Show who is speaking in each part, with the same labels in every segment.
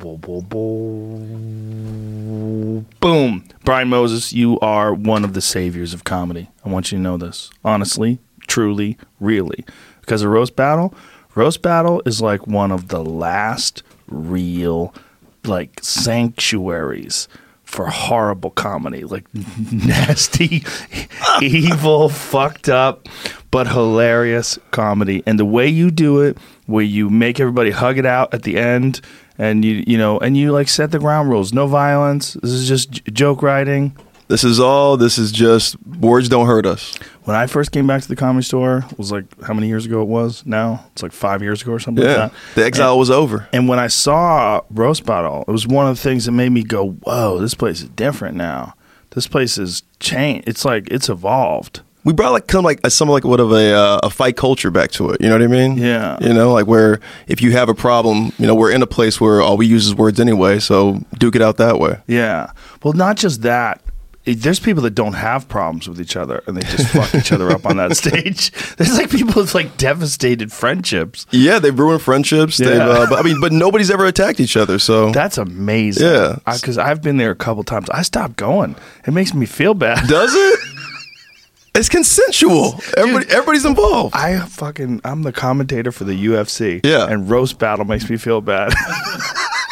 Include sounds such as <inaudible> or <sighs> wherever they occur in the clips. Speaker 1: boom, boom. Boom. Brian Moses, you are one of the saviors of comedy. I want you to know this. Honestly, truly, really. Because a roast battle, roast battle is like one of the last real like sanctuaries for horrible comedy, like <laughs> nasty, <laughs> evil, fucked up, but hilarious comedy. And the way you do it, where you make everybody hug it out at the end, and you you know, and you like set the ground rules. No violence. This is just j- joke writing.
Speaker 2: This is all. This is just words don't hurt us.
Speaker 1: When I first came back to the comedy store, it was like how many years ago it was now? It's like five years ago or something
Speaker 2: Yeah,
Speaker 1: like that.
Speaker 2: the exile was over.
Speaker 1: And when I saw Roast Bottle, it was one of the things that made me go, "Whoa, this place is different now. This place is changed. It's like it's evolved."
Speaker 2: We brought like kind of like a, some like what of a uh, a fight culture back to it. You know what I mean?
Speaker 1: Yeah.
Speaker 2: You know, like where if you have a problem, you know, we're in a place where all we use is words anyway, so duke it out that way.
Speaker 1: Yeah. Well, not just that. It- There's people that don't have problems with each other, and they just fuck each other up on
Speaker 2: <laughs>
Speaker 1: that stage. There's like people with like devastated frienhips.
Speaker 2: Yeah, they've ruined friendships. They've,
Speaker 1: Yeah.
Speaker 2: uh, but, I mean, but nobody's ever attacked each other. So
Speaker 1: That's amazing.
Speaker 2: Yeah.
Speaker 1: Because I've been there a couple times. I stopped going. It makes me feel bad.
Speaker 2: does it? It's consensual. Everybody, everybody's involved.
Speaker 1: <laughs> I fucking I'm the commentator for the UFC.
Speaker 2: Yeah.
Speaker 1: And roast battle makes me feel bad. <laughs>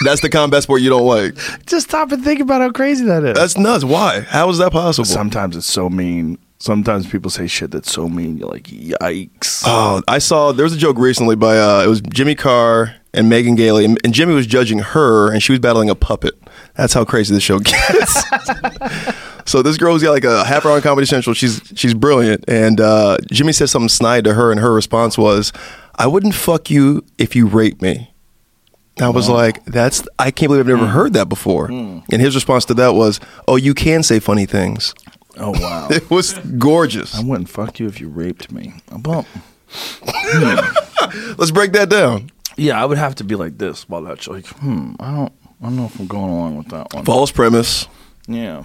Speaker 2: That's the combat sport you don't like.
Speaker 1: Just stop and think about how crazy that is.
Speaker 2: That's nuts. Why? How is that possible?
Speaker 1: Sometimes it's so mean. Sometimes people say shit that's so mean. You're like, yikes.
Speaker 2: Oh, I saw there was a joke recently by uh, it was Jimmy Carr and Megan Gailey, and, and Jimmy was judging her, and she was battling a puppet. That's how crazy this show <laughs> gets. so this girl's got like a half hour on Comedy Central. She's she's brilliant, and uh, Jimmy said something snide to her, and her response was, "I wouldn't fuck you if you rape me." And I was like, "That's I can't believe I've never heard that before." And his response to that was, "Oh, you can say funny things."
Speaker 1: Oh wow.
Speaker 2: <laughs> It was gorgeous.
Speaker 1: I wouldn't fuck you if you raped me. Well,
Speaker 2: Let's break that down.
Speaker 1: yeah, I would have to be like this while that's like, hmm, I don't, I don't know if I'm going along with that one.
Speaker 2: False premise.
Speaker 1: Yeah,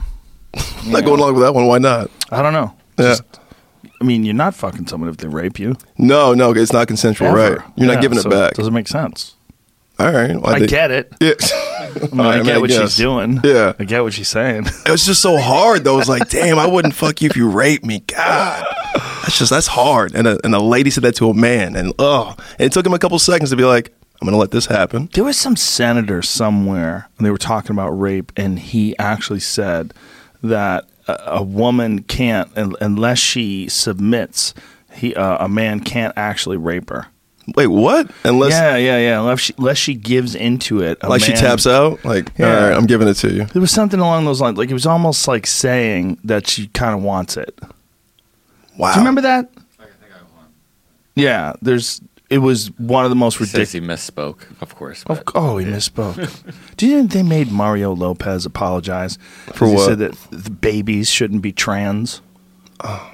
Speaker 2: Not going along with that one. Why not?
Speaker 1: I don't know.
Speaker 2: Yeah.
Speaker 1: Just, I mean, you're not fucking someone if they rape you.
Speaker 2: No, no, it's not consensual,
Speaker 1: Ever.
Speaker 2: right? You're
Speaker 1: Yeah,
Speaker 2: not giving
Speaker 1: so
Speaker 2: it back.
Speaker 1: Doesn't make sense.
Speaker 2: All right. Well,
Speaker 1: I,
Speaker 2: think-
Speaker 1: get it.
Speaker 2: <laughs> Yeah.
Speaker 1: I, mean,
Speaker 2: All
Speaker 1: I
Speaker 2: right,
Speaker 1: get
Speaker 2: mean,
Speaker 1: what
Speaker 2: guess.
Speaker 1: she's doing.
Speaker 2: Yeah.
Speaker 1: I get what she's saying.
Speaker 2: It was just so hard though. It was like, damn, I wouldn't fuck you if you raped me. God, that's just that's hard. And a, and a lady said that to a man, and oh, and it took him a couple seconds to be like, I'm gonna let this happen.
Speaker 1: <laughs> There was some senator somewhere, and they were talking about rape, and he actually said that a, a woman can't, un- unless she submits, he, uh, a man can't actually rape her.
Speaker 2: Wait, what? Unless
Speaker 1: yeah, yeah, yeah. Unless she, unless she gives into it, a
Speaker 2: like she
Speaker 1: man-
Speaker 2: taps out, like,
Speaker 1: Yeah.
Speaker 2: all right, I'm giving it to you.
Speaker 1: There was something along those lines. Like it was almost like saying that she kind of wants it. Do
Speaker 2: Wow.
Speaker 1: you remember that? Yeah, there's. It was one of the most
Speaker 3: Says
Speaker 1: ridiculous.
Speaker 3: he misspoke, of course.
Speaker 1: Of,
Speaker 3: but-
Speaker 1: oh, he misspoke. Do you think they made Mario Lopez apologize 'Cause
Speaker 2: For
Speaker 1: he
Speaker 2: what?
Speaker 1: said that the babies shouldn't be trans?
Speaker 2: Oh.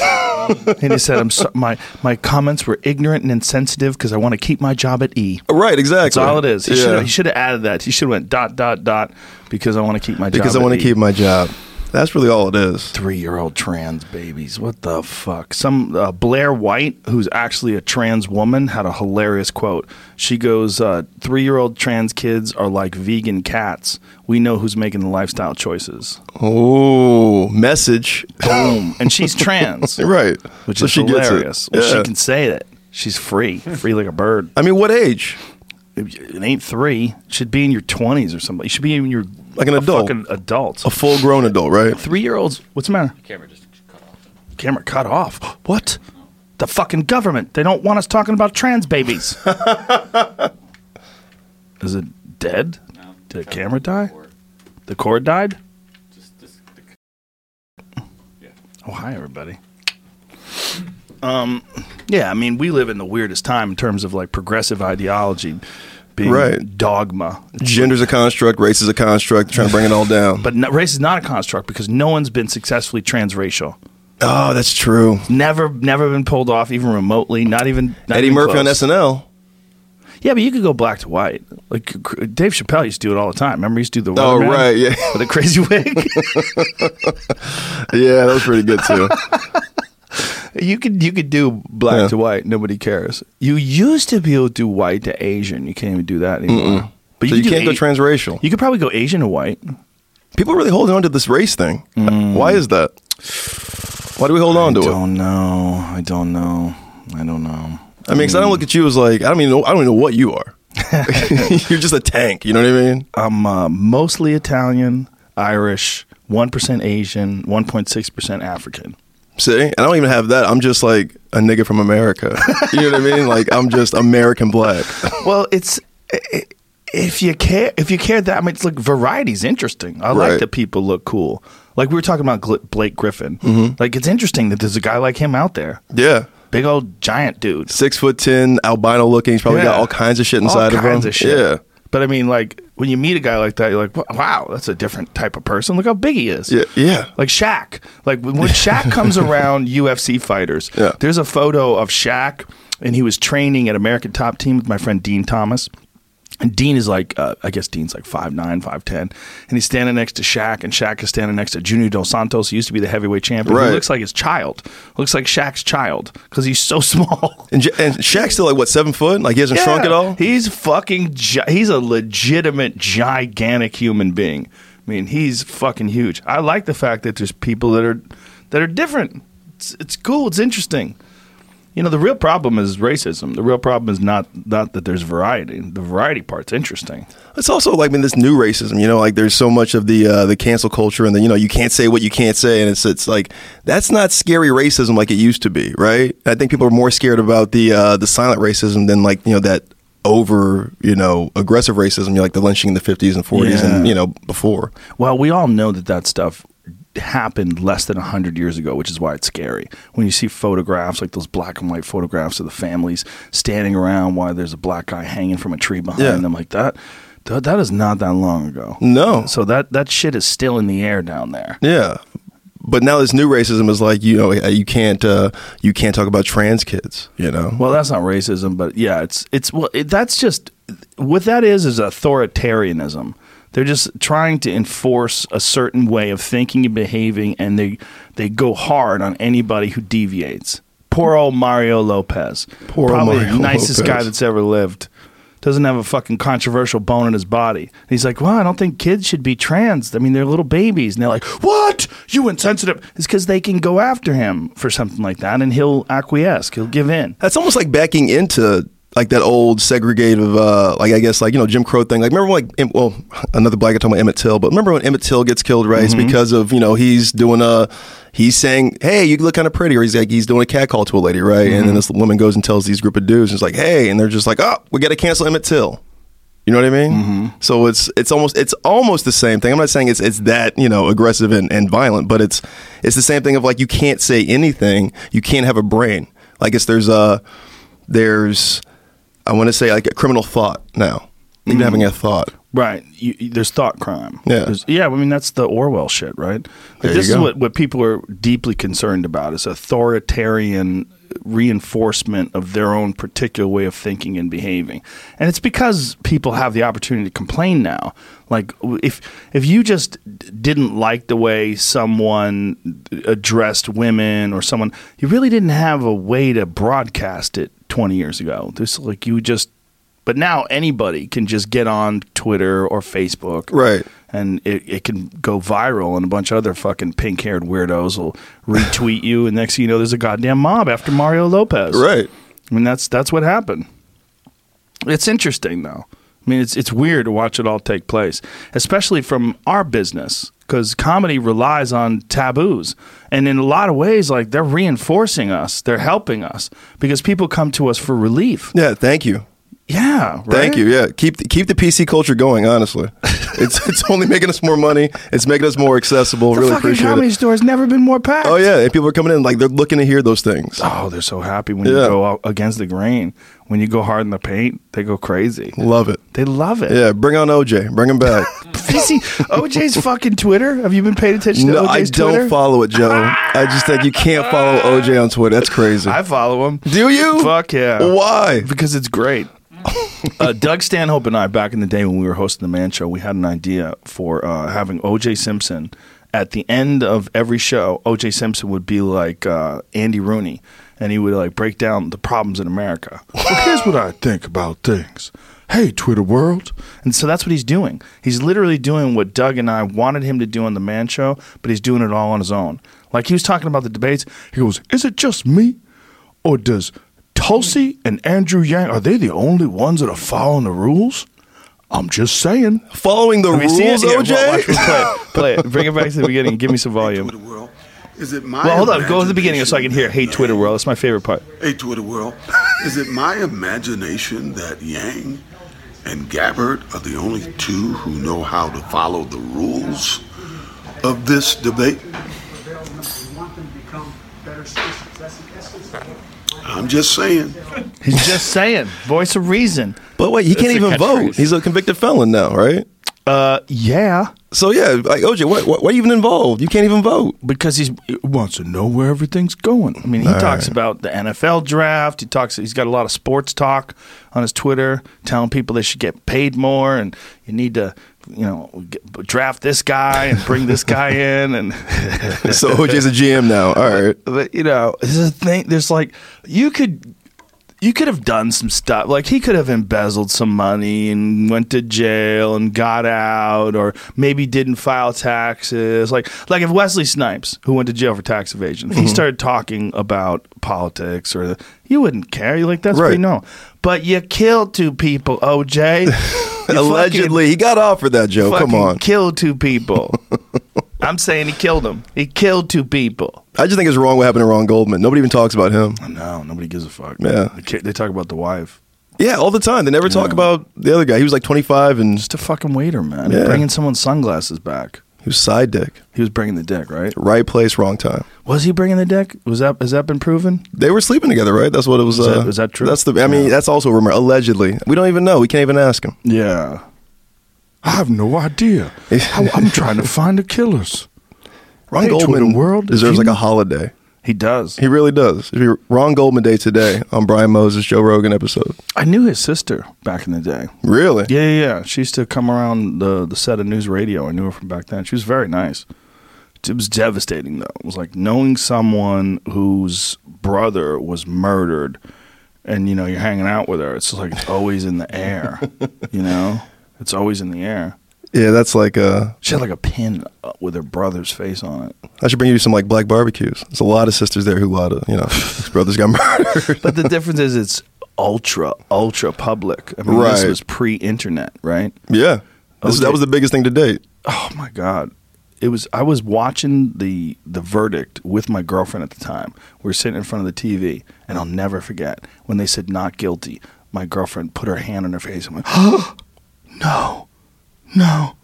Speaker 1: and he said, "I'm so, my my comments were ignorant and insensitive because I want to keep my job at E."
Speaker 2: Right, exactly.
Speaker 1: That's all it is. He
Speaker 2: yeah.
Speaker 1: should should have added that. He should have went dot dot dot because I want to keep my job. E.
Speaker 2: because I want to keep my job. That's really all it is.
Speaker 1: three year old trans babies. What the fuck? Some uh, Blair White, who's actually a trans woman, had a hilarious quote. She goes, uh, three year old trans kids are like vegan cats. We know who's making the lifestyle choices.
Speaker 2: Oh, message.
Speaker 1: Boom. and she's trans,
Speaker 2: <laughs> Right.
Speaker 1: which
Speaker 2: So
Speaker 1: is
Speaker 2: she gets it.
Speaker 1: hilarious. Well,
Speaker 2: Yeah.
Speaker 1: She can say it. She's free, free like a bird.
Speaker 2: I mean, what age?
Speaker 1: It ain't three. Should be in your twenties or something. You should be in your
Speaker 2: Like an
Speaker 1: a
Speaker 2: adult.
Speaker 1: Fucking adult.
Speaker 2: A full grown adult, right?
Speaker 1: three year olds. What's the matter?
Speaker 3: Camera just cut off.
Speaker 1: camera cut off. What? The fucking government. They don't want us talking about trans
Speaker 3: <laughs>
Speaker 1: babies. Is it dead?
Speaker 3: No.
Speaker 1: Did the camera die? The cord died?
Speaker 3: Just, just the
Speaker 1: Oh, hi, everybody. Um, yeah, I mean, we live in the weirdest time in terms of like progressive ideology being
Speaker 2: Right.
Speaker 1: dogma.
Speaker 2: Gender's a construct, race is a construct, trying to bring it all <laughs> down.
Speaker 1: But no, race is not a construct because no one's been successfully transracial.
Speaker 2: oh, that's true.
Speaker 1: Never, never been pulled off, even remotely. Not even not
Speaker 2: Eddie
Speaker 1: even
Speaker 2: Murphy
Speaker 1: close.
Speaker 2: on SNL.
Speaker 1: Yeah, but you could go black to white. Like cr- Dave Chappelle used to do it all the time. Remember, he used to do the
Speaker 2: Oh,
Speaker 1: Weatherman
Speaker 2: right, yeah.
Speaker 1: <laughs> with a crazy
Speaker 2: <laughs>
Speaker 1: wig.
Speaker 2: Yeah, that was pretty good <laughs> too.
Speaker 1: you could you could do black
Speaker 2: Yeah.
Speaker 1: to white. Nobody cares. You used to be able to do white to Asian. You can't even do that anymore. But
Speaker 2: So
Speaker 1: could
Speaker 2: you
Speaker 1: do
Speaker 2: can't go
Speaker 1: A-
Speaker 2: transracial.
Speaker 1: You could probably go Asian to white.
Speaker 2: People are really holding on to this race thing. Why is that? Why do we hold on to it?
Speaker 1: Don't know. I don't know. I don't know.
Speaker 2: I mean, because I don't look at you as like I don't even know I don't even know what you <laughs> are. You're just a tank. You know what I mean?
Speaker 1: I'm uh, mostly Italian, Irish, one percent Asian, one point six percent African.
Speaker 2: See, and I don't even have that. I'm just like a nigga from America. You know what I mean? Like I'm just American black.
Speaker 1: Well, it's i- i- if you care if you care that I mean, it's like variety's interesting. I like
Speaker 2: Right.
Speaker 1: that people look cool. Like we were talking about Gl- Blake Griffin.
Speaker 2: Mm-hmm.
Speaker 1: Like it's interesting that there's a guy like him out there,
Speaker 2: Yeah,
Speaker 1: big old giant dude.
Speaker 2: six foot ten, albino looking. He's probably
Speaker 1: Yeah.
Speaker 2: got all kinds of shit inside
Speaker 1: all
Speaker 2: of
Speaker 1: kinds
Speaker 2: him.
Speaker 1: Of shit.
Speaker 2: Yeah,
Speaker 1: But I mean, like when you meet a guy like that, you're like, "Wa- wow, that's a different type of person. Look how big he is.
Speaker 2: yeah, yeah.
Speaker 1: Like Shaq. Like when when
Speaker 2: <laughs>
Speaker 1: Shaq comes around UFC fighters,
Speaker 2: Yeah.
Speaker 1: there's a photo of Shaq and he was training at American Top Team with my friend Dean Thomas. And Dean is like, uh, I guess Dean's like 5'9, 5'10. And he's standing next to Shaq, and Shaq is standing next to Junior Dos Santos, who used to be the heavyweight champion. Who
Speaker 2: Right.
Speaker 1: looks like his child. Looks like Shaq's child because he's so <laughs> small.
Speaker 2: And, J- and Shaq's still like what seven foot? Like he hasn't shrunk at
Speaker 1: Yeah.
Speaker 2: all.
Speaker 1: He's fucking. Gi- he's a legitimate gigantic human being. I mean, he's fucking huge. I like the fact that there's people that are that are different. It's, it's cool. It's interesting. You know, the real problem is racism. The real problem is not not that there's variety. The variety part's interesting.
Speaker 2: It's also like I mean, this new racism. You know, like there's so much of the uh, the cancel culture, and the you know you can't say what you can't say, and it's it's like that's not scary racism like it used to be, right? I think people are more scared about the uh, the silent racism than like you know that over you know aggressive racism, you know, like the lynching in the 50s and 40s, and
Speaker 1: Yeah.
Speaker 2: you know before.
Speaker 1: Well, we all know that that stuff happened less than 100 years ago, which is why it's scary. When you see photographs, like those black and white photographs of the families standing around while there's a black guy hanging from a tree behind
Speaker 2: Yeah.
Speaker 1: them, like that, that, that is not that long ago.
Speaker 2: No.
Speaker 1: So that, that shit is still in the air down there.
Speaker 2: Yeah. But now this new racism is like you know you can't uh, you can't talk about trans kids you know
Speaker 1: Well, that's not racism, but yeah, it's it's well, it, that's just what that is is authoritarianism. They're just trying to enforce a certain way of thinking and behaving, and they they go hard on anybody who deviates. Poor old Mario Lopez,
Speaker 2: Poor old
Speaker 1: probably the
Speaker 2: Mario
Speaker 1: nicest
Speaker 2: Lopez.
Speaker 1: guy that's ever lived. Doesn't have a fucking controversial bone in his body. And he's like, well, I don't think kids should be trans. I mean, they're little babies. And they're like, what? You insensitive. It's because they can go after him for something like that, and he'll acquiesce. He'll give in.
Speaker 2: That's almost like backing into like that old segregative, uh, like I guess like you know Jim Crow thing. Like remember when, like em- well another black guy talking about Emmett Till, but remember when Emmett Till gets killed, right? It's because of you know he's doing a he's saying hey you look kind of pretty, or he's like he's doing a cat call to a lady, right? And then this woman goes and tells these group of dudes, and it's like hey, and they're just like oh we got to cancel Emmett Till. You know what I mean?
Speaker 1: Mm-hmm.
Speaker 2: So it's it's almost it's almost the same thing. I'm not saying it's it's that you know aggressive and, and violent, but it's it's the same thing of like you can't say anything, you can't have a brain. Like it's there's a there's I want to say like a criminal thought now,
Speaker 1: Mm-hmm.
Speaker 2: even having a thought.
Speaker 1: Right. You, you- there's thought crime.
Speaker 2: Yeah.
Speaker 1: There's- yeah. I mean, that's the Orwell shit, right? Like,
Speaker 2: There you
Speaker 1: this is
Speaker 2: go.
Speaker 1: what, what people are deeply concerned about is authoritarian reinforcement of their own particular way of thinking and behaving. And it's because people have the opportunity to complain now. Like w- if if you just d- didn't like the way someone addressed women or someone, you really didn't have a way to broadcast it 20 years ago. This like you just but now anybody can just get on Twitter or Facebook.
Speaker 2: Right.
Speaker 1: And it, it can go viral, and a bunch of other fucking pink haired weirdos will retweet you. And next thing you know, there's a goddamn mob after Mario Lopez.
Speaker 2: Right.
Speaker 1: I mean, that's that's what happened. It's interesting though. I mean, it's it's weird to watch it all take place, especially from our business because comedy relies on taboos, and in a lot of ways, like they're reinforcing us, they're helping us because people come to us for relief.
Speaker 2: Yeah. Thank you.
Speaker 1: Yeah, right?
Speaker 2: Thank you. Yeah. Keep the, keep the PC culture
Speaker 1: <laughs>
Speaker 2: going. Honestly, it's it's only making us more money. It's making us more accessible.
Speaker 1: The
Speaker 2: really
Speaker 1: fucking
Speaker 2: appreciate
Speaker 1: comedy
Speaker 2: it.
Speaker 1: store has never been more packed.
Speaker 2: Oh yeah, and people are coming in like they're looking to hear those things.
Speaker 1: Oh, they're so happy when you
Speaker 2: Yeah.
Speaker 1: go out against the grain. When you go hard in the paint, they go crazy.
Speaker 2: Love it.
Speaker 1: They love it.
Speaker 2: Yeah, bring on OJ. Bring him back.
Speaker 1: <laughs> You see OJ's fucking Twitter. Have you been paying attention to
Speaker 2: no,
Speaker 1: OJ's
Speaker 2: I don't
Speaker 1: Twitter?
Speaker 2: follow it, Joe. <laughs> I just think you can't follow OJ on Twitter. That's crazy.
Speaker 1: I follow him.
Speaker 2: Do you?
Speaker 1: Fuck yeah.
Speaker 2: Why?
Speaker 1: Because it's great.
Speaker 2: <laughs>
Speaker 1: uh, Doug Stanhope and I, back in the day when we were hosting the Man Show, we had an idea for uh, having O.J. Simpson at the end of every show. O.J. Simpson would be like uh, Andy Rooney, and he would like break down the problems in America. well, here's what I think about things. hey, Twitter world. And so that's what he's doing. He's literally doing what Doug and I wanted him to do on the man show, but he's doing it all on his own. Like he was talking about the debates. He goes, Is it just me? Or does Tulsi and Andrew Yang, are they the only ones that are following the rules? I'm just saying.
Speaker 2: Following the
Speaker 1: Have you
Speaker 2: rules,
Speaker 1: seen it? Here,
Speaker 2: OJ.
Speaker 1: wa- watch me play it. Play it. Bring it back to the beginning. Give me some
Speaker 4: to
Speaker 1: volume.
Speaker 4: the world. Is it my
Speaker 1: Well, hold on. Go to the
Speaker 4: imagination
Speaker 1: beginning so I can hear. Hey,
Speaker 4: that-
Speaker 1: Twitter world. That's my favorite part.
Speaker 4: Hey, Twitter world. <laughs> Is it my imagination that Yang and Gabbard are the only two who know how to follow the rules of this debate?
Speaker 5: We want them to become better citizens. That's the essence of it.
Speaker 4: I'm just saying.
Speaker 1: He's just saying. Voice of reason.
Speaker 2: <laughs> But wait, he can't
Speaker 3: That's a
Speaker 2: even
Speaker 3: catchphrase.
Speaker 2: vote. He's a convicted felon now, right?
Speaker 1: Uh, yeah.
Speaker 2: So yeah, like OJ, why, why, why are you even involved? You can't
Speaker 1: <laughs>
Speaker 2: even vote.
Speaker 1: because he's, he wants to know where everything's going. I mean, he talks about the NFL draft. He talks. He's got a lot of sports talk on his Twitter, telling people they should get paid more and you need to, you know, get, draft this guy and bring this guy in. And
Speaker 2: So OJ's a GM now. All right.
Speaker 1: but you know, this is a thing. There's like you could. You could have done some stuff. Like he could have embezzled some money and went to jail and got out, or maybe didn't file taxes. Like, like if Wesley Snipes, who went to jail for tax evasion, if
Speaker 2: Mm-hmm.
Speaker 1: he started talking about politics, or the, you wouldn't care. You're like, that's pretty
Speaker 2: Right.
Speaker 1: normal. But you killed two people,
Speaker 2: <laughs>
Speaker 1: OJ. You fucking-
Speaker 2: Allegedly, he got off for that, Joe. Come
Speaker 1: fucking
Speaker 2: on.
Speaker 1: killed two
Speaker 2: <laughs>
Speaker 1: people. I'm saying he killed them. He killed two people.
Speaker 2: I just think it's wrong what happened to Ron Goldman. Nobody even talks about him.
Speaker 1: No, nobody gives a fuck.
Speaker 2: Yeah.
Speaker 1: The kid- they talk about the wife.
Speaker 2: Yeah, all the time. They never talk about the other guy. He was like 25 and
Speaker 1: Just a fucking waiter, man.
Speaker 2: Yeah.
Speaker 1: Bringing someone's sunglasses back.
Speaker 2: he was side dick.
Speaker 1: He was bringing the dick, right?
Speaker 2: Right place, wrong time.
Speaker 1: Was he bringing the dick? Was that has that been proven?
Speaker 2: They were sleeping together, right? That's what it was.
Speaker 1: Is that-
Speaker 2: uh,
Speaker 1: is that true?
Speaker 2: That's the. I mean,
Speaker 1: Yeah.
Speaker 2: that's also a rumor. Allegedly, we don't even know. We can't even ask him.
Speaker 1: Yeah. I have no <laughs> idea.
Speaker 2: I- I'm
Speaker 1: trying to find the killers.
Speaker 2: Ron
Speaker 1: Hey,
Speaker 2: Goldman
Speaker 1: Twitter world,
Speaker 2: deserves
Speaker 1: if you-
Speaker 2: like a holiday.
Speaker 1: He does.
Speaker 2: He really does. If you- Ron Goldman Day today on Brian Moses Joe Rogan episode.
Speaker 1: I knew his sister back in the day.
Speaker 2: Really?
Speaker 1: Yeah, yeah, yeah. She used to come around the the set of news radio. I knew her from back then. She was very nice. It was devastating though. It was like knowing someone whose brother was murdered, and you know you're hanging out with her. It's just like it's always in the air. You know, it's always in the air.
Speaker 2: Yeah, that's like uh
Speaker 1: She had like a pin uh, with her brother's face on it.
Speaker 2: I should bring you some like black barbecues. There's a lot of sisters there who a lot of you know <laughs> whose brothers got murdered.
Speaker 1: But the difference is it's ultra ultra public. I mean, this
Speaker 2: Right.
Speaker 1: was pre-internet, right?
Speaker 2: yeah, this,
Speaker 1: OJ.
Speaker 2: that was the biggest thing to date.
Speaker 1: oh my god it was i was watching the the verdict with my girlfriend at the time we were sitting in front of the tv and i'll never forget when they said not guilty my girlfriend put her hand on her face and went oh, <gasps> no no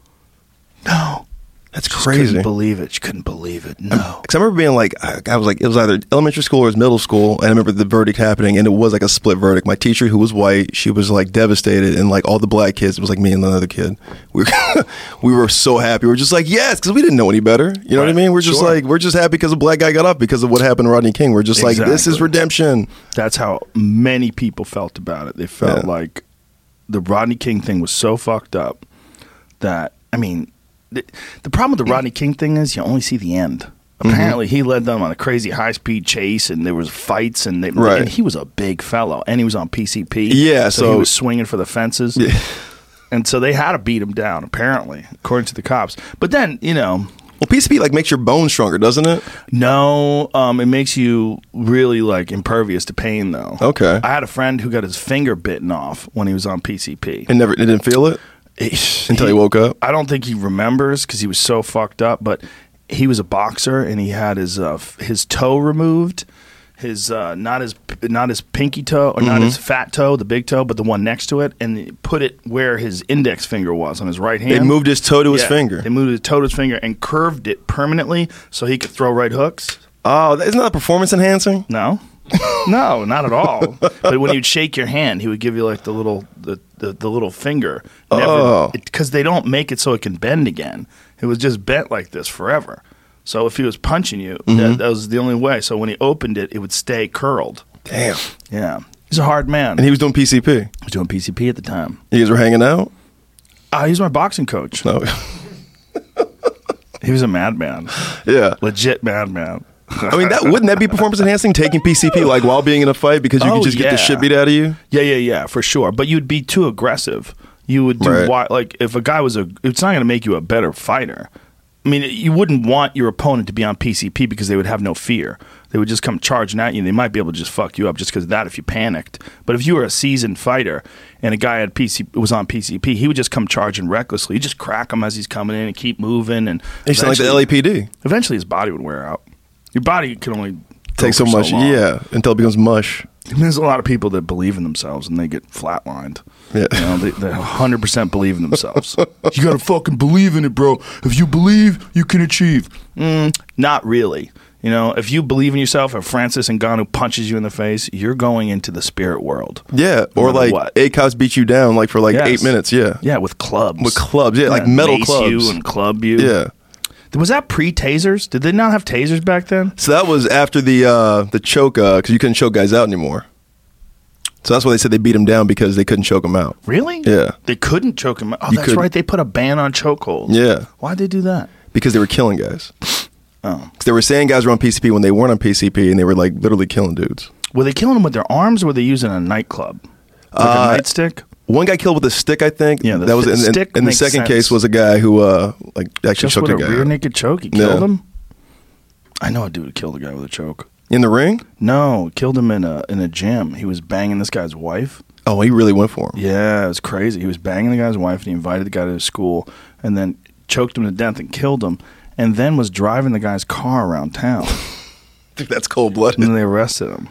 Speaker 1: no
Speaker 2: That's
Speaker 1: She just
Speaker 2: crazy.
Speaker 1: couldn't believe it she couldn't believe it no
Speaker 2: Because I remember being like, I I was like, it was either elementary school or it was middle school, and I remember the verdict happening, and it was like a split verdict. My teacher, who was white, she was like devastated, and like all the black kids, it was like me and another kid. We were, <laughs> we were so happy. We were just like, yes, because we didn't know any better. You know what I
Speaker 1: Right.
Speaker 2: mean? We're just
Speaker 1: Sure.
Speaker 2: like, we're just happy because a black guy got off because of what happened to Rodney King. We're just like, this is
Speaker 1: Exactly.
Speaker 2: redemption.
Speaker 1: that's how many people felt about it. They felt
Speaker 2: Yeah.
Speaker 1: like the Rodney King thing was so fucked up that I mean, the, the problem with the Rodney King thing is you only see the end.
Speaker 2: Mm-hmm.
Speaker 1: Apparently, he led them on a crazy high speed chase, and there was fights, and, they,
Speaker 2: Right.
Speaker 1: and he was a big fellow, and he was on PCP.
Speaker 2: Yeah,
Speaker 1: he
Speaker 2: so-
Speaker 1: was swinging for the fences. And so they had to beat him down, apparently, according to the cops. But then, you know,
Speaker 2: Well, PCP like makes your bones stronger, doesn't it?
Speaker 1: no, um, it makes you really like impervious to pain, though.
Speaker 2: Okay.
Speaker 1: I had a friend who got his finger bitten off when he was on PCP.
Speaker 2: And never, it didn't feel it. Until he woke up?
Speaker 1: I don't think he remembers because he was so fucked up. But he was a boxer and he had his uh, f- his toe removed, his uh, not his not his pinky toe or not
Speaker 2: Mm-hmm.
Speaker 1: his fat toe, the big toe, but the one next to it, and they put it where his index finger was on his right hand.
Speaker 2: They moved his toe to his
Speaker 1: Yeah,
Speaker 2: finger.
Speaker 1: They moved his toe to his finger and curved it permanently so he could throw right hooks.
Speaker 2: Oh, that- isn't that performance enhancing? <laughs>
Speaker 1: No. no, not at all. But when you'd shake your hand, he would give you like the little the, the, the little finger.
Speaker 2: Oh.
Speaker 1: Because they don't make it so it can bend again. It was just bent like this forever. So if he was punching you,
Speaker 2: Mm-hmm.
Speaker 1: that, that was the only way. So when he opened it, it would stay curled.
Speaker 2: Damn.
Speaker 1: Yeah. He's a hard man.
Speaker 2: And he was doing PCP.
Speaker 1: was doing PCP at the time.
Speaker 2: You guys were hanging out.
Speaker 1: Uh, he was my boxing coach.
Speaker 2: No. <laughs>
Speaker 1: He was a madman.
Speaker 2: yeah. <laughs>
Speaker 1: Legit madman.
Speaker 2: I mean, that wouldn't that be performance enhancing? Taking PCP like while being in a fight because you
Speaker 1: Oh,
Speaker 2: could just get
Speaker 1: yeah.
Speaker 2: the shit beat out of you.
Speaker 1: Yeah, yeah, yeah, for sure. But you'd be too aggressive. You would do
Speaker 2: Right.
Speaker 1: wi- like if a guy was a. It's not going to make you a better fighter. I mean, you wouldn't want your opponent to be on PCP because they would have no fear. They would just come charging at you. and They might be able to just fuck you up just because of that if you panicked. But if you were a seasoned fighter and a guy had PC was on PCP, he would just come charging recklessly. You just crack him as he's coming in and keep moving. And
Speaker 2: It's like the LAPD.
Speaker 1: eventually his body would wear out. Your body can only go
Speaker 2: Take so
Speaker 1: for
Speaker 2: much,
Speaker 1: long.
Speaker 2: yeah, until it becomes mush.
Speaker 1: There's a lot of people that believe in themselves and they get flatlined.
Speaker 2: Yeah.
Speaker 1: You know, they, they 100% believe in
Speaker 2: <laughs>
Speaker 1: themselves. you got to fucking believe in it, bro. If you believe, you can achieve. Mm, not really. You know, if you believe in yourself, if Francis Ngannou punches you in the face, you're going into the spirit world.
Speaker 2: Yeah,
Speaker 1: No
Speaker 2: or
Speaker 1: matter
Speaker 2: like
Speaker 1: what.
Speaker 2: eight cops beat you down like for like
Speaker 1: Yes.
Speaker 2: eight minutes. Yeah,
Speaker 1: Yeah, with clubs.
Speaker 2: With clubs, yeah, like metal
Speaker 1: mace
Speaker 2: clubs.
Speaker 1: you and club you.
Speaker 2: yeah.
Speaker 1: Was that pre tasers? Did they not have tasers back then?
Speaker 2: So that was after the uh, the choke because you couldn't choke guys out anymore. So that's why they said they beat him down because they couldn't choke him out.
Speaker 1: Really?
Speaker 2: Yeah.
Speaker 1: They couldn't choke him. out. Oh,
Speaker 2: You
Speaker 1: that's
Speaker 2: couldn't.
Speaker 1: right. They put a ban on chokeholds.
Speaker 2: Yeah.
Speaker 1: Why'd they do that?
Speaker 2: because they were killing guys.
Speaker 1: Oh.
Speaker 2: 'Cause they were saying guys were on PCP when they weren't on PCP, and they were like literally killing dudes.
Speaker 1: Were they killing them with their arms or were they using a nightclub? Like
Speaker 2: Uh,
Speaker 1: a nightstick?
Speaker 2: One guy killed with a stick, I think.
Speaker 1: Yeah, the
Speaker 2: that was.
Speaker 1: th-
Speaker 2: And, and-
Speaker 1: stick
Speaker 2: and the
Speaker 1: makes
Speaker 2: second
Speaker 1: sense.
Speaker 2: case was a guy who uh like actually
Speaker 1: Just
Speaker 2: choked
Speaker 1: with
Speaker 2: a
Speaker 1: a
Speaker 2: guy
Speaker 1: rear
Speaker 2: out.
Speaker 1: naked choke? He
Speaker 2: Yeah.
Speaker 1: killed him? I know a dude who killed a guy with a choke.
Speaker 2: in the ring.
Speaker 1: No, killed him in a in a gym. He was banging this guy's wife.
Speaker 2: Oh, he really went for him.
Speaker 1: Yeah, it was crazy. He was banging the guy's wife and he invited the guy to his school and then choked him to death and killed him and then was driving the guy's car around
Speaker 2: <laughs>
Speaker 1: town.
Speaker 2: Dude, <laughs> that's cold
Speaker 1: and
Speaker 2: blooded.
Speaker 1: then they arrested him.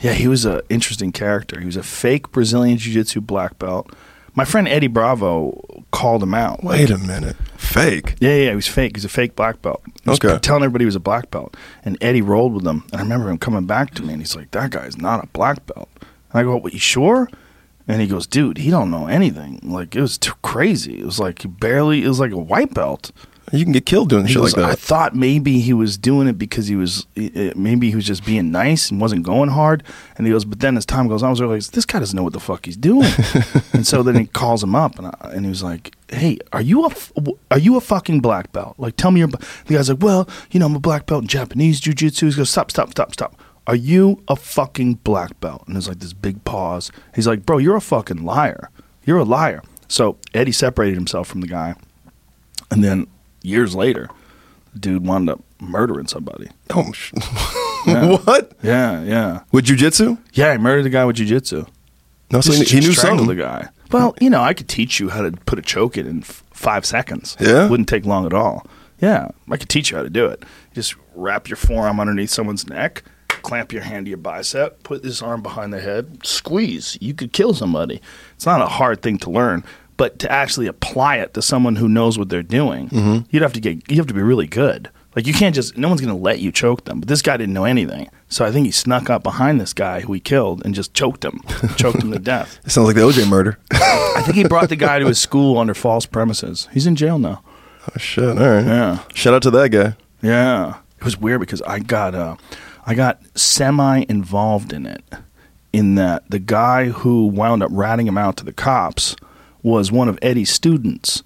Speaker 1: Yeah, he was an interesting character. He was a fake Brazilian Jiu Jitsu black belt. My friend Eddie Bravo called him out.
Speaker 2: Wait a minute, fake.
Speaker 1: Yeah, yeah, he was fake. He was a fake black belt. He was
Speaker 2: Okay.
Speaker 1: p- telling everybody he was a black belt. And Eddie rolled with him. And I remember him coming back to me and he's like, That guy's not a black belt. And I go, What, you sure? And he goes, Dude, he don't know anything. Like, it was too crazy. It was like he barely, it was like a white belt.
Speaker 2: You can get killed doing
Speaker 1: He
Speaker 2: shit
Speaker 1: was-
Speaker 2: like
Speaker 1: I
Speaker 2: that.
Speaker 1: thought maybe he was doing it because he was eh, eh, maybe he was just being nice and wasn't going hard. And he goes, but then as time goes on, I was like, this guy doesn't know what the fuck he's doing.
Speaker 2: <laughs>
Speaker 1: and so then he calls him up and I, and he was like, hey, are you a f- w- are you a fucking black belt? Like, tell me your. b-" The guy's like, well, you know, I'm a black belt in Japanese jujitsu. He goes, stop, stop, stop, stop. Are you a fucking black belt? And there's like this big pause. He's like, bro, you're a fucking liar. You're a liar. So Eddie separated himself from the guy. And then years later, the dude wound up murdering somebody.
Speaker 2: Oh, <laughs> sh-
Speaker 1: Yeah.
Speaker 2: what?
Speaker 1: Yeah, yeah.
Speaker 2: With jujitsu?
Speaker 1: Yeah, he murdered the guy with jujitsu.
Speaker 2: No, so he,
Speaker 1: Just
Speaker 2: he knew
Speaker 1: strangled
Speaker 2: something.
Speaker 1: the guy. Well, you know, I could teach you how to put a choke in in f- five seconds.
Speaker 2: Yeah?
Speaker 1: Wouldn't take long at all. Yeah, I could teach you how to do it. You just wrap your forearm underneath someone's neck, clamp your hand to your bicep, put this arm behind their head, squeeze. You could kill somebody. It's not a hard thing to learn, but to actually apply it to someone who knows what they're doing, you'd have to get you have to be really good. Like you can't just no one's going to let you choke them. But this guy didn't know anything. So I think he snuck up behind this guy who he killed and just choked him, choked him to death.
Speaker 2: It sounds like the OJ murder. <laughs> oh
Speaker 1: I think he brought the guy to his school under false premises. He's in jail now.
Speaker 2: Oh, shit! All right.
Speaker 1: Yeah.
Speaker 2: Shout out to that guy.
Speaker 1: Yeah. It was weird because I got uh, I got semi involved in it in that the guy who wound up ratting him out to the cops was one of Eddie's students.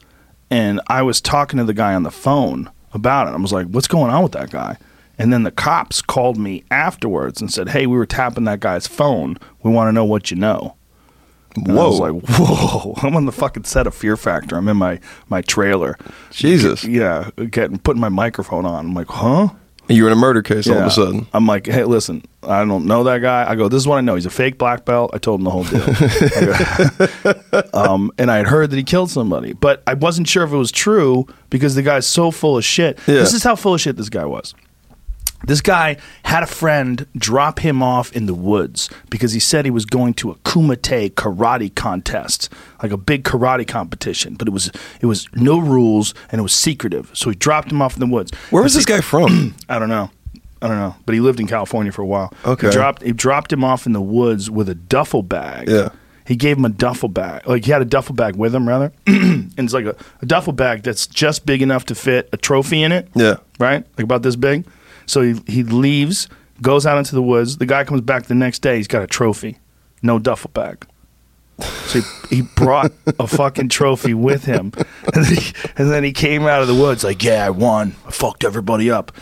Speaker 1: And I was talking to the guy on the phone about it. I was like, what's going on with that guy? And then the cops called me afterwards and said, hey, we were tapping that guy's phone. We want to know what you know. And I
Speaker 2: Whoa.
Speaker 1: was like, whoa. <laughs> I'm on the fucking set of Fear Factor. I'm in my, my trailer.
Speaker 2: Jesus.
Speaker 1: Yeah, getting putting my microphone on. I'm like, huh?
Speaker 2: You were in a murder case all of
Speaker 1: Yeah.
Speaker 2: a sudden.
Speaker 1: I'm like, hey, listen, I don't know that guy. I go, this is what I know. He's a fake black belt. I told him the whole deal. I go- <laughs> um, and I had heard that he killed somebody, but I wasn't sure if it was true because the guy's so full of shit.
Speaker 2: Yeah.
Speaker 1: This is how full of shit this guy was. This guy had a friend drop him off in the woods because he said he was going to a kumite karate contest, like a big karate competition, but it was it was no rules and it was secretive. So he dropped him off in the woods.
Speaker 2: Where was this guy from?
Speaker 1: <clears throat> I don't know. I don't know. But he lived in California for a while.
Speaker 2: Okay.
Speaker 1: He dropped he dropped him off in the woods with a duffel bag.
Speaker 2: Yeah.
Speaker 1: He gave him a duffel bag. Like he had a duffel bag with him rather. <clears throat> and it's like a, a duffel bag that's just big enough to fit a trophy in it.
Speaker 2: Yeah.
Speaker 1: Right? Like about this big. So he he leaves, goes out into the woods. The guy comes back the next day, he's got a trophy. No duffel bag. So he, he brought a fucking trophy with him. <laughs> And then, he, and then he came out of the woods like, yeah, I won. I fucked everybody up.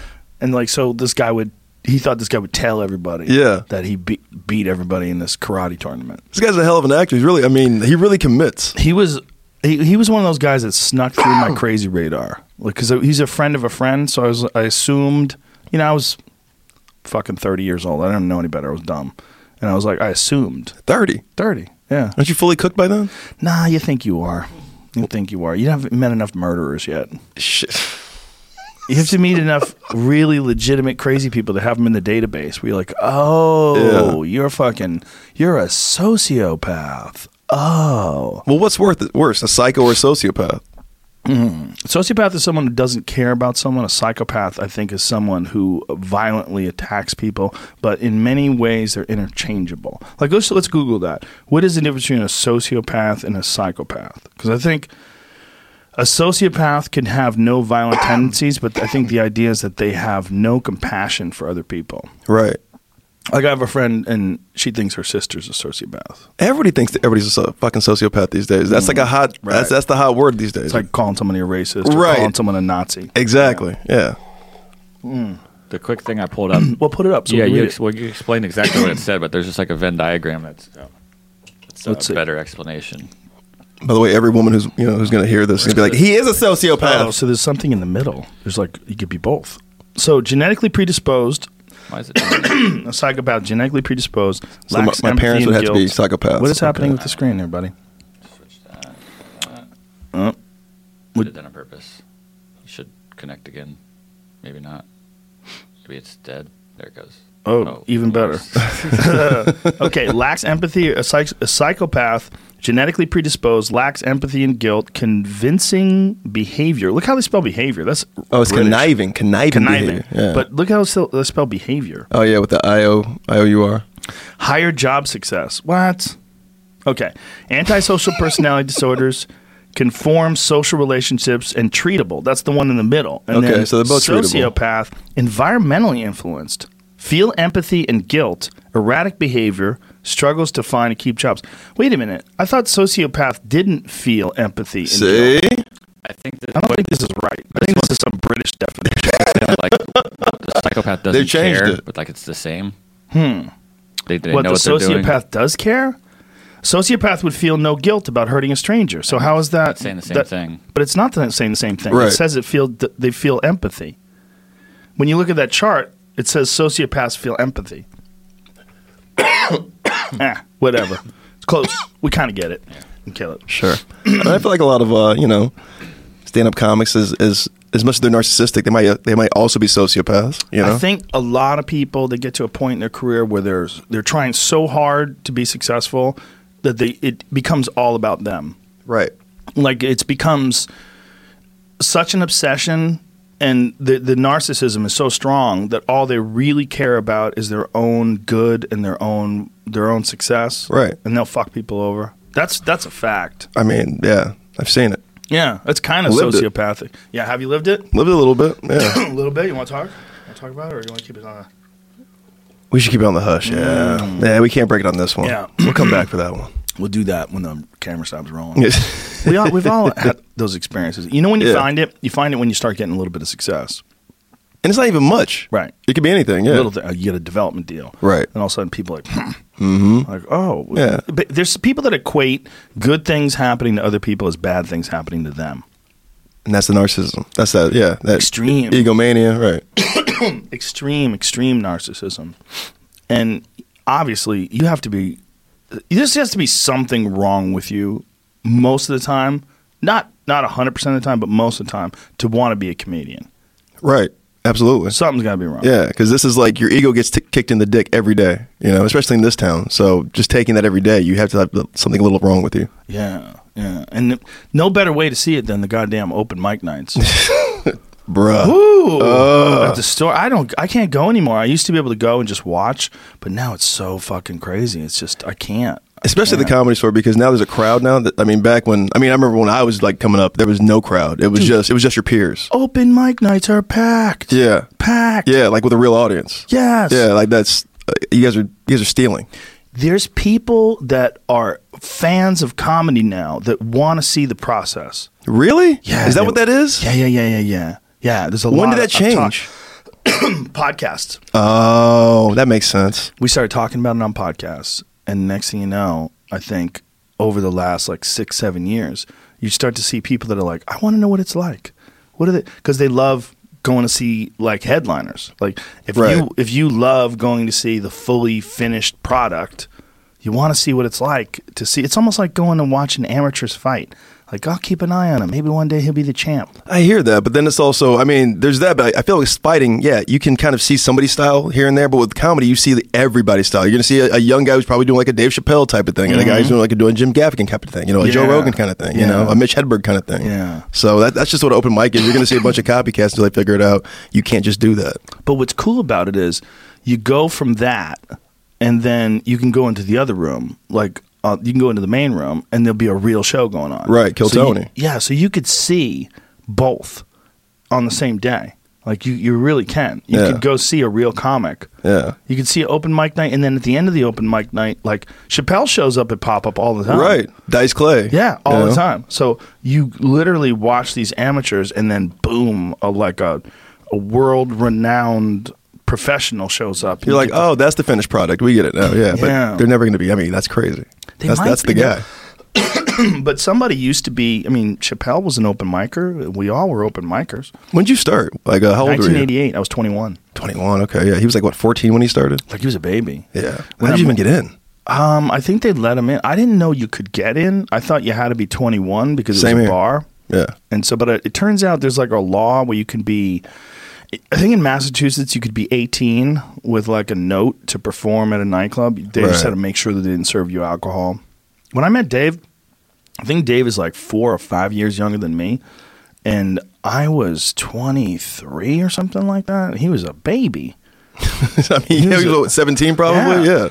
Speaker 1: And like, so this guy would he thought this guy would tell everybody
Speaker 2: Yeah.
Speaker 1: that he be- beat everybody in this karate tournament.
Speaker 2: This guy's a hell of an actor. He's really, I mean, he really commits.
Speaker 1: He was he, he was one of those guys that snuck through my crazy radar. Like cuz he's a friend of a friend, so I was I assumed, you know, I was fucking 30 years old. I didn't know any better. I was dumb. And I was like I assumed
Speaker 2: 30.
Speaker 1: 30. Yeah.
Speaker 2: Aren't you fully cooked by then?
Speaker 1: Nah, you think you are. You think you are. You haven't met enough murderers yet.
Speaker 2: Shit.
Speaker 1: You have to meet enough really legitimate crazy people to have them in the database where you're like, oh, you're fucking, you're a sociopath. Oh.
Speaker 2: Well, what's worth worse, a psycho or a sociopath?
Speaker 1: Sociopath is someone who doesn't care about someone. A psychopath, I think, is someone who violently attacks people, but in many ways they're interchangeable. Like, let's, let's Google that. What is the difference between a sociopath and a psychopath? Because I think a sociopath can have no violent <coughs> tendencies, but I think the idea is that they have no compassion for other people.
Speaker 2: Right.
Speaker 1: Like I have a friend, and she thinks her sister's a sociopath.
Speaker 2: Everybody thinks that everybody's a so- fucking sociopath these days. That's like a hot.
Speaker 1: Mm-hmm. Right.
Speaker 2: That's that's the hot word these days.
Speaker 1: It's like calling somebody a racist, or
Speaker 2: Right.
Speaker 1: calling someone a Nazi.
Speaker 2: exactly. Yeah.
Speaker 3: The quick thing I pulled up.
Speaker 1: Well, put it up. So
Speaker 3: yeah,
Speaker 1: we can
Speaker 3: you,
Speaker 1: read
Speaker 3: ex-
Speaker 1: it.
Speaker 3: well, you explained exactly what it said, but there's just like a Venn diagram that's, uh, that's
Speaker 1: Let's
Speaker 3: a
Speaker 1: see.
Speaker 3: better explanation.
Speaker 2: By the way, every woman who's you know who's gonna hear this is gonna be like, he is a sociopath.
Speaker 1: Oh, so there's something in the middle. There's like you could be both. So genetically predisposed,
Speaker 3: Why is it? doing
Speaker 1: a psychopath genetically predisposed.
Speaker 2: So my-
Speaker 1: lacks
Speaker 2: my
Speaker 1: empathy
Speaker 2: parents
Speaker 1: and
Speaker 2: would have to be
Speaker 1: guilt.
Speaker 2: psychopaths.
Speaker 1: What is happening
Speaker 2: Okay.
Speaker 1: with the screen there, buddy? <laughs>
Speaker 3: that? Switch that.
Speaker 1: Oh.
Speaker 3: I did that on purpose. You should connect again. Maybe not. Maybe it's dead. There it goes.
Speaker 1: Oh, even better.
Speaker 3: <laughs> yes.
Speaker 1: okay, lacks empathy. A, psych- a psychopath, genetically predisposed, lacks empathy and guilt, convincing behavior. Look how they spell behavior. That's
Speaker 2: Oh, it's
Speaker 1: British.
Speaker 2: conniving, conniving,
Speaker 1: conniving.
Speaker 2: behavior. Yeah.
Speaker 1: But look how it's still- they spell behavior.
Speaker 2: oh yeah, with the I O I O U R.
Speaker 1: Higher job success. What? Okay. Antisocial
Speaker 2: <laughs>
Speaker 1: personality disorders, conform social relationships, and treatable. That's the one in the middle. And
Speaker 2: Okay,
Speaker 1: then
Speaker 2: so they're both treatable.
Speaker 1: sociopath, environmentally influenced, feel empathy and guilt, erratic behavior, struggles to find and keep jobs. Wait a minute. I thought sociopath didn't feel empathy and guilt.
Speaker 2: See,
Speaker 3: I think
Speaker 1: I
Speaker 3: that
Speaker 1: don't think this is right. I think this is some British definition.
Speaker 3: like the psychopath doesn't
Speaker 2: They changed
Speaker 3: care,
Speaker 2: it.
Speaker 3: but like it's the same. Hmm. They, they
Speaker 1: what
Speaker 3: know
Speaker 1: the
Speaker 3: what they're doing.
Speaker 1: sociopath does care? Sociopath would feel no guilt about hurting a stranger. So how is that
Speaker 3: It's saying the same
Speaker 1: that-
Speaker 3: thing.
Speaker 1: But it's not the, saying the same thing. It
Speaker 2: Right.
Speaker 1: says it feel th- they feel empathy. When you look at that chart, it says sociopaths feel empathy. <coughs> ah, whatever. It's close. We kind of get it. Kill it.
Speaker 2: sure. And I feel like a lot of uh, you know, stand up comics is is as much as they're narcissistic, they might they might also be sociopaths. You know,
Speaker 1: I think a lot of people that get to a point in their career where they're they're trying so hard to be successful that they it becomes all about them.
Speaker 2: right.
Speaker 1: like it's becomes such an obsession and the the narcissism is so strong that all they really care about is their own good and their own their own success
Speaker 2: Right.
Speaker 1: and they'll fuck people over that's that's a fact
Speaker 2: I mean, yeah, I've seen it.
Speaker 1: yeah that's kind of
Speaker 2: Lived it.
Speaker 1: sociopathic yeah have you lived it
Speaker 2: Lived it a little bit.
Speaker 1: a
Speaker 2: Yeah.
Speaker 1: little bit you want to talk want to talk about it or you want to keep it on
Speaker 2: We should keep it on the hush. Yeah. Yeah, we can't break it on this one.
Speaker 1: Mm. Yeah.
Speaker 2: We'll come back for
Speaker 1: <clears throat>
Speaker 2: that one. <laughs>
Speaker 1: we'll do that when the camera stops rolling
Speaker 2: Yes.
Speaker 1: <laughs> we all, we've all had those experiences you know when you
Speaker 2: Yeah.
Speaker 1: find it you find it when you start getting a little bit of success
Speaker 2: and it's not even much.
Speaker 1: Right.
Speaker 2: It could be anything. Yeah.
Speaker 1: little thing, you get a development deal,
Speaker 2: Right. Mm-hmm.
Speaker 1: And all of a sudden, people are like, "Hmm." like, oh,
Speaker 2: Yeah.
Speaker 1: But there's people that equate good things happening to other people as bad things happening to them.
Speaker 2: and that's the narcissism. That's that. Yeah. That
Speaker 1: Extreme.
Speaker 2: Egomania. Right.
Speaker 1: Extreme, extreme narcissism, and obviously, you have to be. This has to be something wrong with you most of the time. Not not hundred percent of the time, but most of the time to want to be a comedian.
Speaker 2: Right. Absolutely.
Speaker 1: Something's got to be wrong.
Speaker 2: Yeah. Because this is like your ego gets t- kicked in the dick every day, you know, especially in this town. So just taking that every day, you have to have something a little wrong with you.
Speaker 1: yeah, yeah. And no better way to see it than the goddamn open mic nights.
Speaker 2: Bruh.
Speaker 1: Ooh, at the store. I don't. I can't go anymore. I used to be able to go and just watch, but now it's so fucking crazy. It's just I can't.
Speaker 2: Especially the comedy store because now there's a crowd now that I mean back when I mean I remember when I was like coming up there was no crowd it was just it was just your peers
Speaker 1: Open mic nights are packed.
Speaker 2: yeah
Speaker 1: packed.
Speaker 2: yeah like with a real audience
Speaker 1: Yes.
Speaker 2: Yeah, like that's uh, you guys are you guys are stealing.
Speaker 1: There's people that are fans of comedy now that want to see the process.
Speaker 2: Really?
Speaker 1: Yeah.
Speaker 2: Is that
Speaker 1: they-
Speaker 2: what that is?
Speaker 1: Yeah, yeah, yeah, yeah, yeah. Yeah. There's a lot.
Speaker 2: When did that
Speaker 1: of- I've talked-
Speaker 2: change?
Speaker 1: <coughs> podcasts.
Speaker 2: Oh, that makes sense.
Speaker 1: We started talking about it on podcasts, and next thing you know, I think over the last like six, seven years, you start to see people that are like, I want to know what it's like. What are they? Because they love going to see like headliners. Like if
Speaker 2: Right.
Speaker 1: you if you love going to see the fully finished product, you want to see what it's like to see. It's almost like going and watching amateurs fight. Like I'll keep an eye on him. Maybe one day he'll be the champ.
Speaker 2: I hear that, but then it's also, I mean, there's that, but I feel like fighting, yeah, you can kind of see somebody's style here and there, but with comedy, you see the, everybody's style. You're going to see a, a young guy who's probably doing like a Dave Chappelle type of thing, and a guy who's doing like a doing Jim Gaffigan type of thing, you know, a Joe
Speaker 1: Mm-hmm. Yeah.
Speaker 2: Rogan kind of thing, you know,
Speaker 1: Yeah.
Speaker 2: a Mitch Hedberg kind of thing.
Speaker 1: Yeah.
Speaker 2: So that, that's just what open mic is. You're going to see a bunch of copycats until they figure it out. You can't just do that.
Speaker 1: But what's cool about it is you go from that, and then you can go into the other room. Like uh, you can go into the main room, and there'll be a real show going on.
Speaker 2: Right, Kill
Speaker 1: So you-
Speaker 2: Tony.
Speaker 1: yeah, so you could see both on the same day. Like you, you really can. You
Speaker 2: Yeah.
Speaker 1: could go see a real comic.
Speaker 2: Yeah.
Speaker 1: You could see an open mic night, and then at the end of the open mic night, like Chappelle shows up at pop up all the time.
Speaker 2: Right. Dice Clay.
Speaker 1: Oh. Yeah,
Speaker 2: You
Speaker 1: all
Speaker 2: know?
Speaker 1: the time. So you literally watch these amateurs, and then boom, a, like a, a world renowned professional shows up. Um,
Speaker 2: You're like, oh, that's the finished product. We get it now. Yeah. But
Speaker 1: Yeah.
Speaker 2: they're never going to be. I mean, that's crazy.
Speaker 1: They
Speaker 2: that's
Speaker 1: might
Speaker 2: that's the
Speaker 1: be.
Speaker 2: guy.
Speaker 1: but somebody used to be. I mean, Chappelle was an open micer. We all were open micers.
Speaker 2: When'd you start? Like, uh, how old were you?
Speaker 1: 1988. I was 21.
Speaker 2: 21. Okay. Yeah. He was like, what, 14 when he started?
Speaker 1: Like he was a baby.
Speaker 2: Yeah. When
Speaker 1: When
Speaker 2: did you
Speaker 1: I'm-
Speaker 2: even get in?
Speaker 1: Um, I think they let him in. I didn't know you could get in. I thought you had to be 21 because it
Speaker 2: Same
Speaker 1: was a
Speaker 2: here.
Speaker 1: bar.
Speaker 2: Yeah. <laughs>
Speaker 1: And so, but it, it turns out there's like a law where you can be. I think in Massachusetts you could be 18 with like a note to perform at a nightclub. They
Speaker 2: Right.
Speaker 1: just had to make sure that they didn't serve you alcohol. When I met Dave, I think Dave is like four or five years younger than me, and I was 23 or something like that. He was a baby.
Speaker 2: I mean, he
Speaker 1: was
Speaker 2: was
Speaker 1: a-
Speaker 2: what, 17 probably?
Speaker 1: Yeah.
Speaker 2: Yeah.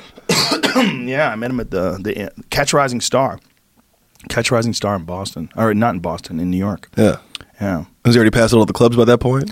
Speaker 1: Yeah, I met him at the the Catch Rising Star, Catch Rising Star in Boston, or not in Boston, in New York.
Speaker 2: Yeah.
Speaker 1: Yeah.
Speaker 2: Was he already past all the clubs by that point?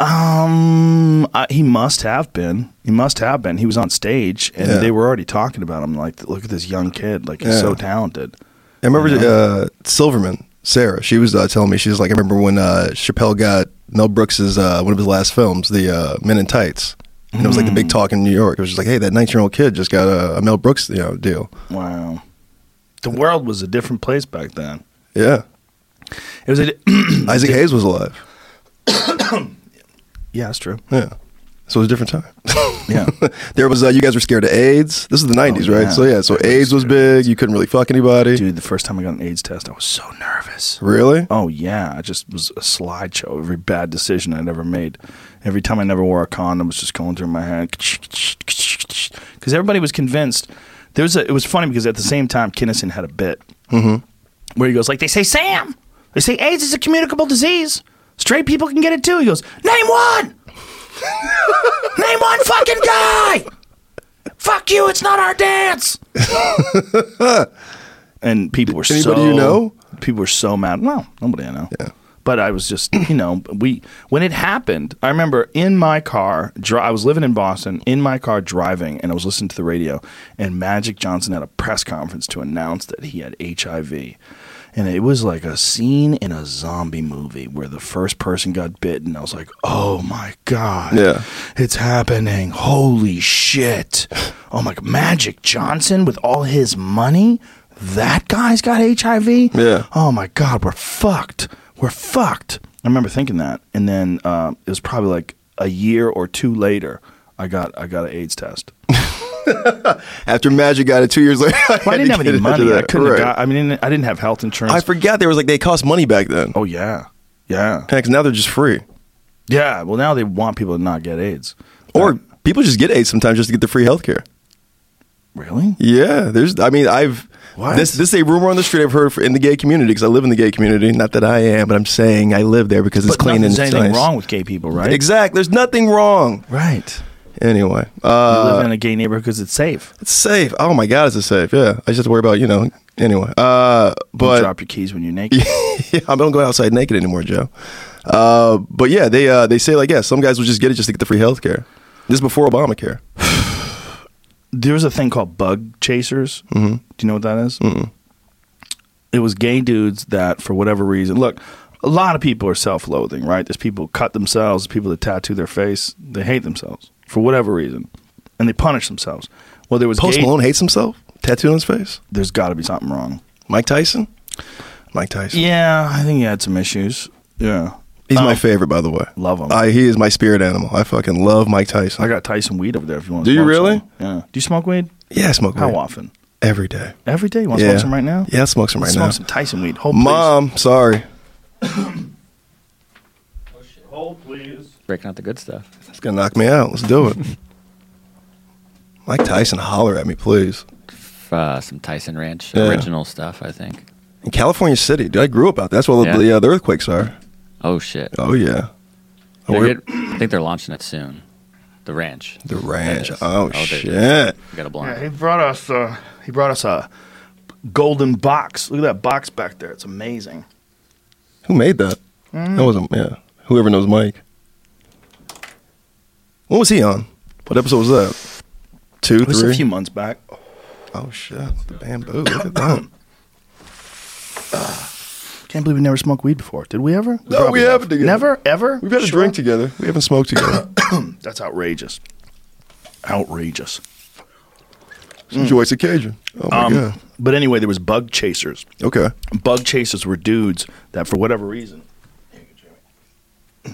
Speaker 1: Um, I, he must have been. He must have been. He was on stage, and
Speaker 2: Yeah.
Speaker 1: they were already talking about him. Like, look at this young kid. Like, he's
Speaker 2: Yeah.
Speaker 1: so talented.
Speaker 2: I remember uh, Silverman, Sarah, she was uh, telling me, she's like, I remember when uh, Chappelle got Mel Brooks's, uh, one of his last films, The uh, Men in Tights. And it was like the
Speaker 1: Mm.
Speaker 2: big talk in New York. It was just like, hey, that 19 year old kid just got a, a Mel Brooks you know, deal.
Speaker 1: Wow. The world was a different place back then.
Speaker 2: Yeah.
Speaker 1: It was a.
Speaker 2: Mm-hmm. Isaac Hayes was alive.
Speaker 1: <clears throat> yeah, that's true.
Speaker 2: Yeah. So it was a different time. <laughs>
Speaker 1: Yeah.
Speaker 2: there was, uh, you guys were scared of AIDS. This is the 90s, right?
Speaker 1: Oh, yeah.
Speaker 2: So yeah, so AIDS was big. You couldn't really fuck anybody.
Speaker 1: Dude, the first time I got an AIDS test, I was so nervous.
Speaker 2: Really?
Speaker 1: Oh yeah, I just was a slideshow. of Every bad decision I'd ever made, every time I never wore a condom was just going through my head. <laughs> Because everybody was convinced. There was a, it was funny because at the same time, Kinnison had a bit where he goes like, "They say Sam, they say AIDS is a communicable disease. Straight people can get it too." He goes, "Name one, <laughs> name one fucking guy. Fuck you, it's not our dance." and people were
Speaker 2: Anybody
Speaker 1: so
Speaker 2: you know?
Speaker 1: people were so mad. No, nobody I know. But I was just, you know, we when it happened, I remember in my car, dri- I was living in Boston, in my car driving, and I was listening to the radio, and Magic Johnson had a press conference to announce that he had HIV. And it was like a scene in a zombie movie where the first person got bitten. I was like, oh my God.
Speaker 2: Yeah.
Speaker 1: It's happening. Holy shit. Oh my Magic Johnson with all his money? That guy's got HIV?
Speaker 2: Yeah.
Speaker 1: Oh my God, we're fucked. We're fucked. I remember thinking that. And then uh, it was probably like a year or two later, I got I got an AIDS test.
Speaker 2: After Magic got it two years later, <laughs> I,
Speaker 1: Well, I
Speaker 2: had
Speaker 1: didn't
Speaker 2: to
Speaker 1: have
Speaker 2: get
Speaker 1: any
Speaker 2: it after
Speaker 1: money. I
Speaker 2: that.
Speaker 1: couldn't have
Speaker 2: Right.
Speaker 1: got, I mean, I didn't have health insurance.
Speaker 2: I forgot there was like they cost money back then.
Speaker 1: oh, yeah. Yeah.
Speaker 2: Yeah, 'cause now they're just free,
Speaker 1: Yeah. Well, now they want people to not get AIDS.
Speaker 2: or
Speaker 1: Uh,
Speaker 2: people just get AIDS sometimes just to get the free healthcare.
Speaker 1: really?
Speaker 2: Yeah, there's. I mean, I've
Speaker 1: What?
Speaker 2: this this is a rumor on the street I've heard for, in the gay community because I live in the gay community. Not that I am, but I'm saying I live there because it's
Speaker 1: But
Speaker 2: clean and
Speaker 1: nothing's
Speaker 2: it's
Speaker 1: anything
Speaker 2: nice.
Speaker 1: wrong with gay people, right?
Speaker 2: Exactly. There's nothing wrong.
Speaker 1: Right.
Speaker 2: Anyway,
Speaker 1: You
Speaker 2: uh,
Speaker 1: live in a gay neighborhood because it's safe.
Speaker 2: it's safe. Oh my God, it's a safe. Yeah, I just have to worry about you know. Anyway,
Speaker 1: But
Speaker 2: uh, but
Speaker 1: drop your keys when you're naked.
Speaker 2: <laughs> yeah, I don't go outside naked anymore, Joe. Uh, but yeah, they uh, they say like yeah, some guys will just get it just to get the free health care. This is before Obamacare.
Speaker 1: There was a thing called bug chasers. Mm-hmm. Do you know what that is? It was gay dudes that, for whatever reason, look, a lot of people are self-loathing, right? There's people who cut themselves, people that tattoo their face. They hate themselves for whatever reason, and they punish themselves. Well, there was
Speaker 2: Post
Speaker 1: gay-
Speaker 2: Malone hates himself. Tattoo on his face.
Speaker 1: There's got to be something wrong.
Speaker 2: Mike Tyson. Mike Tyson.
Speaker 1: Yeah, I think he had some issues. Yeah,
Speaker 2: He's my
Speaker 1: Um,
Speaker 2: favorite, by the way.
Speaker 1: Love him.
Speaker 2: I, he is my spirit animal. I fucking love Mike Tyson.
Speaker 1: I got Tyson weed over there. If you want, to
Speaker 2: Do you
Speaker 1: smoke
Speaker 2: really?
Speaker 1: some. Yeah. Do you smoke weed?
Speaker 2: yeah, I smoke
Speaker 1: How
Speaker 2: weed.
Speaker 1: often?
Speaker 2: Every day.
Speaker 1: Every day. You want to
Speaker 2: Yeah.
Speaker 1: smoke some right now?
Speaker 2: Yeah, I smoke some right
Speaker 1: smoke
Speaker 2: now.
Speaker 1: some Tyson weed. Hold please.
Speaker 2: Mom, sorry.
Speaker 1: Hold please.
Speaker 3: Breaking out the good stuff.
Speaker 2: It's gonna knock me out. Let's do it. <laughs> Mike Tyson, holler at me, please.
Speaker 3: Uh, some Tyson Ranch
Speaker 2: Yeah.
Speaker 3: original stuff, I think.
Speaker 2: In California City, dude, I grew up out there. That's where the,
Speaker 3: Yeah.
Speaker 2: uh, the earthquakes are.
Speaker 3: Oh shit!
Speaker 2: Oh yeah. Oh,
Speaker 3: They're
Speaker 2: we're-
Speaker 3: get- I think they're launching it soon. The ranch.
Speaker 2: the
Speaker 3: It
Speaker 2: ranch.
Speaker 3: is.
Speaker 2: Oh,
Speaker 3: there it is.
Speaker 2: shit.
Speaker 3: I got a
Speaker 1: Yeah,
Speaker 3: blind.
Speaker 1: he brought us. Uh, he brought us a golden box. Look at that box back there. It's amazing.
Speaker 2: Who made that?
Speaker 1: Mm.
Speaker 2: That wasn't yeah. Whoever knows Mike. What was he on? What episode was that? Two,
Speaker 1: It was
Speaker 2: three.
Speaker 1: a few months back.
Speaker 2: oh shit! The bamboo. Look
Speaker 1: <coughs>
Speaker 2: at that.
Speaker 1: Can't believe we never smoked weed before. Did we ever?
Speaker 2: No,
Speaker 1: probably
Speaker 2: we haven't together.
Speaker 1: Never ever.
Speaker 2: We've had a
Speaker 1: Sure?
Speaker 2: drink together. We haven't
Speaker 1: <coughs>
Speaker 2: smoked together.
Speaker 1: That's outrageous. Outrageous.
Speaker 2: Joyce Occasion. Oh my
Speaker 1: Um,
Speaker 2: god.
Speaker 1: But anyway, there was bug chasers.
Speaker 2: Okay.
Speaker 1: bug chasers were dudes that for whatever reason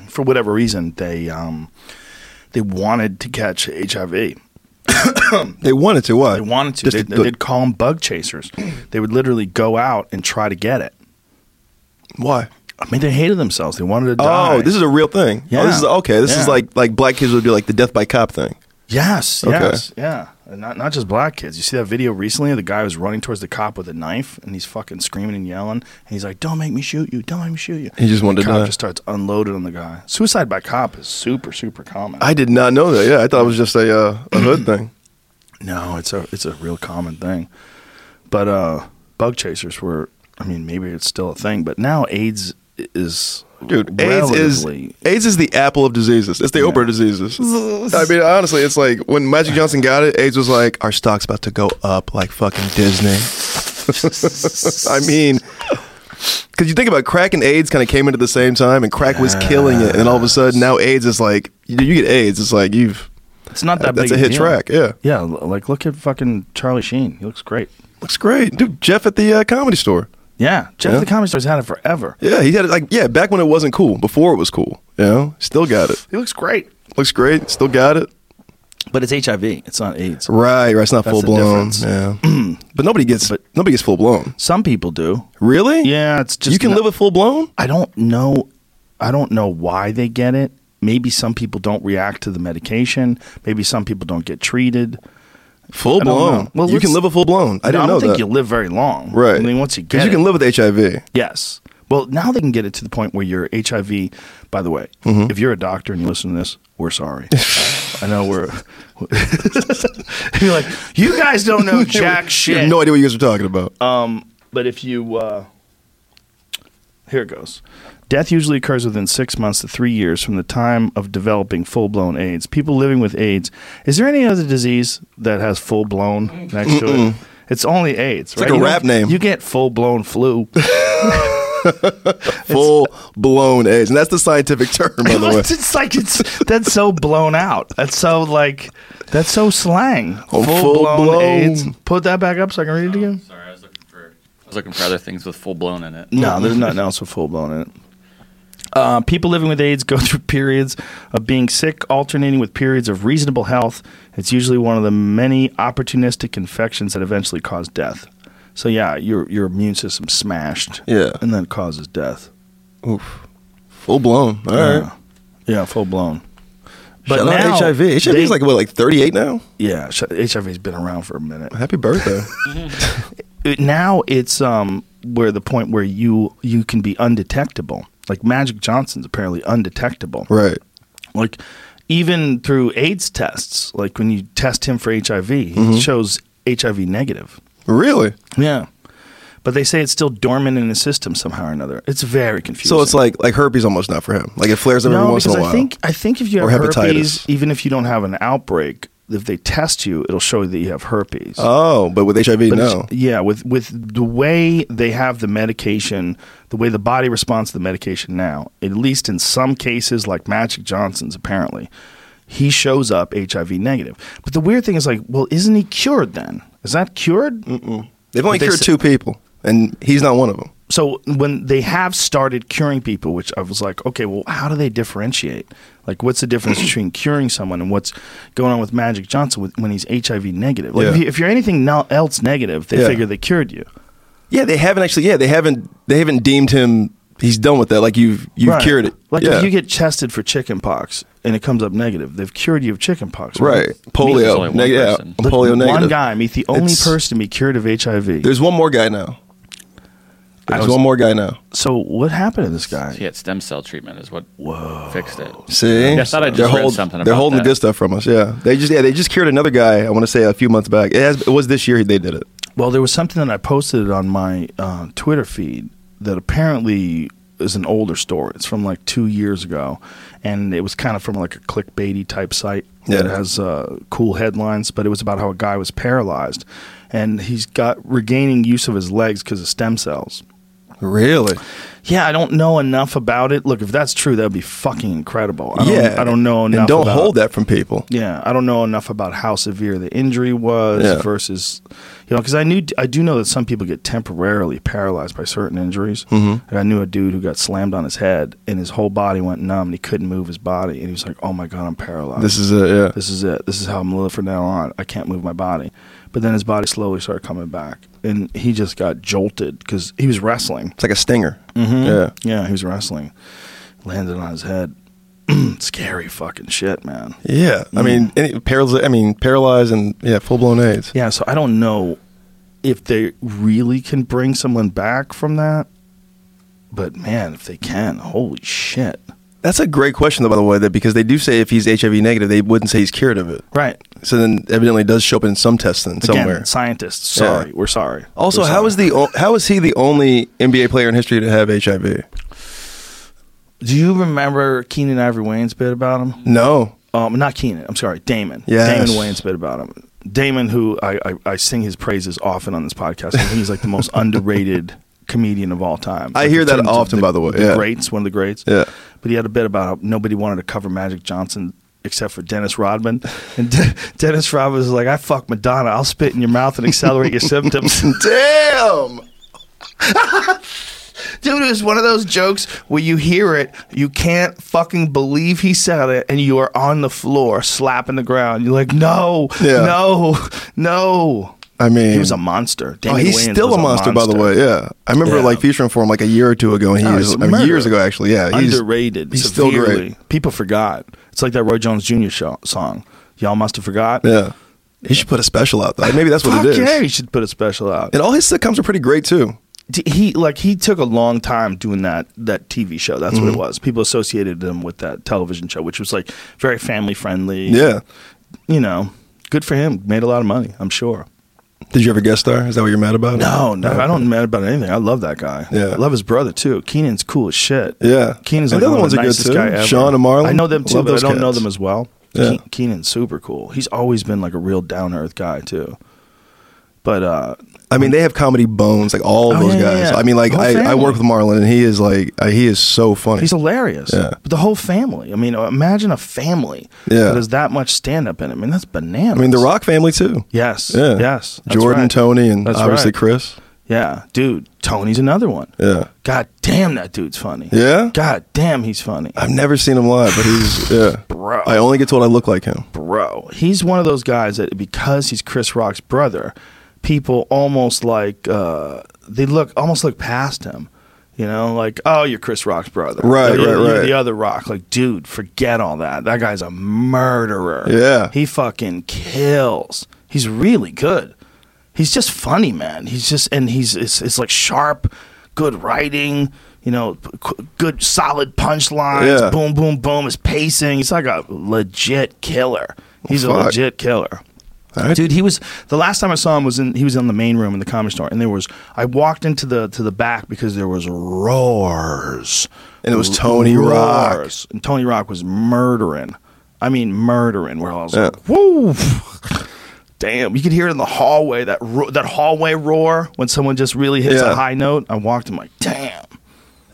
Speaker 1: for whatever reason they um they wanted to catch HIV. They
Speaker 2: They wanted to what?
Speaker 1: wanted to.
Speaker 2: Just
Speaker 1: They,
Speaker 2: the-
Speaker 1: they'd call them bug chasers. They would literally go out and try to get it.
Speaker 2: why?
Speaker 1: I mean, they hated themselves. They wanted to die.
Speaker 2: Oh, this is a real thing. Oh, this
Speaker 1: Yeah.
Speaker 2: is okay. This is
Speaker 1: Yeah.
Speaker 2: like like black kids would be like the death by cop thing.
Speaker 1: yes,
Speaker 2: Okay.
Speaker 1: yes, yeah. And not not just black kids. You see that video recently? The guy was running towards the cop with a knife, and he's fucking screaming and yelling, and he's like, "Don't make me shoot you! Don't make me shoot you!"
Speaker 2: He just wanted
Speaker 1: the
Speaker 2: to
Speaker 1: cop
Speaker 2: die.
Speaker 1: just starts unloaded on the guy. Suicide by cop is super super common.
Speaker 2: I did not know that. Yeah, I thought it was just a uh, a
Speaker 1: <clears throat>
Speaker 2: hood thing.
Speaker 1: No, it's a it's a real common thing. But uh, bug chasers were. I mean, maybe it's still a thing, but now AIDS is
Speaker 2: Dude, AIDS is
Speaker 1: relatively-
Speaker 2: AIDS is the apple of diseases. It's the Oprah
Speaker 1: <laughs>
Speaker 2: diseases. I mean, honestly, it's like when Magic Johnson got it, AIDS was like, our stock's about to go up like fucking Disney. <laughs> I mean, because you think about it, crack and AIDS kind of came into the same time, and crack was killing it, and then all of a sudden now AIDS is like, you, you get AIDS, it's like you've
Speaker 1: It's not that
Speaker 2: that's
Speaker 1: big
Speaker 2: a hit
Speaker 1: deal.
Speaker 2: track. Yeah,
Speaker 1: Yeah, l- like look at fucking Charlie Sheen. He looks great.
Speaker 2: looks great, dude. Jeff at the uh, comedy store.
Speaker 1: Yeah, Jeff
Speaker 2: Yeah.
Speaker 1: the Comedy Store's had it forever.
Speaker 2: Yeah, he had it like yeah back when it wasn't cool. Before it was cool, you know. Still got it.
Speaker 1: He looks great,
Speaker 2: Looks great. Still got it.
Speaker 1: but it's HIV. It's not AIDS.
Speaker 2: Right, right. It's not
Speaker 1: That's
Speaker 2: full
Speaker 1: the
Speaker 2: blown.
Speaker 1: difference.
Speaker 2: Yeah, <clears throat> but nobody gets
Speaker 1: But-
Speaker 2: nobody gets full blown.
Speaker 1: Some people do.
Speaker 2: Really?
Speaker 1: Yeah, it's just
Speaker 2: you can
Speaker 1: not-
Speaker 2: live with full blown.
Speaker 1: I don't know. I don't know why they get it. Maybe some people don't react to the medication. Maybe some people don't get treated.
Speaker 2: Full
Speaker 1: I don't
Speaker 2: blown.
Speaker 1: know. Well,
Speaker 2: you can
Speaker 1: let's-
Speaker 2: live with full blown. I
Speaker 1: No,
Speaker 2: didn't
Speaker 1: I
Speaker 2: know
Speaker 1: don't think
Speaker 2: that.
Speaker 1: you live very long.
Speaker 2: right.
Speaker 1: I mean, once you
Speaker 2: 'Cause
Speaker 1: get
Speaker 2: you
Speaker 1: it-
Speaker 2: can live with HIV.
Speaker 1: Yes. Well, now they can get it to the point where your HIV. By the way,
Speaker 2: Mm-hmm.
Speaker 1: if you're a doctor and you listen to this, we're
Speaker 2: <laughs>
Speaker 1: sorry. I know we're. <laughs> you're like you guys don't
Speaker 2: <laughs>
Speaker 1: know jack
Speaker 2: You
Speaker 1: shit. Uh,
Speaker 2: have no idea what you guys are talking about.
Speaker 1: But if you, uh, here it goes. Death usually occurs within six months to three years from the time of developing full blown AIDS. People living with AIDS. Is there any other disease that has full blown next to it? It's only AIDS. It's
Speaker 2: like
Speaker 1: right?
Speaker 2: a
Speaker 1: You don't-
Speaker 2: rap name.
Speaker 1: You get full blown flu.
Speaker 2: full blown AIDS, and that's the scientific term,
Speaker 1: <laughs>
Speaker 2: by the way.
Speaker 1: it's, it's like it's that's so blown out. That's so like that's so slang.
Speaker 2: Oh,
Speaker 1: full blown
Speaker 2: full-blown.
Speaker 1: AIDS. Put that back up so I can read it again.
Speaker 3: Sorry, I was looking for. I was looking for other things with full blown in it.
Speaker 1: No, there's nothing else with full blown in it. Uh, people living with AIDS go <laughs> through periods of being sick, alternating with periods of reasonable health. It's usually one of the many opportunistic infections that eventually cause death. So yeah, your your immune system smashed,
Speaker 2: Yeah.
Speaker 1: and then causes death.
Speaker 2: Full blown. All right.
Speaker 1: Yeah, yeah, full blown. But
Speaker 2: Shout
Speaker 1: now
Speaker 2: out HIV. HIV is
Speaker 1: they-
Speaker 2: like what, like thirty eight now?
Speaker 1: yeah, sh- HIV's been around for a minute. <laughs>
Speaker 2: Happy birthday.
Speaker 1: it- now it's um where the point where you you can be undetectable. Like Magic Johnson's apparently undetectable.
Speaker 2: right.
Speaker 1: Like even through AIDS tests, like when you test him for HIV, he
Speaker 2: Mm-hmm.
Speaker 1: shows HIV negative.
Speaker 2: Really?
Speaker 1: Yeah. But they say it's still dormant in his system somehow or another. It's very confusing.
Speaker 2: So it's like like herpes almost not for him. Like it flares up every
Speaker 1: no,
Speaker 2: once in
Speaker 1: because
Speaker 2: a while.
Speaker 1: I think I think if you
Speaker 2: Or
Speaker 1: have
Speaker 2: hepatitis.
Speaker 1: herpes, even if you don't have an outbreak, if they test you, it'll show you that you have herpes.
Speaker 2: Oh, but with HIV,
Speaker 1: But
Speaker 2: no.
Speaker 1: it's- Yeah, with with the way they have the medication, the way the body responds to the medication now, at least in some cases, like Magic Johnson's, apparently, he shows up HIV negative. But the weird thing is, like, well, isn't he cured then? Is that cured?
Speaker 2: They've only
Speaker 1: They
Speaker 2: cured
Speaker 1: sa-
Speaker 2: two people, and he's not one of them.
Speaker 1: so when they have started curing people, which I was like, okay, well, how do they differentiate? Like, what's the
Speaker 2: <clears throat>
Speaker 1: difference between curing someone and what's going on with Magic Johnson with, when he's HIV negative? Like,
Speaker 2: Yeah.
Speaker 1: if, you, if you're anything no- else negative, they
Speaker 2: Yeah.
Speaker 1: figure they cured you.
Speaker 2: Yeah, they haven't actually. Yeah, they haven't. They haven't deemed him. He's done with that. Like you've you've
Speaker 1: Right.
Speaker 2: cured it.
Speaker 1: Like,
Speaker 2: yeah.
Speaker 1: if you get tested for chickenpox and it comes up negative, they've cured you of chickenpox.
Speaker 2: right
Speaker 3: Means there's only
Speaker 2: polio.
Speaker 3: one
Speaker 2: Neg- yeah,
Speaker 3: person.
Speaker 1: Look,
Speaker 2: polio negative.
Speaker 1: One guy, meet the only
Speaker 2: It's-
Speaker 1: person to be cured of HIV.
Speaker 2: There's one more guy now.
Speaker 1: I
Speaker 2: There's
Speaker 1: was-
Speaker 2: one more guy now.
Speaker 1: so what happened to this guy?
Speaker 3: He had stem cell treatment is what fixed it.
Speaker 2: See,
Speaker 3: Yeah, I thought I just
Speaker 2: they're
Speaker 3: read something
Speaker 2: They're
Speaker 3: about
Speaker 2: holding
Speaker 3: that.
Speaker 2: this stuff from us. Yeah, they just yeah they just cured another guy. I want to say a few months back. It, has, it was this year they did it.
Speaker 1: Well, there was something that I posted on my uh, Twitter feed that apparently is an older story. It's from like two years ago, and it was kind of from like a clickbaity type site that
Speaker 2: Yeah.
Speaker 1: has uh, cool headlines. But it was about how a guy was paralyzed, and he's got regaining use of his legs because of stem cells.
Speaker 2: Really?
Speaker 1: Yeah, I don't know enough about it. Look, if that's true, that'd be fucking incredible. I don't,
Speaker 2: yeah,
Speaker 1: I don't know enough.
Speaker 2: And don't
Speaker 1: about-
Speaker 2: hold that from people.
Speaker 1: yeah, I don't know enough about how severe the injury was
Speaker 2: Yeah.
Speaker 1: versus, you know, because I knew I do know that some people get temporarily paralyzed by certain injuries. Mm-hmm. And I knew a dude who got slammed on his head and his whole body went numb and he couldn't move his body and he was like, "Oh my god, I'm paralyzed.
Speaker 2: This is a yeah.
Speaker 1: this is it. This is how I'm gonna live from now on. I can't move my body." But then his body slowly started coming back and he just got jolted because he was wrestling.
Speaker 2: It's like a stinger.
Speaker 1: Mm-hmm.
Speaker 2: Yeah.
Speaker 1: Yeah, he was wrestling, landed on his head. <clears throat> Scary fucking shit, man.
Speaker 2: Yeah, I
Speaker 1: Mm-hmm.
Speaker 2: mean, any, paralyzed. I mean, paralyzed and yeah, full blown AIDS.
Speaker 1: Yeah, so I don't know if they really can bring someone back from that. But man, if they can, holy shit.
Speaker 2: That's a great question, though. By the way, that because they do say if he's HIV negative, they wouldn't say he's cured of it.
Speaker 1: Right.
Speaker 2: So then, evidently, it does show up in some tests then somewhere.
Speaker 1: Again, scientists, sorry.
Speaker 2: Yeah.
Speaker 1: We're sorry.
Speaker 2: also,
Speaker 1: We're
Speaker 2: how
Speaker 1: sorry.
Speaker 2: is the o- how is he the only NBA player in history to have HIV?
Speaker 1: Do you remember Keenan Ivory Wayne's bit about him?
Speaker 2: No.
Speaker 1: Um, not Keenan, I'm sorry, Damon.
Speaker 2: Yes.
Speaker 1: Damon Wayne's bit about him. Damon, who I, I, I sing his praises often on this podcast, I think he's like the
Speaker 2: <laughs>
Speaker 1: most underrated comedian of all time.
Speaker 2: I
Speaker 1: Like,
Speaker 2: hear
Speaker 1: in
Speaker 2: that
Speaker 1: terms of
Speaker 2: often, by the way,
Speaker 1: The
Speaker 2: yeah.
Speaker 1: greats, one of the greats.
Speaker 2: Yeah.
Speaker 1: But he had a bit about how nobody wanted to cover Magic Johnson except for Dennis
Speaker 2: <laughs>
Speaker 1: Rodman. And De- Dennis Rodman was like, I fuck Madonna. I'll spit in your mouth and accelerate
Speaker 2: <laughs>
Speaker 1: your symptoms.
Speaker 2: Damn.
Speaker 1: Dude, it was one of those jokes where you hear it, you can't fucking believe he said it, and you are on the floor slapping the ground. You're like, no,
Speaker 2: Yeah.
Speaker 1: no, no.
Speaker 2: I mean,
Speaker 1: He was a monster.
Speaker 2: Oh,
Speaker 1: Damian
Speaker 2: he's
Speaker 1: Wayans
Speaker 2: still
Speaker 1: was
Speaker 2: a monster, by the way. Yeah, I remember
Speaker 1: Yeah.
Speaker 2: like featuring for him like a year or two ago, and he
Speaker 1: Oh,
Speaker 2: was
Speaker 1: he's a
Speaker 2: I mean, years
Speaker 1: murderer.
Speaker 2: ago actually. Yeah, he's
Speaker 1: Underrated.
Speaker 2: He's still
Speaker 1: severely.
Speaker 2: great.
Speaker 1: People forgot. It's like that Roy Jones Jr. Show, song. Y'all must have forgot.
Speaker 2: Yeah, he should put a special out. though. Maybe that's what
Speaker 1: Fuck
Speaker 2: it is.
Speaker 1: yeah, he should put a special out.
Speaker 2: And all his sitcoms are pretty great too.
Speaker 1: D- he like he took a long time doing that that TV show. That's
Speaker 2: Mm-hmm.
Speaker 1: what it was. People associated him with that television show, which was like very family friendly.
Speaker 2: Yeah.
Speaker 1: you know, good for him. Made a lot of money, I'm sure.
Speaker 2: Did you ever guest star? Is that what you're mad about?
Speaker 1: No, no, I don't mad about anything. I love that guy.
Speaker 2: Yeah.
Speaker 1: I love his brother too. Keenan's cool as shit.
Speaker 2: Yeah.
Speaker 1: Keenan's
Speaker 2: And
Speaker 1: like
Speaker 2: the other
Speaker 1: one of the
Speaker 2: ones are good,
Speaker 1: nicest
Speaker 2: too.
Speaker 1: guy ever.
Speaker 2: Sean and Marlon.
Speaker 1: I know them too,
Speaker 2: Love
Speaker 1: but I
Speaker 2: those
Speaker 1: don't know
Speaker 2: cats.
Speaker 1: them as well.
Speaker 2: Yeah.
Speaker 1: Ke- Keenan's super cool. He's always been like a real down to earth guy too. But uh,
Speaker 2: I mean, they have comedy bones, like all
Speaker 1: Oh,
Speaker 2: those
Speaker 1: yeah, yeah,
Speaker 2: guys.
Speaker 1: yeah.
Speaker 2: I mean, like
Speaker 1: Whole
Speaker 2: I, I
Speaker 1: family.
Speaker 2: work with Marlon, and he is like uh, he is so funny.
Speaker 1: He's hilarious.
Speaker 2: Yeah.
Speaker 1: But the whole family. I mean, uh, imagine a family
Speaker 2: Yeah.
Speaker 1: that has that much stand up in it. I mean, that's bananas.
Speaker 2: I mean, the Rock family too.
Speaker 1: Yes.
Speaker 2: Yeah.
Speaker 1: Yes. That's
Speaker 2: Jordan,
Speaker 1: right.
Speaker 2: Tony, and
Speaker 1: That's
Speaker 2: obviously
Speaker 1: right.
Speaker 2: Chris.
Speaker 1: Yeah. Dude, Tony's another one.
Speaker 2: Yeah.
Speaker 1: God damn, that dude's funny.
Speaker 2: Yeah?
Speaker 1: God damn, he's funny.
Speaker 2: I've never seen him live, but he's yeah.
Speaker 1: Bro.
Speaker 2: I only get told I look like him.
Speaker 1: Bro. He's one of those guys that, because he's Chris Rock's brother, people almost like, uh, they look, almost look past him. You know, like, oh, you're Chris Rock's brother.
Speaker 2: Right,
Speaker 1: Like, you're-
Speaker 2: right,
Speaker 1: you're
Speaker 2: right.
Speaker 1: The other Rock. Like, dude, forget all that. That guy's a murderer.
Speaker 2: Yeah.
Speaker 1: He fucking kills. He's really good. He's just funny, man. He's just and he's it's, it's like sharp, good writing. You know, p- qu- good solid punchlines.
Speaker 2: Yeah.
Speaker 1: Boom, boom, boom. His pacing. He's like a legit killer. He's
Speaker 2: Fuck.
Speaker 1: a legit killer.
Speaker 2: All right.
Speaker 1: Dude, he was the last time I saw him was in he was in the main room in the comedy store, and there was I walked into the to the back because there was roars,
Speaker 2: And it was Tony Rock.
Speaker 1: and Tony Rock was murdering. I mean, murdering. Where I was
Speaker 2: Yeah.
Speaker 1: like, woo. <laughs> Damn, you could hear it in the hallway that ro- that hallway roar when someone just really hits
Speaker 2: Yeah.
Speaker 1: a high note. I walked. I'm like, damn,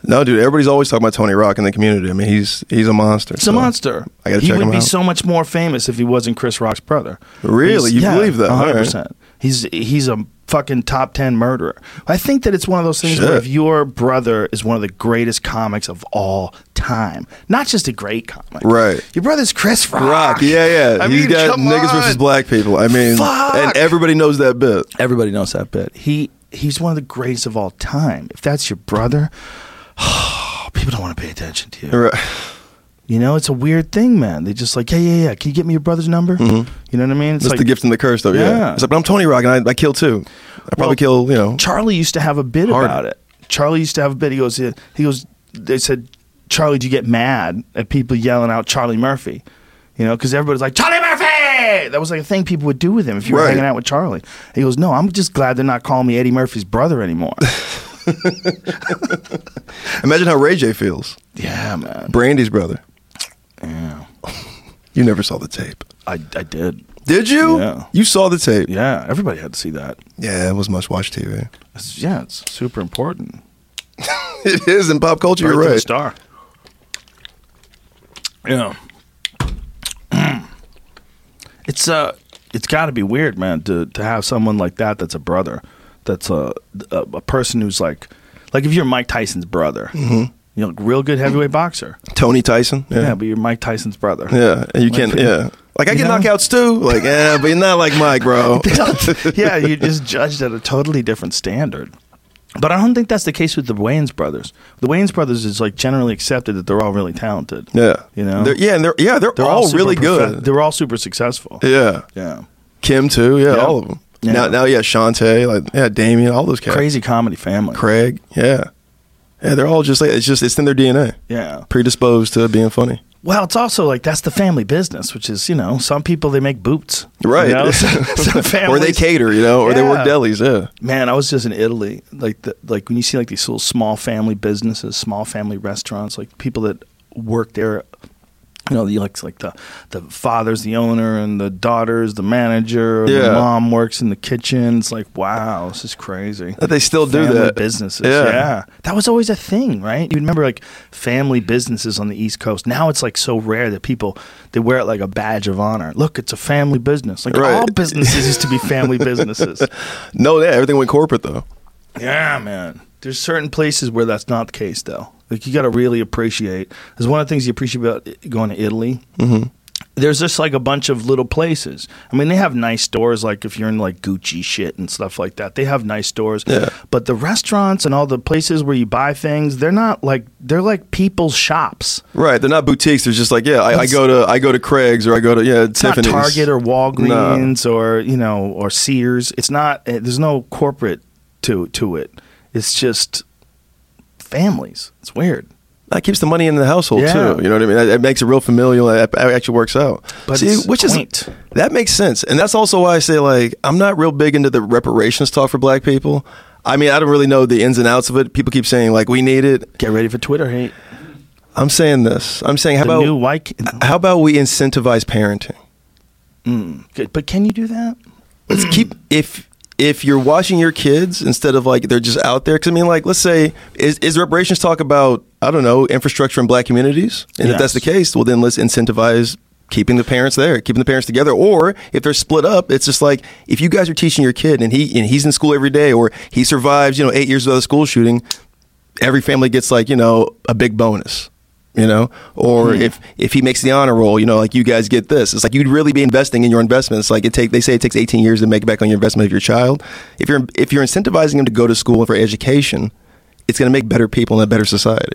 Speaker 2: No, dude, everybody's always talking about Tony Rock in the community. I mean, he's he's a monster.
Speaker 1: it's a monster.
Speaker 2: I gotta
Speaker 1: he
Speaker 2: check
Speaker 1: would
Speaker 2: him
Speaker 1: be
Speaker 2: out.
Speaker 1: so much more famous if he wasn't Chris Rock's brother.
Speaker 2: Really?
Speaker 1: He's-
Speaker 2: You believe that?
Speaker 1: 100.
Speaker 2: All right.
Speaker 1: percent He's he's a fucking top ten murderer. I think that it's one of those things where
Speaker 2: Shit.
Speaker 1: if your brother is one of the greatest comics of all time, not just a great comic,
Speaker 2: Right.
Speaker 1: Your brother's Chris Rock.
Speaker 2: Rock, yeah, yeah.
Speaker 1: I
Speaker 2: he's
Speaker 1: mean,
Speaker 2: got
Speaker 1: come
Speaker 2: niggas
Speaker 1: on.
Speaker 2: versus black people. I mean,
Speaker 1: Fuck.
Speaker 2: and everybody knows that bit.
Speaker 1: Everybody knows that bit. He he's one of the greatest of all time. If that's your brother, <sighs> people don't want to pay attention to you.
Speaker 2: Right.
Speaker 1: You know, it's a weird thing, man. They just like, hey, yeah, yeah. Can you get me your brother's number?
Speaker 2: Mm-hmm.
Speaker 1: You know what I mean? It's
Speaker 2: That's
Speaker 1: like
Speaker 2: the gift and the curse, though. Yeah.
Speaker 1: Yeah.
Speaker 2: It's like, but I'm Tony Rock, and I, I kill too. I probably
Speaker 1: Well,
Speaker 2: kill,
Speaker 1: <laughs>
Speaker 2: you know.
Speaker 1: Charlie used to have a bit
Speaker 2: Harder.
Speaker 1: about it. Charlie used to have a bit. He goes, he goes. They said, Charlie, do you get mad at people yelling out Charlie Murphy? You know, because everybody's like Charlie Murphy. That was like a thing people would do with him if you were
Speaker 2: Right.
Speaker 1: hanging out with Charlie. He goes, no, I'm just glad they're not calling me Eddie Murphy's brother
Speaker 2: <laughs>
Speaker 1: anymore.
Speaker 2: Imagine how Ray J feels.
Speaker 1: yeah, man.
Speaker 2: Brandy's brother.
Speaker 1: Yeah,
Speaker 2: You never saw the tape.
Speaker 1: I, I did.
Speaker 2: Did you?
Speaker 1: Yeah.
Speaker 2: You saw the tape. Yeah,
Speaker 1: Yeah, everybody had to see that.
Speaker 2: it was must watch TV.
Speaker 1: It's- yeah, it's super important.
Speaker 2: <laughs> it is in pop culture.
Speaker 1: Birth
Speaker 2: You're
Speaker 1: of a
Speaker 2: right.
Speaker 1: star. Yeah. <clears throat> it's uh it's got to be weird, man, to to have someone like that that's a brother, that's a a, a person who's like like if you're Mike Tyson's brother,
Speaker 2: Mm-hmm.
Speaker 1: you're like real good heavyweight boxer.
Speaker 2: Tony Tyson.
Speaker 1: Yeah. but you're Mike Tyson's brother.
Speaker 2: Yeah, and
Speaker 1: <laughs>
Speaker 2: you can't. Yeah, like I
Speaker 1: You
Speaker 2: get
Speaker 1: know?
Speaker 2: knockouts too. Like, yeah, but you're not like
Speaker 1: <laughs>
Speaker 2: Mike, bro.
Speaker 1: yeah, you're just judged at a totally different standard. But I don't think that's the case with the Wayans brothers. The Wayans brothers is like generally accepted that they're all really talented.
Speaker 2: <laughs> yeah,
Speaker 1: You know?
Speaker 2: They're, yeah, and they're yeah, they're,
Speaker 1: They're
Speaker 2: all,
Speaker 1: super
Speaker 2: really
Speaker 1: profe-
Speaker 2: good.
Speaker 1: They're all super successful.
Speaker 2: yeah,
Speaker 1: Yeah.
Speaker 2: Kim too. Yeah,
Speaker 1: Yeah.
Speaker 2: all of them.
Speaker 1: Yeah.
Speaker 2: Now, now, yeah, Shantae, like yeah, Damien, all those cats.
Speaker 1: Crazy comedy family.
Speaker 2: Craig. Yeah, yeah, they're all just like it's just it's in their DNA.
Speaker 1: yeah.
Speaker 2: predisposed to being funny.
Speaker 1: Well, it's also like that's the family business, which is, you know, some people they make boots. you
Speaker 2: Right. <laughs>
Speaker 1: know? <laughs> some families,
Speaker 2: or they cater, you know, or they work
Speaker 1: Yeah.
Speaker 2: delis. Yeah.
Speaker 1: Man, I was just in Italy. Like the, like when you see like these little small family businesses, small family restaurants, like people that work there you know, the like like the the father's the owner and the daughter's the manager. and The
Speaker 2: Yeah.
Speaker 1: mom works in the kitchen. It's like wow, this is crazy.
Speaker 2: That they still do
Speaker 1: family
Speaker 2: that.
Speaker 1: businesses.
Speaker 2: Yeah.
Speaker 1: Yeah. that was always a thing, right? You remember like family businesses on the East Coast. Now it's like so rare that people they wear it like a badge of honor. Look, it's a family business. Like
Speaker 2: Right.
Speaker 1: all businesses used to be family businesses.
Speaker 2: No, yeah, everything went corporate though.
Speaker 1: Yeah, man. There's certain places where that's not the case, though. Like you got to really appreciate. There's one of the things you appreciate about i- going to Italy. Mm-hmm. There's just like a bunch of little places. I mean, they have nice stores. Like if you're in like Gucci shit and stuff like that, they have nice stores.
Speaker 2: Yeah.
Speaker 1: But the restaurants and all the places where you buy things, they're not like they're like people's shops.
Speaker 2: Right. They're not boutiques. They're just like, yeah, I, I go to I go to Craig's or I go to yeah,
Speaker 1: It's not
Speaker 2: Tiffany's.
Speaker 1: Target or Walgreens or you know or Sears. It's not. eh, There's no corporate to to it. It's just families. It's weird.
Speaker 2: that keeps the money in the household
Speaker 1: Yeah.
Speaker 2: too. You know what I mean? That, that makes it real familial. That, that actually works out.
Speaker 1: But
Speaker 2: See,
Speaker 1: it's
Speaker 2: which is
Speaker 1: quaint.
Speaker 2: that makes sense, and that's also why I say like I'm not real big into the reparations talk for Black people. I mean, I don't really know the ins and outs of it. People keep saying like we need it.
Speaker 1: Get ready for Twitter hate.
Speaker 2: I'm saying this. I'm saying how
Speaker 1: the
Speaker 2: about
Speaker 1: new white. ki-
Speaker 2: how about we incentivize parenting?
Speaker 1: Mm. Good, but can you do that?
Speaker 2: let's keep if if you're watching your kids instead of like they're just out there because i mean like let's say is, is reparations talk about i don't know infrastructure in black communities and if that's
Speaker 1: Yes.
Speaker 2: the case well then let's incentivize keeping the parents there keeping the parents together or if they're split up it's just like if you guys are teaching your kid and he and he's in school every day or he survives you know eight years without a school shooting every family gets like you know a big bonus you know or if if he makes the honor roll you know like you guys get this it's like you'd really be investing in your investments like it take they say it takes 18 years to make back on your investment of your child if you're if you're incentivizing him to go to school for education it's going to make better people and a better society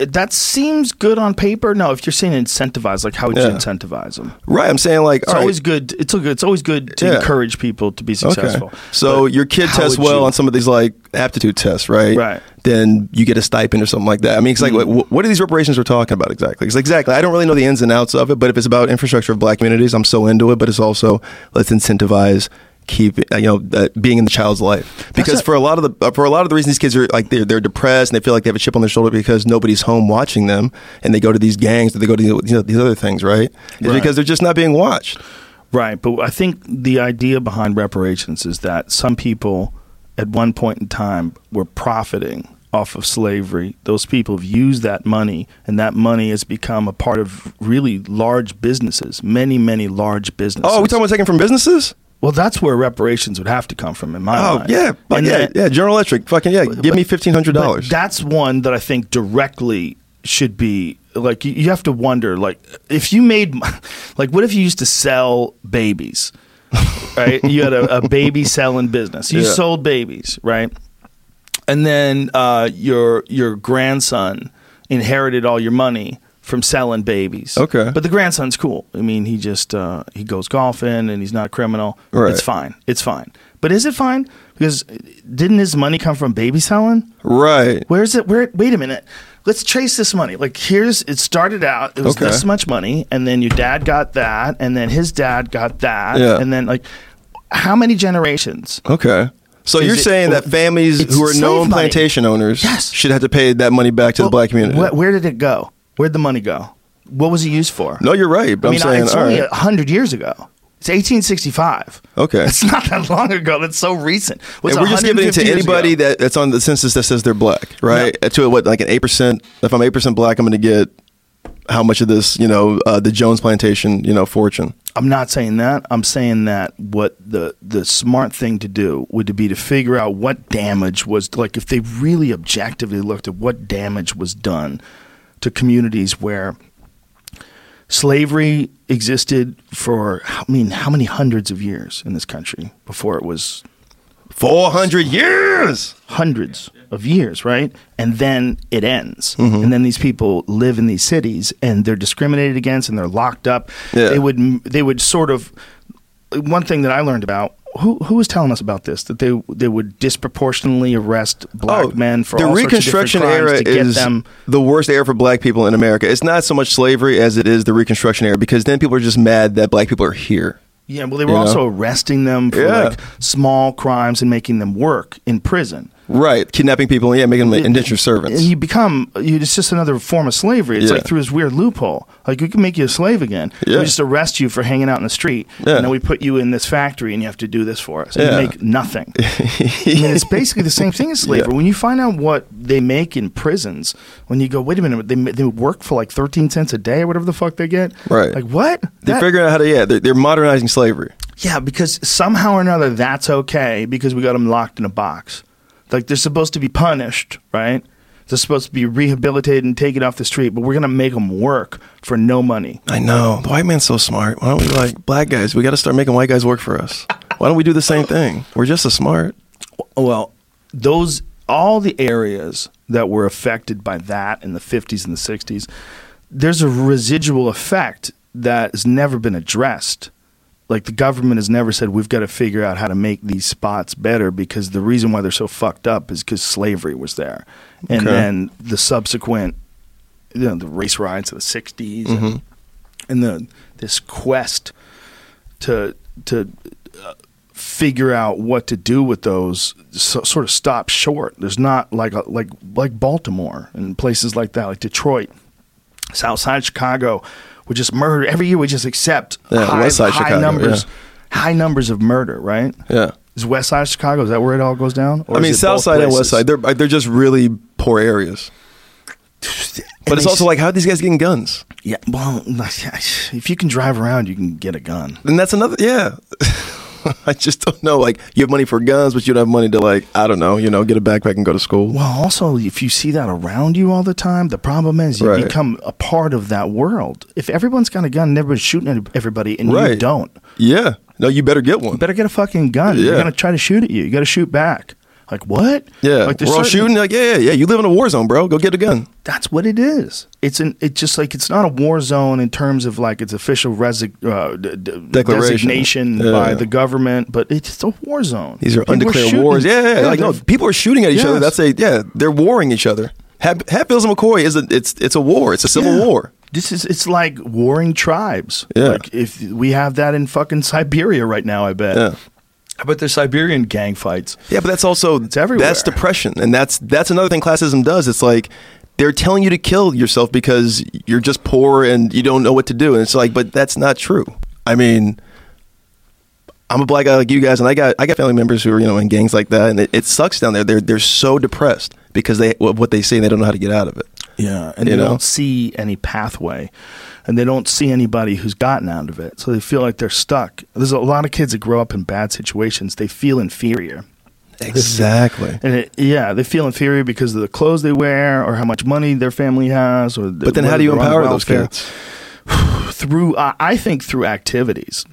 Speaker 1: That seems good on paper. No, if you're saying incentivize, like how would you
Speaker 2: Yeah.
Speaker 1: incentivize them?
Speaker 2: right i'm saying like
Speaker 1: It's
Speaker 2: all right,
Speaker 1: always good. It's a good. It's always good to
Speaker 2: Yeah.
Speaker 1: encourage people to be
Speaker 2: okay
Speaker 1: successful.
Speaker 2: so
Speaker 1: But
Speaker 2: your kid
Speaker 1: how
Speaker 2: tests
Speaker 1: would
Speaker 2: well
Speaker 1: you-
Speaker 2: on some of these like aptitude tests right
Speaker 1: Right. Mm-hmm.
Speaker 2: then you get a stipend or something like that i mean it's like what, what are these reparations we're talking about exactly it's exactly i don't really know the ins and outs of it but if it's about infrastructure of black communities i'm so into it but it's also let's incentivize keep you know uh, being in the child's life because for a lot of the uh, for a lot of the reasons these kids are like they're, they're depressed and they feel like they have a chip on their shoulder because nobody's home watching them and they go to these gangs or they go to you know, these other things right is
Speaker 1: Right.
Speaker 2: because they're just not being watched
Speaker 1: Right, but I think the idea behind reparations is that some people at one point in time were profiting off of slavery. Those people have used that money, and that money has become a part of really large businesses, many, many large businesses.
Speaker 2: oh we talking about taking from businesses
Speaker 1: well, that's where reparations would have to come from, in my
Speaker 2: oh
Speaker 1: mind.
Speaker 2: yeah like,
Speaker 1: And
Speaker 2: yeah
Speaker 1: that-
Speaker 2: yeah General Electric fucking yeah give me fifteen hundred
Speaker 1: but
Speaker 2: dollars
Speaker 1: That's one that I think directly should be like you, you have to wonder like if you made <laughs> like what if you used to sell
Speaker 2: <laughs>
Speaker 1: babies, right? you had a, a baby selling business. You
Speaker 2: Yeah.
Speaker 1: sold babies, right? And then uh, your your grandson inherited all your money from selling babies.
Speaker 2: Okay.
Speaker 1: but the grandson's cool. I mean, he just uh, he goes golfing and he's not a criminal.
Speaker 2: Right.
Speaker 1: It's fine. It's fine. But is it fine? Because didn't his money come from baby selling?
Speaker 2: right
Speaker 1: Where's it? Where? Wait a minute. Let's trace this money. Like here's it started out. It was
Speaker 2: Okay.
Speaker 1: this much money, and then your dad got that, and then his dad got that,
Speaker 2: Yeah.
Speaker 1: and then like how many generations?
Speaker 2: okay. So
Speaker 1: Is
Speaker 2: you're
Speaker 1: it-
Speaker 2: saying that families
Speaker 1: It's
Speaker 2: who are
Speaker 1: slave
Speaker 2: known
Speaker 1: money.
Speaker 2: plantation owners
Speaker 1: Yes.
Speaker 2: should have to pay that money back to the black community.
Speaker 1: Wh- where did it go? Where'd the money go? What was it used for?
Speaker 2: No, you're right. But
Speaker 1: I
Speaker 2: I
Speaker 1: mean,
Speaker 2: am saying,
Speaker 1: it's
Speaker 2: all
Speaker 1: only
Speaker 2: right.
Speaker 1: a hundred years ago. It's 1865. <laughs>
Speaker 2: Okay.
Speaker 1: it's not that long ago. That's so recent. What's
Speaker 2: and we're just giving it to
Speaker 1: 150 years
Speaker 2: anybody
Speaker 1: ago?
Speaker 2: that, that's on the census that says they're black, right? Uh, To what, like an eight percent? If I'm eight percent black, I'm going to get how much of this, you know, uh, the Jones plantation, you know, fortune?
Speaker 1: I'm not saying that. I'm saying that what the the smart thing to do would be to figure out what damage was like if they really objectively looked at what damage was done to communities where slavery existed for I mean how many hundreds of years in this country before it was
Speaker 2: Four hundred years.
Speaker 1: hundreds of years, right? And then it ends.
Speaker 2: Mm-hmm.
Speaker 1: And then these people live in these cities and they're discriminated against and they're locked up.
Speaker 2: Yeah.
Speaker 1: They would they would sort of one thing that I learned about who who was telling us about this that they they would disproportionately arrest black men for
Speaker 2: Oh, the
Speaker 1: all
Speaker 2: Reconstruction
Speaker 1: sorts of different
Speaker 2: era
Speaker 1: crimes to get
Speaker 2: is
Speaker 1: them
Speaker 2: the worst era for black people in America. It's not so much slavery as it is the Reconstruction era because then people are just mad that black people are here.
Speaker 1: Yeah, well, they were
Speaker 2: You know?
Speaker 1: also arresting them for
Speaker 2: Yeah.
Speaker 1: like small crimes and making them work in prison.
Speaker 2: Right, kidnapping people, yeah, making them indentured servants.
Speaker 1: And you become, you, it's just another form of slavery. It's
Speaker 2: Yeah.
Speaker 1: like through this weird loophole. Like, we can make you a slave again.
Speaker 2: Yeah.
Speaker 1: We just arrest you for hanging out in the street.
Speaker 2: Yeah.
Speaker 1: And then we put you in this factory and you have to do this for us. And
Speaker 2: Yeah.
Speaker 1: you make
Speaker 2: <laughs>
Speaker 1: nothing. I mean, it's basically the same thing as slavery.
Speaker 2: Yeah.
Speaker 1: When you find out what they make in prisons, when you go, wait a minute, they, ma- they work for like 13 cents a day or whatever the fuck they get.
Speaker 2: Right.
Speaker 1: Like, what?
Speaker 2: they're
Speaker 1: That-
Speaker 2: figuring out how to, yeah, they're, they're modernizing slavery.
Speaker 1: yeah, because somehow or another that's okay because we got them locked in a box. Like they're supposed to be punished, right? They're supposed to be rehabilitated and taken off the street, but we're gonna make them work for no money.
Speaker 2: I know. The white man's so smart. Why don't we like black guys? We got to start making white guys work for us. Why don't we do the same thing? We're just as smart.
Speaker 1: Well, those all the areas that were affected by that in the 50s and the 60s, there's a residual effect that has never been addressed. Like the government has never said we've got to figure out how to make these spots better because the reason why they're so fucked up is because slavery was there, and
Speaker 2: Okay.
Speaker 1: then the subsequent, you know, the race riots of the 60s and, and the this quest to to uh, figure out what to do with those so, sort of stop short there's not like a, like like baltimore and places like that like detroit south side chicago would just murder every year we just accept
Speaker 2: Yeah,
Speaker 1: high,
Speaker 2: west side
Speaker 1: high
Speaker 2: Chicago,
Speaker 1: numbers
Speaker 2: yeah.
Speaker 1: high numbers of murder right
Speaker 2: Yeah.
Speaker 1: is west side of chicago is that where it all goes down Or
Speaker 2: I
Speaker 1: is
Speaker 2: mean,
Speaker 1: it
Speaker 2: South
Speaker 1: both
Speaker 2: Side and
Speaker 1: places?
Speaker 2: West Side, they're they're just really poor areas. But
Speaker 1: And
Speaker 2: it's
Speaker 1: they
Speaker 2: also
Speaker 1: s-
Speaker 2: like, how are these guys getting guns?
Speaker 1: yeah well <laughs> if you can drive around you can get a gun
Speaker 2: And that's another, yeah. <laughs> I just don't know. Like, you have money for guns, but you don't have money to like, I don't know, you know, get a backpack and go to school.
Speaker 1: Well, also, if you see that around you all the time, the problem is you
Speaker 2: Right.
Speaker 1: become a part of that world. If everyone's got a gun and everybody's shooting at everybody and you
Speaker 2: Right.
Speaker 1: don't, you
Speaker 2: Yeah. No, you better get one.
Speaker 1: better get a fucking gun. They're
Speaker 2: Yeah.
Speaker 1: going to try to shoot at you. You got to shoot back. Like, what?
Speaker 2: Yeah.
Speaker 1: Like,
Speaker 2: We're
Speaker 1: there's
Speaker 2: all
Speaker 1: certain-
Speaker 2: shooting. Like, yeah, yeah, yeah. You live in a war zone, bro. Go get a gun.
Speaker 1: That's what it is. It's an. It's just like it's not a war zone in terms of like its official resi- uh, d- d-
Speaker 2: Declaration.
Speaker 1: designation
Speaker 2: Yeah.
Speaker 1: by the government, but it's just a war zone.
Speaker 2: These are
Speaker 1: People
Speaker 2: undeclared
Speaker 1: shooting.
Speaker 2: wars. Yeah, yeah, yeah. like
Speaker 1: they're-
Speaker 2: no, people are shooting at each other.
Speaker 1: Yes.
Speaker 2: That's a yeah, they're warring each other. Hat, Hatfields and McCoy is a it's it's a war. It's a civil
Speaker 1: Yeah.
Speaker 2: war.
Speaker 1: This is it's like warring tribes.
Speaker 2: Yeah.
Speaker 1: Like if we have that in fucking Siberia right now, I bet.
Speaker 2: Yeah.
Speaker 1: I bet there's Siberian gang fights.
Speaker 2: Yeah, but that's also
Speaker 1: everywhere.
Speaker 2: that's depression, and that's that's another thing classism does. It's like they're telling you to kill yourself because you're just poor and you don't know what to do, and it's like, but that's not true. I mean, I'm a black guy like you guys, and I got I got family members who are you know in gangs like that, and it, it sucks down there. They're they're so depressed because they of what they see and they don't know how to get out of it.
Speaker 1: Yeah, and
Speaker 2: You
Speaker 1: they
Speaker 2: know?
Speaker 1: don't see any pathway, and they don't see anybody who's gotten out of it, so they feel like they're stuck. There's a lot of kids that grow up in bad situations. They feel inferior, <laughs>
Speaker 2: Exactly.
Speaker 1: and it, yeah, they feel inferior because of the clothes they wear, or how much money their family has, or
Speaker 2: But then, how do you empower those
Speaker 1: kids?
Speaker 2: kids?
Speaker 1: through I I think through activities.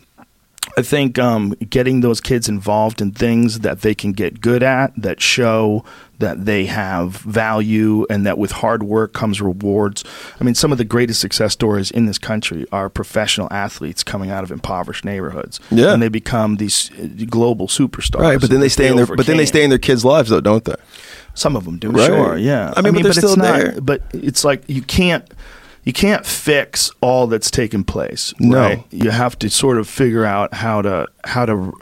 Speaker 1: I think um, getting those kids involved in things that they can get good at, that show that they have value, and that with hard work comes rewards. I mean, some of the greatest success stories in this country are professional athletes coming out of impoverished neighborhoods,
Speaker 2: Yeah.
Speaker 1: and they become these uh, global superstars.
Speaker 2: Right, but then they
Speaker 1: that
Speaker 2: stay in their but then they
Speaker 1: overcame.
Speaker 2: stay in their kids' lives though, don't they?
Speaker 1: Some of them do,
Speaker 2: Right.
Speaker 1: sure, yeah.
Speaker 2: I mean, but they're
Speaker 1: it's
Speaker 2: still
Speaker 1: not,
Speaker 2: there.
Speaker 1: But it's like you can't you can't fix all that's taken place.
Speaker 2: No.
Speaker 1: right? you have to sort of figure out how to how to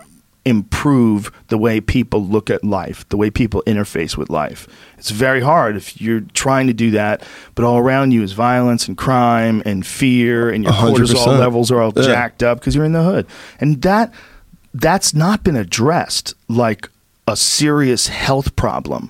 Speaker 1: improve the way people look at life, the way people interface with life. It's very hard if you're trying to do that, but all around you is violence and crime and fear, and your
Speaker 2: 100%.
Speaker 1: cortisol levels are all
Speaker 2: Yeah.
Speaker 1: jacked up because you're in the hood, and that that's not been addressed like a serious health problem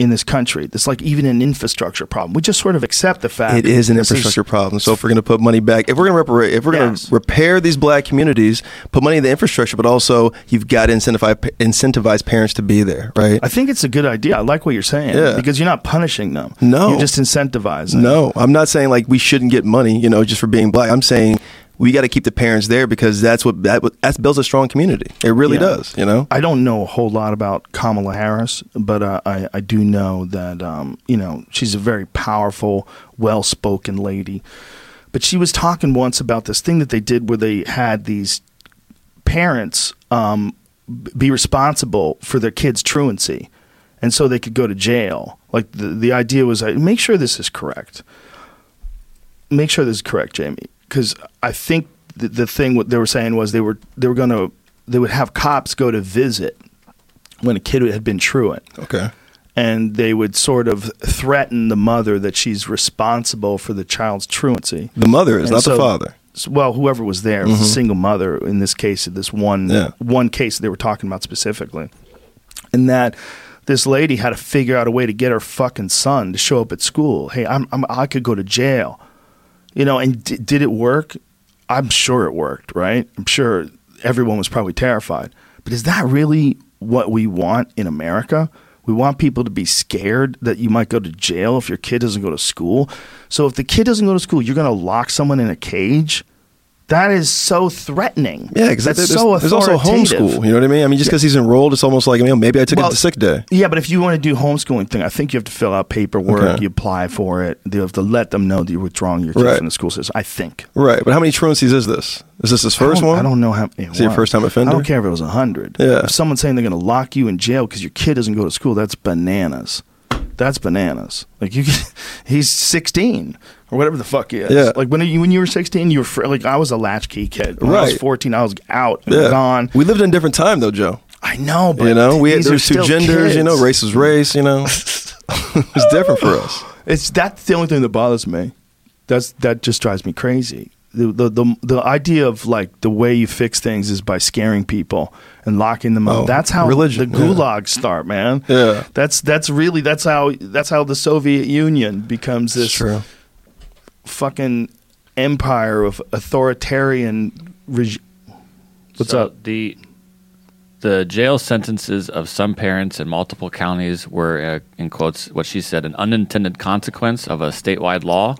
Speaker 1: in this country. That's like even an infrastructure problem. We just sort of accept the fact
Speaker 2: It is an
Speaker 1: this
Speaker 2: infrastructure problem. So if we're going to put money back, if we're going to reparate, if we're going to
Speaker 1: Yes.
Speaker 2: repair these black communities, put money in the infrastructure, but also you've got to incentivize incentivize parents to be there, right?
Speaker 1: I think it's a good idea. I like what you're saying
Speaker 2: Yeah.
Speaker 1: because you're not punishing them.
Speaker 2: No.
Speaker 1: you're just incentivizing.
Speaker 2: no, I'm not saying like we shouldn't get money, you know, just for being black. I'm saying we got to keep the parents there because that's what that what- that builds a strong community. It really
Speaker 1: Yeah.
Speaker 2: does, you know.
Speaker 1: I don't know a whole lot about Kamala Harris, but uh, I, I do know that um, you know she's a very powerful, well-spoken lady. But she was talking once about this thing that they did where they had these parents um, b- be responsible for their kids' truancy, and so they could go to jail. Like the the idea was, like, make sure this is correct. Make sure this is correct, Jamie, because I think the, the thing what they were saying was they were they were gonna they would have cops go to visit when a kid had been truant
Speaker 2: okay.
Speaker 1: and they would sort of threaten the mother that she's responsible for the child's truancy.
Speaker 2: The mother is
Speaker 1: And
Speaker 2: not
Speaker 1: so-
Speaker 2: the father. Mm-hmm.
Speaker 1: s- Well, whoever was there, it was a single mother in this case, this one
Speaker 2: Yeah.
Speaker 1: one case they were talking about specifically, and that this lady had to figure out a way to get her fucking son to show up at school. Hey, I'm, I'm I could go to jail, you know. And d- did it work? I'm sure it worked, right? I'm sure everyone was probably terrified. But is that really what we want in America? We want people to be scared that you might go to jail if your kid doesn't go to school. So if the kid doesn't go to school, you're going to lock someone in a cage. That is so threatening.
Speaker 2: Yeah, exactly.
Speaker 1: That's
Speaker 2: There's,
Speaker 1: so
Speaker 2: there's also
Speaker 1: authoritative.
Speaker 2: homeschool. You know what I mean? I mean, just because he's enrolled, it's almost like you know, maybe I took
Speaker 1: Well,
Speaker 2: it to sick day.
Speaker 1: Yeah, but if you want to do homeschooling thing, I think you have to fill out paperwork.
Speaker 2: Okay.
Speaker 1: You apply for it. You have to let them know that you're withdrawing your kids
Speaker 2: Right.
Speaker 1: from the school system. I think.
Speaker 2: Right, but how many truancies is this? Is this his first
Speaker 1: I don't-
Speaker 2: one?
Speaker 1: I don't know how.
Speaker 2: Is he a
Speaker 1: what?
Speaker 2: first-time offender?
Speaker 1: I don't care if it was hundred.
Speaker 2: Yeah.
Speaker 1: If someone's saying they're going to lock you in jail because your kid doesn't go to school, that's bananas. That's bananas. Like you, can- <laughs> he's sixteen or whatever the fuck he is.
Speaker 2: Yeah.
Speaker 1: Like when you when you were sixteen, you were fr- like I was a latchkey kid. When I was
Speaker 2: Right.
Speaker 1: fourteen, I was out and
Speaker 2: Yeah.
Speaker 1: gone.
Speaker 2: We lived in a different time though, Joe.
Speaker 1: I know, but
Speaker 2: You know, we had
Speaker 1: these are
Speaker 2: there's two
Speaker 1: still
Speaker 2: genders. You know,
Speaker 1: kids.
Speaker 2: race is race. You <laughs> know, it's different for <laughs> us.
Speaker 1: It's that's the only thing that bothers me. That's that just drives me crazy. The, the the the idea of like the way you fix things is by scaring people and locking them up.
Speaker 2: Oh,
Speaker 1: that's how
Speaker 2: religion,
Speaker 1: the
Speaker 2: yeah.
Speaker 1: gulags start, man.
Speaker 2: Yeah.
Speaker 1: That's that's really that's how that's how the Soviet Union becomes this fucking empire of authoritarian reg- What's
Speaker 3: So
Speaker 1: up?
Speaker 3: The the jail sentences of some parents in multiple counties were, uh, in quotes, what she said, an unintended consequence of a statewide law.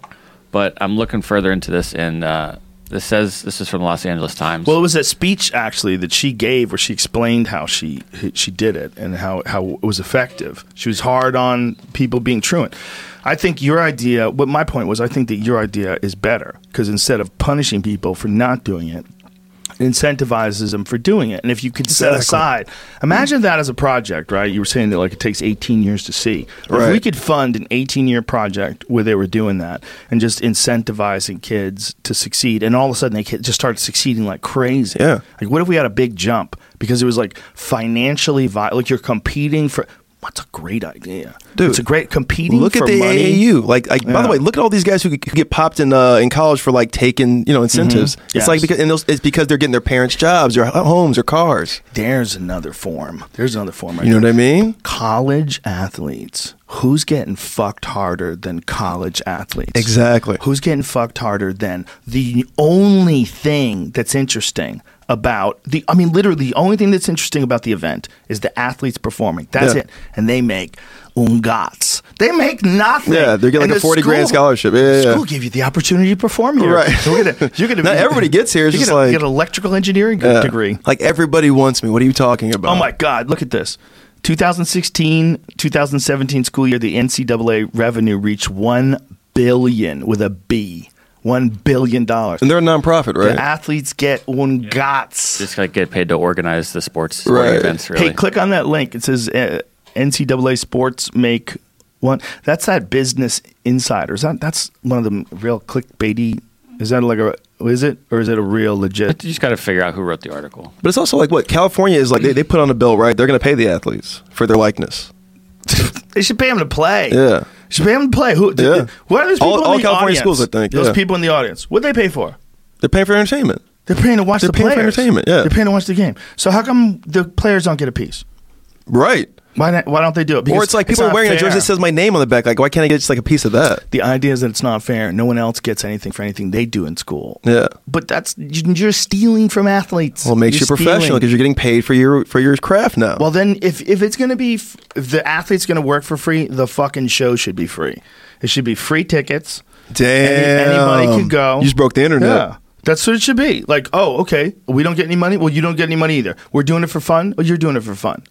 Speaker 3: But I'm looking further into this, and uh, this says this is from the Los Angeles Times.
Speaker 1: Well, it was a speech actually that she gave where she explained how she she did it and how, how it was effective. She was hard on people being truant. I think your idea, what my point was, I think that your idea is better because instead of punishing people for not doing it, it incentivizes them for doing it. And if you could set aside, imagine that as a project, right? You were saying that like it takes 18 years to see. But If we
Speaker 2: Right.
Speaker 1: could fund an 18 year project where they were doing that and just incentivizing kids to succeed, and all of a sudden they kid- just started succeeding like crazy.
Speaker 2: Yeah.
Speaker 1: Like, what if we had a big jump? because it was like financially vi- like you're competing for. What's a great idea,
Speaker 2: Dude,
Speaker 1: It's a great competing.
Speaker 2: Look
Speaker 1: for
Speaker 2: at the
Speaker 1: money.
Speaker 2: AAU. Like, like by
Speaker 1: Yeah.
Speaker 2: the way, look at all these guys who, could- who get popped in uh, in college for like taking you know incentives.
Speaker 1: Yes.
Speaker 2: It's like because and those, it's because they're getting their parents' jobs or homes or cars.
Speaker 1: There's another form. There's another form. Right
Speaker 2: You know
Speaker 1: there.
Speaker 2: what I mean?
Speaker 1: college athletes. Who's getting fucked harder than college athletes?
Speaker 2: Exactly.
Speaker 1: Who's getting fucked harder than the only thing that's interesting about the I mean literally the only thing that's interesting about the event is the athletes performing. That's
Speaker 2: Yeah.
Speaker 1: it. And they make ungats. They make nothing.
Speaker 2: Yeah, they get like
Speaker 1: And
Speaker 2: a
Speaker 1: the
Speaker 2: 40 grand scholarship. Yeah,
Speaker 1: the
Speaker 2: yeah, yeah.
Speaker 1: School gave you the opportunity to perform here.
Speaker 2: Right.
Speaker 1: So look at it. You're gonna
Speaker 2: <laughs> Not everybody gets here. It's
Speaker 1: you
Speaker 2: just
Speaker 1: get, a,
Speaker 2: like-
Speaker 1: you get an electrical engineering
Speaker 2: Yeah.
Speaker 1: degree.
Speaker 2: Like everybody wants me. What are you talking about?
Speaker 1: Oh my God, look at this. 2016 2017 school year, the NCAA revenue reached $1 billion with a B. $1 billion.
Speaker 2: And they're a nonprofit,
Speaker 1: The
Speaker 2: right?
Speaker 1: athletes get ungats.
Speaker 3: Just like get paid to organize the sports sporting
Speaker 2: Right.
Speaker 3: events. Really,
Speaker 1: Hey, click on that link. It says uh, NCAA sports make one. That's that Business Insider. Is that, that's one of the real clickbaity. Is that like a, is it? Or is it a real legit?
Speaker 3: you just got to figure out who wrote the article.
Speaker 2: But it's also like what California is like. They, they put on a bill, right? They're going to pay the athletes for their likeness.
Speaker 1: They should pay him to play.
Speaker 2: Yeah.
Speaker 1: Should pay him to play. Who?
Speaker 2: Yeah.
Speaker 1: What are those people
Speaker 2: All-
Speaker 1: in
Speaker 2: all
Speaker 1: the audience?
Speaker 2: California schools, I think,
Speaker 1: Those
Speaker 2: yeah.
Speaker 1: people in the audience. What they pay for?
Speaker 2: They're paying for entertainment.
Speaker 1: They're paying to watch
Speaker 2: They're
Speaker 1: the
Speaker 2: paying for
Speaker 1: players.
Speaker 2: entertainment, yeah.
Speaker 1: They're paying to watch the game. So how come the players don't get a piece?
Speaker 2: Right.
Speaker 1: Why? Not, why don't they do it?
Speaker 2: or it's like people are
Speaker 1: not
Speaker 2: wearing a
Speaker 1: fair.
Speaker 2: jersey that says my name on the back. Like, why can't I get just like a piece of that?
Speaker 1: the idea is that it's not fair. No one else gets anything for anything they do in school.
Speaker 2: Yeah.
Speaker 1: But that's you- you're stealing from athletes.
Speaker 2: Well, it makes
Speaker 1: You're
Speaker 2: you professional
Speaker 1: stealing.
Speaker 2: because you're getting paid for your for your craft now.
Speaker 1: Well, then if if it's gonna be f- if the athlete's gonna work for free, the fucking show should be free. It should be free tickets.
Speaker 2: Damn.
Speaker 1: Any- anybody could go.
Speaker 2: You just broke the internet.
Speaker 1: Yeah. That's what it should be. Like, oh, okay, we don't get any money. Well, you don't get any money either. We're doing it for fun. Oh, you're doing it for fun.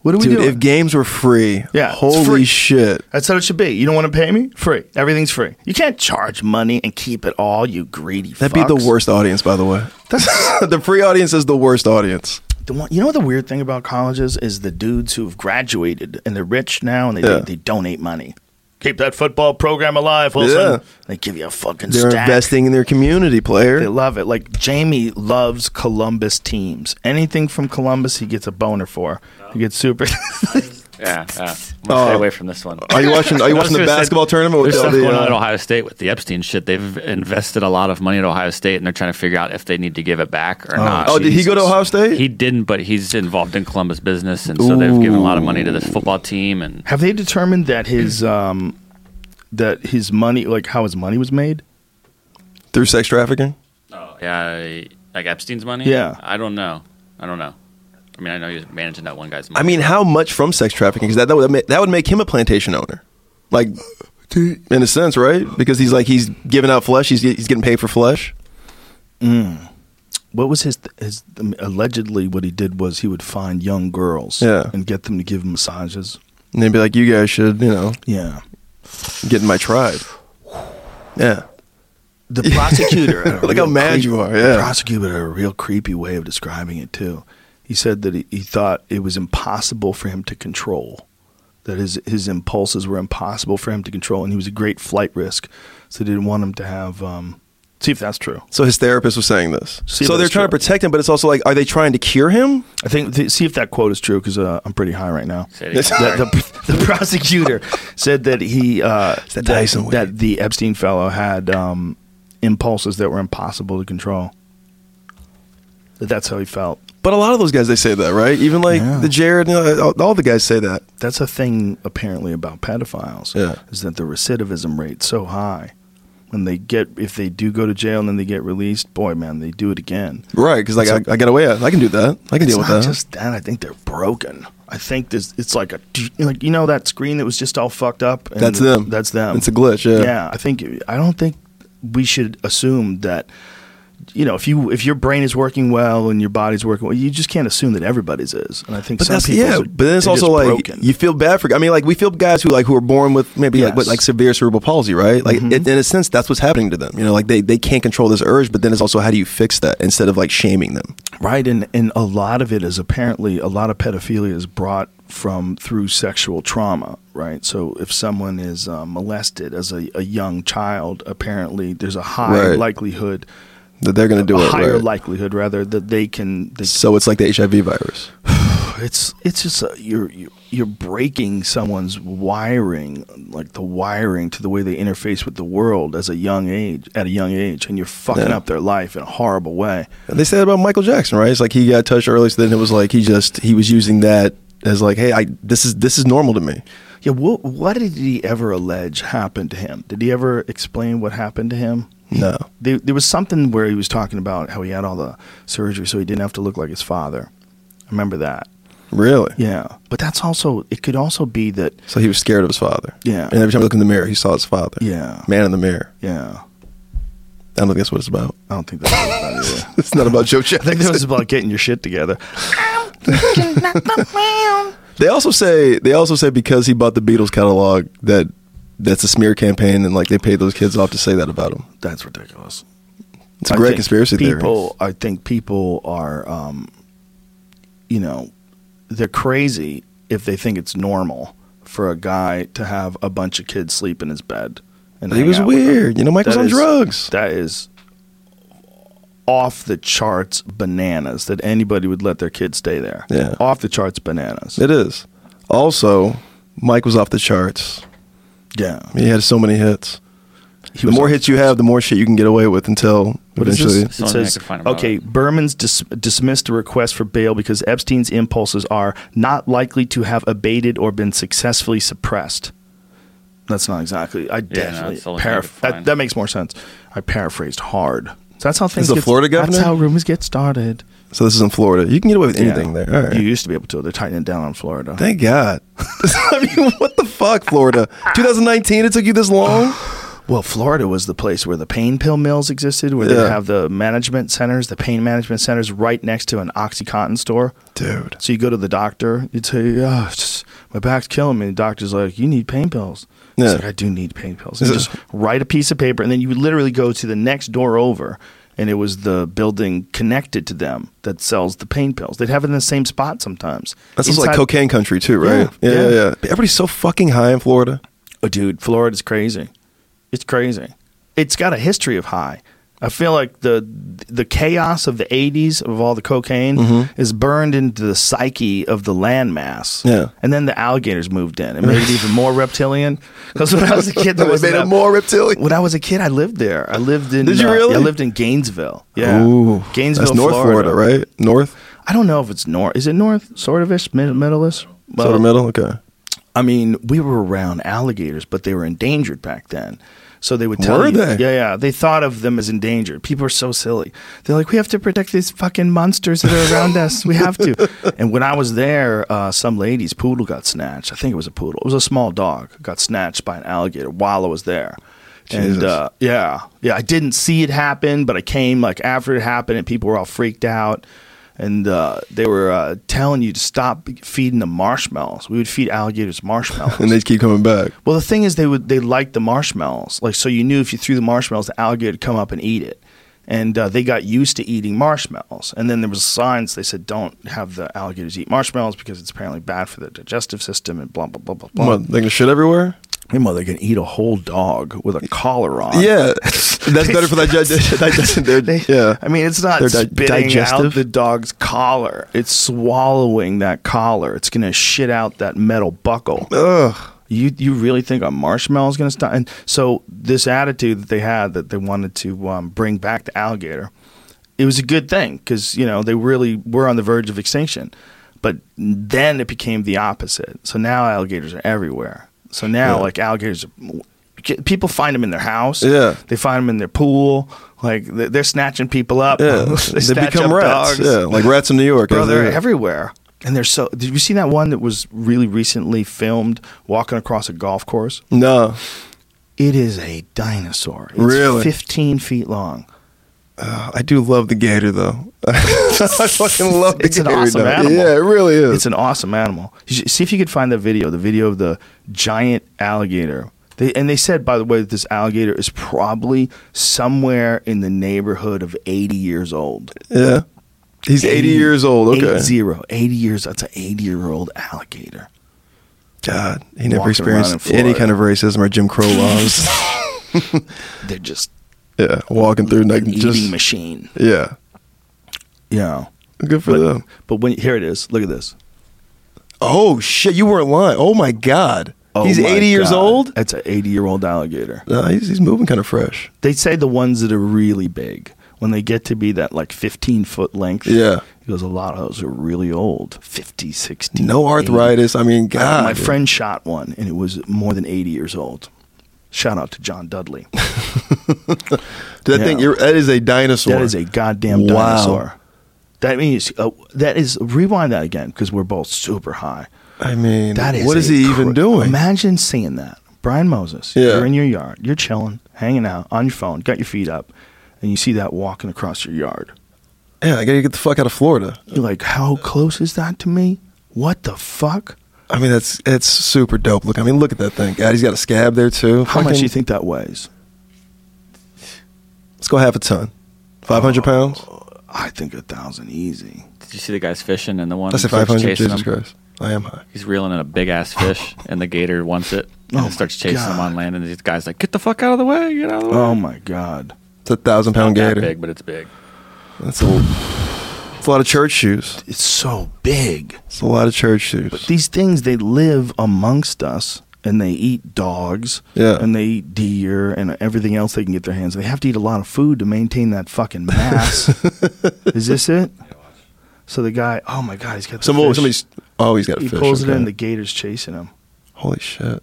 Speaker 1: What are we
Speaker 2: dude,
Speaker 1: doing?
Speaker 2: if games were free,
Speaker 1: Yeah, it's
Speaker 2: holy
Speaker 1: free.
Speaker 2: shit.
Speaker 1: That's how it should be. You don't want to pay me? Free. Everything's free. You can't charge money and keep it all, you greedy
Speaker 2: That'd
Speaker 1: fucks.
Speaker 2: be the worst audience, by the way. <laughs> the free audience is the worst audience.
Speaker 1: The one, you know what the weird thing about colleges is the dudes who've graduated and they're rich now and they,
Speaker 2: Yeah.
Speaker 1: they, donate money. Keep that football program alive, Wilson.
Speaker 2: Yeah.
Speaker 1: They give you a fucking
Speaker 2: They're
Speaker 1: stack.
Speaker 2: investing in their community, player.
Speaker 1: They love it. Like Jamie loves Columbus teams. Anything from Columbus, he gets a boner for. He gets super. <laughs>
Speaker 3: Yeah, yeah. I'm gonna stay
Speaker 2: Oh.
Speaker 3: away from this one.
Speaker 2: Are you watching?
Speaker 1: <laughs>
Speaker 2: Are you watching the
Speaker 3: There's-
Speaker 2: basketball tournament?
Speaker 3: There's
Speaker 2: all
Speaker 3: stuff
Speaker 2: the,
Speaker 3: going
Speaker 2: uh,
Speaker 3: on at Ohio State with the Epstein shit. They've invested a lot of money at Ohio State, and they're trying to figure out if they need to give it back or not.
Speaker 2: Oh, did he go to Ohio State?
Speaker 3: He didn't, but he's involved in Columbus business, and so they've given a lot of money to this football team. And
Speaker 1: Have they determined that his um, that his money, like how his money was made?
Speaker 2: through sex trafficking.
Speaker 3: oh, yeah, like Epstein's money.
Speaker 1: Yeah.
Speaker 3: I don't know. I don't know. I mean, I know he's managing that one guy's
Speaker 2: I
Speaker 3: money.
Speaker 2: mean, how much from sex trafficking? Because that that would, ma- that would make him a plantation owner, like in a sense, right? Because he's like he's giving out flesh. He's he's getting paid for flesh.
Speaker 1: What was his his allegedly what he did was he would find young girls
Speaker 2: Yeah.
Speaker 1: and get them to give him massages.
Speaker 2: And they'd be like, you guys should, you know,
Speaker 1: Yeah.
Speaker 2: get in my tribe. Yeah.
Speaker 1: The prosecutor.
Speaker 2: <laughs>
Speaker 1: had a
Speaker 2: Look how
Speaker 1: real
Speaker 2: mad
Speaker 1: creep-
Speaker 2: you are,
Speaker 1: The
Speaker 2: yeah.
Speaker 1: prosecutor had a real creepy way of describing it too. He said that he, he thought it was impossible for him to control. That his his impulses were impossible for him to control, and he was a great flight risk. So they didn't want him to have. Um, see if that's true.
Speaker 2: So his therapist was saying this.
Speaker 1: See,
Speaker 2: so
Speaker 1: that's
Speaker 2: they're trying
Speaker 1: true.
Speaker 2: to protect him, but it's also like, are they trying to cure him?
Speaker 1: I think th- see if that quote is true because uh, I'm pretty high right now.
Speaker 3: Say it again.
Speaker 1: The, the,
Speaker 3: <laughs>
Speaker 1: the prosecutor said that he uh,
Speaker 2: that
Speaker 1: that,
Speaker 2: Dyson weed.
Speaker 1: that the Epstein fellow had um, impulses that were impossible to control. That that's how he felt.
Speaker 2: But a lot of those guys, they say that, right? Even like
Speaker 1: Yeah.
Speaker 2: the Jared, you know, all, all the guys say that.
Speaker 1: That's a thing apparently about pedophiles.
Speaker 2: Yeah.
Speaker 1: is that the recidivism rate's so high when they get if they do go to jail and then they get released. Boy, man, they do it again.
Speaker 2: Right, because like,
Speaker 1: It's
Speaker 2: I, I got away. I can do that. I can
Speaker 1: It's
Speaker 2: deal with
Speaker 1: not
Speaker 2: that.
Speaker 1: just that. I think they're broken. I think this. It's like a like you know that screen that was just all fucked up. And
Speaker 2: That's them.
Speaker 1: That's them.
Speaker 2: It's a glitch, yeah.
Speaker 1: Yeah. I think. I don't think we should assume that. You know, if you if your brain is working well and your body's working well, you just can't assume that everybody's is. And I think
Speaker 2: but
Speaker 1: some
Speaker 2: that's
Speaker 1: people.
Speaker 2: yeah. but then it's also like
Speaker 1: broken.
Speaker 2: you feel bad for. I mean, like we feel guys who like who are born with maybe like,
Speaker 1: Yes.
Speaker 2: what,
Speaker 1: Mm-hmm.
Speaker 2: like severe cerebral palsy, right? Like it, in a sense, that's what's happening to them. You know, like they they can't control this urge. But then it's also how do you fix that instead of like shaming them?
Speaker 1: Right, and and a lot of it is apparently a lot of pedophilia is brought from through sexual trauma, right? So if someone is um, uh, molested as a, a young child, apparently there's a high
Speaker 2: Right.
Speaker 1: likelihood
Speaker 2: that they're going to do
Speaker 1: a
Speaker 2: it.
Speaker 1: higher
Speaker 2: right?
Speaker 1: likelihood rather that they can. They,
Speaker 2: so it's like the HIV virus.
Speaker 1: it's it's just a, you're you're- you're breaking someone's wiring, like the wiring to the way they interface with the world as a young age. At a young age, and you're fucking
Speaker 2: Yeah.
Speaker 1: up their life in a horrible way.
Speaker 2: They said about Michael Jackson, right? It's like he got touched early, so then it was like he just he was using that as like, hey, I this is this is normal to me.
Speaker 1: Yeah, what what did he ever allege happened to him? Did he ever explain what happened to him?
Speaker 2: No,
Speaker 1: There, there was something where he was talking about how he had all the surgery so he didn't have to look like his father. I remember that.
Speaker 2: really.
Speaker 1: Yeah, but that's also it could also be that
Speaker 2: So he was scared of his father.
Speaker 1: Yeah.
Speaker 2: And every time he looked in the mirror, he saw his father.
Speaker 1: Yeah.
Speaker 2: Man in the mirror.
Speaker 1: yeah.
Speaker 2: I don't think that's what it's about. <laughs>
Speaker 1: I don't think that's about it. either.
Speaker 2: It's not about Joe Jackson.
Speaker 1: I think that was about getting your shit together.
Speaker 2: They also say they also say because he bought the Beatles catalog that that's a smear campaign and like they paid those kids off to say that about him.
Speaker 1: That's ridiculous.
Speaker 2: It's a
Speaker 1: I
Speaker 2: great
Speaker 1: think
Speaker 2: conspiracy
Speaker 1: people,
Speaker 2: theory.
Speaker 1: I think people are, um, you know, they're crazy if they think it's normal for a guy to have a bunch of kids sleep in his bed. And
Speaker 2: He
Speaker 1: hang
Speaker 2: was
Speaker 1: out with them.
Speaker 2: weird. You know, Mike was
Speaker 1: That
Speaker 2: on
Speaker 1: is-
Speaker 2: drugs.
Speaker 1: That is off the charts bananas that anybody would let their kid stay there.
Speaker 2: Yeah.
Speaker 1: Off the charts bananas.
Speaker 2: It is. Also, Mike was off the charts.
Speaker 1: yeah.
Speaker 2: He had so many hits.
Speaker 1: He
Speaker 2: the
Speaker 1: was
Speaker 2: more
Speaker 1: off
Speaker 2: hits you have, the more shit you can get away with until
Speaker 1: What is
Speaker 2: eventually.
Speaker 1: this? It
Speaker 3: Something I
Speaker 1: says,
Speaker 3: could find about
Speaker 1: okay,
Speaker 3: it.
Speaker 1: Berman's dis- dismissed a request for bail because Epstein's impulses are not likely to have abated or been successfully suppressed. That's not exactly. I definitely
Speaker 3: that's the only thing I could
Speaker 1: paraph- that,
Speaker 3: find.
Speaker 1: that makes more sense. I paraphrased hard. So that's how things.
Speaker 2: the
Speaker 1: get-
Speaker 2: Florida governor?
Speaker 1: That's how rumors get started.
Speaker 2: So this is in Florida. You can get away with anything
Speaker 1: Yeah.
Speaker 2: there. All right.
Speaker 1: You used to be able to. They're tightening it down on Florida.
Speaker 2: Thank God. <laughs> I mean, what the fuck, Florida? 2019. It took you
Speaker 1: <sighs>
Speaker 2: this long.
Speaker 1: Well, Florida was the place where the pain pill mills existed, where
Speaker 2: Yeah.
Speaker 1: they have the management centers, the pain management centers, right next to an OxyContin store.
Speaker 2: Dude.
Speaker 1: So you go to the doctor, you say, oh, it's just, my back's killing me. The doctor's like, you need pain pills. It's
Speaker 2: Yeah.
Speaker 1: like, I do need pain pills. And just write a piece of paper, and then you would literally go to the next door over, and it was the building connected to them that sells the pain pills. They'd have it in the same spot sometimes.
Speaker 2: That's just like
Speaker 1: Inside-
Speaker 2: cocaine country too, right?
Speaker 1: Yeah,
Speaker 2: yeah, yeah.
Speaker 1: yeah.
Speaker 2: yeah. Everybody's so fucking high in Florida.
Speaker 1: Oh, dude, Florida's crazy. It's crazy. It's got a history of high. I feel like the the chaos of the '80s of all the cocaine
Speaker 2: Mm-hmm.
Speaker 1: is burned into the psyche of the landmass.
Speaker 2: Yeah.
Speaker 1: and then the alligators moved in and made it even more reptilian. Because when I was a kid, there
Speaker 2: <laughs> They
Speaker 1: was
Speaker 2: made it more reptilian.
Speaker 1: When I was a kid, I lived there. I lived in.
Speaker 2: Did you
Speaker 1: uh,
Speaker 2: really?
Speaker 1: I lived in Gainesville. Yeah,
Speaker 2: Ooh,
Speaker 1: Gainesville,
Speaker 2: That's North Florida, right? North,
Speaker 1: I don't know if it's north. Is it north? Sort of ish, mid- middle-ish.
Speaker 2: sort
Speaker 1: Well,
Speaker 2: of middle. Okay.
Speaker 1: I mean, we were around alligators, but they were endangered back then. So they would tell
Speaker 2: Were
Speaker 1: you,
Speaker 2: they?
Speaker 1: yeah, yeah. They thought of them as endangered. People are so silly. They're like, we have to protect these fucking monsters that are around us. We have
Speaker 2: <laughs>
Speaker 1: to. And when I was there, uh, some lady's poodle got snatched. I think it was a poodle. It was a small dog. Got snatched by an alligator while I was there.
Speaker 2: Jesus.
Speaker 1: And uh, yeah, yeah, I didn't see it happen, but I came like after it happened, and people were all freaked out, and uh, they were uh, telling you to stop feeding them marshmallows. We would feed alligators marshmallows.
Speaker 2: <laughs> And they keep coming back.
Speaker 1: well, the thing is, they would they liked the marshmallows, like so you knew if you threw the marshmallows, the alligator would come up and eat it. And uh, they got used to eating marshmallows, and then there was signs they said don't have the alligators eat marshmallows because it's apparently bad for their digestive system and blah blah blah blah blah.
Speaker 2: What, they can shit everywhere.
Speaker 1: Your mother can eat a whole dog with a collar on.
Speaker 2: <laughs> Yeah, that's better for that.
Speaker 1: <laughs> They-
Speaker 2: yeah,
Speaker 1: I mean, it's not
Speaker 2: They're di-
Speaker 1: spitting
Speaker 2: digestive?
Speaker 1: out the dog's collar. It's swallowing that collar. It's gonna shit out that metal buckle.
Speaker 2: <laughs> Ugh.
Speaker 1: You you really think a marshmallow's gonna stop? And so this attitude that they had that they wanted to um, bring back the alligator, it was a good thing because you know they really were on the verge of extinction. But then it became the opposite. So now alligators are everywhere. So now
Speaker 2: Yeah.
Speaker 1: like alligators, are, people find them in their house.
Speaker 2: Yeah.
Speaker 1: They find them in their pool. Like they- they're snatching people up.
Speaker 2: yeah.
Speaker 1: <laughs> they,
Speaker 2: <laughs> they
Speaker 1: snatch
Speaker 2: become
Speaker 1: up
Speaker 2: rats.
Speaker 1: dogs.
Speaker 2: Yeah, like rats in New York.
Speaker 1: Bro, they're
Speaker 2: Yeah.
Speaker 1: everywhere. And they're so. Did you see that one that was really recently filmed walking across a golf course?
Speaker 2: no,
Speaker 1: It is a dinosaur. It's
Speaker 2: Really?
Speaker 1: 15 feet long.
Speaker 2: Uh, I do love the gator though. <laughs> I
Speaker 1: <laughs>
Speaker 2: fucking love the
Speaker 1: It's an
Speaker 2: gator.
Speaker 1: awesome
Speaker 2: though.
Speaker 1: animal.
Speaker 2: Yeah, it really is.
Speaker 1: It's an awesome animal. You should- see if you could find the video, the video of the giant alligator. They, and they said, by the way, that this alligator is probably somewhere in the neighborhood of 80 years old.
Speaker 2: yeah, he's 80, years old. Okay,
Speaker 1: Eight zero. 80 years. That's an 80 year old alligator.
Speaker 2: God, he
Speaker 1: Walking
Speaker 2: never
Speaker 1: around in
Speaker 2: experienced any
Speaker 1: Florida.
Speaker 2: kind of racism or Jim Crow laws.
Speaker 1: They're just
Speaker 2: <laughs> Yeah, walking through like
Speaker 1: EV
Speaker 2: just
Speaker 1: machine.
Speaker 2: yeah,
Speaker 1: Yeah.
Speaker 2: good for
Speaker 1: But,
Speaker 2: them.
Speaker 1: but when here it is. Look at this.
Speaker 2: Oh shit, you weren't lying. Oh my god,
Speaker 1: Oh
Speaker 2: he's
Speaker 1: my
Speaker 2: eighty years
Speaker 1: God.
Speaker 2: old.
Speaker 1: That's an 80 year old alligator.
Speaker 2: No, he's he's moving kind of fresh.
Speaker 1: They say the ones that are really big, when they get to be that like 15 foot length,
Speaker 2: Yeah.
Speaker 1: because a lot of those are really old 50, 60.
Speaker 2: No
Speaker 1: 80.
Speaker 2: arthritis. I mean, God,
Speaker 1: My
Speaker 2: dude.
Speaker 1: friend shot one and it was more than 80 years old. Shout out to John Dudley.
Speaker 2: Dude, that
Speaker 1: Yeah.
Speaker 2: thing you're, that is a dinosaur.
Speaker 1: That is a goddamn
Speaker 2: Wow.
Speaker 1: dinosaur. That means uh, that is rewind that again because we're both super high.
Speaker 2: I mean,
Speaker 1: That is
Speaker 2: what is
Speaker 1: a
Speaker 2: he
Speaker 1: cra-
Speaker 2: even doing?
Speaker 1: Imagine seeing that, Brian Moses.
Speaker 2: Yeah.
Speaker 1: You're in your yard. You're chilling, hanging out on your phone, got your feet up, and you see that walking across your yard.
Speaker 2: yeah, I gotta get the fuck out of Florida.
Speaker 1: You're like, how close is that to me? What the fuck?
Speaker 2: I mean, that's that's super dope. Look, I mean, look at that thing. God, he's got a scab there too.
Speaker 1: How much
Speaker 2: Fucking-
Speaker 1: do you think that weighs?
Speaker 2: Let's go half a ton. Five
Speaker 1: Oh.
Speaker 2: hundred pounds.
Speaker 1: I think a thousand easy.
Speaker 3: Did you see the guys fishing and the one
Speaker 2: I said five
Speaker 3: starts
Speaker 2: hundred.
Speaker 3: chasing
Speaker 2: Jesus
Speaker 3: him?
Speaker 2: Christ, I am high.
Speaker 3: He's reeling in a big ass fish, and the gator wants it. And
Speaker 1: Oh
Speaker 3: it starts
Speaker 1: my
Speaker 3: chasing him on
Speaker 1: God.
Speaker 3: land, and these guys like, "Get the fuck out of the way! Get out of the way!"
Speaker 1: Oh my god.
Speaker 2: It's a thousand
Speaker 1: Oh,
Speaker 2: pound
Speaker 3: Not that
Speaker 2: gator.
Speaker 3: big, but it's big.
Speaker 2: That's a. It's a lot of church shoes.
Speaker 1: It's so big.
Speaker 2: It's a lot of church shoes.
Speaker 1: These things they live amongst us and they eat dogs
Speaker 2: Yeah.
Speaker 1: and they eat deer and everything else they can get their hands. They have to eat a lot of food to maintain that fucking
Speaker 2: <laughs>
Speaker 1: mass. Is this it? So the guy, oh my god, he's got the
Speaker 2: Some
Speaker 1: fish.
Speaker 2: somebody's. Oh, he's got a
Speaker 1: he
Speaker 2: fish.
Speaker 1: pulls it
Speaker 2: okay.
Speaker 1: in, the gator's chasing him.
Speaker 2: Holy shit!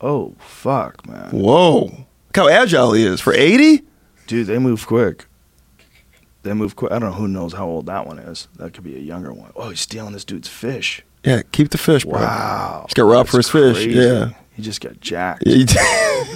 Speaker 1: Oh fuck, man,
Speaker 2: Whoa! Look how agile he is for eighty.
Speaker 1: dude, they move quick. They move quick. I don't know who knows how old that one is. That could be a younger one. Oh, he's stealing this dudude's fish.
Speaker 2: Yeah, keep the fish, bro.
Speaker 1: Wow,
Speaker 2: He's got robbed for his
Speaker 1: That's
Speaker 2: fish.
Speaker 1: crazy.
Speaker 2: Yeah.
Speaker 1: he just got jacked.
Speaker 2: Yeah, you <laughs> did.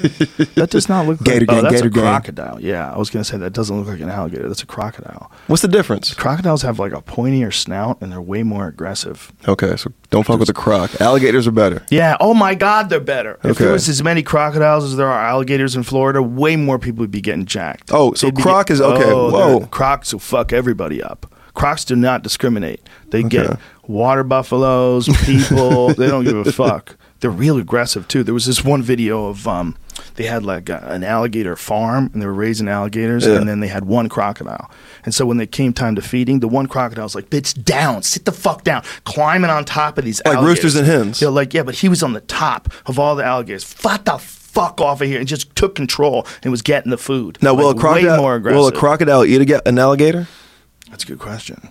Speaker 1: That does not look
Speaker 2: Gator
Speaker 1: like oh,
Speaker 2: gang,
Speaker 1: that's
Speaker 2: gator
Speaker 1: a
Speaker 2: gang.
Speaker 1: crocodile. Yeah, I was gonna say that doesn't look like an alligator. That's a crocodile.
Speaker 2: What's the difference?
Speaker 1: Crocodiles have like a pointier snout and they're way more aggressive.
Speaker 2: Okay, so don't fuck with the croc. Alligators are better.
Speaker 1: Yeah. Oh my God, they're better. If
Speaker 2: Okay.
Speaker 1: there was as many crocodiles as there are alligators in Florida, way more people would be getting jacked.
Speaker 2: Oh, so
Speaker 1: They'd be
Speaker 2: croc is- okay,
Speaker 1: Oh,
Speaker 2: whoa.
Speaker 1: they're- Crocs will fuck everybody up. Crocs do not discriminate. They get water buffaloes,
Speaker 2: <laughs>
Speaker 1: people. they don't give a fuck. They're real aggressive too. There was this one video of um, they had like a, an alligator farm and they were raising alligators,
Speaker 2: Yeah.
Speaker 1: and then they had one crocodile. And so when they came time to feeding, the one crocodile was like, "Bitch, down, sit the fuck down," climbing on top of these
Speaker 2: Like
Speaker 1: alligators.
Speaker 2: roosters and hens.
Speaker 1: Yeah, like yeah, but he was on the top of all the alligators. Fuck the fuck off of here, and just took control and was getting the food.
Speaker 2: Now, will
Speaker 1: Like,
Speaker 2: a
Speaker 1: way
Speaker 2: crocodile
Speaker 1: more aggressive?
Speaker 2: will a crocodile eat a, ga- an alligator?
Speaker 1: That's a good question.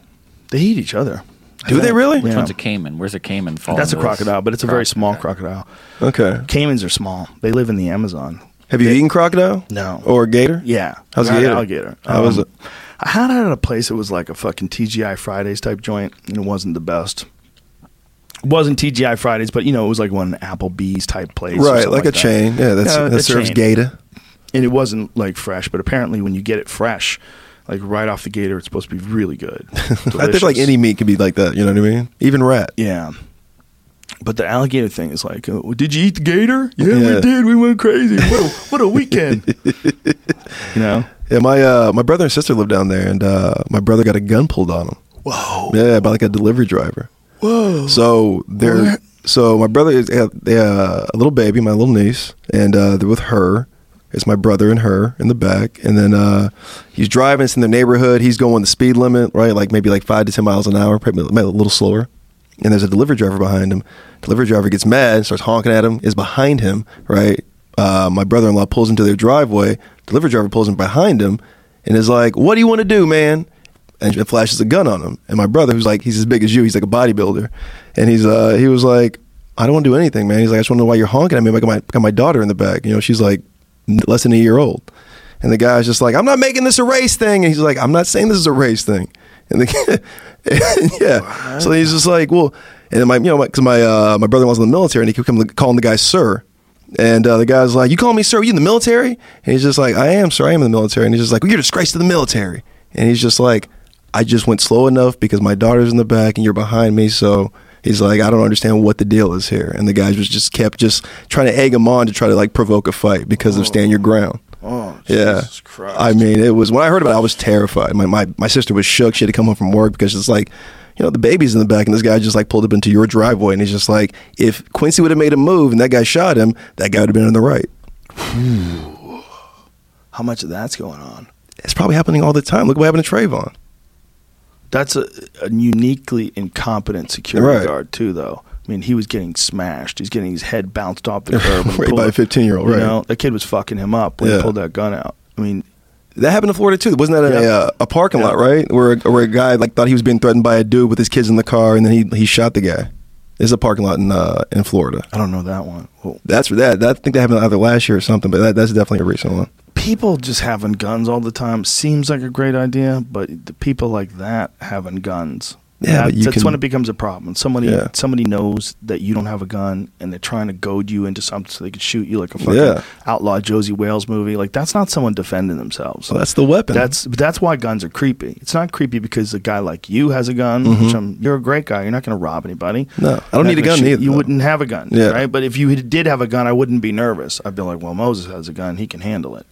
Speaker 1: They eat each other. I
Speaker 2: Do they
Speaker 1: think.
Speaker 2: really?
Speaker 1: Yeah.
Speaker 2: Which
Speaker 3: Which one's a caiman? Where's a caiman fall?
Speaker 1: That's a
Speaker 3: into this?
Speaker 1: crocodile, but it's a very small crocodile.
Speaker 2: Okay.
Speaker 1: Caimans are small. They live in the Amazon.
Speaker 2: Have you eaten crocodile?
Speaker 1: No.
Speaker 2: Or gator?
Speaker 1: Yeah.
Speaker 2: How's
Speaker 1: Not an
Speaker 2: gator?
Speaker 1: Alligator.
Speaker 2: How was
Speaker 1: Um,
Speaker 2: it?
Speaker 1: I had it at a place that was like a fucking TGI Fridays type joint, and it wasn't the best. It wasn't TGI Fridays, but you know, it was like one Applebee's type place. or
Speaker 2: Right,
Speaker 1: something
Speaker 2: like a
Speaker 1: that.
Speaker 2: chain. Yeah, that's,
Speaker 1: Yeah, a
Speaker 2: that serves
Speaker 1: chain.
Speaker 2: gator.
Speaker 1: And it wasn't like fresh, but apparently when you get it fresh, like right off the gator, it's supposed to be really good.
Speaker 2: <laughs> I think like
Speaker 1: Delicious.
Speaker 2: any meat could be like that. You know what I mean? Even rat.
Speaker 1: Yeah. But the alligator thing is like, oh, did you eat the gator? Yeah,
Speaker 2: Yeah.
Speaker 1: we did. We went crazy. What a what a weekend.
Speaker 2: <laughs>
Speaker 1: you know?
Speaker 2: Yeah, my uh, my brother and sister live down there, and uh, my brother got a gun pulled on him.
Speaker 1: Whoa.
Speaker 2: Yeah, by like a delivery driver.
Speaker 1: Whoa.
Speaker 2: So they're
Speaker 1: What?
Speaker 2: so my brother is uh, they, uh, a little baby, my little niece, and uh, they're with her. It's my brother and her in the back, and then uh, he's driving. It's in their neighborhood. He's going the speed limit, right? Like maybe like five to ten miles an hour, probably maybe a little slower. And there's a delivery driver behind him. Delivery driver gets mad and starts honking at him. Is behind him, right? Uh, my brother-in-law pulls into their driveway. Delivery driver pulls in behind him, and is like, "What do you want to do, man?" and it flashes a gun on him. And my brother, who's like, he's as big as you, he's like a bodybuilder, and he's uh, he was like, I don't want to do anything, man. He's like, I just want to know why you're honking at me. I got my got my daughter in the back, you know, she's like n- less than a year old, and the guy's just like, I'm not making this a race thing, and he's like, I'm not saying this is a race thing, and the <laughs> and yeah, so he's just like, well, and then my you know, because my, uh, my brother in law's in the military, and he kept coming- calling the guy sir. And uh, the guy's like, "You call me sir? Are you in the military?" And he's just like, "I am, sir. I am in the military." And he's just like, well, "You're a disgrace to the military." And he's just like, "I just went slow enough because my daughter's in the back and you're behind me." So he's like, "I don't understand what the deal is here." And the guy was just kept just trying to egg him on to try to like provoke a fight because of stand your ground.
Speaker 1: Oh,
Speaker 2: Yeah,
Speaker 1: Jesus Christ.
Speaker 2: I mean, it was when I heard about it, I was terrified. My, my my sister was shook. She had to come home from work because it's like, you know, the baby's in the back, and this guy just like pulled up into your driveway, and he's just like, if Quincy would have made a move and that guy shot him, that guy would have been on the right. how much of that's going on. It's probably happening all the time. Look what happened to Trayvon.
Speaker 1: That's a, a uniquely incompetent security
Speaker 2: Right.
Speaker 1: guard too, though. I mean, he was getting smashed. He's getting his head bounced off
Speaker 2: <laughs>
Speaker 1: the curb. when he
Speaker 2: Right,
Speaker 1: pulled
Speaker 2: by a
Speaker 1: up.
Speaker 2: 15-year-old,
Speaker 1: You
Speaker 2: right.
Speaker 1: know, that kid was fucking him up when
Speaker 2: Yeah.
Speaker 1: he pulled that gun out. I mean,
Speaker 2: That happened in Florida too. Wasn't that in a,
Speaker 1: Yeah.
Speaker 2: uh, a parking lot, right? Where where a guy like thought he was being threatened by a dude with his kids in the car, and then he he shot the guy. It's a parking lot in uh, in Florida.
Speaker 1: I don't know that one. Well,
Speaker 2: That's for that. that. I think that happened either last year or something, but that, that's definitely a recent one.
Speaker 1: people just having guns all the time seems like a great idea, but the people like that having guns.
Speaker 2: Yeah,
Speaker 1: that-
Speaker 2: but you
Speaker 1: that's
Speaker 2: can-
Speaker 1: when it becomes a problem. Somebody
Speaker 2: Yeah.
Speaker 1: somebody knows that you don't have a gun and they're trying to goad you into something so they can shoot you like a fucking
Speaker 2: Yeah.
Speaker 1: outlaw Josie Wales movie. Like that's not someone defending themselves.
Speaker 2: So that's the weapon.
Speaker 1: That's that's why guns are creepy. It's not creepy because a guy like you has a gun, which I'm, you're a great guy. You're not going to rob anybody.
Speaker 2: Mm-hmm. No, I don't
Speaker 1: You're not
Speaker 2: need a
Speaker 1: gonna
Speaker 2: gun either,
Speaker 1: You
Speaker 2: though.
Speaker 1: wouldn't have a gun,
Speaker 2: Yeah.
Speaker 1: right? But if you did have a gun, I wouldn't be nervous. I'd be like, well, Moses has a gun. He can handle it.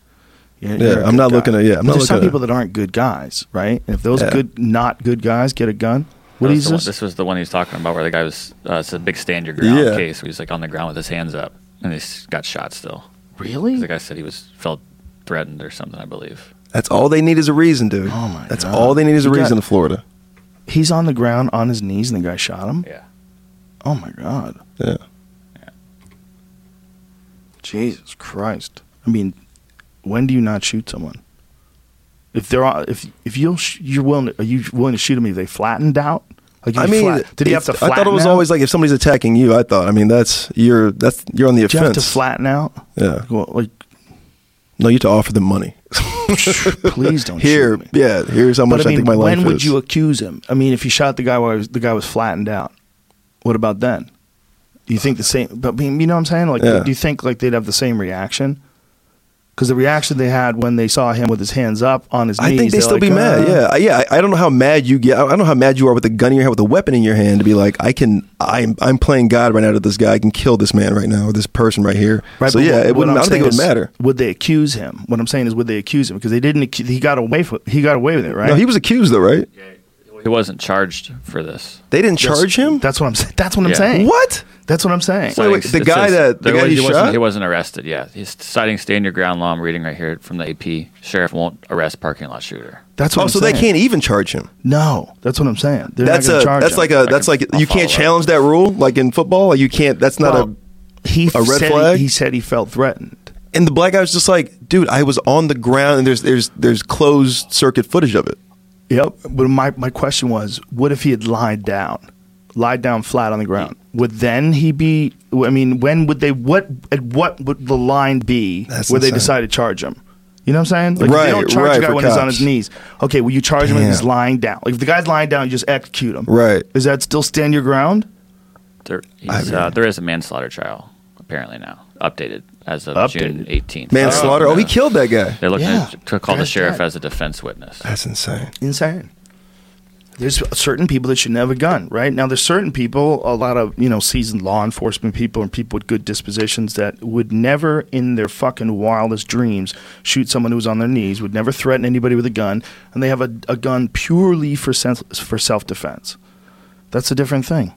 Speaker 1: You're-
Speaker 2: Yeah,
Speaker 1: you're a
Speaker 2: I'm
Speaker 1: good
Speaker 2: not looking at- yeah,
Speaker 1: But
Speaker 2: I'm not
Speaker 1: There's some
Speaker 2: looking at-
Speaker 1: people that aren't good guys, right? And if those
Speaker 2: Yeah.
Speaker 1: good, not good guys get a gun, what
Speaker 3: That was
Speaker 1: is
Speaker 3: the one-
Speaker 1: this?
Speaker 3: was the one he was talking about where the guy was, uh, it's a big stand your ground
Speaker 2: Yeah.
Speaker 3: case where he's like on the ground with his hands up and he s- got shot still. 'Cause The
Speaker 1: Really?
Speaker 3: guy said he was felt threatened or something, I believe.
Speaker 2: that's all they need is a reason, dude.
Speaker 1: Oh, my
Speaker 2: That's
Speaker 1: God.
Speaker 2: all they need is a
Speaker 1: You got-
Speaker 2: reason in Florida.
Speaker 1: He's on the ground on his knees, and the guy shot him.
Speaker 3: Yeah.
Speaker 1: Oh my god.
Speaker 2: Yeah.
Speaker 1: Jesus Christ! I mean, when do you not shoot someone? If they're on- if if you'll sh- you're willing to, are you willing to shoot them if they flattened out? Like if
Speaker 2: I
Speaker 1: he
Speaker 2: mean,
Speaker 1: flat- did he have
Speaker 2: it's-
Speaker 1: to? Flatten
Speaker 2: I thought it was
Speaker 1: out?
Speaker 2: always like if somebody's attacking you. I thought. I mean, that's you're that's you're on the
Speaker 1: Did you have
Speaker 2: offense.
Speaker 1: to flatten out?
Speaker 2: Yeah.
Speaker 1: Well,
Speaker 2: <laughs>
Speaker 1: like,
Speaker 2: No, you have to offer them money.
Speaker 1: please
Speaker 2: <laughs>
Speaker 1: don't
Speaker 2: Here,
Speaker 1: shoot me.
Speaker 2: yeah, here's how much
Speaker 1: But I
Speaker 2: I,
Speaker 1: mean,
Speaker 2: think my life
Speaker 1: when would
Speaker 2: is.
Speaker 1: you accuse him? I mean, if you shot the guy while he was, the guy was flattened out, what about then? Do you think the same? But I mean, you know what I'm saying? Like,
Speaker 2: Yeah.
Speaker 1: do you think like they'd have the same reaction? Because the reaction they had when they saw him with his hands up on his knees,
Speaker 2: I think they
Speaker 1: they're
Speaker 2: still
Speaker 1: like,
Speaker 2: be mad.
Speaker 1: "Uh,
Speaker 2: Yeah, I- yeah. I, I don't know how mad you get. I I don't know how mad you are with a gun in your hand, with a weapon in your hand, to be like, I can, I'm, I'm playing God right now to this guy. I can kill this man right now or this person right here.
Speaker 1: Right,
Speaker 2: so
Speaker 1: but
Speaker 2: yeah,
Speaker 1: what-
Speaker 2: it
Speaker 1: what
Speaker 2: wouldn't.
Speaker 1: I'm
Speaker 2: I don't think it
Speaker 1: saying
Speaker 2: would
Speaker 1: is,
Speaker 2: matter.
Speaker 1: Would they accuse him? What I'm saying is, would they accuse him? Because they didn't. accu- He got away. For, he got away with it, right?
Speaker 2: No, he was accused though, right?
Speaker 3: He wasn't charged for this.
Speaker 2: They didn't charge him.
Speaker 1: That's what I'm. saying. That's what I'm
Speaker 3: Yeah.
Speaker 1: saying.
Speaker 2: what?
Speaker 1: That's what I'm saying.
Speaker 2: Wait, wait,
Speaker 3: Sightings-
Speaker 2: the
Speaker 3: it
Speaker 2: guy that- the
Speaker 3: there
Speaker 2: guy
Speaker 3: was-
Speaker 2: you
Speaker 3: he wasn't,
Speaker 2: shot?
Speaker 3: he wasn't arrested. Yeah, he's citing stand your ground law. I'm reading right here from the AP. Sheriff won't arrest parking lot shooter.
Speaker 1: That's what.
Speaker 2: Oh,
Speaker 1: I'm
Speaker 2: so
Speaker 1: saying.
Speaker 2: they can't even charge him.
Speaker 1: No, that's what I'm saying. They're
Speaker 2: That's
Speaker 1: not gonna
Speaker 2: a
Speaker 1: charge
Speaker 2: that's
Speaker 1: him.
Speaker 2: like a
Speaker 3: I
Speaker 2: that's
Speaker 3: can-
Speaker 2: like
Speaker 3: I'll
Speaker 2: you can't
Speaker 3: follow
Speaker 2: challenge that rule like in football. Like you can't. That's not
Speaker 1: Well,
Speaker 2: a
Speaker 1: he
Speaker 2: a red
Speaker 1: said
Speaker 2: flag?
Speaker 1: He, he said he felt threatened.
Speaker 2: And the black guy was just like, dude, I was on the ground, and there's there's there's closed circuit footage of it.
Speaker 1: Yep. But my, my question was, what if he had lied down, lied down flat on the ground? Would then he be? I mean, when would they? What at what would the line be
Speaker 2: That's
Speaker 1: where they
Speaker 2: insane.
Speaker 1: decide to charge him? You know what I'm saying? Like, if
Speaker 2: Right,
Speaker 1: They don't charge
Speaker 2: right,
Speaker 1: a guy
Speaker 2: for
Speaker 1: when he's on
Speaker 2: cops.
Speaker 1: his knees. Okay. Will you charge him if he's
Speaker 2: Damn.
Speaker 1: lying down? Like if the guy's lying down, you just execute him.
Speaker 2: Right.
Speaker 1: Is that still stand your ground?
Speaker 3: There, he's, uh, there is a manslaughter trial apparently now, updated as of June
Speaker 1: Updated.
Speaker 3: 18th.
Speaker 2: Manslaughter.
Speaker 3: Uh,
Speaker 2: Oh, he killed that guy.
Speaker 3: They're looking
Speaker 1: Yeah.
Speaker 3: to, to call the
Speaker 1: That's
Speaker 3: sheriff
Speaker 1: right.
Speaker 3: as a defense witness.
Speaker 2: That's insane.
Speaker 1: insane. There's certain people that shouldn't have a gun, right? Now there's certain people, a lot of you know seasoned law enforcement people and people with good dispositions that would never, in their fucking wildest dreams, shoot someone who's on their knees. Would never threaten anybody with a gun, and they have a, a gun purely for sense, for self defense. That's a different thing,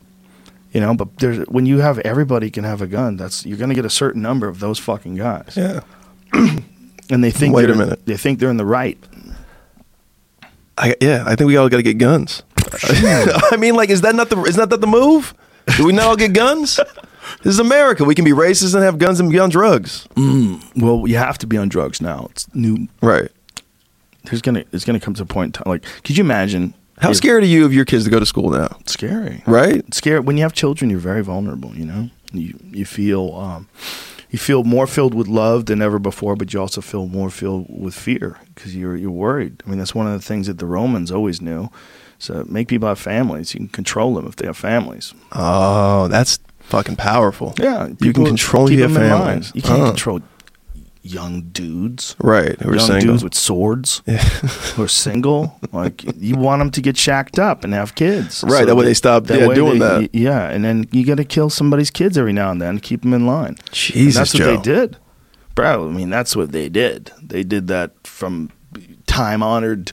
Speaker 1: you know. But there's when you have everybody can have a gun, that's you're going to get a certain number of those fucking guys,
Speaker 2: Yeah.
Speaker 1: and they think
Speaker 2: Wait a
Speaker 1: they're-
Speaker 2: minute.
Speaker 1: they think they're in the right.
Speaker 2: I, yeah, I think we all got to get guns. <laughs> I mean, like, is that not the is not that the move? Do we not all get guns? This is America. We can be racist and have guns and be on drugs.
Speaker 1: Mm. Well, you have to be on drugs now. It's new
Speaker 2: Right.
Speaker 1: there's gonna it's gonna come to a point in time like could you imagine
Speaker 2: How
Speaker 1: if-
Speaker 2: scared are you of your kids to go to school now?
Speaker 1: scary
Speaker 2: Right.
Speaker 1: It's scary when you have children you're very vulnerable you know you you feel um you feel more filled with love than ever before but you also feel more filled with fear because you're you're worried i mean that's one of the things that the romans always knew so make people have families you can control them if they have families
Speaker 2: Oh, that's fucking powerful.
Speaker 1: yeah
Speaker 2: you
Speaker 1: people-
Speaker 2: can control
Speaker 1: keep
Speaker 2: your
Speaker 1: them in mind.
Speaker 2: families.
Speaker 1: you can't
Speaker 2: Uh,
Speaker 1: control young dudes
Speaker 2: Right. Who are
Speaker 1: young
Speaker 2: single.
Speaker 1: dudes with swords <laughs>
Speaker 2: <laughs>
Speaker 1: who are single. Like you want them to get shacked up and have kids,
Speaker 2: Right, that way they stop, yeah, doing that.
Speaker 1: Yeah, and then you got to kill somebody's kids every now and then, to keep them in line.
Speaker 2: Jesus,
Speaker 1: and that's
Speaker 2: Joe.
Speaker 1: what they did, bro. I mean, that's what they did. They did that from time honored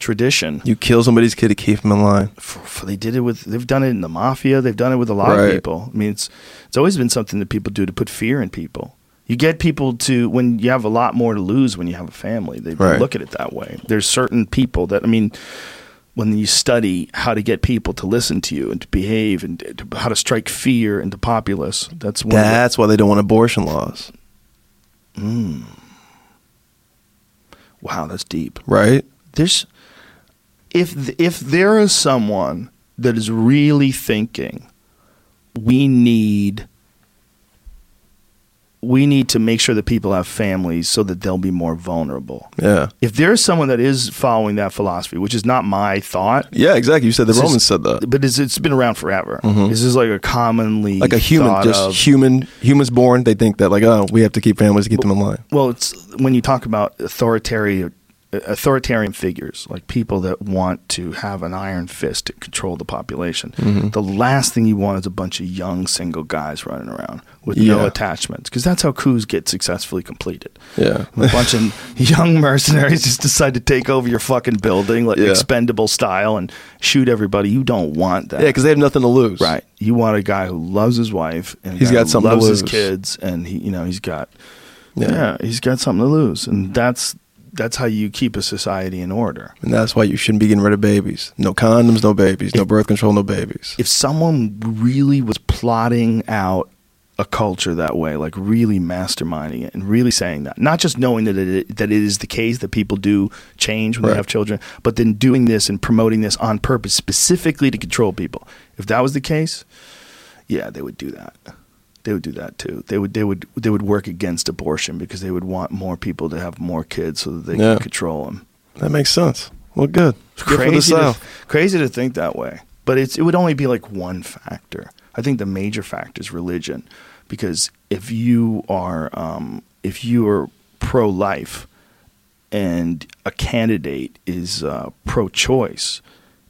Speaker 1: tradition.
Speaker 2: You kill somebody's kid to keep him in line.
Speaker 1: For, for- they did it with. They've done it in the mafia. They've done it with a lot
Speaker 2: Right.
Speaker 1: of people. I mean, it's it's always been something that people do to put fear in people. You get people to when you have a lot more to lose when you have a family. They
Speaker 2: Right.
Speaker 1: look at it that way. There's certain people that I mean, when you study how to get people to listen to you and to behave and to, how to strike fear into populace, that's one. of the-
Speaker 2: That's why they don't want abortion laws,
Speaker 1: Hmm. wow, that's deep.
Speaker 2: right?
Speaker 1: there's if th- if there is someone that is really thinking we need we need to make sure that people have families so that they'll be more vulnerable.
Speaker 2: Yeah.
Speaker 1: If there is someone that is following that philosophy, which is not my thought,
Speaker 2: Yeah, exactly. You said the
Speaker 1: This is-
Speaker 2: Romans said that. Mm-hmm.
Speaker 1: but it's, it's been around forever. This is like a commonly
Speaker 2: Like a human,
Speaker 1: thought
Speaker 2: just
Speaker 1: of-
Speaker 2: human, humans born, they think that like, oh, we have to keep families to keep them in line.
Speaker 1: well, it's when you talk about authoritarian authoritarian figures, like people that want to have an iron fist to control the population.
Speaker 2: Mm-hmm.
Speaker 1: The last thing you want is a bunch of young single guys running around with no
Speaker 2: Yeah.
Speaker 1: attachments, because that's how coups get successfully completed.
Speaker 2: Yeah.
Speaker 1: a bunch of <laughs> young mercenaries just decide to take over your fucking building, like
Speaker 2: Yeah.
Speaker 1: expendable style, and shoot everybody. You don't want that.
Speaker 2: Yeah, because they have nothing to lose.
Speaker 1: Right. You want a guy who loves his wife and a
Speaker 2: He's
Speaker 1: guy
Speaker 2: got
Speaker 1: who
Speaker 2: something to
Speaker 1: loves his
Speaker 2: lose.
Speaker 1: kids and he you know, he's got yeah.
Speaker 2: Yeah.
Speaker 1: he's got something to lose. And that's that's how you keep a society in order.
Speaker 2: And that's why you shouldn't be getting rid of babies. No condoms, no babies. No birth control, no babies.
Speaker 1: If someone really was plotting out a culture that way, like really masterminding it and really saying that, not just knowing that it that it is the case that people do change when they
Speaker 2: Right.
Speaker 1: have children, but then doing this and promoting this on purpose specifically to control people. If that was the case, yeah, they would do that. They would do that too. They would they would they would work against abortion because they would want more people to have more kids so that they
Speaker 2: Yeah.
Speaker 1: can control them.
Speaker 2: That makes sense. Well, good. Good for the
Speaker 1: Crazy, to,
Speaker 2: South.
Speaker 1: crazy to think that way. But it's it would only be like one factor. I think the major factor is religion, because if you are um, if you are pro life, and a candidate is uh, pro choice,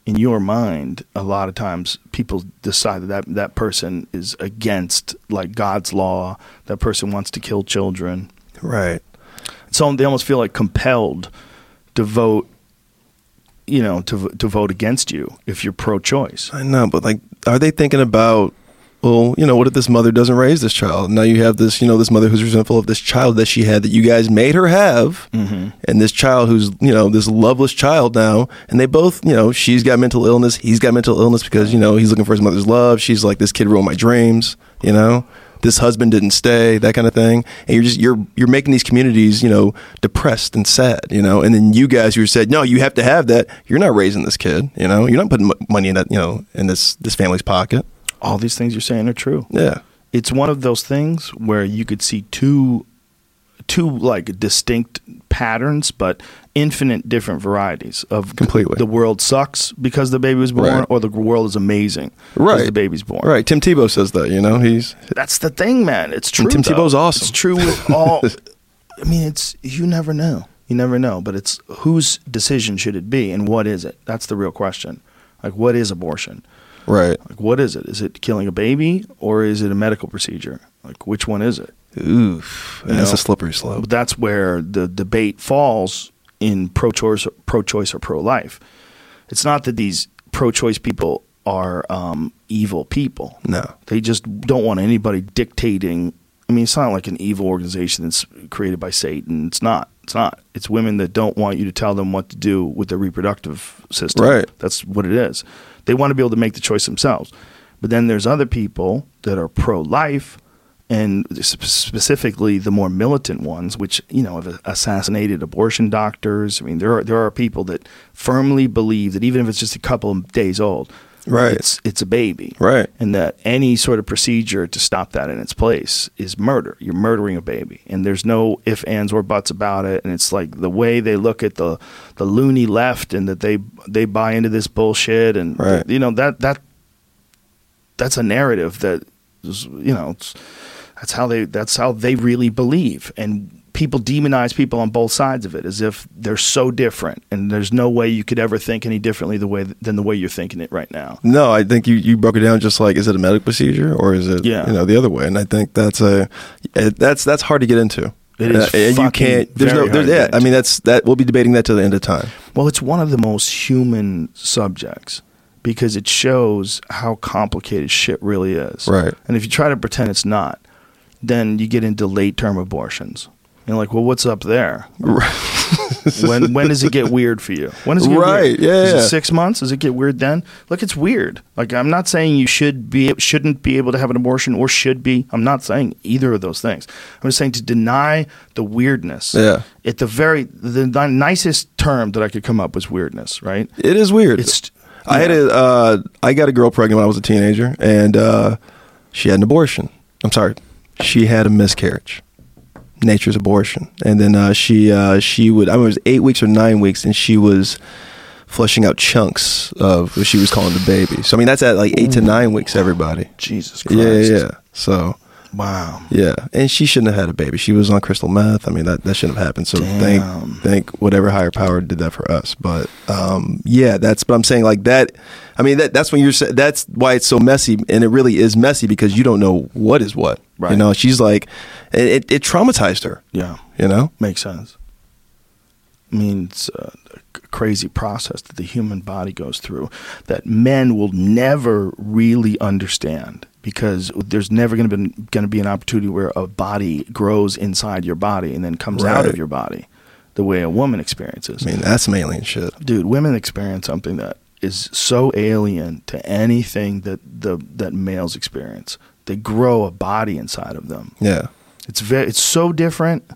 Speaker 1: in your mind, a lot of times people decide that, that that person is against like God's law. That person wants to kill children
Speaker 2: Right.
Speaker 1: so they almost feel like compelled to vote you know to v- to vote against you if you're pro-choice
Speaker 2: I know, but like, are they thinking about, well, you know, what if this mother doesn't raise this child? Now you have this, you know, this mother who's resentful of this child that she had that you guys made her have, and this child who's, you know, this loveless child now, and they both, you know, she's got mental illness, he's got mental illness because, you know, he's looking for his mother's love. She's like, this kid ruined my dreams, you know. This husband didn't stay, that kind of thing, and you're just you're you're making these communities, you know, depressed and sad, you know. And then you guys who said, no, you have to have that. You're not raising this kid, you know. You're not putting m- money in that, you know, in this this family's pocket.
Speaker 1: all these things you're saying are true
Speaker 2: Yeah.
Speaker 1: it's one of those things where you could see two two like distinct patterns but infinite different varieties of
Speaker 2: Completely.
Speaker 1: the world sucks because the baby was born
Speaker 2: Right.
Speaker 1: or the world is amazing because
Speaker 2: Right.
Speaker 1: the baby's born
Speaker 2: Right. Tim Tebow says that, you know, he's
Speaker 1: that's the thing man it's true
Speaker 2: And Tim
Speaker 1: though.
Speaker 2: Tebow's awesome.
Speaker 1: it's true with
Speaker 2: <laughs>
Speaker 1: all i mean it's you never know you never know but it's whose decision should it be and what is it that's the real question like what is abortion
Speaker 2: right.
Speaker 1: like what is it is it killing a baby or is it a medical procedure like which one is it
Speaker 2: Oof. That's
Speaker 1: know.
Speaker 2: a slippery
Speaker 1: but
Speaker 2: slope.
Speaker 1: that's where the debate falls in pro-choice, pro-choice or pro-life. It's not that these pro-choice people are um, evil people.
Speaker 2: No.
Speaker 1: they just don't want anybody dictating. I mean, it's not like an evil organization that's created by Satan. It's not. It's not. It's women that don't want you to tell them what to do with their reproductive system.
Speaker 2: Right.
Speaker 1: That's what it is. They want to be able to make the choice themselves. But then there's other people that are pro life, and sp- specifically the more militant ones, which you know have assassinated abortion doctors. I mean, there are there are people that firmly believe that even if it's just a couple of days old,
Speaker 2: Right.
Speaker 1: it's it's a baby,
Speaker 2: Right.
Speaker 1: and that any sort of procedure to stop that in its place is murder. You're murdering a baby, and there's no if, ands, or buts about it. And it's like the way they look at the the loony left, and that they they buy into this bullshit, and
Speaker 2: Right.
Speaker 1: you know that that that's a narrative that is, you know it's, that's how they that's how they really believe, and people demonize people on both sides of it as if they're so different, and there's no way you could ever think any differently the way than the way you're thinking it right now.
Speaker 2: No, I think you, you broke it down just like is it a medical procedure or is it
Speaker 1: Yeah.
Speaker 2: you know the other way? And I think that's a it- that's that's hard to get into.
Speaker 1: It is
Speaker 2: Uh, and you
Speaker 1: fucking
Speaker 2: can't. There's
Speaker 1: very
Speaker 2: no. There's,
Speaker 1: hard to
Speaker 2: yeah,
Speaker 1: get
Speaker 2: I
Speaker 1: into.
Speaker 2: mean that's that. We'll be debating that till the end of time.
Speaker 1: Well, it's one of the most human subjects because it shows how complicated shit really is.
Speaker 2: Right.
Speaker 1: And if you try to pretend it's not, then you get into late term abortions. And like, well, what's up there?
Speaker 2: <laughs>
Speaker 1: when when does it get weird for you? When does it get
Speaker 2: Right,
Speaker 1: Weird?
Speaker 2: yeah,
Speaker 1: Is
Speaker 2: yeah.
Speaker 1: it six months? Does it get weird then? Look, it's weird. Like I'm not saying you should be shouldn't be able to have an abortion or should be. I'm not saying either of those things. I'm just saying to deny the weirdness.
Speaker 2: Yeah.
Speaker 1: At the very the, the nicest term that I could come up was weirdness. Right.
Speaker 2: It is weird.
Speaker 1: It's-
Speaker 2: I had a uh, I got a girl pregnant when I was a teenager, and uh, she had an abortion. I'm sorry, she had a miscarriage, nature's abortion, and then uh, she uh, she would I mean, it was eight weeks or nine weeks, and she was flushing out chunks of what she was calling the baby. So I mean that's at like eight to nine weeks. Everybody,
Speaker 1: Jesus Mm. Christ.
Speaker 2: yeah, yeah, yeah. So
Speaker 1: Wow.
Speaker 2: yeah, and she shouldn't have had a baby. She was on crystal meth. I mean, that, that shouldn't have happened. So
Speaker 1: Damn.
Speaker 2: thank thank whatever higher power did that for us. But um, yeah, that's. But I'm saying like that. I mean, that that's when you're. sa- That's why it's so messy, and it really is messy because you don't know what is what.
Speaker 1: Right.
Speaker 2: You know, she's like, it, it, it traumatized her.
Speaker 1: Yeah.
Speaker 2: You know.
Speaker 1: Makes sense. I mean, it's a c- crazy process that the human body goes through that men will never really understand because there's never going to be going to be an opportunity where a body grows inside your body and then comes out of
Speaker 2: Right.
Speaker 1: your body the way a woman experiences.
Speaker 2: I mean, that's some alien shit.
Speaker 1: Dude, women experience something that is so alien to anything that the that males experience. They grow a body inside of them.
Speaker 2: Yeah.
Speaker 1: It's very, it's so different.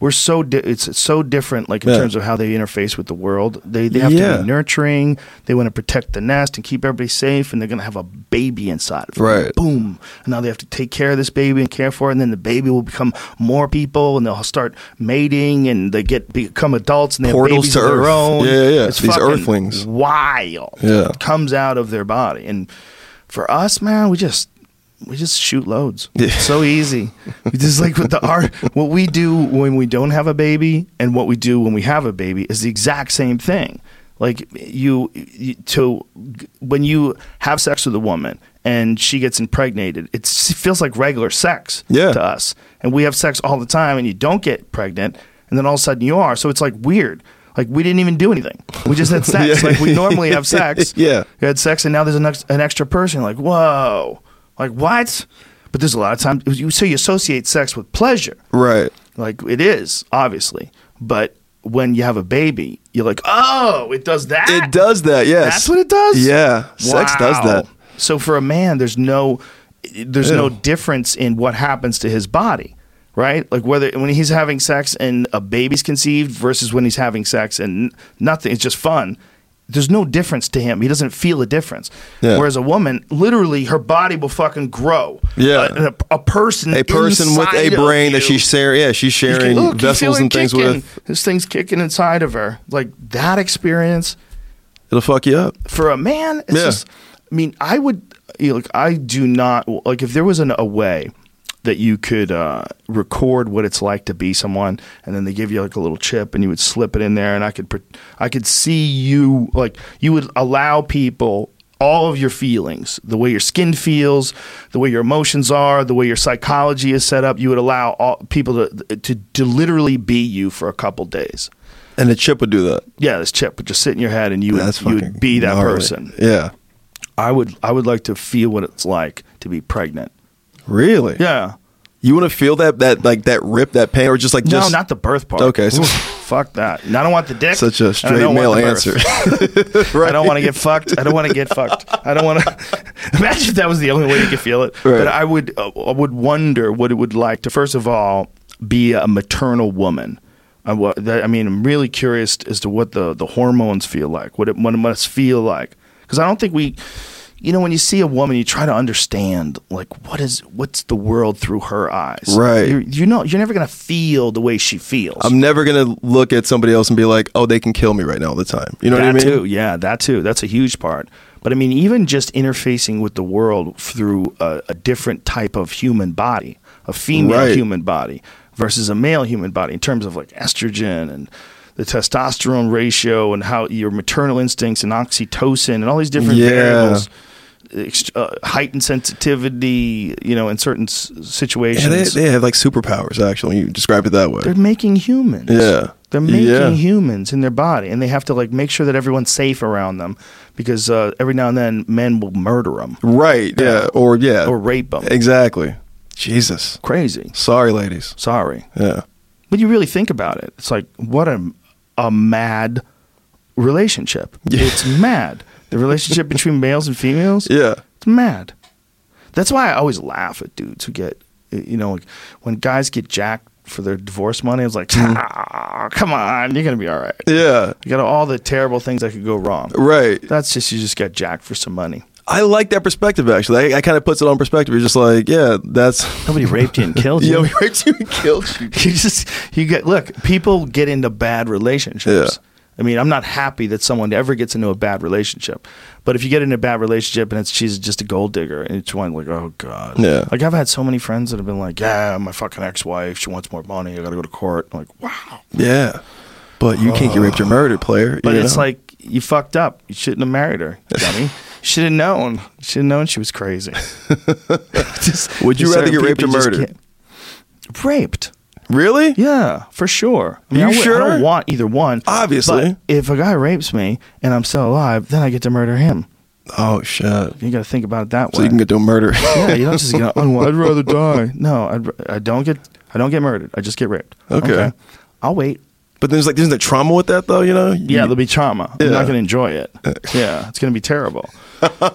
Speaker 1: We're so di- it's it's so different, like in
Speaker 2: Yeah.
Speaker 1: terms of how they interface with the world. They they have to
Speaker 2: Yeah.
Speaker 1: be nurturing. They want to protect the nest and keep everybody safe, and they're gonna have a baby inside. Of them.
Speaker 2: Right.
Speaker 1: Boom. And now they have to take care of this baby and care for it, and then the baby will become more people, and they'll start mating, and they get become adults, and they
Speaker 2: Portals
Speaker 1: have babies
Speaker 2: to
Speaker 1: of their
Speaker 2: Earth.
Speaker 1: own.
Speaker 2: Yeah, yeah, yeah.
Speaker 1: It's
Speaker 2: These
Speaker 1: fucking
Speaker 2: Earthlings.
Speaker 1: Wild.
Speaker 2: Yeah.
Speaker 1: It comes out of their body, and for us, man, we just we just shoot loads.
Speaker 2: <laughs> Yeah.
Speaker 1: It's so easy. It's just like with the art, what we do when we don't have a baby and what we do when we have a baby is the exact same thing. Like you, you to when you have sex with a woman and she gets impregnated, it s- feels like regular sex
Speaker 2: Yeah.
Speaker 1: to us, and we have sex all the time, and you don't get pregnant, and then all of a sudden you are. So it's like weird. Like we didn't even do anything. We just
Speaker 2: <laughs>
Speaker 1: had sex.
Speaker 2: Yeah.
Speaker 1: Like we normally have sex.
Speaker 2: <laughs> Yeah.
Speaker 1: You had sex, and now there's an, ex- an extra person. Like, whoa. Like, what? But there's a lot of times. You, so you associate sex with pleasure.
Speaker 2: Right.
Speaker 1: Like, it is, obviously. But when you have a baby, you're like, oh, it does that?
Speaker 2: It does that. Yes.
Speaker 1: That's what it does?
Speaker 2: Yeah. Sex does
Speaker 1: Wow.
Speaker 2: that.
Speaker 1: So for a man, there's no there's no
Speaker 2: Ew.
Speaker 1: difference in what happens to his body, right? Like whether when he's having sex and a baby's conceived versus when he's having sex and nothing, it's just fun. There's no difference to him. He doesn't feel a difference.
Speaker 2: Yeah.
Speaker 1: Whereas a woman, literally, her body will fucking grow.
Speaker 2: Yeah.
Speaker 1: A, a- a person,
Speaker 2: A person with a
Speaker 1: inside of
Speaker 2: brain that
Speaker 1: you-
Speaker 2: she's sharing. Yeah, she's
Speaker 1: you can-
Speaker 2: sharing
Speaker 1: look, you feel
Speaker 2: vessels
Speaker 1: it
Speaker 2: and things
Speaker 1: kicking.
Speaker 2: with.
Speaker 1: This thing's kicking inside of her. Like that experience
Speaker 2: It'll fuck you up.
Speaker 1: for a man, it's
Speaker 2: Yeah.
Speaker 1: just. I mean, I would you know, like. I do not like if there was an, a way that you could uh, record what it's like to be someone, and then they give you like a little chip, and you would slip it in there, and I could, pre- I could see you like you would allow people all of your feelings, the way your skin feels, the way your emotions are, the way your psychology is set up. You would allow all people to to, to literally be you for a couple days.
Speaker 2: And the chip would do that.
Speaker 1: Yeah, this chip would just sit in your head, and you would,
Speaker 2: That's
Speaker 1: you
Speaker 2: fucking
Speaker 1: would be that
Speaker 2: gnarly.
Speaker 1: person.
Speaker 2: Yeah.
Speaker 1: I would I would like to feel what it's like to be pregnant.
Speaker 2: Really?
Speaker 1: Yeah.
Speaker 2: You want to feel that that like that rip, that pain, or just like just
Speaker 1: no, not the birth part.
Speaker 2: Okay, so-
Speaker 1: Oof, fuck that. And I don't want the dick.
Speaker 2: such a
Speaker 1: and I
Speaker 2: straight
Speaker 1: don't want
Speaker 2: male
Speaker 1: the birth. <laughs>
Speaker 2: answer. <laughs>
Speaker 1: I don't want to get fucked. I don't want to get fucked. I don't want to. <laughs> Imagine if that was the only way you could feel it.
Speaker 2: Right.
Speaker 1: But I would uh, I would wonder what it would like to first of all be a maternal woman. I, wa- that, I mean, I'm really curious as to what the, the hormones feel like, what it, what it must feel like, because I don't think we, you know, when you see a woman, you try to understand like what is what's the world through her eyes.
Speaker 2: Right.
Speaker 1: You're, you know, you're never gonna feel the way she feels.
Speaker 2: I'm never gonna look at somebody else and be like, oh, they can kill me right now all the time. You know
Speaker 1: that
Speaker 2: what I mean?
Speaker 1: too, yeah, that too. That's a huge part. But I mean, even just interfacing with the world through a, a different type of human body, a female
Speaker 2: Right.
Speaker 1: human body versus a male human body, in terms of like estrogen and the testosterone ratio and how your maternal instincts and oxytocin and all these different
Speaker 2: Yeah.
Speaker 1: variables, ext- uh, heightened sensitivity, you know, in certain s-
Speaker 2: Yeah, they,
Speaker 1: situations.
Speaker 2: they have like superpowers. Actually, when you described it that way.
Speaker 1: They're making humans.
Speaker 2: Yeah.
Speaker 1: They're making
Speaker 2: Yeah.
Speaker 1: humans in their body, and they have to like make sure that everyone's safe around them because uh, every now and then men will murder them
Speaker 2: right? Yeah. Or yeah.
Speaker 1: or rape them.
Speaker 2: Exactly. Jesus.
Speaker 1: Crazy.
Speaker 2: Sorry, ladies.
Speaker 1: Sorry.
Speaker 2: Yeah.
Speaker 1: But you really think about it. It's like what a a mad
Speaker 2: <laughs>
Speaker 1: relationship. It's mad. The relationship between males and females.
Speaker 2: Yeah.
Speaker 1: It's mad. That's why I always laugh at dudes who get, you know, like when guys get jacked for their divorce money. I was like,
Speaker 2: Mm-hmm.
Speaker 1: "Ah, come on, you're gonna be all right.
Speaker 2: Yeah.
Speaker 1: You got all the terrible things that could go wrong.
Speaker 2: Right.
Speaker 1: That's just you just got jacked for some money.
Speaker 2: I like that perspective actually. I, I kind of puts it on perspective. You're just like, yeah, that's
Speaker 1: Nobody raped you and killed
Speaker 2: <laughs> yeah,
Speaker 1: you.
Speaker 2: we raped you and killed
Speaker 1: <laughs>
Speaker 2: you.
Speaker 1: you just you get look people get into bad relationships i mean i'm not happy that someone ever gets into a bad relationship but if you get into a bad relationship and it's she's just a gold digger and it's one like oh god
Speaker 2: Yeah.
Speaker 1: like i've had so many friends that have been like yeah my fucking ex-wife she wants more money i gotta go to court I'm like wow
Speaker 2: Yeah. But you can't get raped or murdered, player.
Speaker 1: but
Speaker 2: you
Speaker 1: it's
Speaker 2: know?
Speaker 1: like you fucked up you shouldn't have married
Speaker 2: <laughs>
Speaker 1: her dummy should have known should have known she was crazy Just-
Speaker 2: Would you
Speaker 1: there's
Speaker 2: rather
Speaker 1: certain
Speaker 2: get raped
Speaker 1: people
Speaker 2: or
Speaker 1: you just
Speaker 2: murdered?
Speaker 1: can't- raped
Speaker 2: really?
Speaker 1: Yeah, for sure. I mean,
Speaker 2: You
Speaker 1: I, would- I
Speaker 2: sure?
Speaker 1: don't want either one.
Speaker 2: Obviously.
Speaker 1: But if a guy rapes me and I'm still alive, then I get to murder him.
Speaker 2: Oh shit.
Speaker 1: You got to think about it that way.
Speaker 2: So you can get to a
Speaker 1: <laughs>
Speaker 2: murder. <laughs>
Speaker 1: yeah, you don't just get. Oh, well, I'd rather die. No, I'd, r- I don't get. I don't get murdered. I just get raped.
Speaker 2: Okay.
Speaker 1: I'll wait.
Speaker 2: but there's like, isn't there trauma with that though? You know?
Speaker 1: Yeah, there'll be trauma. I'm
Speaker 2: Yeah.
Speaker 1: not going to enjoy
Speaker 2: <laughs>
Speaker 1: it. Yeah, it's going to be terrible.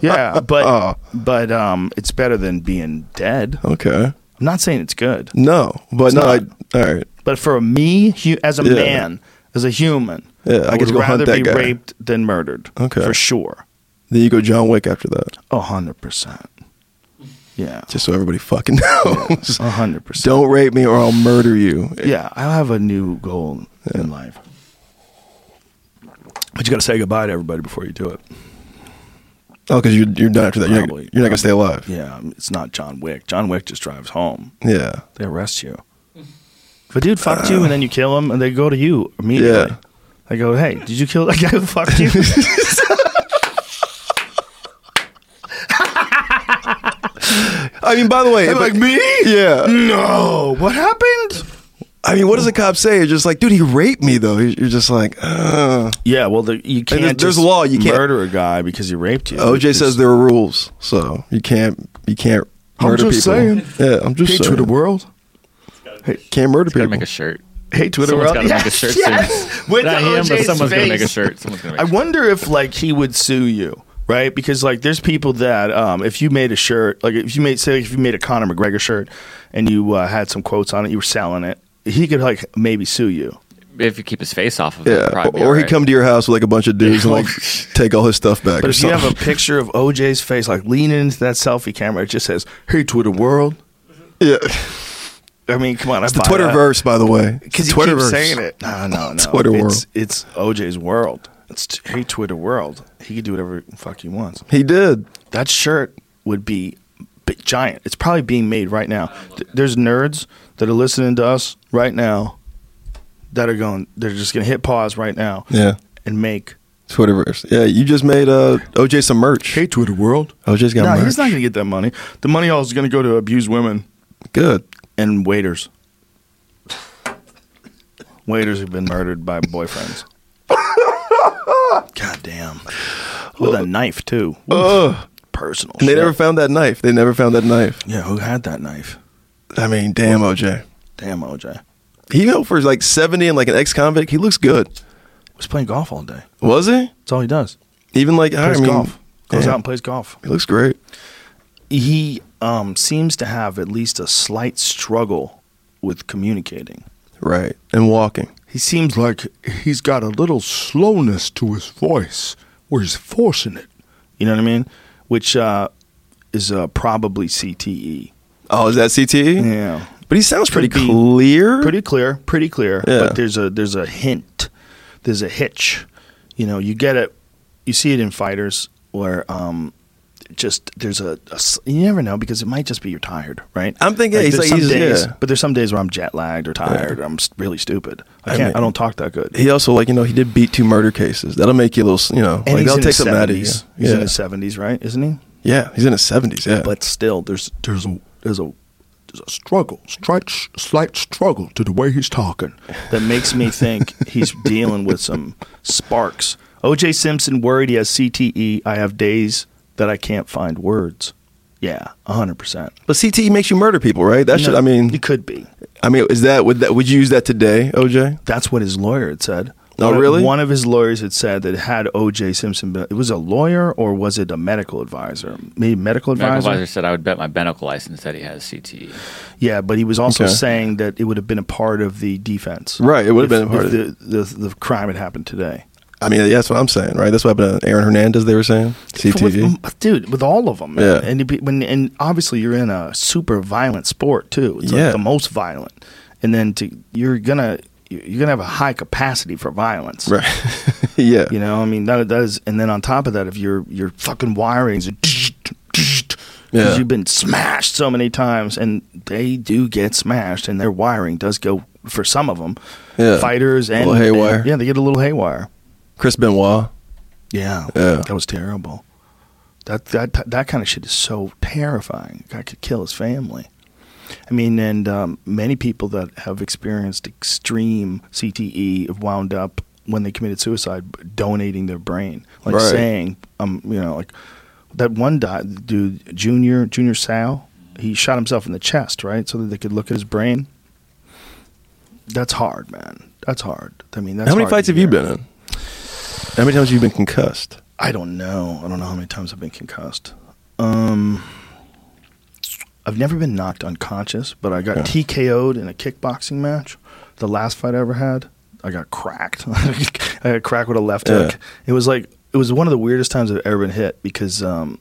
Speaker 1: Yeah, but
Speaker 2: Oh.
Speaker 1: but um, it's better than being dead. I'm
Speaker 2: Okay.
Speaker 1: not saying it's good,
Speaker 2: No, but no.
Speaker 1: not.
Speaker 2: I, all right.
Speaker 1: but for me, hu- as a
Speaker 2: Yeah.
Speaker 1: man, as a human,
Speaker 2: Yeah, I
Speaker 1: I,
Speaker 2: get
Speaker 1: would
Speaker 2: to go hunt
Speaker 1: rather
Speaker 2: that
Speaker 1: be
Speaker 2: guy.
Speaker 1: raped than murdered.
Speaker 2: Okay.
Speaker 1: for sure.
Speaker 2: Then you go John Wick after that,
Speaker 1: A hundred percent. Yeah.
Speaker 2: just so everybody fucking <laughs> knows.
Speaker 1: A hundred percent.
Speaker 2: Don't rape me or I'll murder you.
Speaker 1: Yeah, I have a new goal in life. But you got to say goodbye to everybody before you do it.
Speaker 2: Oh, because you're, you're done after that. You're not,
Speaker 1: Probably.
Speaker 2: you're not gonna stay alive.
Speaker 1: Yeah, I mean, it's not John Wick. John Wick just drives home.
Speaker 2: Yeah.
Speaker 1: They arrest you. If a dude fucked you and then you kill him, and they go to you immediately.
Speaker 2: Yeah.
Speaker 1: They go, "Hey, did you kill that guy who fucked you?"
Speaker 2: I mean, by the way, but-
Speaker 1: like me? Mm.
Speaker 2: Yeah.
Speaker 1: <laughs> no. What happened?
Speaker 2: I mean, what does a cop say? It's just like, dude, he raped me though. You're just like, uh.
Speaker 1: Yeah, well, the, you can't.
Speaker 2: there's- there's
Speaker 1: just
Speaker 2: a law, you can't-
Speaker 1: murder a guy because he raped you.
Speaker 2: OJ
Speaker 1: It's-
Speaker 2: says there are rules, so you can't you can't
Speaker 1: I'm
Speaker 2: murder
Speaker 1: just
Speaker 2: people.
Speaker 1: saying.
Speaker 2: Yeah, I'm just
Speaker 1: "Hate
Speaker 2: saying.
Speaker 1: to the world,
Speaker 2: Can't murder
Speaker 3: Gotta
Speaker 2: people.
Speaker 3: make a shirt.
Speaker 1: hate to the
Speaker 3: Someone's
Speaker 1: world."
Speaker 3: gotta make
Speaker 2: <laughs>
Speaker 3: a shirt soon.
Speaker 1: With
Speaker 3: Not
Speaker 1: the
Speaker 3: him, but
Speaker 1: OJ's
Speaker 3: someone's gonna make a
Speaker 1: face.
Speaker 3: shirt. Someone's gonna make
Speaker 1: I
Speaker 3: a shirt.
Speaker 1: wonder if like he would sue you, right? Because like there's people that um, if you made a shirt, like if you made say if you made a Conor McGregor shirt and you uh, had some quotes on it, you were selling it, he could like maybe sue you.
Speaker 3: If you keep his face off of it, it'd
Speaker 2: yeah,
Speaker 3: probably be
Speaker 2: or he
Speaker 3: alright.
Speaker 2: come to your house with like a bunch of dudes
Speaker 3: <laughs>
Speaker 2: and like take all his stuff back.
Speaker 1: But
Speaker 2: or
Speaker 1: if you have a
Speaker 2: something.
Speaker 1: picture of OJ's face like leaning into that selfie camera, it just says "Hey Twitter world."
Speaker 2: <laughs> yeah,
Speaker 1: I mean, come on,
Speaker 2: it's the Twitterverse, by the way. It's
Speaker 1: Because
Speaker 2: the
Speaker 1: you keep
Speaker 2: Twitterverse.
Speaker 1: saying it. No,
Speaker 2: <laughs>
Speaker 1: no, no.
Speaker 2: Twitter
Speaker 1: it's,
Speaker 2: world.
Speaker 1: It's OJ's world. It's t- hey Twitter world. He can do whatever the fuck he wants.
Speaker 2: He did.
Speaker 1: That shirt would be bi- giant. It's probably being made right now. Th- There's nerds that are listening to us right now that are going, they're just going to hit pause right now
Speaker 2: Yeah,
Speaker 1: and make.
Speaker 2: Twitterverse. Yeah, you just made uh, OJ some merch.
Speaker 1: Twitter world.
Speaker 2: OJ's got
Speaker 1: No,
Speaker 2: merch.
Speaker 1: he's not going to get that money. The money all is going to go to abused women
Speaker 2: Good.
Speaker 1: and waiters. Waiters have been murdered by boyfriends. God damn. With a knife, too.
Speaker 2: Ugh.
Speaker 1: Personal.
Speaker 2: And they
Speaker 1: shit.
Speaker 2: never found that knife. They never found that knife.
Speaker 1: yeah, who had that knife?
Speaker 2: I mean, damn OJ.
Speaker 1: Damn, OJ.
Speaker 2: He went for like seventy and like an ex-convict. He looks good.
Speaker 1: was playing golf all day.
Speaker 2: Was he?
Speaker 1: That's all he does.
Speaker 2: Even like I
Speaker 1: Plays
Speaker 2: mean,
Speaker 1: golf. Goes
Speaker 2: yeah.
Speaker 1: out and plays golf.
Speaker 2: He looks great.
Speaker 1: He um, seems to have at least a slight struggle with communicating.
Speaker 2: Right. And walking.
Speaker 1: He seems like he's got a little slowness to his voice, where he's forcing it. You know what I mean? Which uh, is uh, probably E. CTE.
Speaker 2: Oh, is that CTE?
Speaker 1: Yeah,
Speaker 2: But he sounds pretty
Speaker 1: Could be.
Speaker 2: clear.
Speaker 1: pretty clear, pretty clear.
Speaker 2: Yeah.
Speaker 1: But there's a there's a hint, there's a hitch. You know, you get it, you see it in fighters where um, just there's a, a s- you never know because it might just be you're tired, right?
Speaker 2: I'm thinking, yeah, he's
Speaker 1: there's some
Speaker 2: like- he's-
Speaker 1: days,
Speaker 2: yeah.
Speaker 1: but there's some days where I'm jet lagged or tired. Or I'm s- really stupid. I
Speaker 2: I
Speaker 1: can't. I,
Speaker 2: mean-
Speaker 1: don't talk that good.
Speaker 2: He also like you know he did beat two murder cases. That'll make you a little you know
Speaker 1: and
Speaker 2: like
Speaker 1: he's
Speaker 2: that'll
Speaker 1: in
Speaker 2: take
Speaker 1: his
Speaker 2: something out of you.
Speaker 1: 70s. He's
Speaker 2: yeah.
Speaker 1: in his seventies, right? Isn't he?
Speaker 2: yeah, he's in his seventies. Yeah,
Speaker 1: But still, there's there's a there's a there's a struggle, slight slight struggle to the way he's talking that makes me think he's dealing with some sparks. E. O.J. Simpson worried he has CTE. I have days that I can't find words. Yeah, hundred percent.
Speaker 2: But CTE makes you murder people, right? That should. I mean,
Speaker 1: you could be.
Speaker 2: I mean, is that would that would you use that today, OJ?
Speaker 1: That's what his lawyer had said.
Speaker 2: Oh,
Speaker 1: One of-
Speaker 2: really?
Speaker 1: One of his lawyers had said that had O.J. Simpson been, it was a lawyer or was it a medical advisor? Maybe medical advisor.
Speaker 3: Medical advisor said I would bet my medical license that he has E." CTE.
Speaker 1: Yeah, but he was also
Speaker 2: Okay.
Speaker 1: saying that it would have been a part of the defense.
Speaker 2: Right, it would have
Speaker 1: if-
Speaker 2: been a part
Speaker 1: if
Speaker 2: of it.
Speaker 1: the, the the crime had happened today.
Speaker 2: I mean, that's what I'm saying, right? That's what happened to Aaron Hernandez. They were saying E? CTE.
Speaker 1: With, Mm, dude, with all of them, man.
Speaker 2: Yeah.
Speaker 1: And, you be- when, and obviously, you're in a super violent sport too. It's
Speaker 2: Yeah.
Speaker 1: like the most violent, and then to you're gonna you're gonna have a high capacity for violence,
Speaker 2: Right. <laughs> yeah.
Speaker 1: You know, I mean that that is, and then on top of that, if your your fucking wirings,
Speaker 2: Yeah.
Speaker 1: because you've been smashed so many times, and they do get smashed, and their wiring does go for some of them,
Speaker 2: Yeah.
Speaker 1: fighters
Speaker 2: A
Speaker 1: and
Speaker 2: little haywire.
Speaker 1: and- yeah, they get a little haywire.
Speaker 2: Chris Benoit.
Speaker 1: Yeah,
Speaker 2: Yeah.
Speaker 1: that was terrible. That that that kind of shit is so terrifying. I could kill his family. I mean, and um, many people that have experienced extreme CTE have wound up when they committed suicide donating their brain, like
Speaker 2: Right.
Speaker 1: saying, um, you know, like that one di- dude, Junior Junior Sal, he shot himself in the chest, right, so that they could look at his brain. That's hard, man. That's hard. I mean, that's
Speaker 2: How many
Speaker 1: hard to
Speaker 2: fights have you
Speaker 1: hear.
Speaker 2: been in? How many times have you been concussed?
Speaker 1: I don't know. I don't know how many times I've been concussed. Um, I've never been knocked unconscious, but I got
Speaker 2: Okay.
Speaker 1: TKO'd in a kickboxing match. The last fight I ever had, I got cracked. <laughs> I got cracked with a left
Speaker 2: Yeah.
Speaker 1: hook. It was like it was one of the weirdest times I've ever been hit because um,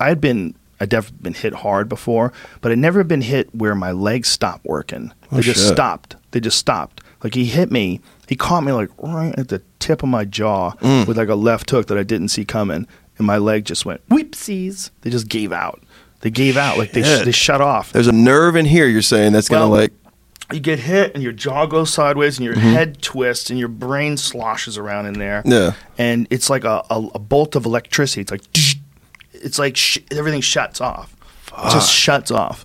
Speaker 1: I had been I'd definitely been hit hard before, but I'd never been hit where my legs stopped working. They just
Speaker 2: Oh, shit.
Speaker 1: stopped. They just stopped. Like he hit me. He caught me like right at the tip of my jaw with like a left hook that I didn't see coming, and my leg just went whoopsies. They just gave out. They gave out. Like they sh-
Speaker 2: Shit.
Speaker 1: they shut off.
Speaker 2: There's a nerve in here. You're saying that's gonna
Speaker 1: Well,
Speaker 2: like. Mm-hmm.
Speaker 1: You get hit, and your jaw goes sideways, and your head twists, and your brain sloshes around in there.
Speaker 2: Yeah.
Speaker 1: and it's like a, a, a bolt of electricity. It's like it's like sh- everything shuts off. It Just shuts off.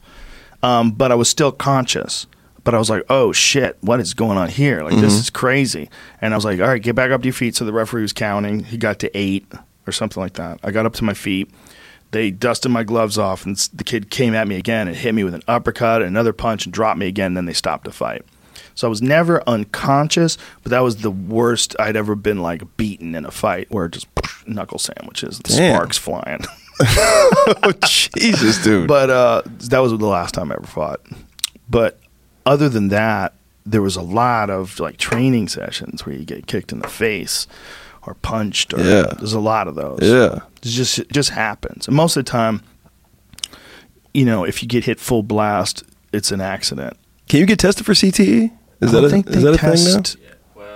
Speaker 1: Um, but I was still conscious. But I was like, oh shit, what is going on here? Like
Speaker 2: Mm-hmm.
Speaker 1: this is crazy. And I was like, all right, get back up to your feet. So the referee was counting. He got to eight or something like that. I got up to my feet. They dusted my gloves off, and s- the kid came at me again and hit me with an uppercut, and another punch, and dropped me again. Then they stopped the fight. So I was never unconscious, but that was the worst I'd ever been like beaten in a fight where just knuckle sandwiches, the
Speaker 2: Damn.
Speaker 1: sparks flying. <laughs>
Speaker 2: <laughs> Oh Jesus, dude.
Speaker 1: but uh, that was the last time I ever fought. But other than that, there was a lot of like training sessions where you get kicked in the face or punched. Or,
Speaker 2: Yeah.
Speaker 1: There's a lot of those.
Speaker 2: Yeah.
Speaker 1: It's just it just happens. And most of the time, you know, if you get hit full blast, it's an accident.
Speaker 2: Can you get tested for CTE? Is that a, is that a thing now?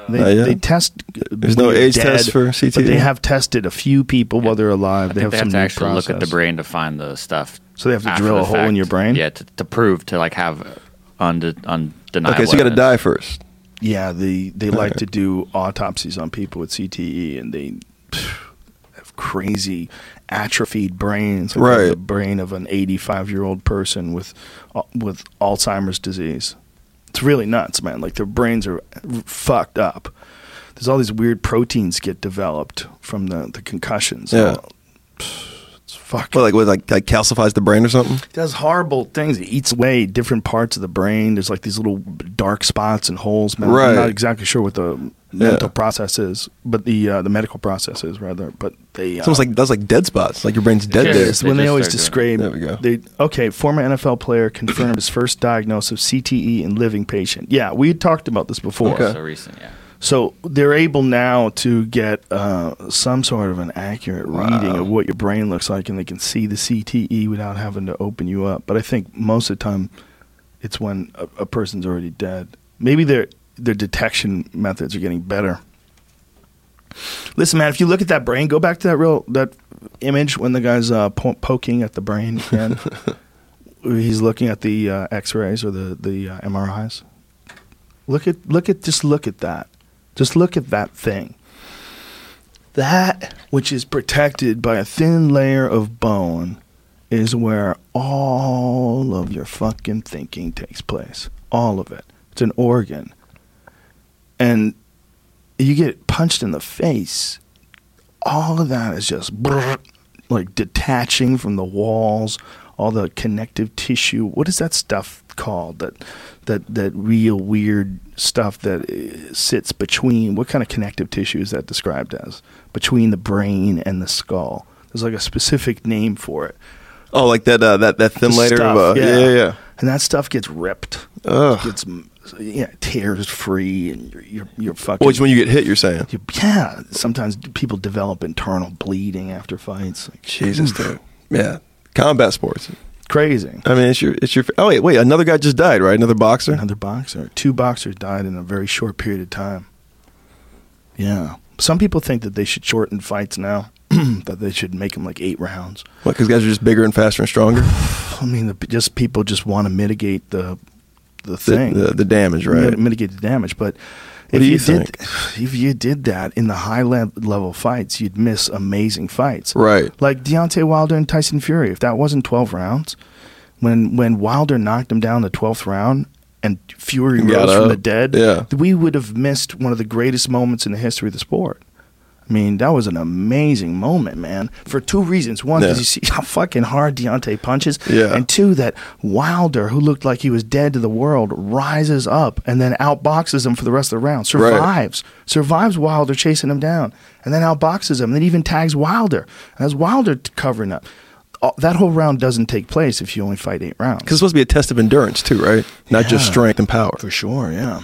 Speaker 1: They,
Speaker 2: Not yet?
Speaker 1: they test.
Speaker 2: There's no age test for
Speaker 1: CT.
Speaker 2: CTE?
Speaker 1: But they have tested a few people while they're alive. They
Speaker 3: They
Speaker 1: have
Speaker 3: have,
Speaker 1: some
Speaker 3: to
Speaker 1: new
Speaker 3: actually look at the
Speaker 1: process.
Speaker 3: brain to find the stuff.
Speaker 1: So they have to
Speaker 3: after
Speaker 1: drill
Speaker 3: the
Speaker 1: a hole in your brain?
Speaker 3: Yeah, to, to prove to like have unde- undeniable.
Speaker 2: Okay, so you got to
Speaker 3: evidence.
Speaker 2: die first.
Speaker 1: Yeah, they they like to do autopsies on people with CTE, and they <sighs> pff, have crazy atrophied brains. Like they have
Speaker 2: Right.
Speaker 1: the brain of an eighty-five year old person with uh, with Alzheimer's disease. It's really nuts, man. Like their brains are fucked up. There's all these weird proteins get developed from the the concussions.
Speaker 2: Yeah.
Speaker 1: Pff, It's fucking
Speaker 2: What, like what, like like calcifies the brain or something?
Speaker 1: does horrible things. It eats away different parts of the brain. There's like these little dark spots and holes. Man.
Speaker 2: Right.
Speaker 1: I'm not exactly sure what the
Speaker 2: Yeah.
Speaker 1: mental process is, but the uh, the medical process is rather. But they uh,
Speaker 2: It's almost like that's like dead spots. Like your brain's dead
Speaker 3: Yeah.
Speaker 2: there.
Speaker 1: it's when
Speaker 3: They
Speaker 1: they
Speaker 3: just
Speaker 1: always
Speaker 3: start
Speaker 1: describe.
Speaker 2: There we go.
Speaker 1: They, okay, former NFL player confirmed his first diagnosis of CTE in living patient. Yeah, we had talked about this before.
Speaker 2: Okay.
Speaker 3: So recent, yeah.
Speaker 1: So they're able now to get uh, some sort of an accurate reading of what your brain looks like, and they can see the CTE without having to open you up. But I think most of the time, it's when a, a person's already dead. Maybe their their detection methods are getting better. Listen, man, if you look at that brain, go back to that real that image when the guy's uh, po- poking at the brain again. He's looking at the uh, X-rays or the the uh, MRIs. Look at look at just look at that. Just look at that thing. That which is protected by a thin layer of bone is where all of your fucking thinking takes place. All of it. It's an organ. And you get punched in the face. All of that is just brrr, like detaching from the walls. all the connective tissue. What is that stuff called? That that that real weird stuff that uh, sits between. What kind of connective tissue is that described as between the brain and the skull? There's like a specific name for it.
Speaker 2: Oh, like that uh, that that thin
Speaker 1: The
Speaker 2: layer
Speaker 1: stuff,
Speaker 2: of uh, yeah. yeah, yeah.
Speaker 1: And that stuff gets ripped.
Speaker 2: Ugh.
Speaker 1: Gets yeah, tears free, and you're you're, you're fucking.
Speaker 2: Which when you get hit, you're saying
Speaker 1: You- yeah, sometimes people develop internal bleeding after fights. Like,
Speaker 2: Jesus, dude. Yeah, combat sports.
Speaker 1: crazy.
Speaker 2: I mean, it's your it's your. Oh wait, wait, another guy just died, right? Another boxer.
Speaker 1: Another boxer. Two boxers died in a very short period of time. Yeah. Some people think that they should shorten fights now, <clears throat> that they should make them like eight rounds.
Speaker 2: What? Because guys are just bigger and faster and stronger.
Speaker 1: <sighs> I mean, the, just people just want to mitigate the the
Speaker 2: The,
Speaker 1: thing,
Speaker 2: the, the damage, right?
Speaker 1: mit- mitigate the damage. But if
Speaker 2: What do
Speaker 1: you,
Speaker 2: you
Speaker 1: did, <sighs>
Speaker 2: think?
Speaker 1: if you did that in the high le- level fights, you'd miss amazing fights.
Speaker 2: Right.
Speaker 1: like Deontay Wilder and Tyson Fury. If that wasn't twelve rounds, when when Wilder knocked him down the twelfth round and Fury
Speaker 2: Got
Speaker 1: rose
Speaker 2: up.
Speaker 1: from the dead,
Speaker 2: Yeah.
Speaker 1: we would have missed one of the greatest moments in the history of the sport. I mean, that was an amazing moment, man. For two reasons: one,
Speaker 2: Yeah.
Speaker 1: because you see how fucking hard Deontay punches,
Speaker 2: Yeah.
Speaker 1: and two, that Wilder, who looked like he was dead to the world, rises up and then outboxes him for the rest of the round.
Speaker 2: Right.
Speaker 1: Survives survives survives Wilder chasing him down, and then outboxes him, and then even tags Wilder as Wilder t- covering up. Uh, That whole round doesn't take place if you only fight eight rounds.
Speaker 2: Because it's supposed to be a test of endurance too, right? Not just
Speaker 1: Yeah.
Speaker 2: strength and power.
Speaker 1: for sure, yeah.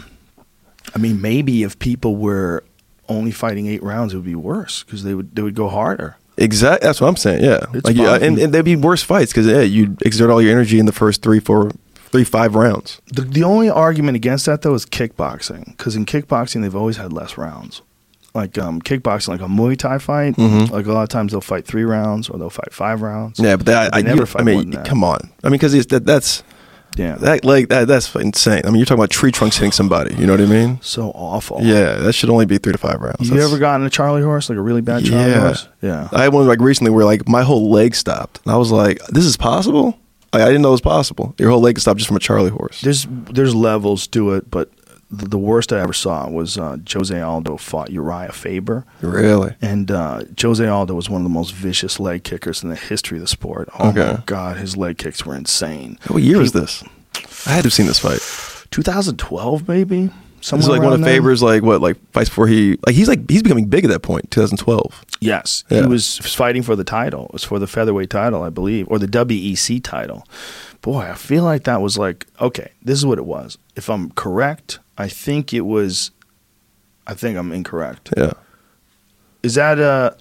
Speaker 1: I mean, maybe if people were only fighting eight rounds, it would be worse because they would they would go harder.
Speaker 2: Exactly. That's what I'm saying. Yeah.
Speaker 1: It's
Speaker 2: like, yeah,
Speaker 1: fine.
Speaker 2: and, and they'd be worse fights because yeah, you exert all your energy in the first three, four, three, five rounds.
Speaker 1: The, the only argument against that though is kickboxing because in kickboxing they've always had less rounds. Like um, kickboxing, like a Muay Thai fight, like a lot of times they'll fight three rounds or they'll fight five rounds.
Speaker 2: Mm-hmm. Yeah, but that
Speaker 1: They
Speaker 2: I,
Speaker 1: never
Speaker 2: you,
Speaker 1: fight
Speaker 2: I
Speaker 1: more
Speaker 2: mean,
Speaker 1: than that.
Speaker 2: come on. I mean, because that, that's
Speaker 1: yeah,
Speaker 2: that like that, that's insane. I mean, you're talking about tree trunks hitting somebody. You know what I mean?
Speaker 1: so awful.
Speaker 2: Yeah, that should only be three to five rounds.
Speaker 1: You
Speaker 2: That's-
Speaker 1: ever gotten a Charlie horse, like a really bad Charlie
Speaker 2: Yeah, Uh,
Speaker 1: horse? Yeah.
Speaker 2: I had one like recently where like my whole leg stopped, and I was like, "This is possible." Like, I didn't know it was possible. Your whole leg stopped just from a Charlie horse.
Speaker 1: There's there's levels to it, but the, the worst I ever saw was uh, Jose Aldo fought Uriah Faber.
Speaker 2: Really?
Speaker 1: And uh, Jose Aldo was one of the most vicious leg kickers in the history of the sport. Oh
Speaker 2: Okay.
Speaker 1: my God, his leg kicks were insane.
Speaker 2: What year was this? I had to have seen this fight.
Speaker 1: 2012, maybe.
Speaker 2: This
Speaker 1: Somewhere
Speaker 2: is like one
Speaker 1: around
Speaker 2: of
Speaker 1: then.
Speaker 2: Faber's like what like fights before he like he's like he's becoming big at that point. 2012.
Speaker 1: Yes,
Speaker 2: Yeah.
Speaker 1: he was fighting for the title. It was for the featherweight title, I believe, or the WEC title. Boy, I feel like that was like okay. This is what it was. If I'm correct, I think it was. I think I'm incorrect.
Speaker 2: Yeah.
Speaker 1: Is that uh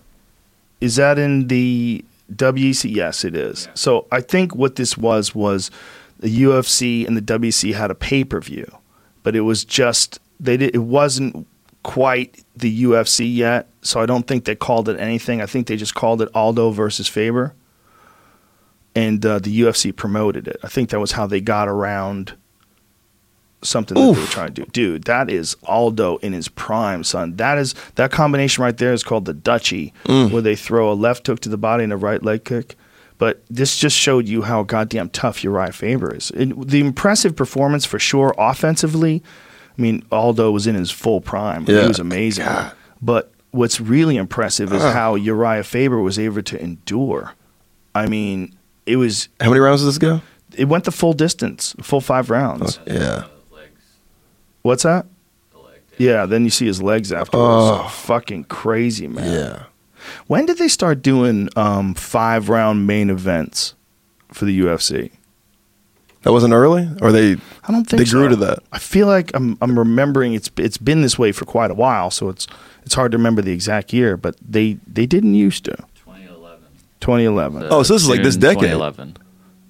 Speaker 1: Is that in the WEC? Yes, it is. So I think what this was was the UFC and the WEC had a pay per view, but it was just they did. It wasn't quite the UFC yet, so I don't think they called it anything. I think they just called it Aldo versus Faber, and uh, the UFC promoted it. I think that was how they got around. Something that they were
Speaker 2: Oof.
Speaker 1: trying to do, dude. That is Aldo in his prime, son. That is that combination right there is called the Dutchie,
Speaker 2: Mm.
Speaker 1: where they throw a left hook to the body and a right leg kick. But this just showed you how goddamn tough Uriah Faber is. And the impressive performance for sure offensively. I mean, Aldo was in his full prime.
Speaker 2: Yeah.
Speaker 1: He was amazing. But what's really impressive
Speaker 2: Uh.
Speaker 1: is how Uriah Faber was able to endure. I mean, it was
Speaker 2: How many rounds does this go?
Speaker 1: it went the full distance, full five rounds.
Speaker 2: Yeah.
Speaker 1: What's that? Yeah, then you see his legs afterwards. Fucking crazy, man.
Speaker 2: Oh. Yeah.
Speaker 1: When did they start doing um, five round main events for the UFC?
Speaker 2: That wasn't early, or they
Speaker 1: I don't think
Speaker 2: they grew
Speaker 1: so.
Speaker 2: to that.
Speaker 1: I feel like I'm I'm remembering it's it's been this way for quite a while, so it's it's hard to remember the exact year, but they they didn't used to.
Speaker 3: 2011.
Speaker 1: 2011.
Speaker 2: Oh, so this is like this
Speaker 3: June
Speaker 2: decade.
Speaker 3: 2011.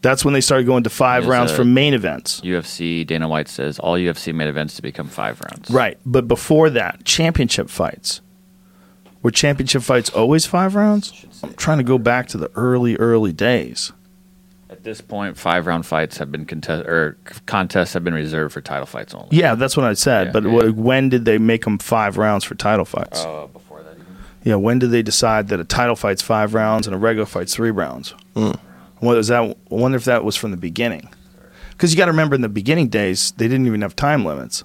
Speaker 1: That's when they started going to five
Speaker 3: Yes,
Speaker 1: rounds
Speaker 3: uh,
Speaker 1: for main events.
Speaker 3: UFC Dana White says all UFC main events to become five rounds.
Speaker 1: Right, but before that, championship fights. Were championship fights always five rounds? I'm trying to go back to the early, early days.
Speaker 3: At this point, five round fights have been contest or contests have been reserved for title fights only.
Speaker 1: Yeah, that's what I said.
Speaker 3: Yeah,
Speaker 1: but
Speaker 3: yeah.
Speaker 1: wh- when did they make them five rounds for title fights?
Speaker 2: Oh.
Speaker 3: Uh, before that, even.
Speaker 1: Yeah, when did they decide that a title fight's five rounds and a regular fight's three rounds?
Speaker 2: Mm.
Speaker 1: What is that? I wonder if that was from the beginning. Because you got to remember, in the beginning days, they didn't even have time limits.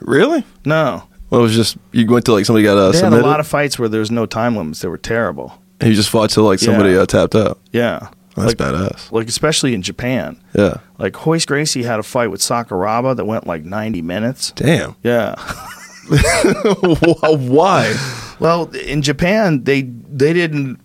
Speaker 2: Really?
Speaker 1: No,
Speaker 2: Well, it was just you went to like somebody got uh,
Speaker 1: they
Speaker 2: submitted,
Speaker 1: had a lot of fights where there was no time limits. They were terrible.
Speaker 2: and you just fought till like somebody
Speaker 1: Yeah.
Speaker 2: uh, tapped out.
Speaker 1: Yeah.
Speaker 2: That's
Speaker 1: Like-
Speaker 2: badass.
Speaker 1: like especially in Japan.
Speaker 2: Yeah.
Speaker 1: Like Hoist Gracie had a fight with Sakuraba that went like 90 minutes.
Speaker 2: Damn.
Speaker 1: Yeah.
Speaker 2: <laughs> Why?
Speaker 1: <laughs> Well, in Japan, they they didn't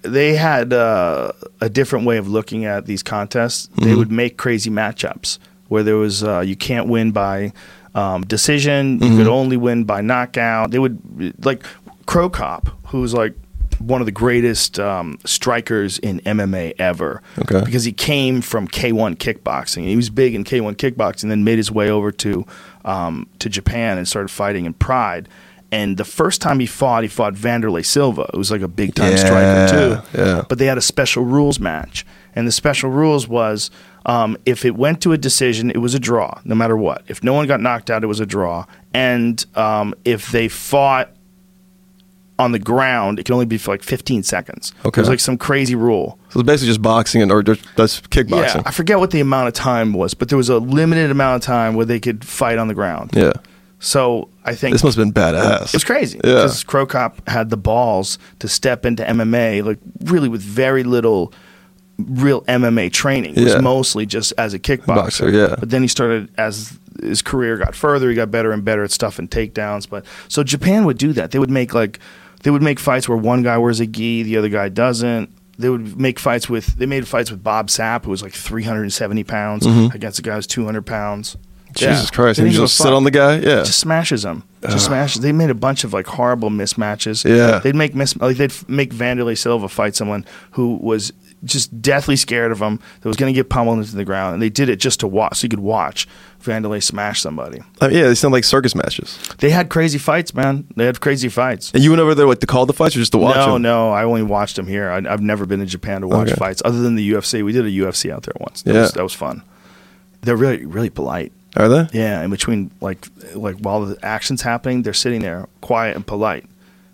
Speaker 1: they had uh, a different way of looking at these contests. They would make crazy matchups where there was uh, you can't win by um, decision, you could only win by knockout. They would like Crow Cop, who's like one of the greatest um, strikers in MMA ever.
Speaker 2: Okay.
Speaker 1: Because he came from K1 kickboxing. He was big in K1 kickboxing, then made his way over to um, to Japan and started fighting in Pride. And the first time he fought, he fought Vanderlei Silva, who was like a big time striker too.
Speaker 2: yeah.
Speaker 1: But they had a special rules match, and the special rules was um, if it went to a decision, it was a draw, no matter what. If no one got knocked out, it was a draw, and um, if they fought on the ground, it could only be for like 15 seconds.
Speaker 2: Okay.
Speaker 1: It was like some crazy rule.
Speaker 2: So it's basically just boxing and or just- that's
Speaker 1: Yeah,
Speaker 2: kickboxing.
Speaker 1: I forget what the amount of time was, but there was a limited amount of time where they could fight on the ground.
Speaker 2: Yeah.
Speaker 1: So I think
Speaker 2: This must have been badass.
Speaker 1: it was crazy
Speaker 2: Yeah.
Speaker 1: because Crow Cop had the balls to step into MMA, like really with very little real MMA training. It
Speaker 2: Yeah.
Speaker 1: was mostly just as a kickboxer.
Speaker 2: Boxer, yeah.
Speaker 1: But then he started as his career got further, he got better and better at stuff and takedowns. But so Japan would do that. They would make like they would make fights where one guy wears a gi, the other guy doesn't. They would make fights with they made fights with Bob Sapp, who was like 370 pounds, against a guy who's 200 pounds.
Speaker 2: Mm-hmm. Jesus
Speaker 1: Yeah.
Speaker 2: Christ.
Speaker 1: They
Speaker 2: And
Speaker 1: didn't
Speaker 2: you
Speaker 1: give
Speaker 2: just
Speaker 1: a
Speaker 2: sit
Speaker 1: fuck
Speaker 2: on the guy? Yeah.
Speaker 1: just smashes them. Just smashes. They made a bunch of like horrible mismatches.
Speaker 2: Yeah.
Speaker 1: they'd make mis like they'd f- make Vanderlei Silva fight someone who was just deathly scared of him that was going to get pummeled into the ground, and they did it just to watch, so you could watch Vanderlei smash somebody.
Speaker 2: I mean, yeah, they sound like circus matches.
Speaker 1: They had crazy fights, man. They had crazy fights.
Speaker 2: And you went over there like to call the fights or just to watch
Speaker 1: no,
Speaker 2: them?
Speaker 1: no, I only watched them here. I, I've never been to Japan to watch
Speaker 2: Okay.
Speaker 1: fights other than the UFC. We did a UFC out there once. That
Speaker 2: Yeah.
Speaker 1: was, that was fun. They're really really polite.
Speaker 2: Are they?
Speaker 1: Yeah, in between, like, like while the action's happening, they're sitting there quiet and polite.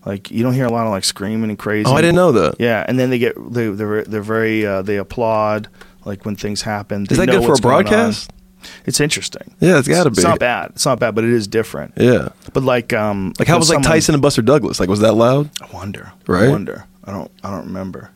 Speaker 1: Like you don't hear a lot of like screaming and crazy.
Speaker 2: Oh, I didn't know that.
Speaker 1: Yeah, and then they get they they're, they're very uh, they applaud like when things happen. They
Speaker 2: Is that
Speaker 1: know
Speaker 2: good for a
Speaker 1: what's going on.
Speaker 2: broadcast?
Speaker 1: It's interesting.
Speaker 2: Yeah, it's gotta
Speaker 1: It's
Speaker 2: be.
Speaker 1: not bad. It's not bad, but it is different.
Speaker 2: Yeah.
Speaker 1: But like um
Speaker 2: Like how
Speaker 1: when
Speaker 2: was like
Speaker 1: someone-
Speaker 2: Tyson and Buster Douglas? Like was that loud?
Speaker 1: I wonder.
Speaker 2: Right?
Speaker 1: I wonder. I don't. I don't remember.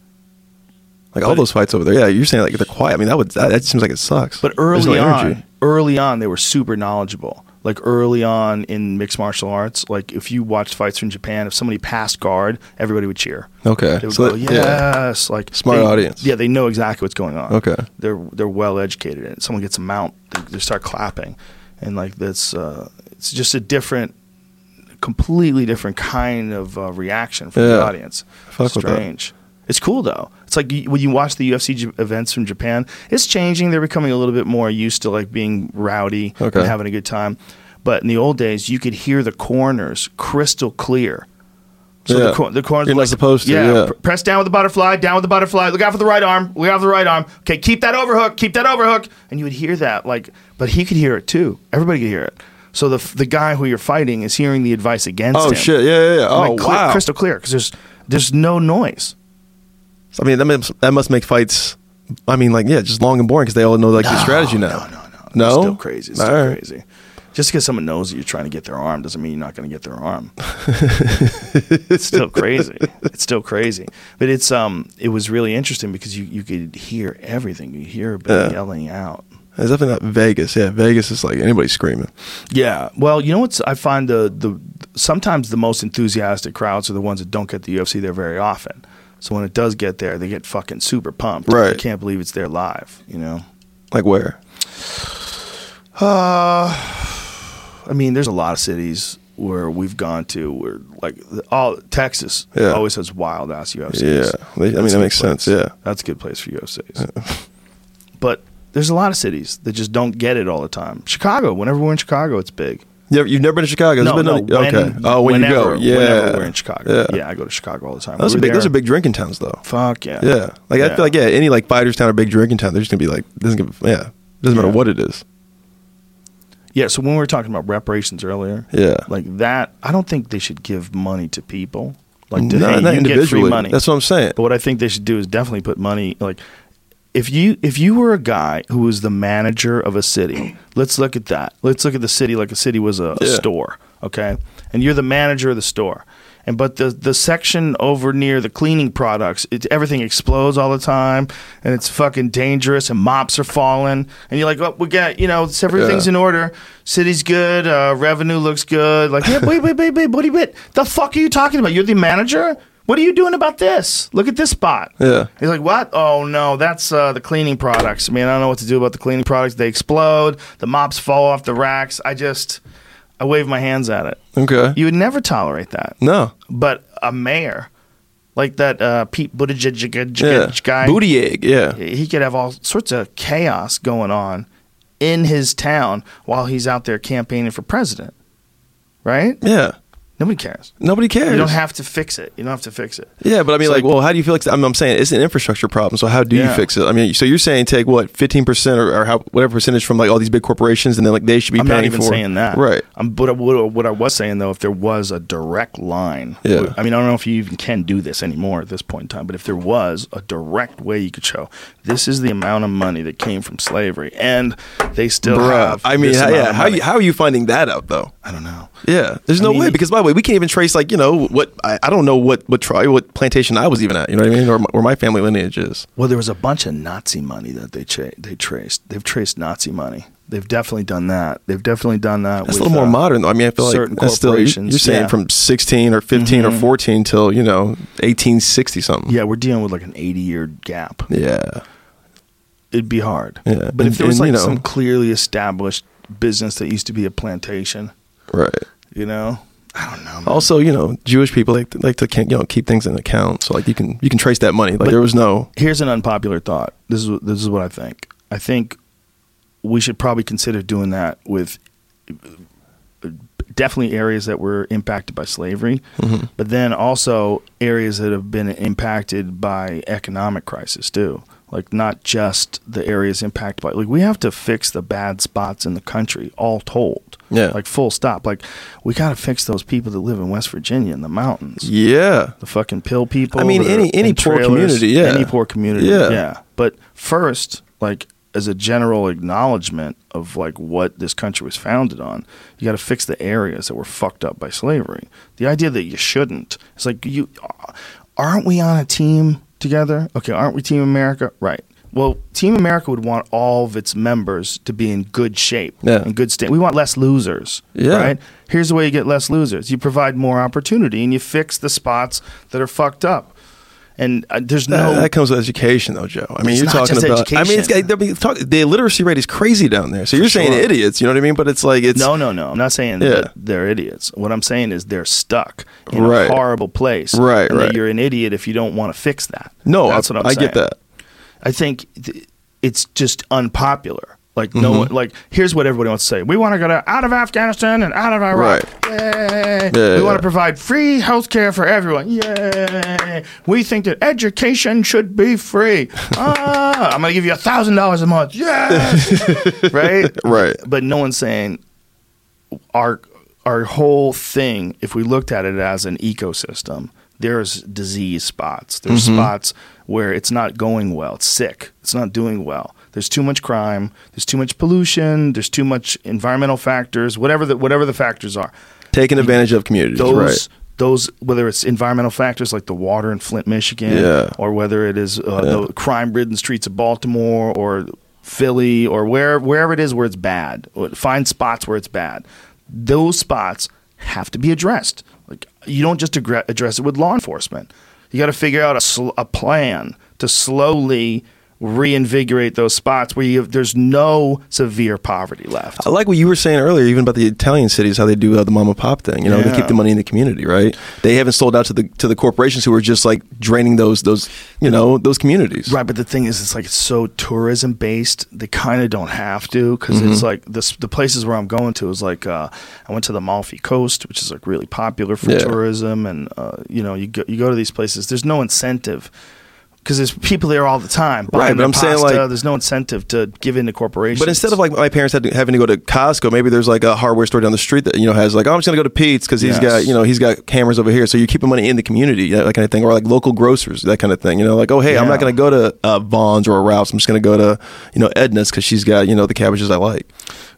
Speaker 2: Like all those fights over there. Yeah, you're saying like they're quiet. I mean, that would that, that seems like it sucks.
Speaker 1: But
Speaker 2: There's no
Speaker 1: early
Speaker 2: energy.
Speaker 1: on, early on, they were super knowledgeable. Like early on in mixed martial arts, like if you watched fights from Japan, if somebody passed guard, everybody would cheer.
Speaker 2: Okay.
Speaker 1: They would
Speaker 2: So
Speaker 1: go,
Speaker 2: that- yeah.
Speaker 1: yes, like
Speaker 2: Smart
Speaker 1: they-
Speaker 2: audience.
Speaker 1: Yeah, they know exactly what's going on.
Speaker 2: Okay.
Speaker 1: they're they're well educated, and someone gets a mount, they, they start clapping, and like that's uh, it's just a different, completely different kind of uh, reaction from
Speaker 2: Yeah.
Speaker 1: the audience.
Speaker 2: Fuck with that.
Speaker 1: Strange. It's cool though. It's like you- when you watch the UFC j- events from Japan, it's changing. They're becoming a little bit more used to like being rowdy
Speaker 2: Okay.
Speaker 1: and having a good time. But in the old days, you could hear the corners crystal clear. So
Speaker 2: Yeah.
Speaker 1: the, cor- the corners
Speaker 2: You're
Speaker 1: were
Speaker 2: not
Speaker 1: like-
Speaker 2: supposed to, yeah.
Speaker 1: pr- press down with the butterfly, down with the butterfly. Look out for the right arm. Look out for the right arm. Okay, keep that overhook. Keep that overhook. And you would hear that like, but he could hear it too. Everybody could hear it. So the f- the guy who you're fighting is hearing the advice against
Speaker 2: Oh
Speaker 1: him.
Speaker 2: shit! Yeah, yeah, yeah. Oh
Speaker 1: like, clear-
Speaker 2: wow!
Speaker 1: crystal clear because there's there's no noise.
Speaker 2: I mean, that must, that must make fights. I mean, like yeah, just long and boring because they all know like your strategy now.
Speaker 1: No, no, no.
Speaker 2: no.
Speaker 1: It's still crazy. It's still
Speaker 2: All right.
Speaker 1: crazy. Just because someone knows that you're trying to get their arm doesn't mean you're not going to get their <laughs> arm. it's still crazy. It's still crazy. But it's um, it was really interesting because you, you could hear everything. You hear people yelling out.
Speaker 2: It's definitely not Vegas. Yeah, Vegas is like anybody screaming.
Speaker 1: Yeah. Well, you know what's I find the the sometimes the most enthusiastic crowds are the ones that don't get the UFC there very often. So when it does get there, they get fucking super pumped.
Speaker 2: Right.
Speaker 1: They can't believe it's there live. You know.
Speaker 2: Like where?
Speaker 1: Uh, I mean, there's a lot of cities where we've gone to where like the- all Texas
Speaker 2: Yeah.
Speaker 1: always has wild ass UFCs.
Speaker 2: Yeah. They- I mean,
Speaker 1: a
Speaker 2: that
Speaker 1: good
Speaker 2: makes sense,
Speaker 1: place.
Speaker 2: yeah.
Speaker 1: that's a good place for UFCs. <laughs> but there's a lot of cities that just don't get it all the time. Chicago, whenever we're in Chicago, it's big.
Speaker 2: You ever- You've never been to Chicago? There's
Speaker 1: no,
Speaker 2: been
Speaker 1: no, when-
Speaker 2: okay. Oh, when
Speaker 1: whenever,
Speaker 2: you go, yeah.
Speaker 1: whenever we're in Chicago,
Speaker 2: Yeah.
Speaker 1: yeah, I go to Chicago all the time.
Speaker 2: Those
Speaker 1: We
Speaker 2: are
Speaker 1: were
Speaker 2: big. Those
Speaker 1: there-
Speaker 2: are big drinking towns, though.
Speaker 1: Fuck yeah,
Speaker 2: Yeah. Like I feel like yeah, any like fighters town or big drinking town, they're just gonna be like doesn't give yeah doesn't matter
Speaker 1: Yeah.
Speaker 2: what it is.
Speaker 1: Yeah, so when we were talking about reparations earlier,
Speaker 2: Yeah.
Speaker 1: like that, I don't think they should give money to people. Like, to,
Speaker 2: Not-
Speaker 1: hey,
Speaker 2: not
Speaker 1: you get free
Speaker 2: individually.
Speaker 1: money.
Speaker 2: That's what I'm saying.
Speaker 1: But what I think they should do is definitely put money. Like, if you if you were a guy who was the manager of a city, let's look at that. Let's look at the city like a city was a, a
Speaker 2: Yeah.
Speaker 1: store, okay? And you're the manager of the store, and but the the section over near the cleaning products, it, everything explodes all the time, and it's fucking dangerous, and mops are falling, and you're like, oh, we got you know, it's- everything's
Speaker 2: Yeah.
Speaker 1: in order, city's good, uh, revenue looks good, like, yeah, wait, wait, wait, wait, what do you wait? The fuck are you talking about? You're the manager. What are you doing about this? Look at this spot.
Speaker 2: Yeah.
Speaker 1: He's like, what? Oh no, that's uh, the cleaning products. I mean, I don't know what to do about the cleaning products. They explode. The mops fall off the racks. I just, I wave my hands at it.
Speaker 2: Okay.
Speaker 1: You would never tolerate that.
Speaker 2: no.
Speaker 1: But a mayor, like that uh, Pete Buttigieg
Speaker 2: Yeah.
Speaker 1: guy,
Speaker 2: Booty egg. Yeah.
Speaker 1: he could have all sorts of chaos going on in his town while he's out there campaigning for president. Right?
Speaker 2: Yeah.
Speaker 1: Nobody cares.
Speaker 2: Nobody cares.
Speaker 1: You don't have to fix it. You don't have to fix it.
Speaker 2: Yeah, but I mean,
Speaker 1: So,
Speaker 2: like,
Speaker 1: like-
Speaker 2: well, how do you feel? Like, I'm, I'm saying it's an infrastructure problem. So how do
Speaker 1: Yeah.
Speaker 2: you fix it? I mean, so you're saying take what 15 percent or, or how whatever percentage from like all these big corporations, and then like they should be
Speaker 1: I'm
Speaker 2: paying
Speaker 1: not even
Speaker 2: for
Speaker 1: saying that.
Speaker 2: right?
Speaker 1: I'm, but I- what, what I was saying though, if there was a direct line,
Speaker 2: Yeah.
Speaker 1: I mean, I don't know if you even can do this anymore at this point in time. But if there was a direct way you could show, this is the amount of money that came from slavery, and they still
Speaker 2: Bruh.
Speaker 1: have.
Speaker 2: I mean,
Speaker 1: this
Speaker 2: how,
Speaker 1: amount
Speaker 2: yeah.
Speaker 1: of
Speaker 2: How
Speaker 1: money.
Speaker 2: you how are you finding that out though?
Speaker 1: I don't know.
Speaker 2: Yeah, there's no
Speaker 1: mean,
Speaker 2: way
Speaker 1: it-
Speaker 2: because by the way, we can't even trace like you know what I, I don't know what what tribe what plantation I was even at. You know what I mean? Or my, or my family lineage is.
Speaker 1: Well, there was a bunch of Nazi money that they cha- they traced. They've traced Nazi money. They've definitely done that. They've definitely done that.
Speaker 2: That's
Speaker 1: with,
Speaker 2: a little more
Speaker 1: uh,
Speaker 2: modern though. I mean, I feel like
Speaker 1: certain
Speaker 2: that's still you're,
Speaker 1: corporations,
Speaker 2: you're saying
Speaker 1: yeah. Mm-hmm.
Speaker 2: from 16 or 15 or 14 till you know 1860 something.
Speaker 1: Yeah, we're dealing with like an eighty-year gap.
Speaker 2: Yeah.
Speaker 1: it'd be hard.
Speaker 2: Yeah,
Speaker 1: But if
Speaker 2: and-
Speaker 1: there was
Speaker 2: and,
Speaker 1: like
Speaker 2: you know-
Speaker 1: some clearly established business that used to be a plantation,
Speaker 2: Right.
Speaker 1: you know, I don't know. man.
Speaker 2: Also, you know, Jewish people like like to can, you know keep things in account, so like you can you can trace that money. Like
Speaker 1: But-
Speaker 2: there was no
Speaker 1: Here's an unpopular thought. This is what- this is what I think. I think we should probably consider doing that with definitely areas that were impacted by slavery, but then also areas that have been impacted by economic crisis too. Like not just the areas impacted by like we have to fix the bad spots in the country, all told.
Speaker 2: Yeah.
Speaker 1: Like full stop. Like we gotta fix those people that live in West Virginia in the mountains.
Speaker 2: yeah
Speaker 1: The fucking pill people.
Speaker 2: I mean,
Speaker 1: that are
Speaker 2: any- any
Speaker 1: in
Speaker 2: poor community, yeah.
Speaker 1: Any poor community.
Speaker 2: Yeah.
Speaker 1: yeah. But first, like as a general acknowledgement of like what this country was founded on, you got to fix the areas that were fucked up by slavery. The idea that you shouldn't. It's like you uh, aren't we on a team together? Okay, aren't we Team America? Right. Well, Team America would want all of its members to be in good shape,
Speaker 2: Yeah.
Speaker 1: in good state. We want less losers,
Speaker 2: Yeah.
Speaker 1: right? Here's the way you get less losers: you provide more opportunity, and you fix the spots that are fucked up. And uh, there's
Speaker 2: that,
Speaker 1: no
Speaker 2: that comes with education though, Joe. I mean,
Speaker 1: It's
Speaker 2: you're
Speaker 1: not
Speaker 2: talking
Speaker 1: just
Speaker 2: about I mean, it's
Speaker 1: education.
Speaker 2: got, I mean, talk, the literacy rate is crazy down there. So you're saying
Speaker 1: sure.
Speaker 2: idiots, you know what I mean? But it's like it's
Speaker 1: No, no, no. I'm not saying
Speaker 2: Yeah.
Speaker 1: that they're idiots. What I'm saying is they're stuck in
Speaker 2: Right.
Speaker 1: a horrible place.
Speaker 2: Right,
Speaker 1: and that
Speaker 2: right.
Speaker 1: you're an idiot if you don't want to fix that.
Speaker 2: no.
Speaker 1: that's
Speaker 2: I,
Speaker 1: what I'm
Speaker 2: I
Speaker 1: saying.
Speaker 2: get that.
Speaker 1: I think th- it's just unpopular. Like no
Speaker 2: Mm-hmm.
Speaker 1: one. Like here's what everybody wants to say: We want to go to, out of Afghanistan and out of Iraq. Yay!
Speaker 2: Yeah,
Speaker 1: we want
Speaker 2: yeah.
Speaker 1: to provide free health care for everyone. Yay! We think that education should be
Speaker 2: <laughs>
Speaker 1: free. ah, I'm gonna give you a thousand dollars a month. Yes,
Speaker 2: <laughs>
Speaker 1: right,
Speaker 2: Right.
Speaker 1: But no one's saying our our whole thing, if we looked at it as an ecosystem, there's disease spots. There's spots where it's not going well. It's sick. It's not doing well. There's too much crime. There's too much pollution. There's too much environmental factors. Whatever the whatever the factors are,
Speaker 2: Taking advantage of communities,
Speaker 1: those
Speaker 2: right?
Speaker 1: those whether it's environmental factors like the water in Flint, Michigan,
Speaker 2: Yeah.
Speaker 1: or whether it is uh, the crime-ridden streets of Baltimore or Philly or where wherever it is where it's bad, or find spots where it's bad. Those spots have to be addressed. Like you don't just aggre- address it with law enforcement. You got to figure out a, sl- a plan to slowly reinvigorate those spots where you have, there's no severe poverty left.
Speaker 2: I like what you were saying earlier, even about the Italian cities, how they do uh, the mom and pop thing. You know, they
Speaker 1: Yeah.
Speaker 2: keep the money in the community, right? They haven't sold out to the to the corporations who are just like draining those those you know those communities.
Speaker 1: Right, but the thing is, it's like it's so tourism based. They kind of don't have to because it's
Speaker 2: Mm-hmm.
Speaker 1: like the s- the places where I'm going to is like uh, I went to the Malfi Coast, which is like really popular for
Speaker 2: Yeah.
Speaker 1: tourism, and uh, you know you go you go to these places. There's no incentive because there's people there all the time.
Speaker 2: Right,
Speaker 1: buying
Speaker 2: but
Speaker 1: their
Speaker 2: I'm saying,
Speaker 1: pasta.
Speaker 2: like-
Speaker 1: there's no incentive to give in to corporations.
Speaker 2: But instead of like my parents had to, having to go to Costco, maybe there's like a hardware store down the street that you know has like, oh, I'm just gonna go to Pete's because he's
Speaker 1: Yes.
Speaker 2: got you know he's got cameras over here. So you're keeping money in the community, you know, that kind of thing, or like local grocers, that kind of thing. You know, like oh hey, I'm
Speaker 1: Yeah.
Speaker 2: not gonna go to uh, Vaughn's or Ralph's. I'm just gonna go to you know Edna's because she's got you know the cabbages I like.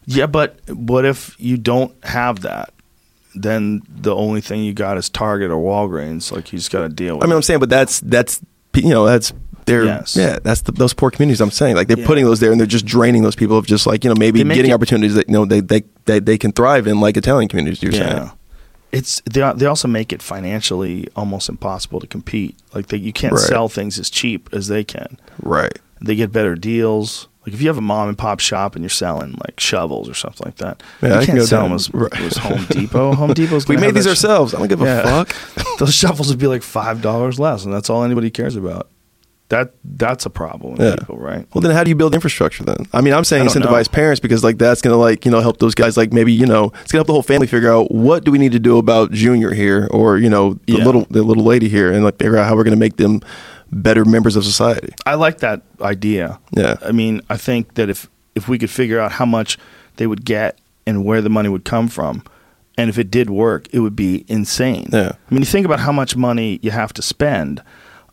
Speaker 1: Yeah, but what if you don't have that? then the only thing you got is Target or Walgreens. Like you just got to deal with.
Speaker 2: I mean, I'm saying, but that's that's you know that's they're
Speaker 1: Yes.
Speaker 2: yeah that's the, those poor communities. I'm saying like they're
Speaker 1: Yeah.
Speaker 2: putting those there and they're just draining those people of just like you know maybe
Speaker 1: They make
Speaker 2: getting
Speaker 1: it-
Speaker 2: opportunities that you know they they they, they can thrive in like Italian communities. You're
Speaker 1: it.
Speaker 2: saying.
Speaker 1: yeah. It's they they also make it financially almost impossible to compete. Like they, you can't
Speaker 2: Right.
Speaker 1: sell things as cheap as they can.
Speaker 2: Right.
Speaker 1: They get better deals. Like if you have a mom and pop shop and you're selling like shovels or something like that,
Speaker 2: Yeah, I
Speaker 1: you
Speaker 2: can
Speaker 1: can't
Speaker 2: go
Speaker 1: sell
Speaker 2: down-
Speaker 1: them as, <laughs>
Speaker 2: right.
Speaker 1: as Home Depot. Home Depot's
Speaker 2: <laughs> We
Speaker 1: gonna
Speaker 2: made
Speaker 1: have
Speaker 2: these
Speaker 1: that sh-
Speaker 2: ourselves. I don't give
Speaker 1: Yeah.
Speaker 2: a fuck.
Speaker 1: <laughs> Those shovels would be like five dollars less, and that's all anybody cares about. That that's a problem with
Speaker 2: Yeah.
Speaker 1: people, right?
Speaker 2: Well, then how do you build infrastructure then? I mean, I'm
Speaker 1: I
Speaker 2: saying
Speaker 1: don't know.
Speaker 2: incentivize parents because like that's gonna like you know help those guys like maybe you know it's gonna help the whole family figure out what do we need to do about junior here or you know the
Speaker 1: Yeah.
Speaker 2: little the little lady here and like figure out how we're gonna make them better members of society.
Speaker 1: I like that idea.
Speaker 2: Yeah.
Speaker 1: I mean, I think that if if we could figure out how much they would get and where the money would come from, and if it did work, it would be insane.
Speaker 2: Yeah.
Speaker 1: I mean, you think about how much money you have to spend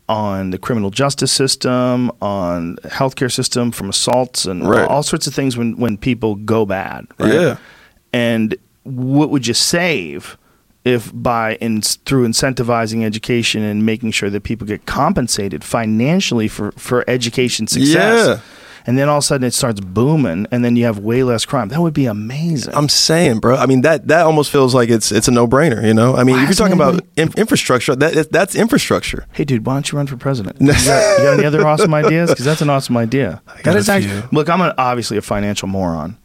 Speaker 1: on the criminal justice system, on the healthcare system from assaults and
Speaker 2: Right.
Speaker 1: all sorts of things when when people go bad, right?
Speaker 2: Yeah.
Speaker 1: And what would you save if by in, through incentivizing education and making sure that people get compensated financially for, for education success?
Speaker 2: Yeah.
Speaker 1: And then all of a sudden it starts booming, and then you have way less crime. That would be amazing.
Speaker 2: I'm saying, bro. I mean that that almost feels like it's it's a no brainer. You know, I mean, if you're
Speaker 1: Hasn't
Speaker 2: talking about
Speaker 1: anybody-
Speaker 2: in, infrastructure, that is- that's infrastructure.
Speaker 1: hey, dude, why don't you run for
Speaker 2: <laughs>
Speaker 1: president? You got, you got any other awesome ideas? Because that's an awesome idea. That
Speaker 2: got
Speaker 1: is
Speaker 2: a
Speaker 1: actually,
Speaker 2: few.
Speaker 1: look, I'm an, obviously a financial moron.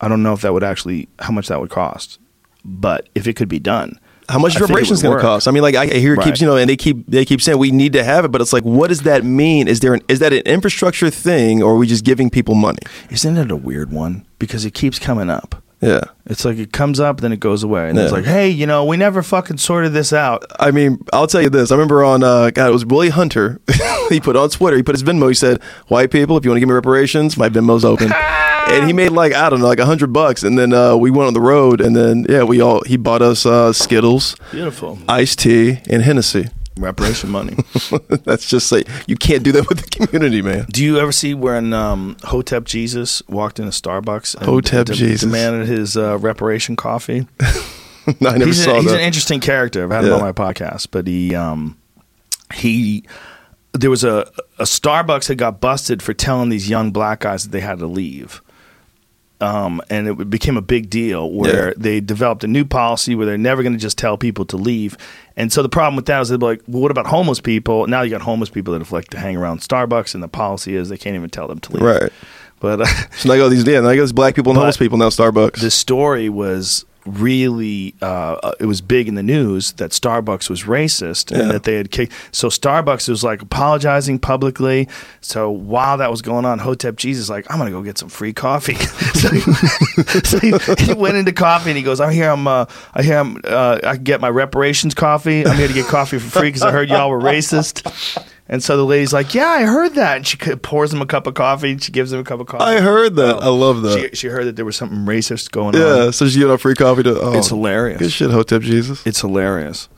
Speaker 1: I don't know if that would actually, how much that would cost. But if it could be done,
Speaker 2: How much
Speaker 1: I
Speaker 2: is
Speaker 1: think it
Speaker 2: reparations
Speaker 1: would
Speaker 2: going to
Speaker 1: work.
Speaker 2: cost? I mean, like I I hear it
Speaker 1: Right.
Speaker 2: keeps, you know, and they keep they keep saying we need to have it, but it's like, what does that mean? Is there an is that an infrastructure thing, or are we just giving people money?
Speaker 1: Isn't it a weird one? Because it keeps coming up.
Speaker 2: Yeah,
Speaker 1: It's like it comes up, then it goes away, and it's
Speaker 2: Yeah.
Speaker 1: like, hey, you know, we never fucking sorted this out.
Speaker 2: I mean, I'll tell you this. I remember on uh, God, it was Willie Hunter. <laughs> he put on Twitter, he put his Venmo. He said, "White people, if you want to give me reparations, my Venmo's <laughs> open." and he made like I don't know, like a hundred bucks, and then uh, we went on the road, and then yeah, we all he bought us uh, Skittles,
Speaker 1: Beautiful
Speaker 2: iced tea, and Hennessy.
Speaker 1: <laughs>
Speaker 2: <laughs>
Speaker 1: reparation money. <laughs>
Speaker 2: That's just like you can't do that with the community, man. <laughs>
Speaker 1: Do you ever see when um, Hotep Jesus walked into Starbucks and
Speaker 2: Hotep Jesus.
Speaker 1: demanded his uh, reparation coffee?
Speaker 2: I never
Speaker 1: he's,
Speaker 2: saw
Speaker 1: a, he's an
Speaker 2: that.
Speaker 1: interesting character. I've had him
Speaker 2: Yeah.
Speaker 1: on my podcast, but he um, he there was a a Starbucks that got busted for telling these young black guys that they had to leave. Um, and it became a big deal where
Speaker 2: Yeah.
Speaker 1: they developed a new policy where they're never going to just tell people to leave. And so the problem with that is they'd be like, well, what about homeless people? Now you got homeless people that have like to hang around Starbucks, and the policy is they can't even tell them to leave.
Speaker 2: Right.
Speaker 1: But uh,
Speaker 2: So now I go these yeah, now I go these black people and
Speaker 1: But-
Speaker 2: homeless people now Starbucks.
Speaker 1: the story was really uh, it was big in the news that Starbucks was racist and
Speaker 2: Yeah.
Speaker 1: that they had kicked. So Starbucks was like apologizing publicly. So while that was going on, Hotep Jesus was like I'm gonna go get some free coffee. <laughs> so he, so he, he went into coffee and he goes, I hear I'm uh, I hear I'm uh, I can get my reparations coffee. I'm here to get coffee for free because I heard y'all were racist. And so the lady's like, "Yeah, I heard that." And she c- pours him a cup of coffee. And she gives him a cup of coffee.
Speaker 2: I heard that. I love that.
Speaker 1: She, she heard that there was something racist going on.
Speaker 2: yeah, so she giving out free coffee to oh,
Speaker 1: It's hilarious.
Speaker 2: Good shit, Hotep Jesus.
Speaker 1: It's hilarious,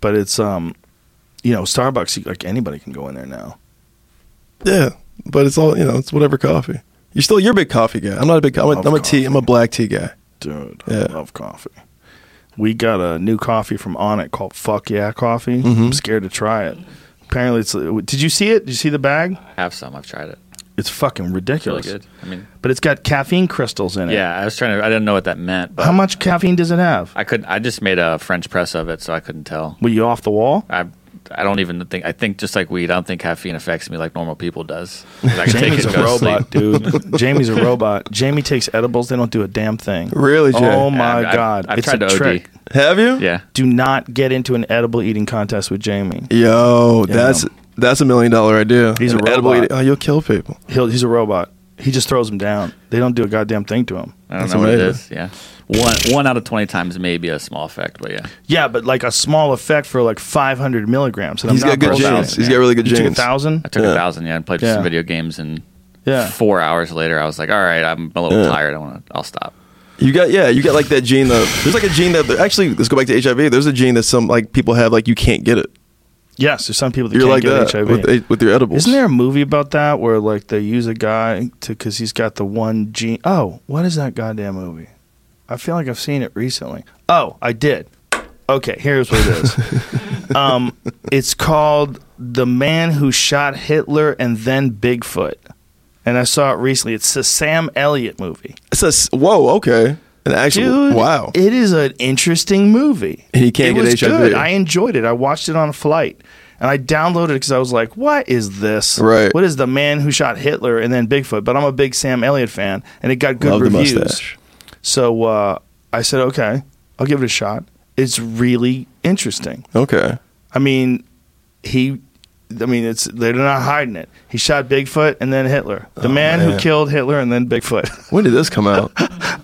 Speaker 1: but it's um, you know, Starbucks. you- Like anybody can go in there now.
Speaker 2: yeah. But it's all you know, it's whatever coffee. You're still you're a big coffee guy. I'm not a big I'm a,
Speaker 1: Love
Speaker 2: I'm a tea I'm a black tea guy.
Speaker 1: Dude, I
Speaker 2: Yeah.
Speaker 1: love coffee. We got a new coffee from Onnit called Fuck Yeah Coffee.
Speaker 2: Mm-hmm.
Speaker 1: I'm scared to try it. Apparently, it's. uh, Did you see it? Did you see the bag?
Speaker 3: I have some. I've tried it.
Speaker 1: It's fucking
Speaker 3: It's really
Speaker 1: ridiculous.
Speaker 3: good. I mean,
Speaker 1: But it's got caffeine crystals in it.
Speaker 3: yeah, I was trying to. I didn't know what that meant, but
Speaker 1: How much caffeine does it have?
Speaker 3: I couldn't. I just made a French press of it, so I couldn't tell.
Speaker 1: Were you off the wall?
Speaker 3: I. I don't even think. I think just like weed, I don't think caffeine affects me like normal people does.
Speaker 2: <laughs>
Speaker 3: 'Cause I can take it,
Speaker 1: Jamie's a
Speaker 3: go to sleep.
Speaker 1: robot, dude. <laughs> Jamie's a robot. Jamie takes edibles; they don't do a damn thing.
Speaker 2: Really, Jay?
Speaker 1: Oh
Speaker 3: Yeah,
Speaker 1: my
Speaker 3: I've- I've-
Speaker 1: god!
Speaker 3: I've
Speaker 1: it's
Speaker 3: tried
Speaker 1: a
Speaker 3: to OD.
Speaker 1: trick.
Speaker 2: Have you?
Speaker 3: Yeah.
Speaker 1: Do not get into an edible eating contest with Jamie.
Speaker 2: Yo,
Speaker 1: Yeah.
Speaker 2: that's that's a million dollar idea.
Speaker 1: He's a
Speaker 2: An edible
Speaker 1: robot.
Speaker 2: eating- Oh, you'll kill people.
Speaker 1: He'll, he's a robot. He just throws them down. They don't do a goddamn thing to him.
Speaker 3: I don't
Speaker 2: That's
Speaker 3: know what it
Speaker 2: amazing.
Speaker 3: is. Yeah. One one out of twenty times may be a small effect, but yeah.
Speaker 1: Yeah, but like a small effect for like 500 milligrams. And
Speaker 2: He's
Speaker 1: I'm
Speaker 2: got
Speaker 1: not
Speaker 2: good
Speaker 1: bullshitting.
Speaker 2: genes. He's
Speaker 3: yeah.
Speaker 2: got really good
Speaker 1: You took a
Speaker 2: genes.
Speaker 3: I
Speaker 1: thousand.
Speaker 3: took
Speaker 2: Yeah.
Speaker 3: a thousand, yeah, and played
Speaker 1: Yeah.
Speaker 3: some video games and
Speaker 1: Yeah.
Speaker 3: four hours later I was like, All right, I'm a little tired, I wanna I'll stop.
Speaker 2: You got yeah, you got like that gene that there's like a gene that actually let's go back to HIV. There's a gene that some like people have like you can't get it.
Speaker 1: Yes, there's some people that
Speaker 2: You're
Speaker 1: can't
Speaker 2: like
Speaker 1: get
Speaker 2: that
Speaker 1: HIV.
Speaker 2: with with your edibles.
Speaker 1: Isn't there a movie about that where like they use a guy to because he's got the one gene? Oh, what is that goddamn movie? I feel like I've seen it recently. Oh, I did. Okay, here's what it is.
Speaker 2: <laughs>
Speaker 1: um, it's called "The Man Who Shot Hitler and Then Bigfoot," and I saw it recently. It's a Sam Elliott movie,
Speaker 2: It's a s- whoa, okay, an actual
Speaker 1: dude.
Speaker 2: wow.
Speaker 1: it is an interesting movie.
Speaker 2: And he can't
Speaker 1: it
Speaker 2: get
Speaker 1: was
Speaker 2: HIV.
Speaker 1: Good. I enjoyed it. I watched it on a flight, and I downloaded it because I was like, "What is this?
Speaker 2: Right.
Speaker 1: What is the man who shot Hitler and then Bigfoot?" But I'm a big Sam Elliott fan, and it got good
Speaker 2: Love the
Speaker 1: reviews.
Speaker 2: mustache.
Speaker 1: So uh, I said, "Okay, I'll give it a shot." It's really interesting.
Speaker 2: Okay,
Speaker 1: I mean, he. I mean, it's they're not hiding it. He shot Bigfoot and then Hitler. The man, who
Speaker 2: Oh, man.
Speaker 1: killed Hitler and then Bigfoot. <laughs>
Speaker 2: when did this come out?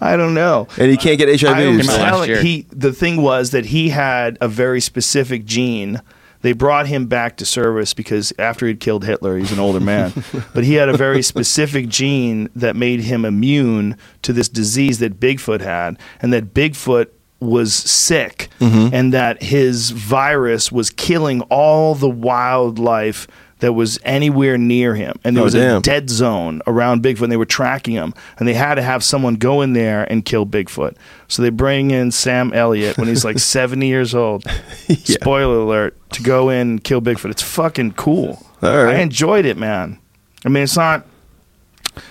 Speaker 1: I don't know.
Speaker 2: And he can't get HIV.
Speaker 1: I am
Speaker 2: you said.
Speaker 3: last
Speaker 1: telling-
Speaker 3: year.
Speaker 1: he. The thing was that he had a very specific gene. They brought him back to service because after he'd killed Hitler, he's an older
Speaker 2: <laughs>
Speaker 1: man, but he had a very specific gene that made him immune to this disease that Bigfoot had, and that Bigfoot was sick,
Speaker 2: Mm-hmm.
Speaker 1: and that his virus was killing all the wildlife that was anywhere near him, and there
Speaker 2: Oh,
Speaker 1: was a
Speaker 2: damn.
Speaker 1: dead dead zone around Bigfoot and they were tracking him and they had to have someone go in there and kill Bigfoot. So they bring in Sam Elliott when
Speaker 3: <laughs>
Speaker 1: he's like 70 years old. Spoiler alert to go in and kill Bigfoot. It's fucking cool.
Speaker 2: All right.
Speaker 1: I enjoyed it, man. I mean, it's not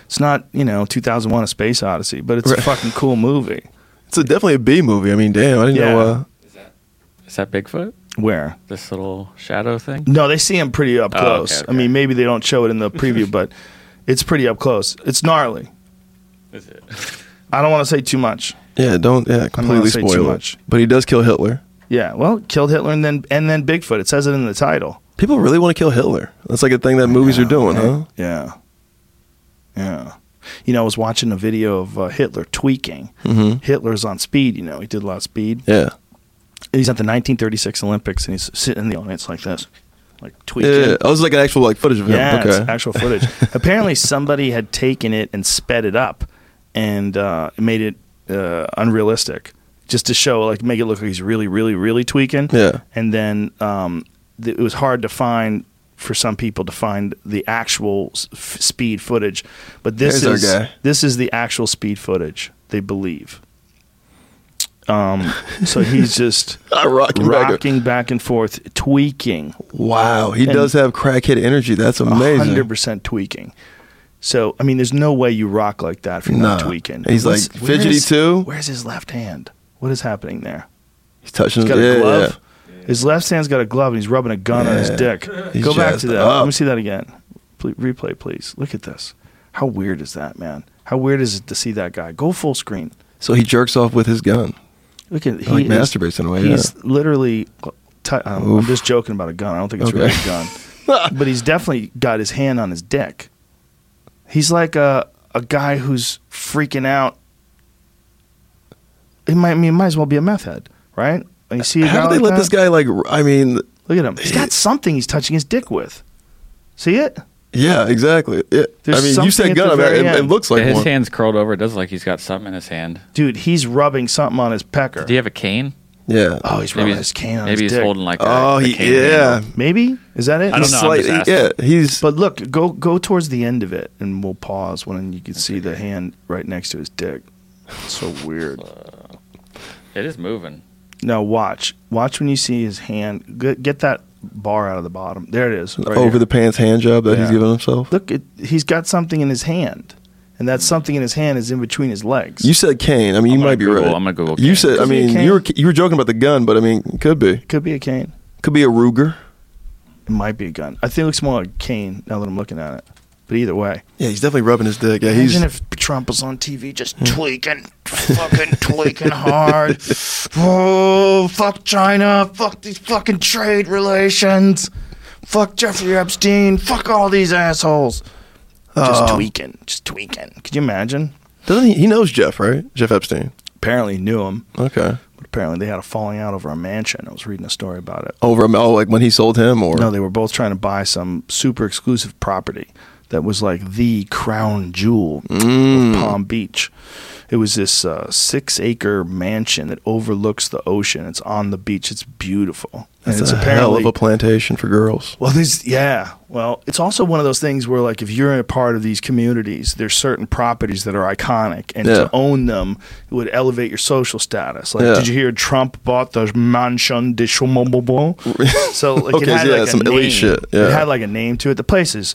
Speaker 1: it's not, you know, 2001 a space odyssey, but it's a fucking cool movie.
Speaker 2: It's a, definitely a B movie. I mean, damn, I didn't
Speaker 1: Yeah.
Speaker 2: know. Uh,
Speaker 3: Is that Bigfoot?
Speaker 1: Where
Speaker 3: This little shadow thing?
Speaker 2: Mm,
Speaker 1: No, they see him pretty up
Speaker 3: Oh, okay,
Speaker 1: close. I
Speaker 3: okay.
Speaker 1: mean, maybe they don't show it in
Speaker 3: <laughs>
Speaker 1: the preview, but it's pretty up close. It's gnarly.
Speaker 3: Is it?
Speaker 1: I don't want to say too much.
Speaker 2: yeah, don't yeah, completely
Speaker 1: say too
Speaker 2: spoil it.
Speaker 1: much.
Speaker 2: But he does kill Hitler.
Speaker 1: Yeah, well, killed Hitler and then and then Bigfoot. It says it in the title.
Speaker 2: People really want to kill Hitler. That's like a thing that movies are doing, huh?
Speaker 1: Yeah, yeah. You know, I was watching a video of uh, Hitler tweaking. Hitler's on speed. You know, he did a lot of speed.
Speaker 2: Mm-hmm. Yeah.
Speaker 1: He's at the 1936 Olympics, and he's sitting in the audience like this, like
Speaker 2: Yeah,
Speaker 1: tweaking.
Speaker 2: yeah, yeah. I was like an actual like footage of him.
Speaker 1: Yeah, it's
Speaker 2: okay. <laughs>
Speaker 1: actual footage. Apparently, somebody had taken it and sped it up and uh, made it uh, unrealistic, just to show, like, make it look like he's really, really, really tweaking.
Speaker 2: Yeah.
Speaker 1: And then um, th- it was hard to find for some people to find the actual s- f- speed footage, but this
Speaker 2: There's
Speaker 1: is
Speaker 2: our guy.
Speaker 1: this is the actual speed footage. They believe. Um, so he's
Speaker 2: <laughs>
Speaker 1: just
Speaker 2: Ah, rocking back and-
Speaker 1: rocking back and forth, tweaking
Speaker 2: Wow, he
Speaker 1: And-
Speaker 2: does have crackhead energy. That's amazing.
Speaker 1: hundred percent tweaking. So I mean, there's no way you rock like that if you're not
Speaker 2: Nah.
Speaker 1: tweaking.
Speaker 2: He's, like,
Speaker 1: where
Speaker 2: fidgety
Speaker 1: is-
Speaker 2: too?
Speaker 1: Where's his left hand? What is happening there?
Speaker 2: He's touching
Speaker 1: He's got
Speaker 2: yeah,
Speaker 1: a glove. His left hand's got a glove, and he's rubbing a gun on his
Speaker 2: Yeah.
Speaker 1: dick.
Speaker 2: He's
Speaker 1: Go back
Speaker 2: jazzed
Speaker 1: to that.
Speaker 2: up.
Speaker 1: Let me see that again. Ple replay, please. Look at this. How weird is that, man? How weird is it to see that guy? Go full screen.
Speaker 2: Yeah. So he jerks off with his gun.
Speaker 1: Look at he
Speaker 2: like
Speaker 1: is-
Speaker 2: masturbates in a way,
Speaker 1: He's literally. T- um, I'm just joking about a gun. I don't think it's
Speaker 2: Okay.
Speaker 1: really a
Speaker 2: <laughs>
Speaker 1: gun, but he's definitely got his hand on his dick. He's like a a guy who's freaking out. He might I mean, might as well be a meth head, right? And you see a guy
Speaker 2: How do they
Speaker 1: like
Speaker 2: let
Speaker 1: that?
Speaker 2: this guy like? r- I mean,
Speaker 1: Look at him. He's
Speaker 2: <laughs>
Speaker 1: got something he's touching his dick with. See it?
Speaker 2: yeah, exactly. Yeah.
Speaker 1: There's
Speaker 2: I mean,
Speaker 1: something
Speaker 2: you said
Speaker 1: at
Speaker 2: gun.
Speaker 1: the
Speaker 2: I mean,
Speaker 1: very
Speaker 2: it, it
Speaker 1: end.
Speaker 2: looks like
Speaker 3: his
Speaker 2: one.
Speaker 3: hand's curled over. It does look like he's got something in his hand.
Speaker 1: Dude, he's rubbing something on his pecker.
Speaker 3: Do you have a cane?
Speaker 2: Yeah.
Speaker 1: oh, he's rubbing his cane on
Speaker 3: maybe
Speaker 1: his
Speaker 3: he's
Speaker 1: dick.
Speaker 3: holding like a,
Speaker 2: Oh,
Speaker 3: a
Speaker 2: he,
Speaker 3: cane
Speaker 2: yeah.
Speaker 3: handle.
Speaker 1: maybe? Is that it?
Speaker 3: I don't know. I'm just
Speaker 2: Slight- yeah,
Speaker 3: asking.
Speaker 2: he's
Speaker 1: But look, go go towards the end of it, and we'll pause when you can see the hand right next to his dick. So weird.
Speaker 3: It is moving.
Speaker 1: Now watch, watch when you see his hand. Get, get that bar out of the bottom. There it is. right
Speaker 2: over
Speaker 1: here.
Speaker 2: the pants hand job that he's
Speaker 1: Yeah.
Speaker 2: giving himself.
Speaker 1: look, it, he's got something in his hand, and that something in his hand is in between his legs.
Speaker 2: You said cane. I mean, you
Speaker 3: gonna
Speaker 2: might be
Speaker 3: Google-
Speaker 2: right.
Speaker 3: I'm gonna Google
Speaker 2: You
Speaker 3: cane.
Speaker 2: said. I
Speaker 1: Could be a
Speaker 2: mean,
Speaker 1: cane.
Speaker 2: you were you were joking about the gun, but I mean, could be
Speaker 1: could be a cane.
Speaker 2: could be a Ruger.
Speaker 1: It might be a gun. I think it looks more like a cane now that I'm looking at it. But either way,
Speaker 2: Yeah, he's definitely rubbing his dick. Yeah, he's Hmm.
Speaker 1: Imagine if Trump was on TV just tweaking, fucking tweaking hard. Oh, fuck China. Fuck these fucking trade relations. Fuck Jeffrey Epstein. Fuck all these assholes.
Speaker 2: Uh,
Speaker 1: Just tweaking. Just tweaking. Could you imagine?
Speaker 2: doesn't he, he knows Jeff right? Jeff Epstein.
Speaker 1: Apparently knew him.
Speaker 2: Okay.
Speaker 1: But apparently they had a falling out over a mansion. I was reading a story about it.
Speaker 2: Over. Oh, like when he sold him, or
Speaker 1: No, they were both trying to buy some super exclusive property that was like the crown jewel
Speaker 2: Mm.
Speaker 1: of Palm Beach. It was this uh, six acre mansion that overlooks the ocean. It's on the beach. It's beautiful. And
Speaker 2: It's
Speaker 1: it's
Speaker 2: a hell of a plantation for girls.
Speaker 1: well, these yeah. Well, it's also one of those things where like if you're a part of these communities, there's certain properties that are iconic, and
Speaker 2: Yeah.
Speaker 1: to own them would elevate your social status. Like,
Speaker 2: Yeah.
Speaker 1: did you hear Trump bought the mansion de
Speaker 2: <laughs>
Speaker 1: Chambon? So like it
Speaker 2: Okay,
Speaker 1: had
Speaker 2: yeah,
Speaker 1: like
Speaker 2: some
Speaker 1: a
Speaker 2: elite
Speaker 1: name.
Speaker 2: shit, yeah.
Speaker 1: It had like a name to it. The place is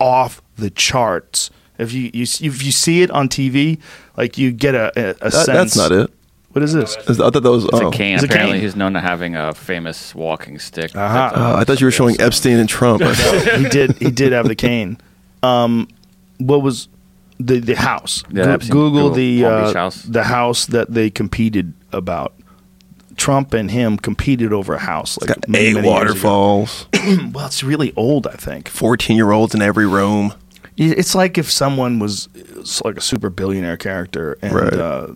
Speaker 1: off the charts. If you, you if you see it on TV, like you get a, a, a
Speaker 2: That-
Speaker 1: sense.
Speaker 2: that's not it.
Speaker 1: What is this?
Speaker 2: I thought that was.
Speaker 3: It's
Speaker 2: oh.
Speaker 3: a cane.
Speaker 1: It's a
Speaker 3: Apparently,
Speaker 1: cane.
Speaker 3: he's known to having a famous walking stick.
Speaker 1: Uh-huh.
Speaker 2: Uh, I thought you were showing Epstein
Speaker 1: <laughs>
Speaker 2: and Trump. I thought-
Speaker 1: he did he did have the cane. Um, what was the the house?
Speaker 3: Yeah,
Speaker 1: Goo-
Speaker 3: I've seen-
Speaker 1: Google,
Speaker 3: Google
Speaker 1: the
Speaker 3: Palm Beach
Speaker 1: uh,
Speaker 3: house.
Speaker 1: the house that they competed about. Trump and him competed over a house like
Speaker 2: got
Speaker 1: many,
Speaker 2: eight
Speaker 1: many years
Speaker 2: waterfalls.
Speaker 1: ago. Hmm, Well, it's really old, I think.
Speaker 2: Fourteen year olds in every room.
Speaker 1: It's like if someone was it's like a super billionaire character and
Speaker 2: Right.
Speaker 1: uh,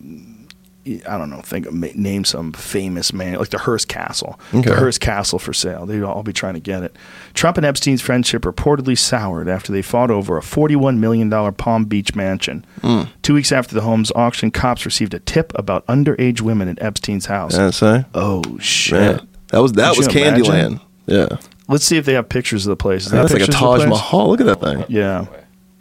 Speaker 1: I don't know, think ma- name some famous man like the Hearst Castle.
Speaker 2: Okay.
Speaker 1: The Hearst Castle for sale. They'd all be trying to get it. Trump and Epstein's friendship reportedly soured after they fought over a $41 million Palm Beach mansion.
Speaker 2: Hmm.
Speaker 1: Two weeks after the home's auction, cops received a tip about underage women at Epstein's house.
Speaker 2: Yeah, say.
Speaker 1: Oh shit!
Speaker 2: Man, that was that
Speaker 1: Could
Speaker 2: was
Speaker 1: you imagine?
Speaker 2: Candyland. Yeah,
Speaker 1: Let's see if they have pictures of the place. Is that
Speaker 2: that's like a
Speaker 1: pictures of the
Speaker 2: Taj
Speaker 1: place?
Speaker 2: Mahal. Look at that thing.
Speaker 1: Yeah,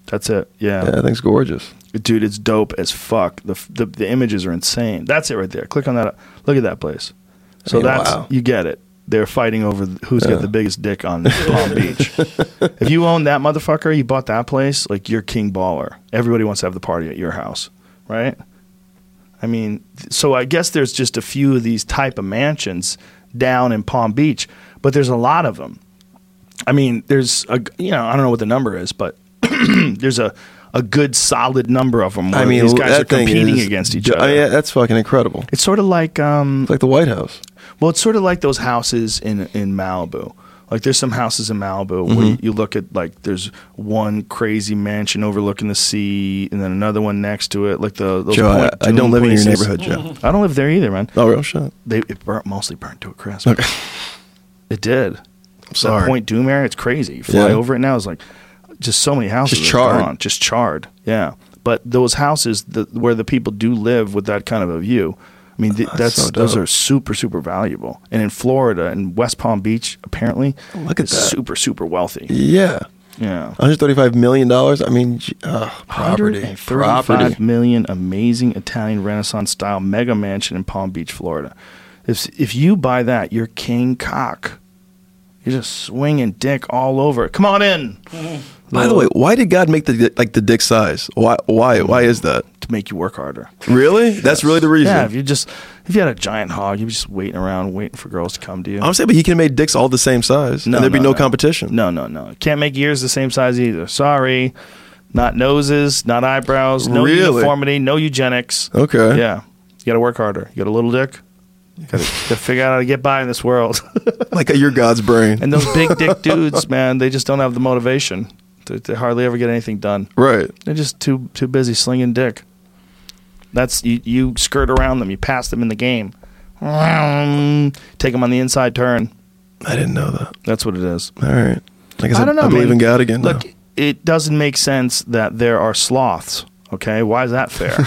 Speaker 1: that's it.
Speaker 2: Yeah, that thing's gorgeous.
Speaker 1: dude it's dope as fuck the, the the images are insane that's it right there click on that look at that place so
Speaker 2: Yeah,
Speaker 1: that's
Speaker 2: wow.
Speaker 1: you get it they're fighting over th- who's got the biggest dick on Palm Beach.
Speaker 2: <laughs>
Speaker 1: if you own that motherfucker, you bought that place, like you're king baller. Everybody wants to have the party at your house, right? I mean, th- so I guess there's just a few of these type of mansions down in Palm Beach, but there's a lot of them. I mean, there's a g- you know I don't know what the number is, but <clears throat> there's a a good solid number of them. Where
Speaker 2: I mean,
Speaker 1: these guys
Speaker 2: that
Speaker 1: are
Speaker 2: thing
Speaker 1: competing
Speaker 2: is-
Speaker 1: against each
Speaker 2: I
Speaker 1: other.
Speaker 2: mean, yeah, that's fucking incredible.
Speaker 1: It's sort of like um,
Speaker 2: It's like the White House.
Speaker 1: well, it's sort of like those houses in in Malibu. Like there's some houses in Malibu where
Speaker 2: Mm-hmm.
Speaker 1: you, you look at like there's one crazy mansion overlooking the sea, and then another one next to it. Like the those
Speaker 2: Joe, I,
Speaker 1: Point
Speaker 2: I don't
Speaker 1: Doom
Speaker 2: live in your
Speaker 1: places.
Speaker 2: neighborhood, Joe.
Speaker 1: I don't live there either, man.
Speaker 2: Oh, real shit.
Speaker 1: They it burnt, mostly burnt to a crisp.
Speaker 2: Okay. <laughs>
Speaker 1: It did.
Speaker 2: I'm sorry.
Speaker 1: That Point Doom area, it's crazy. You fly
Speaker 2: Yeah.
Speaker 1: over it now, it's like just so many houses.
Speaker 2: Just
Speaker 1: are
Speaker 2: charred.
Speaker 1: gone, just charred. Yeah. But those houses the, where the people do live with that kind of a view, I mean, th- that's
Speaker 2: so
Speaker 1: those
Speaker 2: dope.
Speaker 1: are super, super valuable. And in Florida and West Palm Beach, apparently,
Speaker 2: Look at
Speaker 1: is
Speaker 2: that.
Speaker 1: super, super wealthy.
Speaker 2: Yeah,
Speaker 1: Yeah.
Speaker 2: 135 million dollars. I mean, gee, uh, property, property.
Speaker 1: Five million amazing Italian Renaissance style mega mansion in Palm Beach, Florida. If if you buy that, you're king cock. You're just swinging dick all over. Come on in
Speaker 2: By the way, why did God make the like the dick size? Why? Why? Why is that?
Speaker 1: to make you work harder.
Speaker 2: Really? That's really the reason.
Speaker 1: Yeah, if you just if you had a giant hog, you'd be just waiting around waiting for girls to come to you.
Speaker 2: I'm saying, but he could have made dicks all the same size,
Speaker 1: No,
Speaker 2: and there'd be
Speaker 1: no,
Speaker 2: no,
Speaker 1: no.
Speaker 2: competition.
Speaker 1: No, no, no. Can't make ears the same size either. Sorry. Not noses, not eyebrows, no
Speaker 2: Really?
Speaker 1: uniformity, no eugenics.
Speaker 2: Okay.
Speaker 1: Yeah. You got to work harder. You got a little dick. You got to figure out how to get by in this world. <laughs>
Speaker 2: like uh, you're God's brain,
Speaker 1: and those big dick dudes, man, they just don't have the motivation. They, they hardly ever get anything done.
Speaker 2: right?
Speaker 1: They're just too too busy slinging dick. That's you. You skirt around them. You pass them in the game. Take them on the inside turn.
Speaker 2: I didn't know that.
Speaker 1: That's what it is.
Speaker 2: All right. I guess I,
Speaker 1: I don't know.
Speaker 2: I believe
Speaker 1: man.
Speaker 2: in God again.
Speaker 1: Look,
Speaker 2: now.
Speaker 1: it doesn't make sense that there are sloths. Okay, why is that fair?
Speaker 2: <laughs>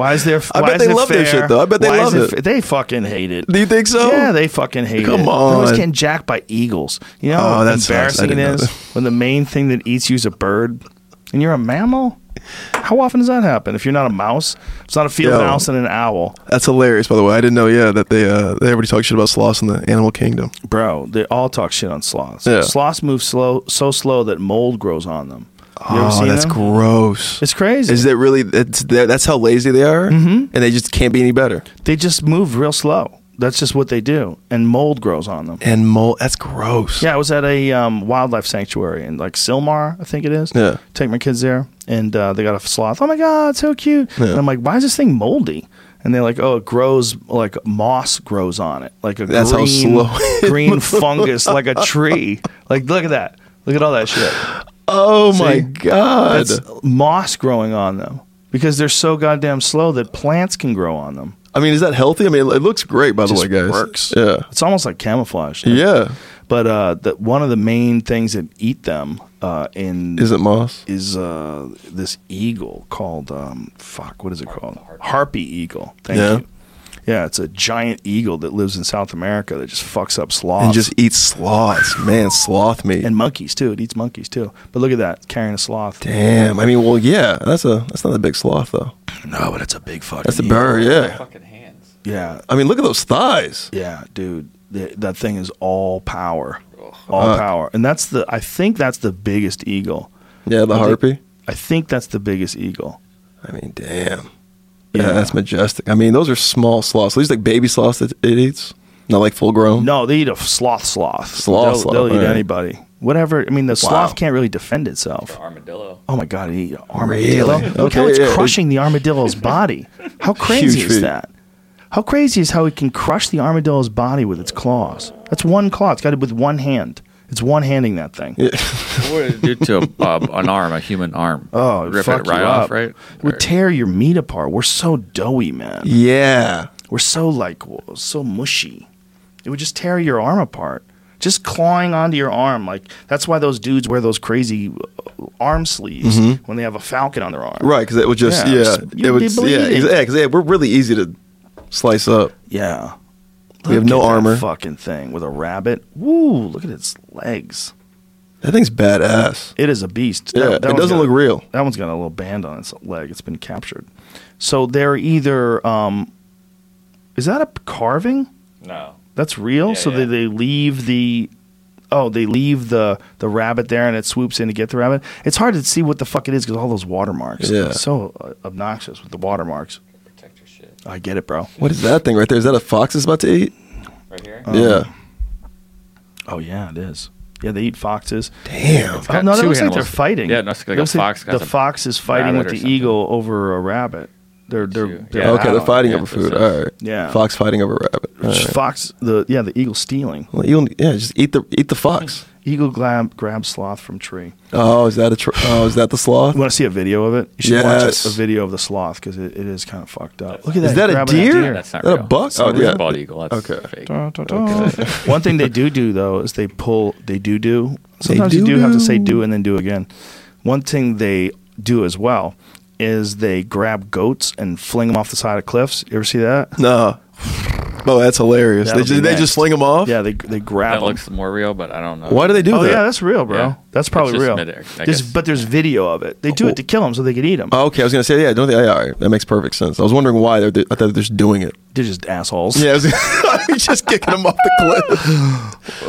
Speaker 1: why is there?
Speaker 2: I
Speaker 1: why
Speaker 2: bet
Speaker 1: is
Speaker 2: they
Speaker 1: it
Speaker 2: love their
Speaker 1: fair?
Speaker 2: shit, though. I bet they
Speaker 1: Why is
Speaker 2: love it.
Speaker 1: fa- they fucking hate it.
Speaker 2: Do you think so?
Speaker 1: Yeah, they fucking hate
Speaker 2: Come
Speaker 1: it. They're always
Speaker 2: on.
Speaker 1: getting jacked by eagles. You know
Speaker 2: Oh,
Speaker 1: how
Speaker 2: that sucks.
Speaker 1: embarrassing
Speaker 2: I
Speaker 1: it
Speaker 2: didn't know
Speaker 1: is
Speaker 2: that.
Speaker 1: when the main thing that eats you is a bird and you're a mammal? How often does that happen if you're not a mouse? It's not a field
Speaker 2: Yo.
Speaker 1: mouse and an owl.
Speaker 2: That's hilarious. By the way, I didn't know. Yeah, that they uh, they already talk shit about sloths in the animal kingdom.
Speaker 1: Bro, they all talk shit on sloths.
Speaker 2: Yeah.
Speaker 1: Sloths move slow, so slow that mold grows on them. You ever
Speaker 2: Oh,
Speaker 1: seen
Speaker 2: that's
Speaker 1: them?
Speaker 2: gross.
Speaker 1: It's crazy.
Speaker 2: Is that really? That's that- that's how lazy they are, mm-hmm. and they just can't be any better.
Speaker 1: they just move real slow. That's just what they do. And mold grows on them.
Speaker 2: And mole. That's gross.
Speaker 1: Yeah, I was at a um, wildlife sanctuary in like Silmar, I think it is.
Speaker 2: Yeah.
Speaker 1: Take my kids there, and uh, they got a sloth. Oh my god, so cute!
Speaker 2: Yeah.
Speaker 1: And I'm like, why is this thing moldy? And they're like, oh, it grows like moss grows on it, like a
Speaker 2: That's how
Speaker 1: green,
Speaker 2: slow <laughs> it
Speaker 1: green fungus, like a tree. Like, look at that! Look at all that shit.
Speaker 2: Oh my
Speaker 1: See?
Speaker 2: god.
Speaker 1: That's moss growing on them because they're so goddamn slow that plants can grow on them.
Speaker 2: I mean, is that healthy? I mean, it looks great. By the
Speaker 1: Just
Speaker 2: way, guys.
Speaker 1: works.
Speaker 2: Yeah.
Speaker 1: It's almost like camouflage.
Speaker 2: Yeah.
Speaker 1: But uh, the, one of the main things that eat them uh, in
Speaker 2: Is it moss?
Speaker 1: is uh, this eagle called um, fuck what is it called harpy eagle thank
Speaker 2: Yeah.
Speaker 1: you yeah it's a giant eagle that lives in south america that just fucks up sloths
Speaker 2: And just eat sloths, man. Sloth meat.
Speaker 1: and monkeys too it eats monkeys too but look at that it's carrying a sloth
Speaker 2: Damn. I mean, well, yeah. That's a that's not a big sloth though.
Speaker 1: no but it's a big fucking
Speaker 2: That's a
Speaker 1: eagle.
Speaker 2: bird. Yeah.
Speaker 3: Fucking hands.
Speaker 1: yeah
Speaker 2: I mean, look at those thighs.
Speaker 1: yeah dude Th- that thing is all power all
Speaker 2: Fuck.
Speaker 1: power and that's the i think that's the biggest eagle
Speaker 2: Yeah, the harpy.
Speaker 1: i think that's the biggest eagle
Speaker 2: I mean, damn. Yeah.
Speaker 1: Yeah.
Speaker 2: that's majestic. I mean, those are small sloths. These like baby sloths that it eats, not like full grown.
Speaker 1: No, they eat a sloth sloth.
Speaker 2: Sloth
Speaker 1: they'll,
Speaker 2: sloth,
Speaker 1: They'll eat
Speaker 2: alright.
Speaker 1: anybody. Whatever. I mean, the
Speaker 2: Wow.
Speaker 1: sloth can't really defend itself.
Speaker 3: Armadillo.
Speaker 1: Oh my god, it eat an armadillo.
Speaker 2: Really?
Speaker 1: Look how
Speaker 2: Okay,
Speaker 1: it's
Speaker 2: yeah.
Speaker 1: crushing the armadillo's body. How crazy
Speaker 2: Huge
Speaker 1: is
Speaker 2: feat.
Speaker 1: that? How crazy is how it can crush the armadillo's body with its claws? That's one claw. It's got it with one hand. It's one handing that thing.
Speaker 3: What would it do to a, uh, an arm, a human arm?
Speaker 1: Oh, it'd
Speaker 3: rip
Speaker 1: fuck
Speaker 3: it right
Speaker 1: you
Speaker 3: off,
Speaker 1: up.
Speaker 3: right?
Speaker 1: It would tear your meat apart. We're so doughy, man.
Speaker 2: Yeah.
Speaker 1: We're so like w- so mushy. It would just tear your arm apart. Just clawing onto your arm, like that's why those dudes wear those crazy uh, arm sleeves when they have a falcon on their arm.
Speaker 2: Mm-hmm. Right, because it would just
Speaker 1: Yeah,
Speaker 2: yeah,
Speaker 1: just-
Speaker 2: it
Speaker 1: you'd
Speaker 2: would
Speaker 1: be
Speaker 2: yeah,
Speaker 1: bleeding.
Speaker 2: exa- yeah, because yeah, we're really easy to slice up.
Speaker 1: Yeah.
Speaker 2: We have
Speaker 1: Look
Speaker 2: no
Speaker 1: at that
Speaker 2: armor.
Speaker 1: fucking thing with a rabbit. Woo! Look at its legs.
Speaker 2: That thing's badass.
Speaker 1: It is a beast.
Speaker 2: Yeah, it
Speaker 1: one's
Speaker 2: doesn't
Speaker 1: got-
Speaker 2: look real.
Speaker 1: That one's got a little band on its leg. It's been captured. So they're either. Um, is that a carving?
Speaker 3: No.
Speaker 1: That's real.
Speaker 3: Yeah,
Speaker 1: so
Speaker 3: yeah.
Speaker 1: They, they leave the oh they leave the the rabbit there and it swoops in to get the rabbit. It's hard to see what the fuck it is because all those watermarks.
Speaker 2: Yeah.
Speaker 1: It's so uh, obnoxious with the watermarks.
Speaker 3: Protect your shit.
Speaker 1: I get it, bro.
Speaker 2: What is that thing right there? Is that a fox that's about to eat?
Speaker 3: Right here?
Speaker 2: yeah.
Speaker 1: Oh yeah, it is. Yeah, they eat foxes.
Speaker 2: Damn.
Speaker 1: Oh,
Speaker 3: got
Speaker 1: no, that
Speaker 3: two
Speaker 1: looks like
Speaker 3: animals.
Speaker 1: they're fighting.
Speaker 3: Yeah, it looks like a
Speaker 1: Looks
Speaker 3: fox got
Speaker 1: the
Speaker 3: some
Speaker 1: fox is fighting
Speaker 3: rabbit
Speaker 1: with
Speaker 3: or
Speaker 1: the
Speaker 3: something.
Speaker 1: eagle over a rabbit. They're they're,
Speaker 3: Yeah.
Speaker 1: they're
Speaker 2: okay, they're
Speaker 1: out.
Speaker 2: fighting
Speaker 3: yeah,
Speaker 2: over
Speaker 3: that's
Speaker 2: food.
Speaker 3: it.
Speaker 2: All right.
Speaker 1: Yeah.
Speaker 2: Fox fighting over rabbit. All right.
Speaker 1: Fox the yeah the eagle stealing
Speaker 2: Well, you don't- yeah, just eat the eat the fox.
Speaker 1: eagle grab grabs sloth from tree.
Speaker 2: Oh, is that a tr- oh is that the sloth?
Speaker 1: You want to see a video of it? You should
Speaker 2: Yes.
Speaker 1: watch a, a video of the sloth because it, it is kind of fucked up. Look at
Speaker 2: Is that a
Speaker 1: grabbing
Speaker 2: deer?
Speaker 3: Yeah, that's not
Speaker 2: Is that a
Speaker 3: real.
Speaker 2: buck?
Speaker 3: It's
Speaker 2: Oh,
Speaker 3: a
Speaker 2: yeah.
Speaker 3: bald eagle. That's
Speaker 2: Okay.
Speaker 3: fake.
Speaker 1: Dun, dun, dun. <laughs> One thing they do do though is they pull. They do do.
Speaker 2: They
Speaker 1: Sometimes you
Speaker 2: do
Speaker 1: do have to say
Speaker 2: do.
Speaker 1: do and then do again. One thing they do as well is they grab goats and fling them off the side of cliffs. You ever see that?
Speaker 2: No. Oh, that's hilarious.
Speaker 1: That'll
Speaker 2: They just,
Speaker 1: be
Speaker 2: they
Speaker 1: next.
Speaker 2: just sling them off.
Speaker 1: Yeah, they they grab.
Speaker 3: That
Speaker 1: 'em.
Speaker 3: looks more real, but I don't know.
Speaker 2: Why do they do
Speaker 1: Oh
Speaker 2: that?
Speaker 1: yeah, that's real, bro.
Speaker 3: Yeah.
Speaker 1: That's probably
Speaker 3: It's just
Speaker 1: real.
Speaker 3: mid-air, I
Speaker 1: There's-
Speaker 3: guess.
Speaker 1: but there's video of it. They do it to kill them so they could eat them.
Speaker 2: Oh, okay, I was gonna say yeah. Don't they? Yeah, all right, that makes perfect sense. I was wondering why they're. I thought they're just doing it.
Speaker 1: They're just assholes.
Speaker 2: <laughs> Yeah, I was just kicking them off the cliff. <gasps>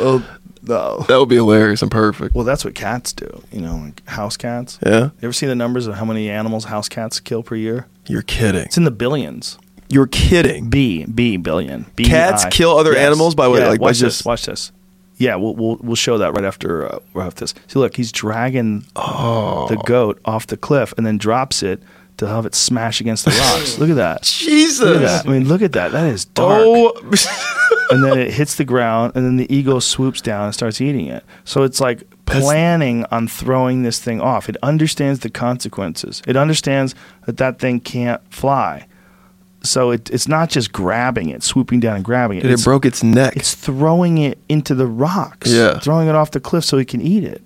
Speaker 1: No.
Speaker 2: That would be hilarious and perfect.
Speaker 1: Well, that's what cats do. You know, like house cats.
Speaker 2: Yeah,
Speaker 1: You ever see the numbers of how many animals house cats kill per year?
Speaker 2: you're kidding.
Speaker 1: It's in the billions.
Speaker 2: You're kidding.
Speaker 1: B B billion. B,
Speaker 2: Cats
Speaker 1: I.
Speaker 2: kill other animals by what,
Speaker 1: Yeah,
Speaker 2: like, by
Speaker 1: watch
Speaker 2: just-
Speaker 1: this. Watch this. Yeah, we'll we'll, we'll show that right after uh, right after this. See, look, he's dragging
Speaker 2: Oh.
Speaker 1: the goat off the cliff and then drops it to have it smash against the
Speaker 2: <laughs>
Speaker 1: rocks. look at that. Look at
Speaker 2: Jesus.
Speaker 1: that. I mean, look at that. That is dark.
Speaker 2: Oh, <laughs>
Speaker 1: And then it hits the ground, and then the eagle swoops down and starts eating it. So it's like planning on throwing this thing off. It understands the consequences. It understands that that thing can't fly. So it, it's not just grabbing it, swooping down and grabbing it.
Speaker 2: Dude, it
Speaker 1: It's,
Speaker 2: broke its neck.
Speaker 1: it's throwing it into the rocks.
Speaker 2: Yeah.
Speaker 1: Throwing it off the cliff so it can eat it.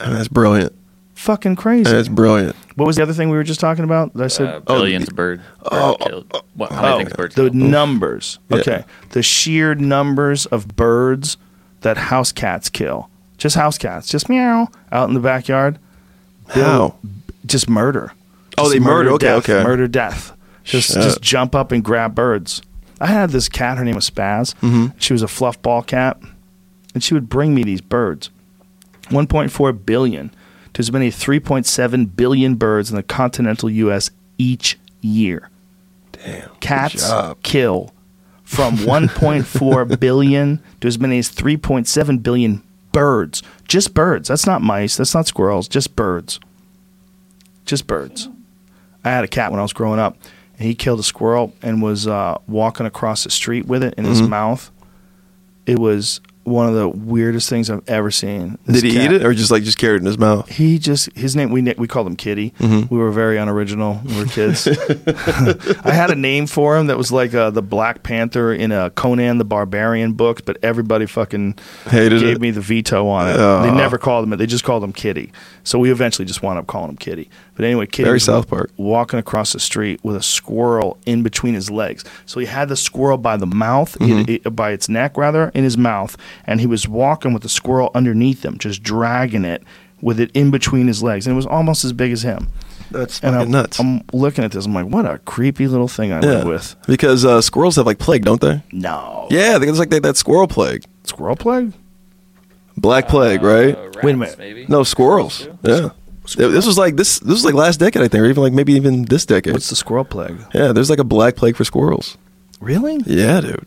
Speaker 2: I mean, that's brilliant.
Speaker 1: Fucking crazy.
Speaker 2: That's brilliant.
Speaker 1: what was the other thing we were just talking about? That Oh, I said
Speaker 3: Uh, billions bird, bird killed. What, how many
Speaker 1: Oh,
Speaker 3: things birds
Speaker 1: the
Speaker 3: killed?
Speaker 1: numbers.
Speaker 2: Yeah.
Speaker 1: Okay, the sheer numbers of birds that house cats kill. Just house cats, just meow out in the backyard. Bill-
Speaker 2: How?
Speaker 1: Just murder.
Speaker 2: Oh,
Speaker 1: Just
Speaker 2: they murder. Okay,
Speaker 1: death,
Speaker 2: okay.
Speaker 1: Murder, death. Just,
Speaker 2: Shit.
Speaker 1: just jump up and grab birds. I had this cat. Her name was Spaz.
Speaker 2: Mm-hmm.
Speaker 1: She was a fluff ball cat, and she would bring me these birds. 1.4 billion to as many as 3.7 billion birds in the continental U.S. each year
Speaker 2: Damn.
Speaker 1: cats
Speaker 2: job.
Speaker 1: kill from
Speaker 2: <laughs>
Speaker 1: 1.4 billion to as many as 3.7 billion birds. Just birds. That's not mice. That's not squirrels. Just birds. Just birds. I had a cat when I was growing up, and he killed a
Speaker 2: Mm-hmm.
Speaker 1: squirrel and was uh, walking across the street with it in his mouth. It was one of the weirdest things I've ever seen. This
Speaker 2: Did he
Speaker 1: cat-
Speaker 2: eat it or just like just carried it in his mouth?
Speaker 1: he just his name we na- we called him Kitty.
Speaker 2: Mm-hmm.
Speaker 1: We were very unoriginal. when We were
Speaker 2: <laughs>
Speaker 1: kids. <laughs> I had a name for him that was like uh, the Black Panther in a Conan the Barbarian book, but everybody fucking
Speaker 2: Hated
Speaker 1: gave
Speaker 2: it. Oh.
Speaker 1: me the veto on it. they never called him it. They just called him Kitty. So we eventually just wound up calling him Kitty. But anyway, Kitty
Speaker 2: Very
Speaker 1: was
Speaker 2: South Park.
Speaker 1: walking across the street with a squirrel in between his legs. So he had the squirrel by the mouth,
Speaker 2: Mm-hmm.
Speaker 1: it, it- by its neck rather, in his mouth, and he was walking with the squirrel underneath him, just dragging it with it in between his legs, and it was almost as big as him.
Speaker 2: That's
Speaker 1: And
Speaker 2: fucking
Speaker 1: I'm,
Speaker 2: nuts.
Speaker 1: I'm looking at this. I'm like, what a creepy little thing I live with.
Speaker 2: Because uh, squirrels have like plague, don't they?
Speaker 1: No,
Speaker 2: Yeah, I think it's like that, that squirrel plague,
Speaker 1: squirrel plague. Uh,
Speaker 2: black plague, right?
Speaker 1: Wait a minute.
Speaker 3: Uh, Maybe.
Speaker 2: No squirrels. Yeah, this was like this. This was like last decade, I think, or even like maybe even this decade.
Speaker 1: What's the squirrel plague?
Speaker 2: yeah, there's like a black plague for squirrels.
Speaker 1: Really?
Speaker 2: Yeah, dude.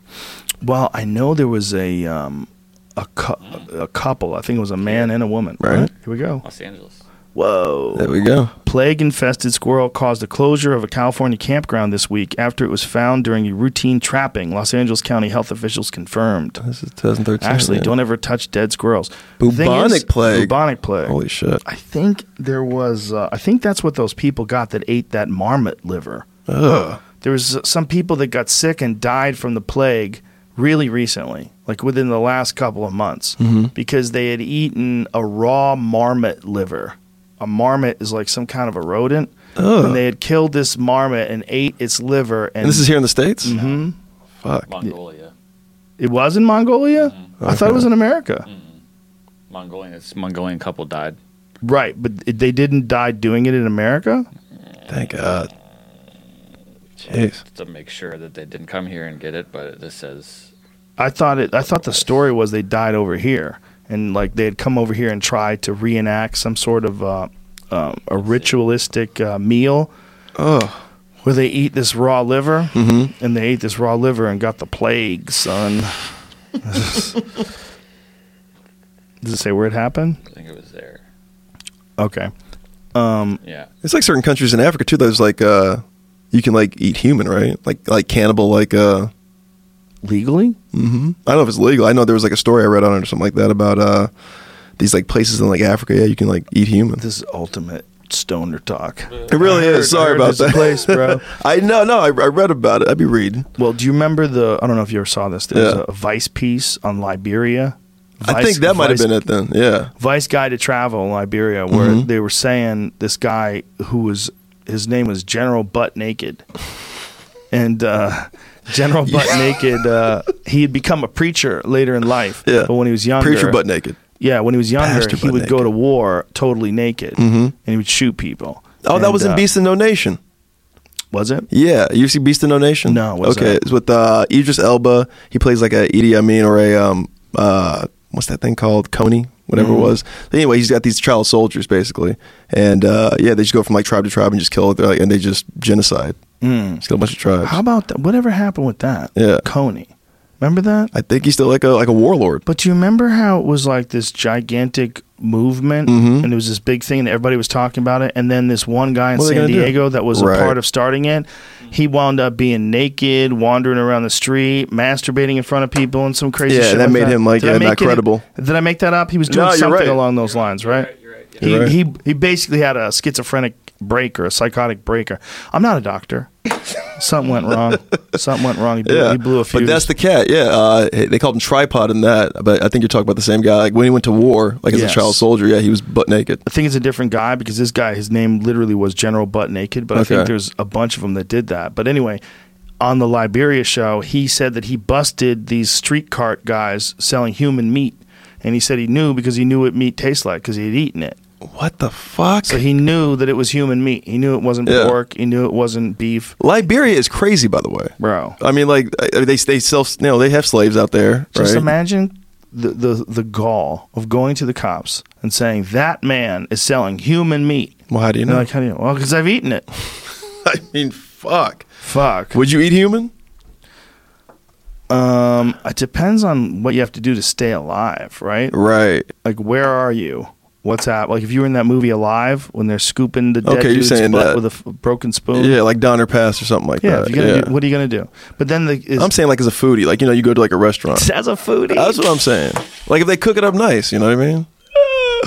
Speaker 1: Well, I know there was a um, a, cou- a couple. I think it was a man and a woman.
Speaker 2: Right.
Speaker 1: Here we go.
Speaker 3: Los Angeles.
Speaker 1: Whoa.
Speaker 2: There we go.
Speaker 1: Plague infested squirrel caused the closure of a California campground this week after it was found during a routine trapping, Los Angeles County health officials confirmed.
Speaker 2: This is 2013.
Speaker 1: Actually,
Speaker 2: yeah.
Speaker 1: don't ever touch dead squirrels.
Speaker 2: Bubonic
Speaker 1: Thing is-
Speaker 2: plague.
Speaker 1: Bubonic plague.
Speaker 2: Holy shit.
Speaker 1: I think there was, uh, I think that's what those people got that ate that marmot liver.
Speaker 2: Ugh.
Speaker 1: There was some people that got sick and died from the plague really recently, like within the last couple of months,
Speaker 2: Mm-hmm.
Speaker 1: because they had eaten a raw marmot liver. A marmot is like some kind of a rodent, and they had killed this marmot and ate its liver. And,
Speaker 2: And this is here in the states.
Speaker 1: Mhm.
Speaker 2: Fuck.
Speaker 3: Mongolia.
Speaker 1: it was in Mongolia. I thought it was in America,
Speaker 3: Mongolian. This Mongolian couple died.
Speaker 1: right? But it- they didn't die doing it in America.
Speaker 2: Thank God. Jeez.
Speaker 3: to make sure that they didn't come here and get it, but it just says
Speaker 1: I thought it. I thought the story was they died over here, and like they had come over here and tried to reenact some sort of uh, um, a ritualistic uh, meal. Where they eat this raw liver,
Speaker 2: Mm-hmm.
Speaker 1: and they ate this raw liver and got the plague, son. <laughs> Does it say where it happened?
Speaker 3: I think it was there.
Speaker 1: Okay.
Speaker 3: Yeah.
Speaker 2: It's like certain countries in Africa too. There's like uh, you can like eat human, right? Like like cannibal, like uh,
Speaker 1: Legally?
Speaker 2: I don't know if it's legal. I know there was like a story I read on it or something like that about uh, these like places in like Africa. Yeah, you can like eat human.
Speaker 1: This is ultimate stoner talk.
Speaker 2: It really is. Sorry about
Speaker 1: this
Speaker 2: that.
Speaker 1: place, bro.
Speaker 2: <laughs> I no no. I, I read about it. I'd be reading.
Speaker 1: Well, do you remember the? I don't know if you ever saw this. There was
Speaker 2: Yeah.
Speaker 1: a Vice piece on Liberia.
Speaker 2: I
Speaker 1: Vice-
Speaker 2: think that might have
Speaker 1: Vice-
Speaker 2: been it then. Yeah.
Speaker 1: Vice Guide to Travel in Liberia, where
Speaker 2: Mm-hmm.
Speaker 1: they were saying this guy who was his name was General Butt Naked, and uh, <laughs> General Butt Naked, uh, he had become a preacher later in life.
Speaker 2: Yeah.
Speaker 1: but when he was younger,
Speaker 2: Preacher butt naked.
Speaker 1: Yeah, when he was younger,
Speaker 2: Pastor
Speaker 1: he
Speaker 2: butt
Speaker 1: would go
Speaker 2: naked.
Speaker 1: to
Speaker 2: Mm-hmm.
Speaker 1: war totally naked, and he would shoot people.
Speaker 2: Oh, that
Speaker 1: And,
Speaker 2: was in
Speaker 1: uh,
Speaker 2: Beast and No Nation.
Speaker 1: Was it?
Speaker 2: Yeah, you see Beast and No Nation.
Speaker 1: No, what is
Speaker 2: okay,
Speaker 1: that?
Speaker 2: it's with uh, Idris Elba. He plays like a Idi Amin or a um uh what's that thing called Coney, whatever
Speaker 1: Mm-hmm.
Speaker 2: it was. Anyway, he's got these child soldiers basically, and uh, yeah, they just go from like tribe to tribe and just kill they're like, and they just genocide. Mm. Just kill a bunch of tribes.
Speaker 1: How about that? Whatever happened with that?
Speaker 2: Yeah.
Speaker 1: Coney, remember that?
Speaker 2: I think he's still like a like a warlord.
Speaker 1: But do you remember how it was like this gigantic movement and it was this big thing and everybody was talking about it? And then this one guy in
Speaker 2: Mm-hmm. What are they
Speaker 1: San
Speaker 2: gonna do?
Speaker 1: Diego that was
Speaker 2: Right.
Speaker 1: a part of starting it, he wound up being naked, wandering around the street, masturbating in front of people and some crazy
Speaker 2: Yeah,
Speaker 1: shit.
Speaker 2: that made him, like,
Speaker 1: Did I
Speaker 2: yeah,
Speaker 1: make
Speaker 2: not
Speaker 1: it-
Speaker 2: credible.
Speaker 1: Did I make that up? He was doing
Speaker 2: No, you're
Speaker 1: something
Speaker 2: right.
Speaker 1: along those lines, right? He,
Speaker 2: You're right.
Speaker 1: he he basically had a schizophrenic break or a psychotic break. Or, I'm not a doctor. Something went wrong. Something went wrong. He blew,
Speaker 2: Yeah,
Speaker 1: he blew a fuse.
Speaker 2: but that's the cat. Yeah, uh, they called him tripod in that. But I think you're talking about the same guy. Like when he went to war, like as
Speaker 1: Yes.
Speaker 2: a child soldier. Yeah, he was butt naked.
Speaker 1: I think it's a different guy because this guy, his name literally was General Butt Naked, but I think
Speaker 2: Okay.
Speaker 1: there's a bunch of them that did that. But anyway, on the Liberia show, he said that he busted these street cart guys selling human meat. And he said he knew because he knew what meat tastes like because he had eaten it.
Speaker 2: What the fuck?
Speaker 1: So he knew that it was human meat. He knew it wasn't
Speaker 2: Yeah.
Speaker 1: pork. He knew it wasn't beef.
Speaker 2: Liberia is crazy, by the way.
Speaker 1: Bro.
Speaker 2: I mean, like I- they they self you know they have slaves out there,
Speaker 1: Just
Speaker 2: right?
Speaker 1: imagine the, the, the gall of going to the cops and saying, that man is selling human meat.
Speaker 2: well, how do you
Speaker 1: And they're
Speaker 2: know?
Speaker 1: like, how do you know? Well, because I've eaten it.
Speaker 2: <laughs> I mean, fuck.
Speaker 1: Fuck.
Speaker 2: Would you eat human?
Speaker 1: Um, it depends on what you have to do to stay alive, right?
Speaker 2: Right.
Speaker 1: Like, where are you? what's happening. Like if you were in that movie Alive when they're scooping the dead
Speaker 2: Okay, you're
Speaker 1: dude's
Speaker 2: saying
Speaker 1: butt
Speaker 2: that.
Speaker 1: with a f- broken spoon.
Speaker 2: Yeah, like Donner Pass or something like
Speaker 1: Yeah, if
Speaker 2: that.
Speaker 1: you're gonna
Speaker 2: yeah.
Speaker 1: Do, what are you gonna do? But then the is,
Speaker 2: I'm saying like as a foodie, like you know, you go to like a restaurant.
Speaker 1: <laughs> as a foodie,
Speaker 2: That's what I'm saying. Like if they cook it up nice, you know what I mean? <sighs>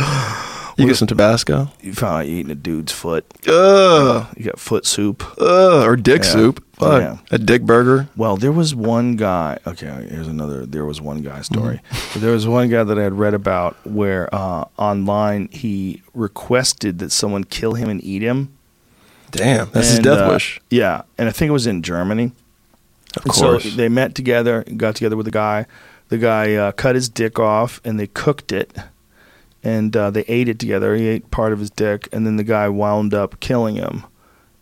Speaker 2: You get some Tabasco,
Speaker 1: you found out you eating a dude's foot.
Speaker 2: ugh,
Speaker 1: You got foot soup.
Speaker 2: ugh, or dick soup, Fuck.
Speaker 1: Yeah.
Speaker 2: a dick burger.
Speaker 1: Well, there was one guy. Okay, here's another. There was one guy
Speaker 2: Mm-hmm.
Speaker 1: story. there was one guy that I had read about where uh, online he requested that someone kill him and eat him.
Speaker 2: Damn, that's his
Speaker 1: And,
Speaker 2: death
Speaker 1: uh,
Speaker 2: wish.
Speaker 1: Yeah, and I think it was in Germany.
Speaker 2: Of
Speaker 1: And
Speaker 2: course.
Speaker 1: So they met together, got together with a guy. The guy uh, cut his dick off, and they cooked it, and uh, they ate it together. He ate part of his dick, and then the guy wound up killing him.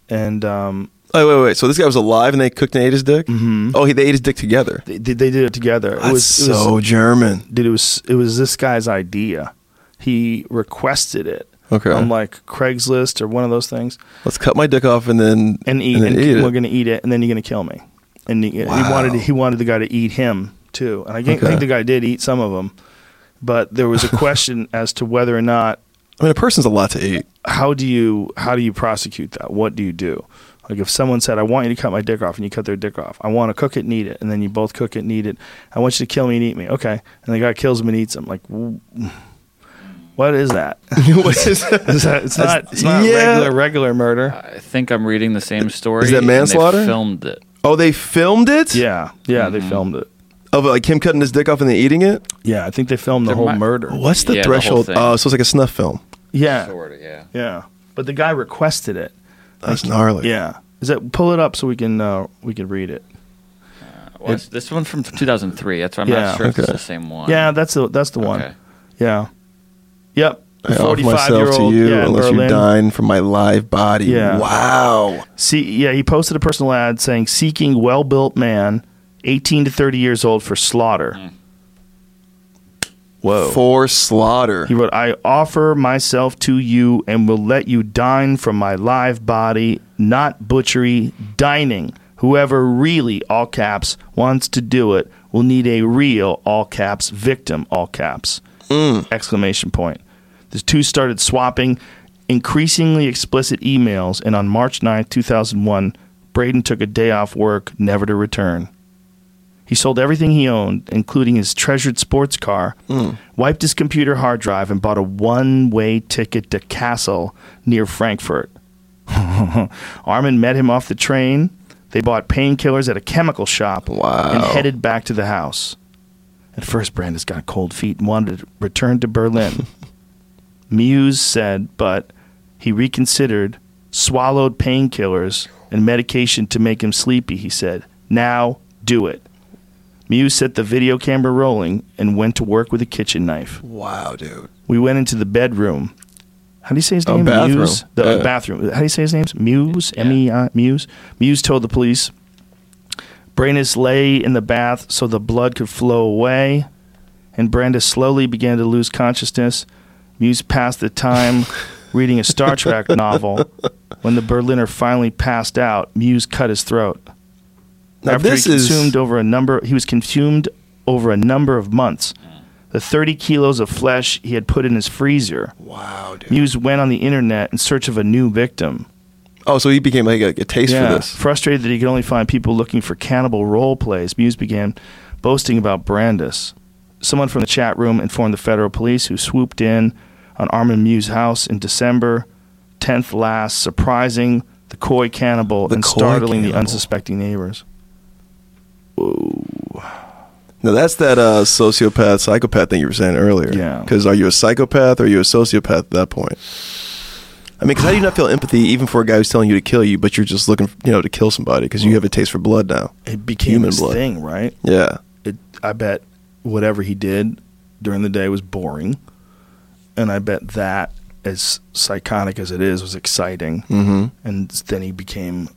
Speaker 1: And um,
Speaker 2: oh wait, wait, wait. So this guy was alive and they cooked and ate his dick. Mm-hmm. Oh, he they ate his dick together.
Speaker 1: they, they did it together.
Speaker 2: That's
Speaker 1: it was, it was-
Speaker 2: so German.
Speaker 1: dude, it was it was this guy's idea. He requested it
Speaker 2: Okay.
Speaker 1: on like Craigslist or one of those things,
Speaker 2: Let's cut my dick off and then
Speaker 1: and eat.
Speaker 2: and
Speaker 1: And,
Speaker 2: then eat it.
Speaker 1: we're gonna eat it, and then you're gonna kill me. And he, he
Speaker 2: Wow.
Speaker 1: wanted he wanted the guy to eat him too. And I think- I
Speaker 2: Okay.
Speaker 1: think the guy did eat some of them, but there
Speaker 2: <laughs>
Speaker 1: was a question as to whether or not
Speaker 2: I mean, a person's a lot to eat.
Speaker 1: how do you how do you prosecute that? What do you do? Like if someone said, "I want you to cut my dick off," and you cut their dick off, I want to cook it and eat it, and then you both cook it and eat it. I want you to kill me and eat me. Okay, and the guy kills him and eats him. Like, w- <laughs> what is that? <laughs>
Speaker 2: what <laughs> is that?
Speaker 1: It's not, it's not, it's not
Speaker 2: Yeah.
Speaker 1: regular regular murder.
Speaker 3: I think I'm reading the same story.
Speaker 2: Is that
Speaker 3: and they
Speaker 2: manslaughter?
Speaker 3: filmed it.
Speaker 2: Oh, they filmed it.
Speaker 1: Yeah, yeah, they
Speaker 2: Mm-hmm.
Speaker 1: filmed it.
Speaker 2: Of like him cutting his dick off and then eating it.
Speaker 1: Yeah, I think they filmed the
Speaker 3: There
Speaker 1: whole
Speaker 3: might-
Speaker 1: murder.
Speaker 2: What's the
Speaker 3: Yeah, the whole
Speaker 2: threshold?
Speaker 3: thing.
Speaker 2: oh, so it's like a snuff film.
Speaker 1: Yeah,
Speaker 3: Sort of, yeah.
Speaker 1: yeah. But the guy requested it.
Speaker 2: That's gnarly.
Speaker 1: Yeah, is that pull it up so we can uh, we can read it?
Speaker 3: Well, it's- this one's from 2003. That's why I'm
Speaker 1: Yeah,
Speaker 3: not sure if it's
Speaker 2: okay.
Speaker 3: the same one.
Speaker 1: Yeah, that's the that's the one.
Speaker 3: Okay.
Speaker 1: Yeah. Yep.
Speaker 2: I offer myself to
Speaker 1: 45-year-old,
Speaker 2: you
Speaker 1: yeah, in
Speaker 2: unless you
Speaker 1: Berlin.
Speaker 2: dine from my live body.
Speaker 1: Yeah.
Speaker 2: Wow.
Speaker 1: See, yeah, he posted a personal ad saying seeking well-built man, 18 to 30 years old for
Speaker 2: Mm.
Speaker 1: slaughter. Whoa.
Speaker 2: For slaughter.
Speaker 1: He wrote, "I offer myself to you and will let you dine from my live body, not butchery, dining. Whoever really all caps wants to do it will need a real all caps victim all caps." Exclamation point. The two started swapping increasingly explicit emails, and on March 9, 2001, Braden took a day off work, never to return. He sold everything he owned, including his treasured sports car, wiped his computer hard drive, and bought a one way ticket to Kassel near Frankfurt. <laughs> Armin met him off the train. They bought painkillers at a chemical shop
Speaker 2: Wow.
Speaker 1: and headed back to the house. At first, Brandis got cold feet and wanted to return to Berlin. Muse said, but he reconsidered, swallowed painkillers and medication to make him sleepy, he said. Now do it. Muse set the video camera rolling and went to work with a kitchen knife.
Speaker 2: wow, dude.
Speaker 1: We went into the bedroom. How do you say his
Speaker 2: Oh,
Speaker 1: name?
Speaker 2: bathroom.
Speaker 1: Muse. The uh,
Speaker 2: Yeah.
Speaker 1: bathroom. How do you say his name's Muse? M E I Muse. Muse told the police. Brandis lay in the bath so the blood could flow away, and Brandis slowly began to lose consciousness. Muse passed the
Speaker 2: <laughs>
Speaker 1: time reading a Star Trek novel. When the Berliner finally passed out, Muse cut his throat.
Speaker 2: Now
Speaker 1: After
Speaker 2: this
Speaker 1: he
Speaker 2: is
Speaker 1: consumed over a number, he was consumed over a number of months. The 30 kilos of flesh he had put in his freezer.
Speaker 2: wow, dude.
Speaker 1: Muse went on the internet in search of a new victim.
Speaker 2: Oh, so he became like a, a taste for this.
Speaker 1: Frustrated that he could only find people looking for cannibal role plays, Muse began boasting about Brandis. Someone from the chat room informed the federal police, who swooped in on Armin Muse's house in December 10th last, surprising the coy cannibal
Speaker 2: The
Speaker 1: and
Speaker 2: coy
Speaker 1: startling the
Speaker 2: cannibal.
Speaker 1: unsuspecting neighbors.
Speaker 2: Now that's that uh, sociopath, psychopath thing you were saying earlier.
Speaker 1: Yeah.
Speaker 2: Because are you a psychopath or are you a sociopath at that point? I mean, because how do you not feel empathy even for a guy who's telling you to kill you, but you're just looking, you know, to kill somebody because you have a taste for blood now?
Speaker 1: It became
Speaker 2: Human
Speaker 1: his
Speaker 2: blood.
Speaker 1: thing, right?
Speaker 2: Yeah.
Speaker 1: it I bet whatever he did during the day was boring, and I bet that as psychotic as it is was exciting. Mm-hmm. And then he became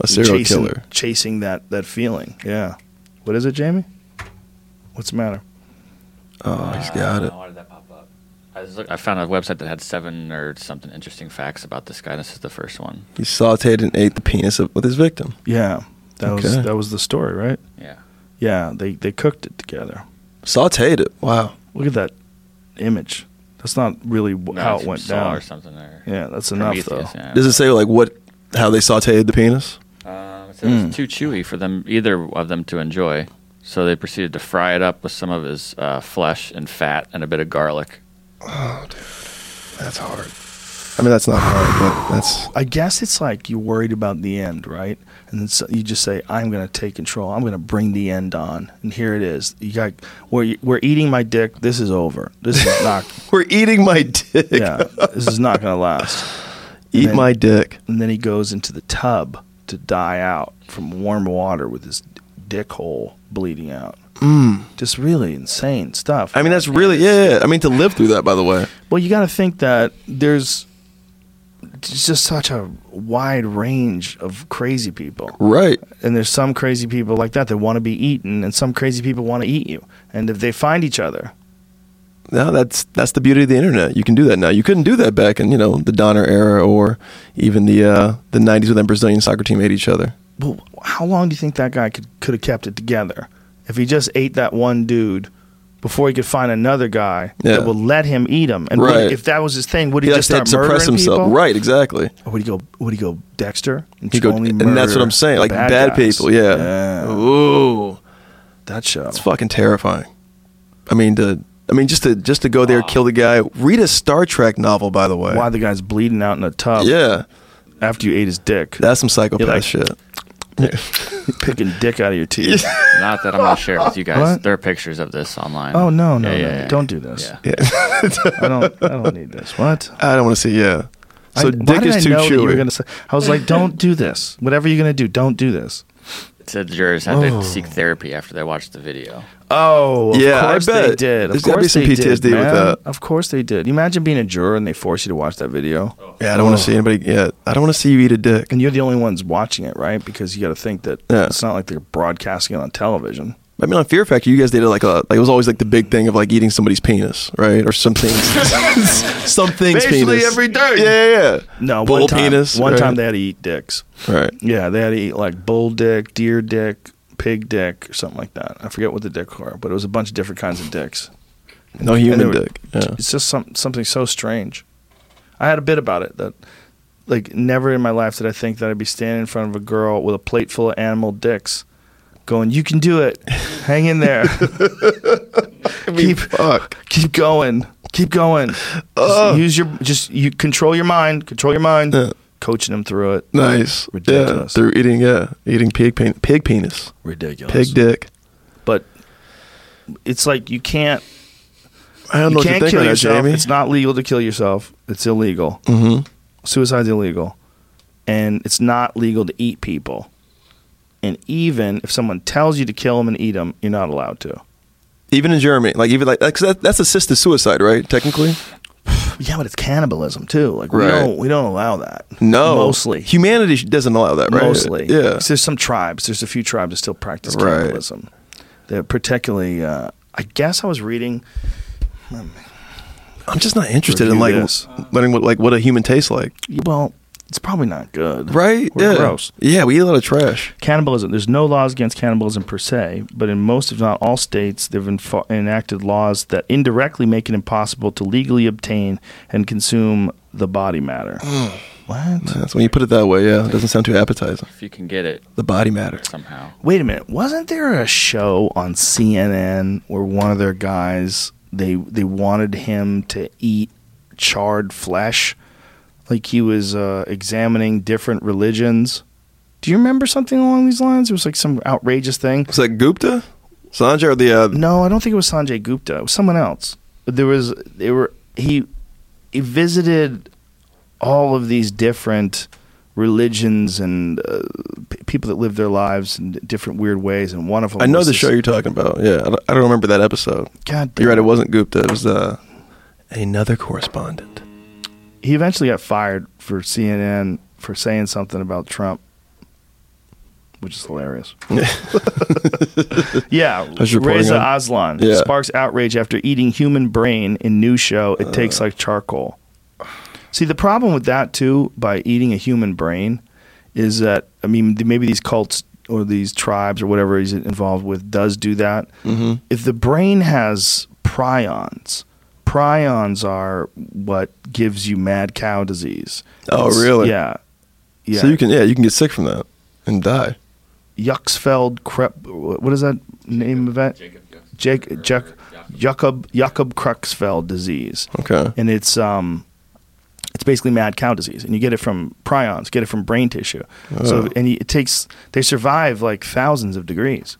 Speaker 2: A serial
Speaker 1: chasing,
Speaker 2: killer.
Speaker 1: chasing that that feeling. Yeah, what is it, Jamie? What's the matter?
Speaker 2: Oh, he's got it.
Speaker 3: Oh, why did that pop up? I, was look, I found a website that had seven or something interesting facts about this guy. This is the first one.
Speaker 2: He sauteed and ate the penis of, with his victim.
Speaker 1: Yeah, that was
Speaker 2: Okay.
Speaker 1: that was the story, right?
Speaker 3: Yeah.
Speaker 1: Yeah, they they cooked it together.
Speaker 2: Sauteed it. Wow.
Speaker 1: Look at that image. That's not really wh-
Speaker 3: No,
Speaker 1: how
Speaker 3: it's
Speaker 1: it went
Speaker 3: Saw
Speaker 1: down.
Speaker 3: or something. Or
Speaker 1: Yeah, that's enough
Speaker 3: Prometheus,
Speaker 1: though.
Speaker 3: yeah.
Speaker 2: Does it say like what how they sauteed the penis?
Speaker 3: Um, it said
Speaker 1: Hmm.
Speaker 3: it was too chewy for them either of them to enjoy, so they proceeded to fry it up with some of his uh, flesh and fat and a bit of garlic.
Speaker 2: That's hard. I mean, that's not hard,
Speaker 1: <laughs>
Speaker 2: but that's
Speaker 1: I guess it's like you're worried about the end, right? And then so you just say, "I'm going to take control. I'm going to bring the end on." And here it is. You got we're we're eating my dick. This is over. This is
Speaker 2: <laughs>
Speaker 1: not.
Speaker 2: we're eating my dick.
Speaker 1: yeah, this is not going to last.
Speaker 2: Eat
Speaker 1: Man.
Speaker 2: my dick.
Speaker 1: And then he goes into the tub to die out from warm water with his dick hole bleeding out. Mm. Just really insane stuff.
Speaker 2: I mean, that's really yeah, yeah. I mean, to live through that, by the way.
Speaker 1: Well, you got to think that there's just such a wide range of crazy people.
Speaker 2: Right.
Speaker 1: And there's some crazy people like that that want to be eaten, and some crazy people want to eat you. And if they find each other,
Speaker 2: No, that's that's the beauty of the internet. You can do that now. You couldn't do that back in you know the Donner era or even the uh, the '90s when that Brazilian soccer team ate each other.
Speaker 1: well, how long do you think that guy could could have kept it together if he just ate that one dude before he could find another guy
Speaker 2: Yeah.
Speaker 1: that would let him eat him? And would-
Speaker 2: Right.
Speaker 1: if that was his thing, would he,
Speaker 2: He likes
Speaker 1: just start
Speaker 2: to suppress
Speaker 1: murdering
Speaker 2: himself.
Speaker 1: people?
Speaker 2: Right. Exactly.
Speaker 1: Or would he go? Would he go Dexter? And,
Speaker 2: You go,
Speaker 1: only
Speaker 2: and that's
Speaker 1: murder
Speaker 2: what I'm saying.
Speaker 1: the
Speaker 2: Like bad,
Speaker 1: guys? uh,
Speaker 2: people. Yeah. Ooh,
Speaker 1: that show.
Speaker 2: it's fucking terrifying. I mean to. I mean, just to just to go there, kill the guy. Read a Star Trek novel, by the way.
Speaker 1: why the guy's bleeding out in a tub
Speaker 2: Yeah,
Speaker 1: after you ate his dick.
Speaker 2: that's some psychopath
Speaker 1: like-
Speaker 2: shit.
Speaker 1: picking dick out of
Speaker 2: <laughs>
Speaker 1: your teeth.
Speaker 3: Not that I'm going to share with you guys.
Speaker 1: What?
Speaker 3: There are pictures of this online.
Speaker 1: Oh no, no,
Speaker 3: Yeah,
Speaker 1: no.
Speaker 3: yeah, yeah.
Speaker 1: Don't do this.
Speaker 3: Yeah.
Speaker 1: I don't I don't need this. <laughs> What?
Speaker 2: I don't want to see. Yeah. So
Speaker 1: I, why
Speaker 2: dick
Speaker 1: did
Speaker 2: is
Speaker 1: I
Speaker 2: too
Speaker 1: know that you were
Speaker 2: chewy.
Speaker 1: gonna say, I was like, don't do this. Whatever you're gonna do, don't do this.
Speaker 3: It said the jurors had to seek therapy after they watched the video.
Speaker 1: Oh, of
Speaker 2: Yeah, I
Speaker 1: course
Speaker 2: bet.
Speaker 1: they did. Of
Speaker 2: There's gotta
Speaker 1: course
Speaker 2: be some
Speaker 1: they
Speaker 2: PTSD
Speaker 1: did,
Speaker 2: with
Speaker 1: man.
Speaker 2: that.
Speaker 1: Of course they did. You imagine being a juror and they force you to watch that video,
Speaker 2: yeah, I don't want to see anybody. Yeah, I don't want to see you eat a dick.
Speaker 1: and you're the only ones watching it, right? Because you got to think that
Speaker 2: Yeah.
Speaker 1: it's not like they're broadcasting it on television.
Speaker 2: I mean, on Fear Factor, you guys did like a like it was always like the big thing of like eating somebody's penis, right,
Speaker 1: <laughs>
Speaker 2: or something, something's
Speaker 1: Basically
Speaker 2: penis
Speaker 1: every
Speaker 2: day. Yeah, yeah, yeah.
Speaker 1: No,
Speaker 2: bull
Speaker 1: one time,
Speaker 2: penis.
Speaker 1: One
Speaker 2: right?
Speaker 1: time they had to eat dicks.
Speaker 2: right.
Speaker 1: Yeah, they had to eat like bull dick, deer dick, pig dick, or something like that. I forget what the dick were, but it was a bunch of different kinds of dicks.
Speaker 2: No
Speaker 1: And they
Speaker 2: human
Speaker 1: were-
Speaker 2: dick. Yeah.
Speaker 1: It's just some, something so strange. I had a bit about it that, like, never in my life did I think that I'd be standing in front of a girl with a plate full of animal dicks, going, "You can do it, hang in
Speaker 2: <laughs>
Speaker 1: there, keep
Speaker 2: Fuck.
Speaker 1: keep going, keep going, just use your just you control your mind, control your mind."
Speaker 2: Yeah.
Speaker 1: Coaching them through it,
Speaker 2: Nice.
Speaker 1: Ridiculous.
Speaker 2: Yeah, through eating. Yeah, eating pig pen- pig penis.
Speaker 1: ridiculous.
Speaker 2: Pig dick.
Speaker 1: but it's like you can't
Speaker 2: I don't
Speaker 1: you
Speaker 2: know what
Speaker 1: can't
Speaker 2: to think
Speaker 1: kill
Speaker 2: of that,
Speaker 1: yourself.
Speaker 2: Jamie.
Speaker 1: It's not legal to kill yourself. It's illegal. Mm-hmm. Suicide's illegal, and it's not legal to eat people. And even if someone tells you to kill them and eat them, you're not allowed to.
Speaker 2: even in Germany, like even like like, 'cause that, that's assisted suicide, right? Technically,
Speaker 1: Yeah, but it's cannibalism too. Like we
Speaker 2: Right.
Speaker 1: don't we don't allow that.
Speaker 2: no.
Speaker 1: mostly
Speaker 2: humanity sh- doesn't allow that, right?
Speaker 1: mostly.
Speaker 2: Yeah.
Speaker 1: 'Cause there's some tribes. There's a few tribes that still practice
Speaker 2: Right.
Speaker 1: cannibalism. They're particularly. Uh, I guess I was reading.
Speaker 2: I'm just not interested in
Speaker 1: Review
Speaker 2: like
Speaker 1: this.
Speaker 2: learning what like what a human tastes like.
Speaker 1: Well, it's probably not good.
Speaker 2: Right?
Speaker 1: We're
Speaker 2: yeah.
Speaker 1: gross.
Speaker 2: Yeah, we eat a lot of trash.
Speaker 1: cannibalism. There's no laws against cannibalism per se, but in most, if not all states, they've enfo- enacted laws that indirectly make it impossible to legally obtain and consume the body matter. what?
Speaker 2: That's when you put it that way. Yeah, it doesn't sound too appetizing.
Speaker 3: If you can get it
Speaker 2: The body matter.
Speaker 3: somehow.
Speaker 1: Wait a minute. Wasn't there a show on CNN where one of their guys they they wanted him to eat charred flesh, like he was uh, examining different religions? Do you remember something along these lines? It was like some outrageous thing.
Speaker 2: Was that Gupta, Sanjay, or the uh,
Speaker 1: No, I don't think it was Sanjay Gupta. It was someone else. There was they were he he visited all of these different religions and uh, p- people that live their lives in different weird ways, and one of them.
Speaker 2: I know
Speaker 1: was
Speaker 2: the
Speaker 1: this-
Speaker 2: show you're talking about. Yeah, I don't, I don't remember that episode.
Speaker 1: God, damn.
Speaker 2: You're right. It wasn't Gupta. It was uh, another correspondent.
Speaker 1: He eventually got fired for CNN for saying something about Trump, which is
Speaker 2: <laughs>
Speaker 1: hilarious. <laughs> yeah,
Speaker 2: was reporting
Speaker 1: Reza
Speaker 2: on-
Speaker 1: Aslan
Speaker 2: Yeah.
Speaker 1: sparks outrage after eating human brain in new show.
Speaker 2: Uh.
Speaker 1: It tastes like charcoal. See, the problem with that too, by eating a human brain, is that I mean th- maybe these cults or these tribes or whatever he's
Speaker 2: Mm-hmm.
Speaker 1: involved with does do that. If the brain has prions, prions are what gives you mad cow disease.
Speaker 2: Oh, really?
Speaker 1: Yeah. Yeah.
Speaker 2: So you can yeah, you can get sick from that and die.
Speaker 1: Yuxfeld Krep. What is that name of that? Jacob. Jake, Jack, Jacob Jacob Cruxfeld disease.
Speaker 2: Okay.
Speaker 1: And it's um, it's basically mad cow disease, and you get it from prions, get it from brain tissue.
Speaker 2: Oh.
Speaker 1: So and you, it takes they survive like thousands of degrees.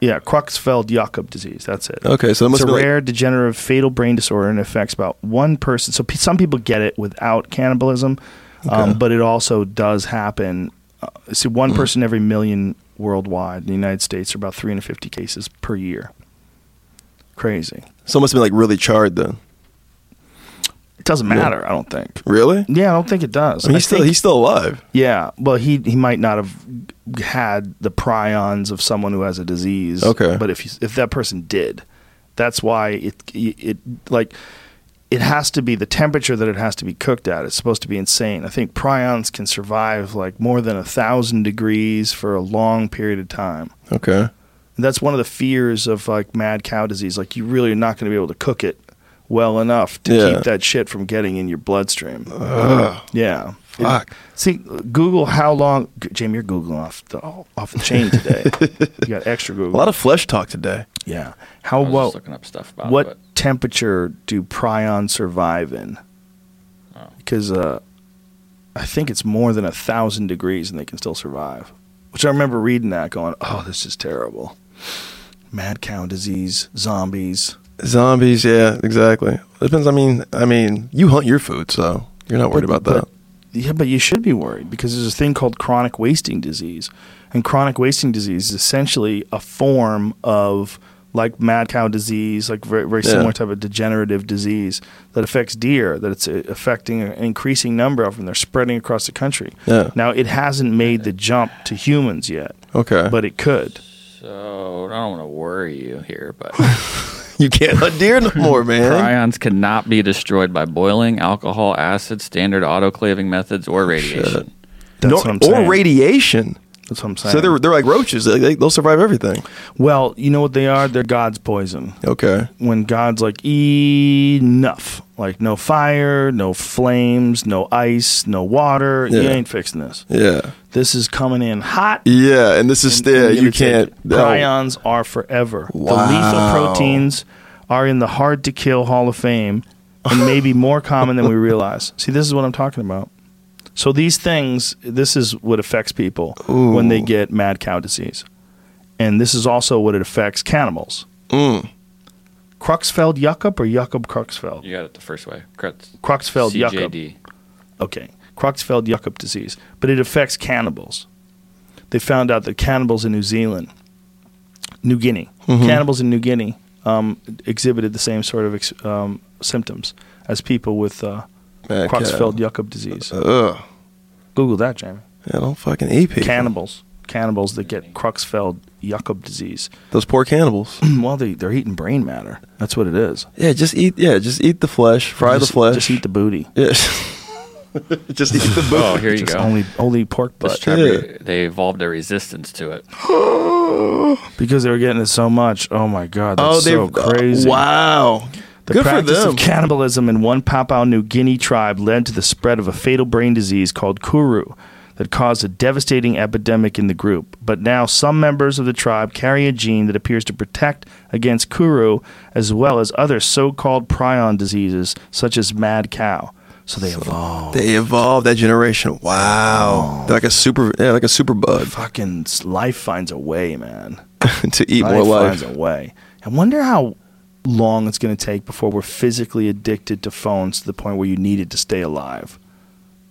Speaker 1: Yeah, Creutzfeldt Jakob disease. That's it.
Speaker 2: Okay, so it must
Speaker 1: it's a
Speaker 2: be like-
Speaker 1: rare, degenerative, fatal brain disorder and affects about one person. So pe- some people get it without cannibalism, um, but it also does happen. Uh, see, one
Speaker 2: Mm-hmm.
Speaker 1: person every million worldwide. In the United States, there are about 350 cases per year. Crazy.
Speaker 2: So it must have been like really charred then.
Speaker 1: It doesn't matter. I don't think.
Speaker 2: Really?
Speaker 1: Yeah, I don't think it does.
Speaker 2: I mean,
Speaker 1: I
Speaker 2: he's still
Speaker 1: think-
Speaker 2: he's still alive.
Speaker 1: Yeah, well, he he might not have had the prions of someone who has a disease.
Speaker 2: Okay.
Speaker 1: but if he's- if that person did, that's why it it like it has to be the temperature that it has to be cooked at. It's supposed to be insane. I think prions can survive like more than a thousand degrees for a long period of time.
Speaker 2: Okay.
Speaker 1: And that's one of the fears of like mad cow disease. Like you really are not going to be able to cook it well enough to
Speaker 2: Yeah.
Speaker 1: keep that shit from getting in your bloodstream. yeah.
Speaker 2: Fuck.
Speaker 1: See, Google how long. G- Jamie, you're Googling off the off the chain
Speaker 2: <laughs>
Speaker 1: today. you got extra
Speaker 2: A
Speaker 1: Google.
Speaker 2: lot of flesh talk today.
Speaker 1: yeah. How
Speaker 3: I was
Speaker 1: well?
Speaker 3: just looking up stuff about
Speaker 1: what
Speaker 3: it. but-
Speaker 1: temperature do prions survive in?
Speaker 3: Oh.
Speaker 1: Because uh, I think it's more than a thousand degrees and they can still survive. Which I remember reading that, going, "Oh, this is terrible." Mad cow disease, zombies.
Speaker 2: Zombies, yeah, exactly. Depends. I mean, I mean, you hunt your food, so you're not worried about that.
Speaker 1: Yeah, but you should be worried because there's a thing called chronic wasting disease. And chronic wasting disease is essentially a form of like mad cow disease, like very, very
Speaker 2: Yeah.
Speaker 1: similar type of degenerative disease that affects deer, that it's uh, affecting an increasing number of them. They're spreading across the country.
Speaker 2: Yeah.
Speaker 1: Now, it hasn't made the jump to humans yet,
Speaker 2: Okay,
Speaker 1: but it could.
Speaker 3: So I don't want to worry you here,
Speaker 1: <laughs>
Speaker 3: but
Speaker 2: <laughs> you can't hunt deer no <laughs> more, man.
Speaker 3: prions cannot be destroyed by boiling, alcohol, acid, standard autoclaving methods, or
Speaker 1: Oh,
Speaker 3: radiation.
Speaker 1: That's
Speaker 2: Nor-
Speaker 1: what I'm
Speaker 2: or
Speaker 1: saying.
Speaker 2: radiation.
Speaker 1: That's what I'm saying.
Speaker 2: So they're they're like roaches. They, they, they'll survive everything.
Speaker 1: well, you know what they are? They're God's poison.
Speaker 2: Okay.
Speaker 1: when God's like enough, like no fire, no flames, no ice, no water, you
Speaker 2: Yeah.
Speaker 1: ain't fixing this.
Speaker 2: Yeah.
Speaker 1: This is coming in hot.
Speaker 2: Yeah, and this is
Speaker 1: and
Speaker 2: still
Speaker 1: you're
Speaker 2: you
Speaker 1: gonna
Speaker 2: can't.
Speaker 1: take it.
Speaker 2: oh,
Speaker 1: Prions are forever. The lethal
Speaker 2: Wow.
Speaker 1: proteins are in the hard to kill Hall of Fame, and maybe more common
Speaker 2: <laughs>
Speaker 1: than we realize. See, this is what I'm talking about. So these things, this is what affects people when they get mad cow disease, and this is also what it affects cannibals.
Speaker 2: Mm.
Speaker 1: Cruxfeld Jakob or Jakob Cruxfeld?
Speaker 3: You got it the first way. Correct.
Speaker 1: Cruxfeld Jakob.
Speaker 3: CJD.
Speaker 1: Okay. Creutzfeldt Jakob disease. But it affects cannibals. They found out that cannibals in New Zealand, New Guinea,
Speaker 2: Mm-hmm.
Speaker 1: cannibals in New Guinea um, exhibited the same sort of ex- um, symptoms as people with uh,
Speaker 2: Mad
Speaker 1: Creutzfeldt
Speaker 2: cow.
Speaker 1: Jakob disease.
Speaker 2: Ugh.
Speaker 1: Google that, Jamie.
Speaker 2: Yeah, don't fucking eat people.
Speaker 1: Cannibals. Cannibals that get Creutzfeldt Jakob
Speaker 2: <clears throat>
Speaker 1: disease.
Speaker 2: Those poor cannibals.
Speaker 1: well, they, they're eating brain matter. That's what it is.
Speaker 2: yeah, just eat. Yeah, just eat the flesh. Fry
Speaker 1: just,
Speaker 2: the flesh.
Speaker 1: Just eat the booty.
Speaker 2: <laughs> Yeah. just eat
Speaker 1: <laughs>
Speaker 2: the
Speaker 3: Oh, here you
Speaker 1: Just
Speaker 3: go.
Speaker 1: only, only pork butt.
Speaker 3: This tribe,
Speaker 2: Yeah.
Speaker 3: they evolved a resistance to it.
Speaker 1: Because they were getting it so much. Oh my god, that's
Speaker 2: Oh, they
Speaker 1: so crazy.
Speaker 2: wow.
Speaker 1: The
Speaker 2: Good for
Speaker 1: practice
Speaker 2: them.
Speaker 1: of cannibalism in one Papua New Guinea tribe led to the spread of a fatal brain disease called kuru that caused a devastating epidemic in the group. But now some members of the tribe carry a gene that appears to protect against kuru as well as other so-called prion diseases such as mad cow. So they evolved.
Speaker 2: they evolved that generation.
Speaker 1: Oh.
Speaker 2: Wow. They're like a super. Yeah, like a super bug
Speaker 1: Fucking s- life finds a way, man.
Speaker 2: <laughs> to eat more
Speaker 1: life finds
Speaker 2: life.
Speaker 1: a way. I wonder how long it's going to take before we're physically addicted to phones to the point where you need it to stay alive.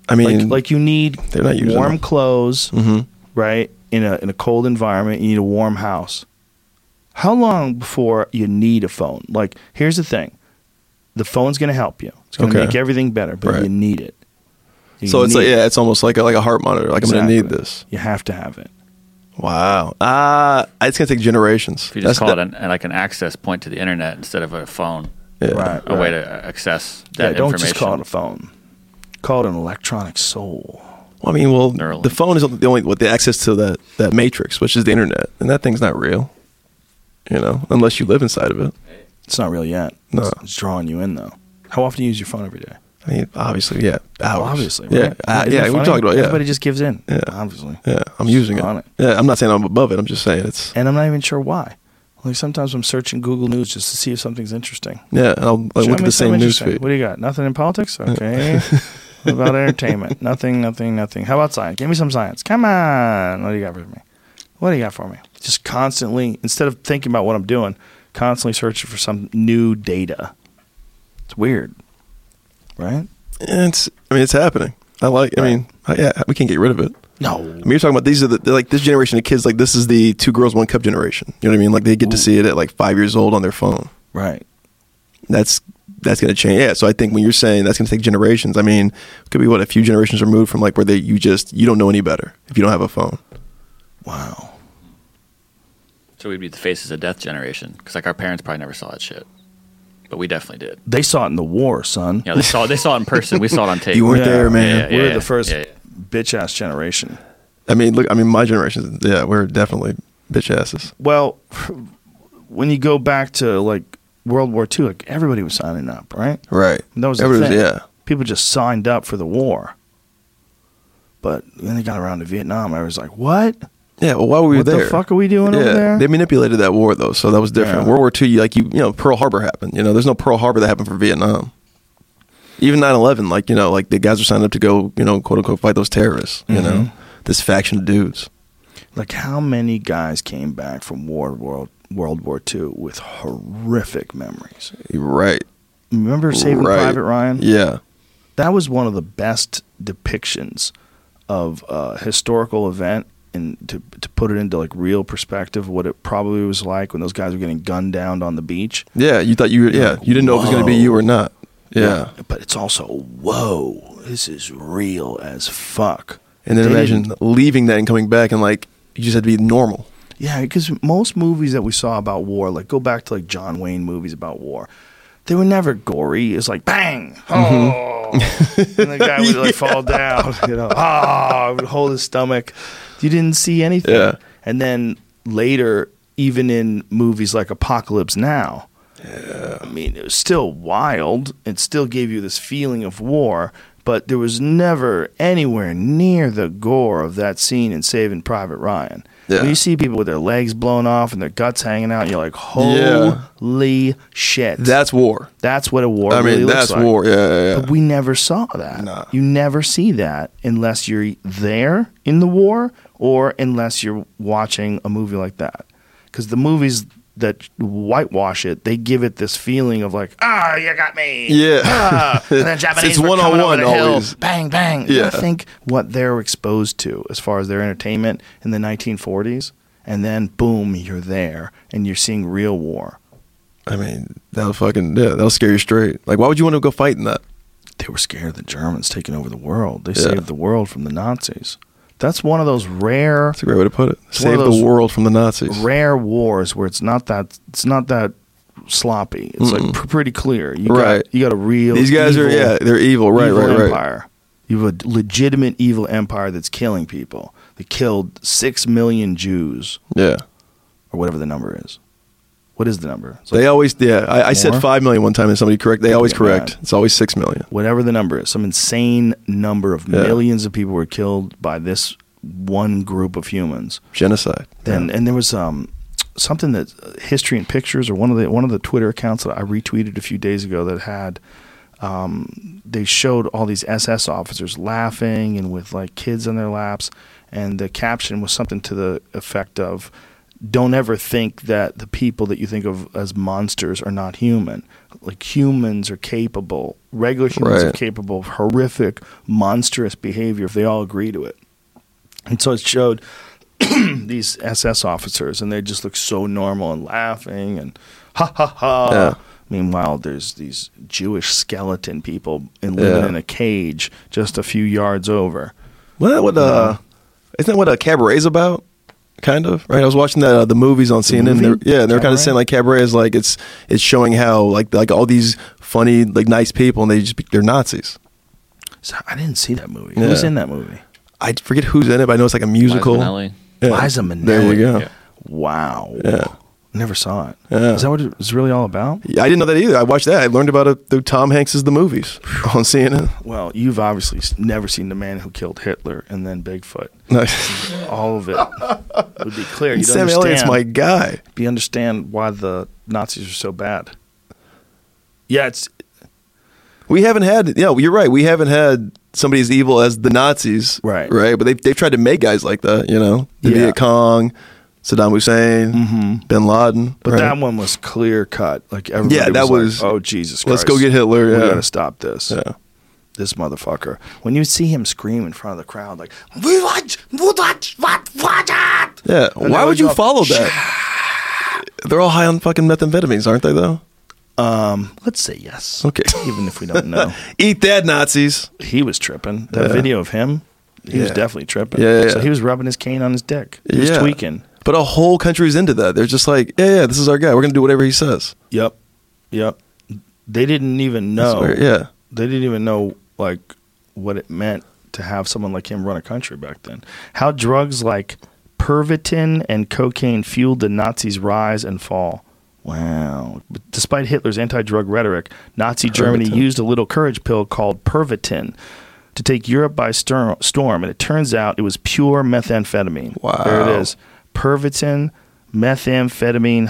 Speaker 2: I
Speaker 1: Like,
Speaker 2: mean,
Speaker 1: like you need
Speaker 2: they're not using
Speaker 1: warm
Speaker 2: them. Mm-hmm.
Speaker 1: clothes, right? In a in a cold environment, you need a warm house. How long before you need a phone? Like, here's the thing: the phone's going to help you. It's going to
Speaker 2: Okay.
Speaker 1: make everything better, but
Speaker 2: Right.
Speaker 1: you need it. You
Speaker 2: so it's
Speaker 1: need
Speaker 2: like
Speaker 1: it.
Speaker 2: yeah, it's almost like a, like a heart monitor. Like I'm
Speaker 1: Exactly.
Speaker 2: gonna need this.
Speaker 1: You have to have it.
Speaker 2: Wow. Ah, it's gonna take generations.
Speaker 3: If you just call
Speaker 2: that-
Speaker 3: it an, like an access point to the internet instead of a phone,
Speaker 2: yeah.
Speaker 1: Right.
Speaker 3: a way to access
Speaker 1: Yeah,
Speaker 3: Oh, uh, that
Speaker 1: don't
Speaker 3: information.
Speaker 1: just call it a phone. Call it an electronic soul.
Speaker 2: Well, I mean, well,
Speaker 3: Neuralink.
Speaker 2: the phone is the only with the access to that that matrix, which is the internet, and that thing's not real. You know, unless you live inside of it.
Speaker 1: It's not really yet.
Speaker 2: No.
Speaker 1: It's, it's drawing you in though. How often do you use your phone every day?
Speaker 2: I mean, obviously, yeah. Hours.
Speaker 1: Obviously,
Speaker 2: Yeah.
Speaker 1: right?
Speaker 2: I-
Speaker 1: Isn't it
Speaker 2: yeah, we
Speaker 1: funny?
Speaker 2: talked about it, yeah.
Speaker 1: Everybody just gives in.
Speaker 2: Yeah.
Speaker 1: Obviously.
Speaker 2: yeah, I'm
Speaker 1: Just
Speaker 2: using it.
Speaker 1: on it.
Speaker 2: Yeah, I'm not saying I'm above it. I'm just saying it's.
Speaker 1: And I'm not even sure why. Like sometimes I'm searching Google News just to see if something's interesting.
Speaker 2: Yeah, and I'll like,
Speaker 1: Show
Speaker 2: look at
Speaker 1: me something
Speaker 2: the same news
Speaker 1: interesting.
Speaker 2: feed. Uh,
Speaker 1: What do you got? Nothing in politics?
Speaker 2: <laughs>
Speaker 1: Okay. what about entertainment? Nothing, nothing, nothing. How about science? Give me some science. Come on. What do you got for me? What do you got for me? Just constantly, instead of thinking about what I'm doing, constantly searching for some new data. It's weird, right?
Speaker 2: And it's. I mean, it's happening. I like. I mean, I, yeah, we can't get rid of it.
Speaker 1: No.
Speaker 2: I mean, you're talking about these are the they're like this generation of kids. Like this is the two girls one cup generation. You know what I mean? Like they get
Speaker 1: Mm.
Speaker 2: to see it at like five years old on their phone.
Speaker 1: Right.
Speaker 2: That's that's going to change. Yeah. So I think when you're saying that's going to take generations, I mean, it could be what a few generations removed from like where they you just you don't know any better if you don't have a phone.
Speaker 1: Wow.
Speaker 3: So we'd be the faces of death generation because like our parents probably never saw that shit, but we definitely did.
Speaker 1: They saw it in the war, son.
Speaker 3: You know, they saw they saw it in person. We saw it
Speaker 1: <laughs>
Speaker 3: on tape.
Speaker 2: You weren't
Speaker 1: Yeah.
Speaker 2: there, man.
Speaker 3: Yeah, yeah,
Speaker 1: We're
Speaker 3: yeah,
Speaker 1: the first
Speaker 3: yeah, yeah.
Speaker 1: bitch ass generation.
Speaker 2: I mean, look. I mean, my generation. Yeah, we're definitely bitch asses.
Speaker 1: Well, when you go back to like World War II, like everybody was signing up, right?
Speaker 2: Right.
Speaker 1: And that was the
Speaker 2: Everybody
Speaker 1: thing.
Speaker 2: was- yeah.
Speaker 1: People just signed up for the war. But when they got around to Vietnam, I was like, what?
Speaker 2: Yeah, well, why were we
Speaker 1: What the
Speaker 2: there?
Speaker 1: fuck are we doing over there?
Speaker 2: They manipulated that war though, so that was different.
Speaker 1: Yeah.
Speaker 2: World War II, you, like you, you know, Pearl Harbor happened. You know, there's no Pearl Harbor that happened for Vietnam. Even 9/11, like you know, like the guys were signed up to go, you know, quote unquote, fight those terrorists. You know,
Speaker 1: Mm-hmm.
Speaker 2: this faction of dudes.
Speaker 1: Like, how many guys came back from war, World, World War II with horrific memories?
Speaker 2: You're right.
Speaker 1: Remember Saving
Speaker 2: Right.
Speaker 1: Private Ryan?
Speaker 2: Yeah.
Speaker 1: that was one of the best depictions of a historical event and to, to put it into like real perspective what it probably was like when those guys were getting gunned down on the beach
Speaker 2: Yeah. You thought you. were Yeah. You didn't know if it was going to be you or not. Yeah.
Speaker 1: but it's also whoa this is real as fuck
Speaker 2: And then
Speaker 1: They
Speaker 2: imagine
Speaker 1: didn't-
Speaker 2: leaving that and coming back and like you just had to be normal.
Speaker 1: yeah because most movies that we saw about war like go back to like john wayne movies about war they were never gory it's like bang oh and the guy would like fall down you know oh would hold his stomach you didn't see anything
Speaker 2: Yeah.
Speaker 1: and then later even in movies like apocalypse now I mean, it was still wild. It still gave you this feeling of war, but there was never anywhere near the gore of that scene in Saving Private Ryan.
Speaker 2: Yeah.
Speaker 1: When you see people with their legs blown off and their guts hanging out, and you're like,
Speaker 2: Yeah.
Speaker 1: holy shit.
Speaker 2: That's war.
Speaker 1: that's what a war
Speaker 2: I mean,
Speaker 1: really looks
Speaker 2: that's
Speaker 1: like.
Speaker 2: war. Yeah. yeah, yeah.
Speaker 1: But we never saw that.
Speaker 2: Nah.
Speaker 1: You never see that unless you're there in the war or unless you're watching a movie like that. Because the movies that whitewash it, they give it this feeling of like, ah, you got me.
Speaker 2: Yeah.
Speaker 1: Ah, and then Japanese
Speaker 2: It's
Speaker 1: were
Speaker 2: one on
Speaker 1: coming over
Speaker 2: one
Speaker 1: the hill.
Speaker 2: always.
Speaker 1: Bang, bang.
Speaker 2: Yeah.
Speaker 1: I think what they're exposed to as far as their entertainment in the 1940s, and then boom, you're there and you're seeing real war.
Speaker 2: <laughs> I mean, that was fucking yeah, that was scary straight. Like, why would you want to go fight in that?
Speaker 1: they were scared of the Germans taking over the world. They
Speaker 2: Yeah.
Speaker 1: saved the world from the Nazis. That's one of those rare,
Speaker 2: That's a great way to put it.
Speaker 1: one
Speaker 2: Save
Speaker 1: of
Speaker 2: the
Speaker 1: those
Speaker 2: world from the Nazis.
Speaker 1: rare wars where it's not that it's not that sloppy. It's like pr- pretty clear. You
Speaker 2: Right.
Speaker 1: Got, you got a real.
Speaker 2: These guys are
Speaker 1: evil-
Speaker 2: yeah, they're evil. Right,
Speaker 1: evil
Speaker 2: right, right.
Speaker 1: empire. You have a legitimate evil empire that's killing people. They killed six million Jews
Speaker 2: Yeah,
Speaker 1: or whatever the number is. What is the number? It's like
Speaker 2: they always yeah. I, I
Speaker 1: More?
Speaker 2: said five million one time, and somebody correct. They always
Speaker 1: get
Speaker 2: correct.
Speaker 1: mad.
Speaker 2: It's always six million.
Speaker 1: whatever the number is, some insane number of
Speaker 2: Yeah.
Speaker 1: millions of people were killed by this one group of humans.
Speaker 2: Genocide.
Speaker 1: Then and there was um something that uh, history and pictures or one of the one of the Twitter accounts that I retweeted a few days ago that had um, they showed all these SS officers laughing and with like kids on their laps, and the caption was something to the effect of, "Don't ever think that the people that you think of as monsters are not human. Like humans are capable. Regular humans are
Speaker 2: Right.
Speaker 1: capable of horrific, monstrous behavior if they all agree to it." And so it showed <clears throat> these SS officers, and they just look so normal and laughing and ha ha ha.
Speaker 2: Yeah.
Speaker 1: Meanwhile, there's these Jewish skeleton people in, living
Speaker 2: Yeah.
Speaker 1: in a cage just a few yards over.
Speaker 2: Well, that what uh, isn't that what a cabaret's about? Kind of right. I was watching that uh, the movies on
Speaker 1: movie?
Speaker 2: CNN. They're, yeah, and they're kind
Speaker 1: Cabaret?
Speaker 2: of saying like cabaret is like it's it's showing how like like all these funny like nice people and they just be- they're Nazis.
Speaker 1: So I didn't see that movie. Who's
Speaker 2: Yeah.
Speaker 1: in that movie?
Speaker 2: I forget who's in it, but I know it's like a musical.
Speaker 3: Liza Minnelli.
Speaker 2: Yeah.
Speaker 1: Liza Minnelli.
Speaker 2: There you go.
Speaker 3: Yeah.
Speaker 1: Wow.
Speaker 2: Yeah.
Speaker 1: Never saw it. Is
Speaker 2: Yeah.
Speaker 1: that what it's really all about?
Speaker 2: Yeah, I didn't know that either. I watched that. I learned about it through Tom Hanks's The Movies <laughs> on
Speaker 1: <laughs>
Speaker 2: CNN.
Speaker 1: Well, you've obviously s- never seen the man who killed Hitler and then Bigfoot.
Speaker 2: Nice.
Speaker 1: All
Speaker 2: <laughs>
Speaker 1: of it would be clear. You'd
Speaker 2: Sam Elliott's
Speaker 1: understand.
Speaker 2: my guy.
Speaker 1: you understand why the Nazis are so bad. Yeah, it's
Speaker 2: We haven't had. Yeah, you're right. We haven't had somebody as evil as the Nazis.
Speaker 1: Right.
Speaker 2: Right. But they've they've tried to make guys like that. You know, the
Speaker 1: Yeah. Mm-hmm.
Speaker 2: Viet Cong, Saddam Hussein, Bin Laden.
Speaker 1: but
Speaker 2: right?
Speaker 1: that one was clear cut. Like everybody
Speaker 2: Yeah, that
Speaker 1: was,
Speaker 2: was-
Speaker 1: like, oh Jesus
Speaker 2: let's
Speaker 1: Christ.
Speaker 2: go get Hitler,
Speaker 1: We're
Speaker 2: yeah.
Speaker 1: gonna stop this.
Speaker 2: Yeah.
Speaker 1: This motherfucker. When you see him scream in front of the crowd like "We want- we want- what- what- what?"
Speaker 2: Yeah.
Speaker 1: And
Speaker 2: Why
Speaker 1: they
Speaker 2: would
Speaker 1: would
Speaker 2: you
Speaker 1: go,
Speaker 2: follow that? They're all high on fucking methamphetamines, aren't they? Though.
Speaker 1: Um, Let's say yes.
Speaker 2: Okay.
Speaker 1: <laughs> Even if we don't
Speaker 2: <laughs>
Speaker 1: know.
Speaker 2: Eat that, Nazis.
Speaker 1: he was tripping. That video of him, he was
Speaker 2: Yeah.
Speaker 1: definitely tripping.
Speaker 2: Yeah, yeah,
Speaker 1: So
Speaker 2: yeah.
Speaker 1: he was rubbing his cane on his dick. He was
Speaker 2: Yeah.
Speaker 1: tweaking.
Speaker 2: But a whole country's into that. They're just like, yeah, yeah, this is our guy. We're gonna do whatever he says.
Speaker 1: Yep. Yep. They didn't even know.
Speaker 2: That's weird. Yeah.
Speaker 1: They didn't even know like what it meant to have someone like him run a country back then. How drugs like pervitin and cocaine fueled the Nazis' rise and fall. Wow. But despite Hitler's anti-drug rhetoric, Nazi Germany
Speaker 2: Pervitin.
Speaker 1: used a little courage pill called pervitin to take Europe by stor- storm, and it turns out it was pure methamphetamine.
Speaker 2: Wow.
Speaker 1: There it is. Pervitin methamphetamine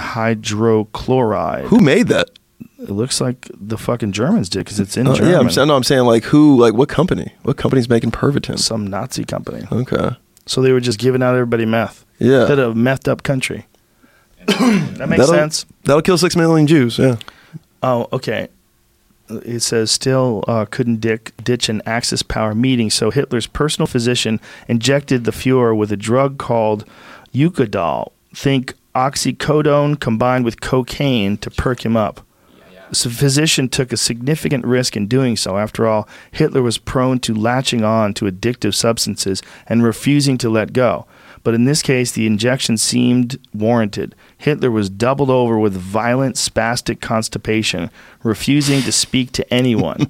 Speaker 1: hydrochloride
Speaker 2: Who made that?
Speaker 1: it looks like the fucking Germans did because it's in
Speaker 2: Uh,
Speaker 1: Germany.
Speaker 2: yeah, I'm, sa- no, I'm saying like who, like what company? What company's making Pervitin?
Speaker 1: some Nazi company.
Speaker 2: Okay.
Speaker 1: So they were just giving out everybody meth.
Speaker 2: Yeah.
Speaker 1: that a methed up
Speaker 2: <coughs>
Speaker 1: country. that makes
Speaker 2: That'll-
Speaker 1: sense.
Speaker 2: That'll kill six million Jews. Yeah.
Speaker 1: Oh, okay. It says still uh, couldn't dick, ditch an Axis power meeting, so Hitler's personal physician injected the Fuhrer with a drug called Eucadol. Think oxycodone combined with cocaine to perk him up. The physician took a significant risk in doing so. After all, Hitler was prone to latching on to addictive substances and refusing to let go. But in this case, the injection seemed warranted. Hitler was doubled over with violent spastic constipation, refusing to speak to anyone.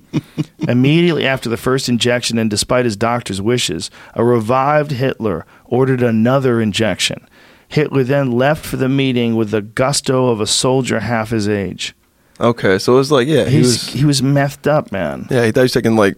Speaker 1: Immediately after the first injection, and despite his doctor's wishes, a revived Hitler ordered another injection. Hitler then left for the meeting with the gusto of a soldier half his age.
Speaker 2: Okay. So it was like, yeah, he
Speaker 1: He's,
Speaker 2: was.
Speaker 1: he was methed up, man.
Speaker 2: yeah, he thought he was taking like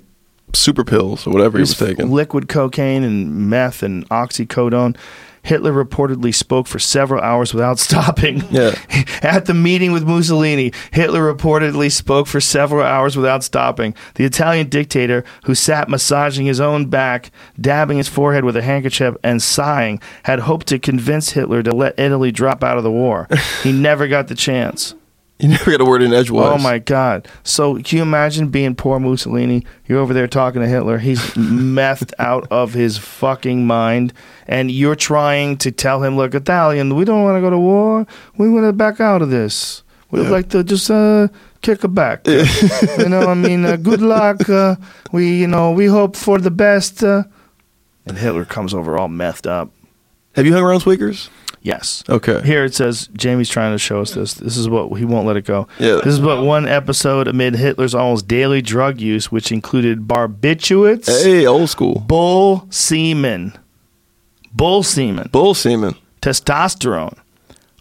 Speaker 2: super pills or whatever he was taking.
Speaker 1: liquid cocaine and meth and oxycodone. Hitler reportedly spoke for several hours without <laughs> stopping.
Speaker 2: Yeah.
Speaker 1: At the meeting with Mussolini, Hitler reportedly spoke for several hours without stopping. The Italian dictator, who sat massaging his own back, dabbing his forehead with a handkerchief, and sighing, had hoped to convince Hitler to let Italy drop out of the
Speaker 2: <laughs>
Speaker 1: war. He never got the chance.
Speaker 2: <laughs> you never got a word in edgewise.
Speaker 1: Oh my God! So can you imagine being poor Mussolini? You're over there talking to Hitler. He's <laughs> methed out of his fucking mind, and you're trying to tell him, "Look, Italian, we don't want to go to war. We want to back out of this. We'd like to just uh, kick it back. you know, I mean, uh, good luck. Uh, we, you know, we hope for the best." Uh. And Hitler comes over all methed up.
Speaker 2: Have you hung around Tweakers?
Speaker 1: Yes.
Speaker 2: Okay.
Speaker 1: Here it says Jamie's trying to show us this. This is what he won't let it go.
Speaker 2: Yeah.
Speaker 1: This is but one episode amid Hitler's almost daily drug use, which included barbiturates,
Speaker 2: Hey, old school.
Speaker 1: bull semen, bull semen,
Speaker 2: Bull semen.
Speaker 1: testosterone,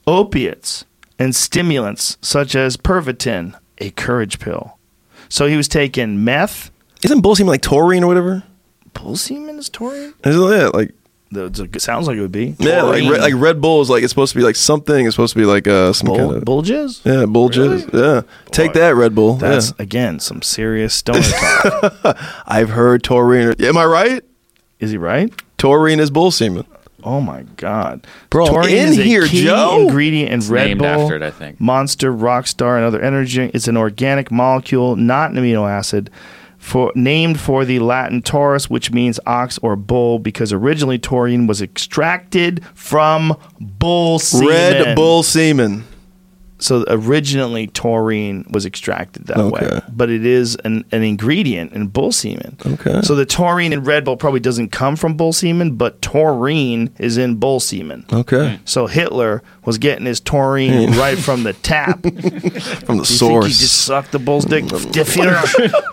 Speaker 1: opiates, and stimulants such as Pervitin, a courage pill. So he was taking meth.
Speaker 2: Isn't bull semen like taurine or whatever?
Speaker 1: Bull semen is taurine.
Speaker 2: Isn't that like?
Speaker 1: That's- It sounds like it would be.
Speaker 2: Yeah, like,
Speaker 1: Taurine.
Speaker 2: Red- like Red Bull is like it's supposed to be like something. It's supposed to be like uh, some kind
Speaker 1: bull,
Speaker 2: of
Speaker 1: bull jizz.
Speaker 2: yeah, bull jizz. Yeah, take
Speaker 1: Boy.
Speaker 2: that, Red Bull.
Speaker 1: That's
Speaker 2: yeah.
Speaker 1: again some serious
Speaker 2: <laughs>
Speaker 1: stoner talk.
Speaker 2: I've heard taurine. Am I right?
Speaker 1: Is he right?
Speaker 2: Taurine is bull semen.
Speaker 1: Oh my God,
Speaker 2: Bro, I'm
Speaker 1: Taurine
Speaker 2: in
Speaker 1: is a
Speaker 2: here,
Speaker 1: key
Speaker 2: Joe.
Speaker 1: ingredient in Red
Speaker 3: named
Speaker 1: Bull,
Speaker 3: after it, I think.
Speaker 1: Monster, Rockstar, and other energy. It's an organic molecule, not an amino acid, for named for the Latin taurus, which means ox or bull, because originally taurine was extracted from bull semen.
Speaker 2: Red Bull semen.
Speaker 1: so originally taurine was extracted that way,
Speaker 2: Okay.
Speaker 1: but it is an, an ingredient in bull semen.
Speaker 2: Okay.
Speaker 1: So the taurine in Red Bull probably doesn't come from bull semen, but taurine is in bull semen.
Speaker 2: Okay.
Speaker 1: So Hitler was getting his taurine right from the tap.
Speaker 2: From
Speaker 1: You
Speaker 2: the source.
Speaker 1: Think he just sucked the bull's dick? the, Führer,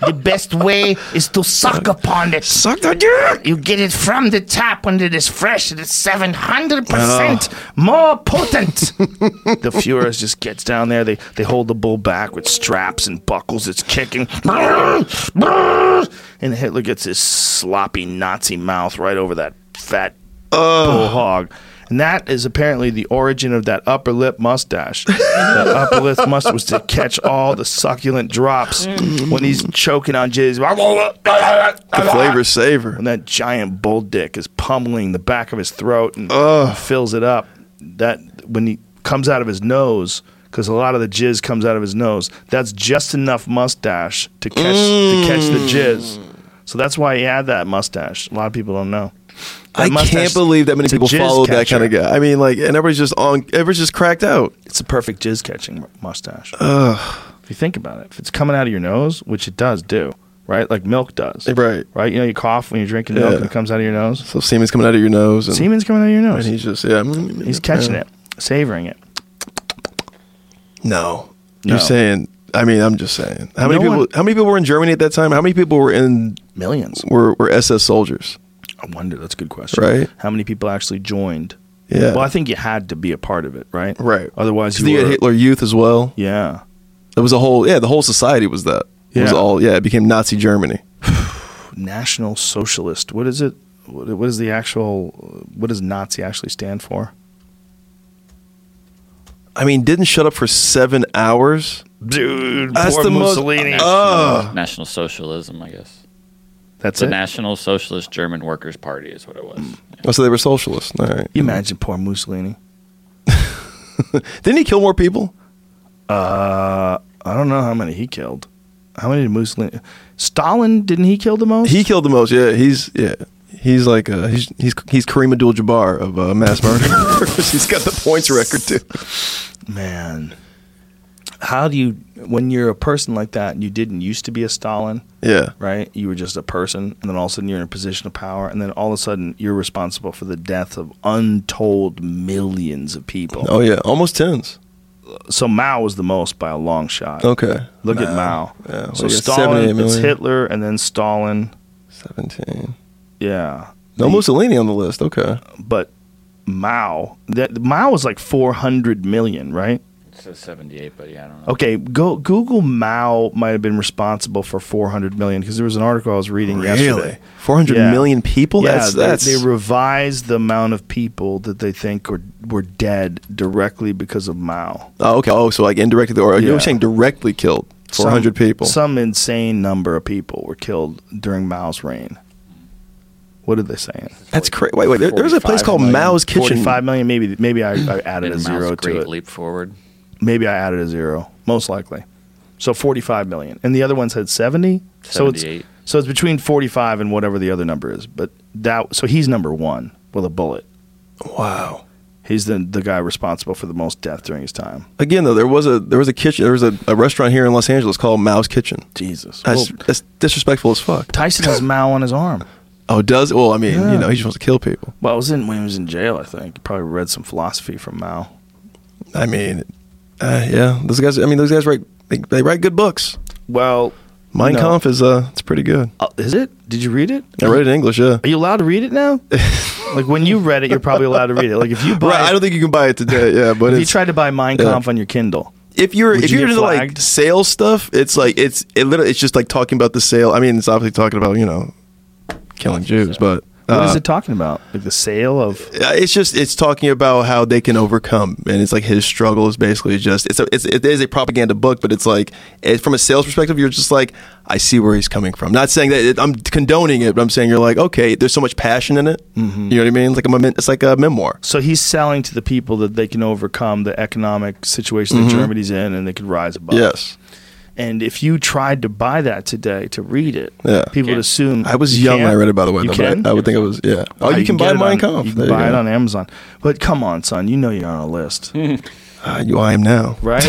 Speaker 1: the best way is to suck upon it.
Speaker 2: Suck the dick.
Speaker 1: You get it from the tap when it is fresh. It is 700% more potent. the Fuhrers just gets down there. They, they hold the bull back with straps and buckles. It's kicking. And Hitler gets his sloppy Nazi mouth right over that fat bull hog. And that is apparently the origin of that upper lip mustache. that upper lip mustache was to catch all the succulent drops when he's choking on jizz.
Speaker 2: The flavor savor.
Speaker 1: And that giant bull dick is pummeling the back of his throat and fills it up. That when he comes out of his nose, because a lot of the jizz comes out of his nose. That's just enough mustache to catch to catch the jizz. So that's why he had that mustache. A lot of people don't know. That
Speaker 2: I
Speaker 1: mustache-
Speaker 2: can't believe that many
Speaker 1: it's a
Speaker 2: people
Speaker 1: jizz
Speaker 2: follow that kind
Speaker 1: catcher.
Speaker 2: of guy. I mean, like, and everybody's just on. Everybody's just cracked out.
Speaker 1: It's a perfect jizz catching mu- mustache. If you think about it, if it's coming out of your nose, which it does do, right? Like milk does,
Speaker 2: Right.
Speaker 1: Right? You know, you cough when you're drinking milk
Speaker 2: Yeah.
Speaker 1: and it comes out of your nose.
Speaker 2: So semen's coming out of your nose, and,
Speaker 1: Semen's coming out of your nose.
Speaker 2: and he's just yeah.
Speaker 1: He's catching it, savoring it.
Speaker 2: No.
Speaker 1: No.
Speaker 2: You're saying. I mean, I'm just saying. How many
Speaker 1: No
Speaker 2: people?
Speaker 1: one-
Speaker 2: How many people were in Germany at that time? How many people were in
Speaker 1: Millions.
Speaker 2: were, were SS soldiers?
Speaker 1: I wonder. That's a good question.
Speaker 2: Right.
Speaker 1: How many people actually joined?
Speaker 2: Yeah.
Speaker 1: Well, I think you had to be a part of it, right?
Speaker 2: Right.
Speaker 1: Otherwise,
Speaker 2: 'Cause
Speaker 1: you
Speaker 2: you had
Speaker 1: were-
Speaker 2: Hitler Youth as well.
Speaker 1: Yeah.
Speaker 2: It was a whole. Yeah, the whole society was that. It was
Speaker 1: Yeah.
Speaker 2: all. Yeah, it became Nazi Germany.
Speaker 1: National Socialist. What is it? What what is the actual? What does Nazi actually stand for?
Speaker 2: I mean, didn't shut up for seven hours.
Speaker 1: Dude,
Speaker 2: That's
Speaker 1: poor
Speaker 2: the most-
Speaker 1: Mussolini.
Speaker 2: Ugh.
Speaker 3: National Socialism, I guess.
Speaker 1: That's
Speaker 3: The
Speaker 1: it. Hmm.
Speaker 3: National Socialist German Workers Party is what it was.
Speaker 2: Oh, so they were socialists. All right.
Speaker 1: you imagine poor Mussolini.
Speaker 2: Didn't he kill more people?
Speaker 1: Uh, I don't know how many he killed. How many did Mussolini? Stalin didn't he kill the most?
Speaker 2: He killed the most. Yeah, he's yeah. He's like uh, he's he's he's Kareem Abdul-Jabbar of uh, mass murderers. <laughs> he's got the points record too.
Speaker 1: Man, how do you when you're a person like that and you didn't used to be a Stalin?
Speaker 2: Yeah,
Speaker 1: right? You were just a person, and then all of a sudden you're in a position of power, and then all of a sudden you're responsible for the death of untold millions of people.
Speaker 2: Oh yeah, almost tens.
Speaker 1: So Mao was the most by a long shot.
Speaker 2: Okay,
Speaker 1: Look at Mao.
Speaker 2: Yeah,
Speaker 1: so
Speaker 2: we got
Speaker 1: Stalin,
Speaker 2: 78
Speaker 1: it's
Speaker 2: million.
Speaker 1: Hitler, and then Stalin.
Speaker 2: seventeen.
Speaker 1: Yeah.
Speaker 2: No
Speaker 1: The-
Speaker 2: Mussolini on the list. Okay,
Speaker 1: But Mao, that Mao was like 400 million, right?
Speaker 3: It says 78, but yeah, I don't know.
Speaker 1: Okay, go Google Mao might have been responsible for 400 million because there was an article I was reading yesterday.
Speaker 2: four hundred million
Speaker 1: Yeah.
Speaker 2: people.
Speaker 1: yeah,
Speaker 2: that's
Speaker 1: they,
Speaker 2: that's
Speaker 1: they revised the amount of people that they think were, were dead directly because of Mao.
Speaker 2: oh, okay. Oh, so like indirectly, or you
Speaker 1: Yeah.
Speaker 2: were saying directly killed
Speaker 1: Some-
Speaker 2: four hundred people.
Speaker 1: Some insane number of people were killed during Mao's reign. What are they saying?
Speaker 2: that's crazy. Wait, wait. There, there's a place
Speaker 3: 45
Speaker 2: called
Speaker 3: million,
Speaker 2: Mao's Kitchen.
Speaker 1: Forty-five million, maybe. Maybe I, I added a
Speaker 3: Didn't
Speaker 1: zero
Speaker 3: Mao's
Speaker 1: to
Speaker 3: great
Speaker 1: it.
Speaker 3: leap forward.
Speaker 1: Maybe I added a zero, most likely. So forty-five million, and the other one said seventy. So it's
Speaker 3: 78.
Speaker 1: so it's between forty-five and whatever the other number is. But that so he's number one with a bullet.
Speaker 2: Wow.
Speaker 1: He's the the guy responsible for the most death during his time.
Speaker 2: Again, though, there was a there was a kitchen. There was a, a restaurant here in Los Angeles called Mao's Kitchen.
Speaker 1: Jesus.
Speaker 2: That's, that's disrespectful as fuck.
Speaker 1: Tyson <laughs> has Mao on his arm.
Speaker 2: Oh, does well. I mean,
Speaker 1: Yeah.
Speaker 2: you know, he's supposed to kill people.
Speaker 1: Well, it was in when he was in jail, I think. He probably read some philosophy from Mao.
Speaker 2: I mean, uh, yeah, those guys. I mean, those guys write they, they write good books.
Speaker 1: Well,
Speaker 2: Mein
Speaker 1: No.
Speaker 2: Kampf is uh, it's pretty good.
Speaker 1: uh, is it? Did you read it?
Speaker 2: I read it in English. Yeah,
Speaker 1: Are you allowed to read it
Speaker 2: <laughs>
Speaker 1: now? like when you read it, you're probably allowed to read it. Like if you buy,
Speaker 2: right. I don't think you can buy it
Speaker 1: <laughs>
Speaker 2: today. Yeah, but
Speaker 1: if you
Speaker 2: it's-
Speaker 1: tried to buy Mein
Speaker 2: yeah.
Speaker 1: Kampf on your Kindle,
Speaker 2: if you're
Speaker 1: Would
Speaker 2: if
Speaker 1: you
Speaker 2: you are
Speaker 1: get
Speaker 2: into like
Speaker 1: flagged?
Speaker 2: sales stuff, it's like it's it literally it's just like talking about the sale. I mean, it's obviously talking about you know killing Jews, but
Speaker 1: what is
Speaker 2: uh,
Speaker 1: it talking about? Like the sale of
Speaker 2: Uh, it's just it's talking about how they can overcome and it's like his struggle is basically just it's a, it's it is a propaganda book but it's like it, from a sales perspective you're just like i see where he's coming from not saying that it, i'm condoning it but i'm saying you're like okay there's so much passion in it you know what i mean it's like a mem- it's like a memoir
Speaker 1: so he's selling to the people that they can overcome the economic situation that Germany's in and they can rise above.
Speaker 2: Mm-hmm. yes
Speaker 1: And if you tried to buy that today to read it,
Speaker 2: Yeah.
Speaker 1: people would
Speaker 3: Can't.
Speaker 1: assume
Speaker 2: i was
Speaker 1: you
Speaker 2: young when i
Speaker 1: can't?
Speaker 2: read it by the way
Speaker 1: You
Speaker 2: though, but I-
Speaker 1: can?
Speaker 2: I, would think it was yeah oh
Speaker 1: Uh,
Speaker 2: you, can
Speaker 1: get
Speaker 2: buy
Speaker 1: it
Speaker 2: mine
Speaker 1: on-
Speaker 2: Kampf
Speaker 1: You
Speaker 2: There
Speaker 1: can buy
Speaker 2: go.
Speaker 1: it on Amazon. But come on, son, you know you're on a list.
Speaker 2: Uh, you, I am now. <laughs>
Speaker 1: right?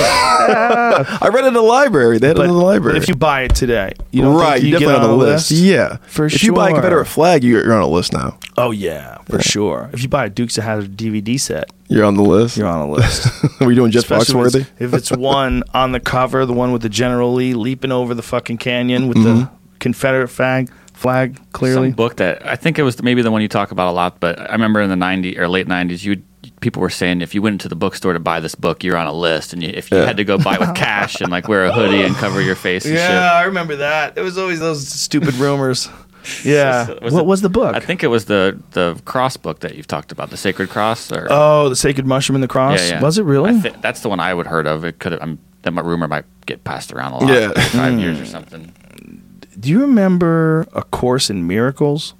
Speaker 2: I read it in the library. They had it in the library.
Speaker 1: But if you buy it today, you don't
Speaker 2: right,
Speaker 1: think you
Speaker 2: you're
Speaker 1: get
Speaker 2: definitely on the list. Yeah,
Speaker 1: For
Speaker 2: if you buy a
Speaker 1: sure.
Speaker 2: Confederate flag, you're, you're on a list now.
Speaker 1: Oh yeah, for sure. If you buy a Dukes of Hazzard DVD set,
Speaker 2: You're on the list.
Speaker 1: you're on a list.
Speaker 2: <laughs> Were you doing Jeff
Speaker 1: Especially when
Speaker 2: Foxworthy?
Speaker 1: it's- If it's one on the cover, the one with the General Lee leaping over the fucking canyon with the Confederate flag, flag clearly.
Speaker 3: Some book that I think it was maybe the one you talk about a lot, but I remember in the 90s or late 90s, you people were saying if you went into the bookstore to buy this book, you're on a list, and you, if you had to go buy with cash and like wear a hoodie and cover your face and
Speaker 1: yeah,
Speaker 3: shit.
Speaker 1: I remember that. It was always those stupid rumors. Yeah.
Speaker 3: So,
Speaker 1: what
Speaker 3: it-
Speaker 1: was the book?
Speaker 3: I think it was the the cross book that you've talked about, the Sacred Cross. Or
Speaker 1: Oh, the sacred mushroom and the cross.
Speaker 3: Yeah, yeah.
Speaker 1: Was it really?
Speaker 3: I thi- that's the one I would heard of. It could have. That my rumor might get passed around a lot.
Speaker 2: Yeah.
Speaker 3: Yeah,
Speaker 1: Hmm.
Speaker 3: five years or something.
Speaker 1: Do you remember A Course in Miracles?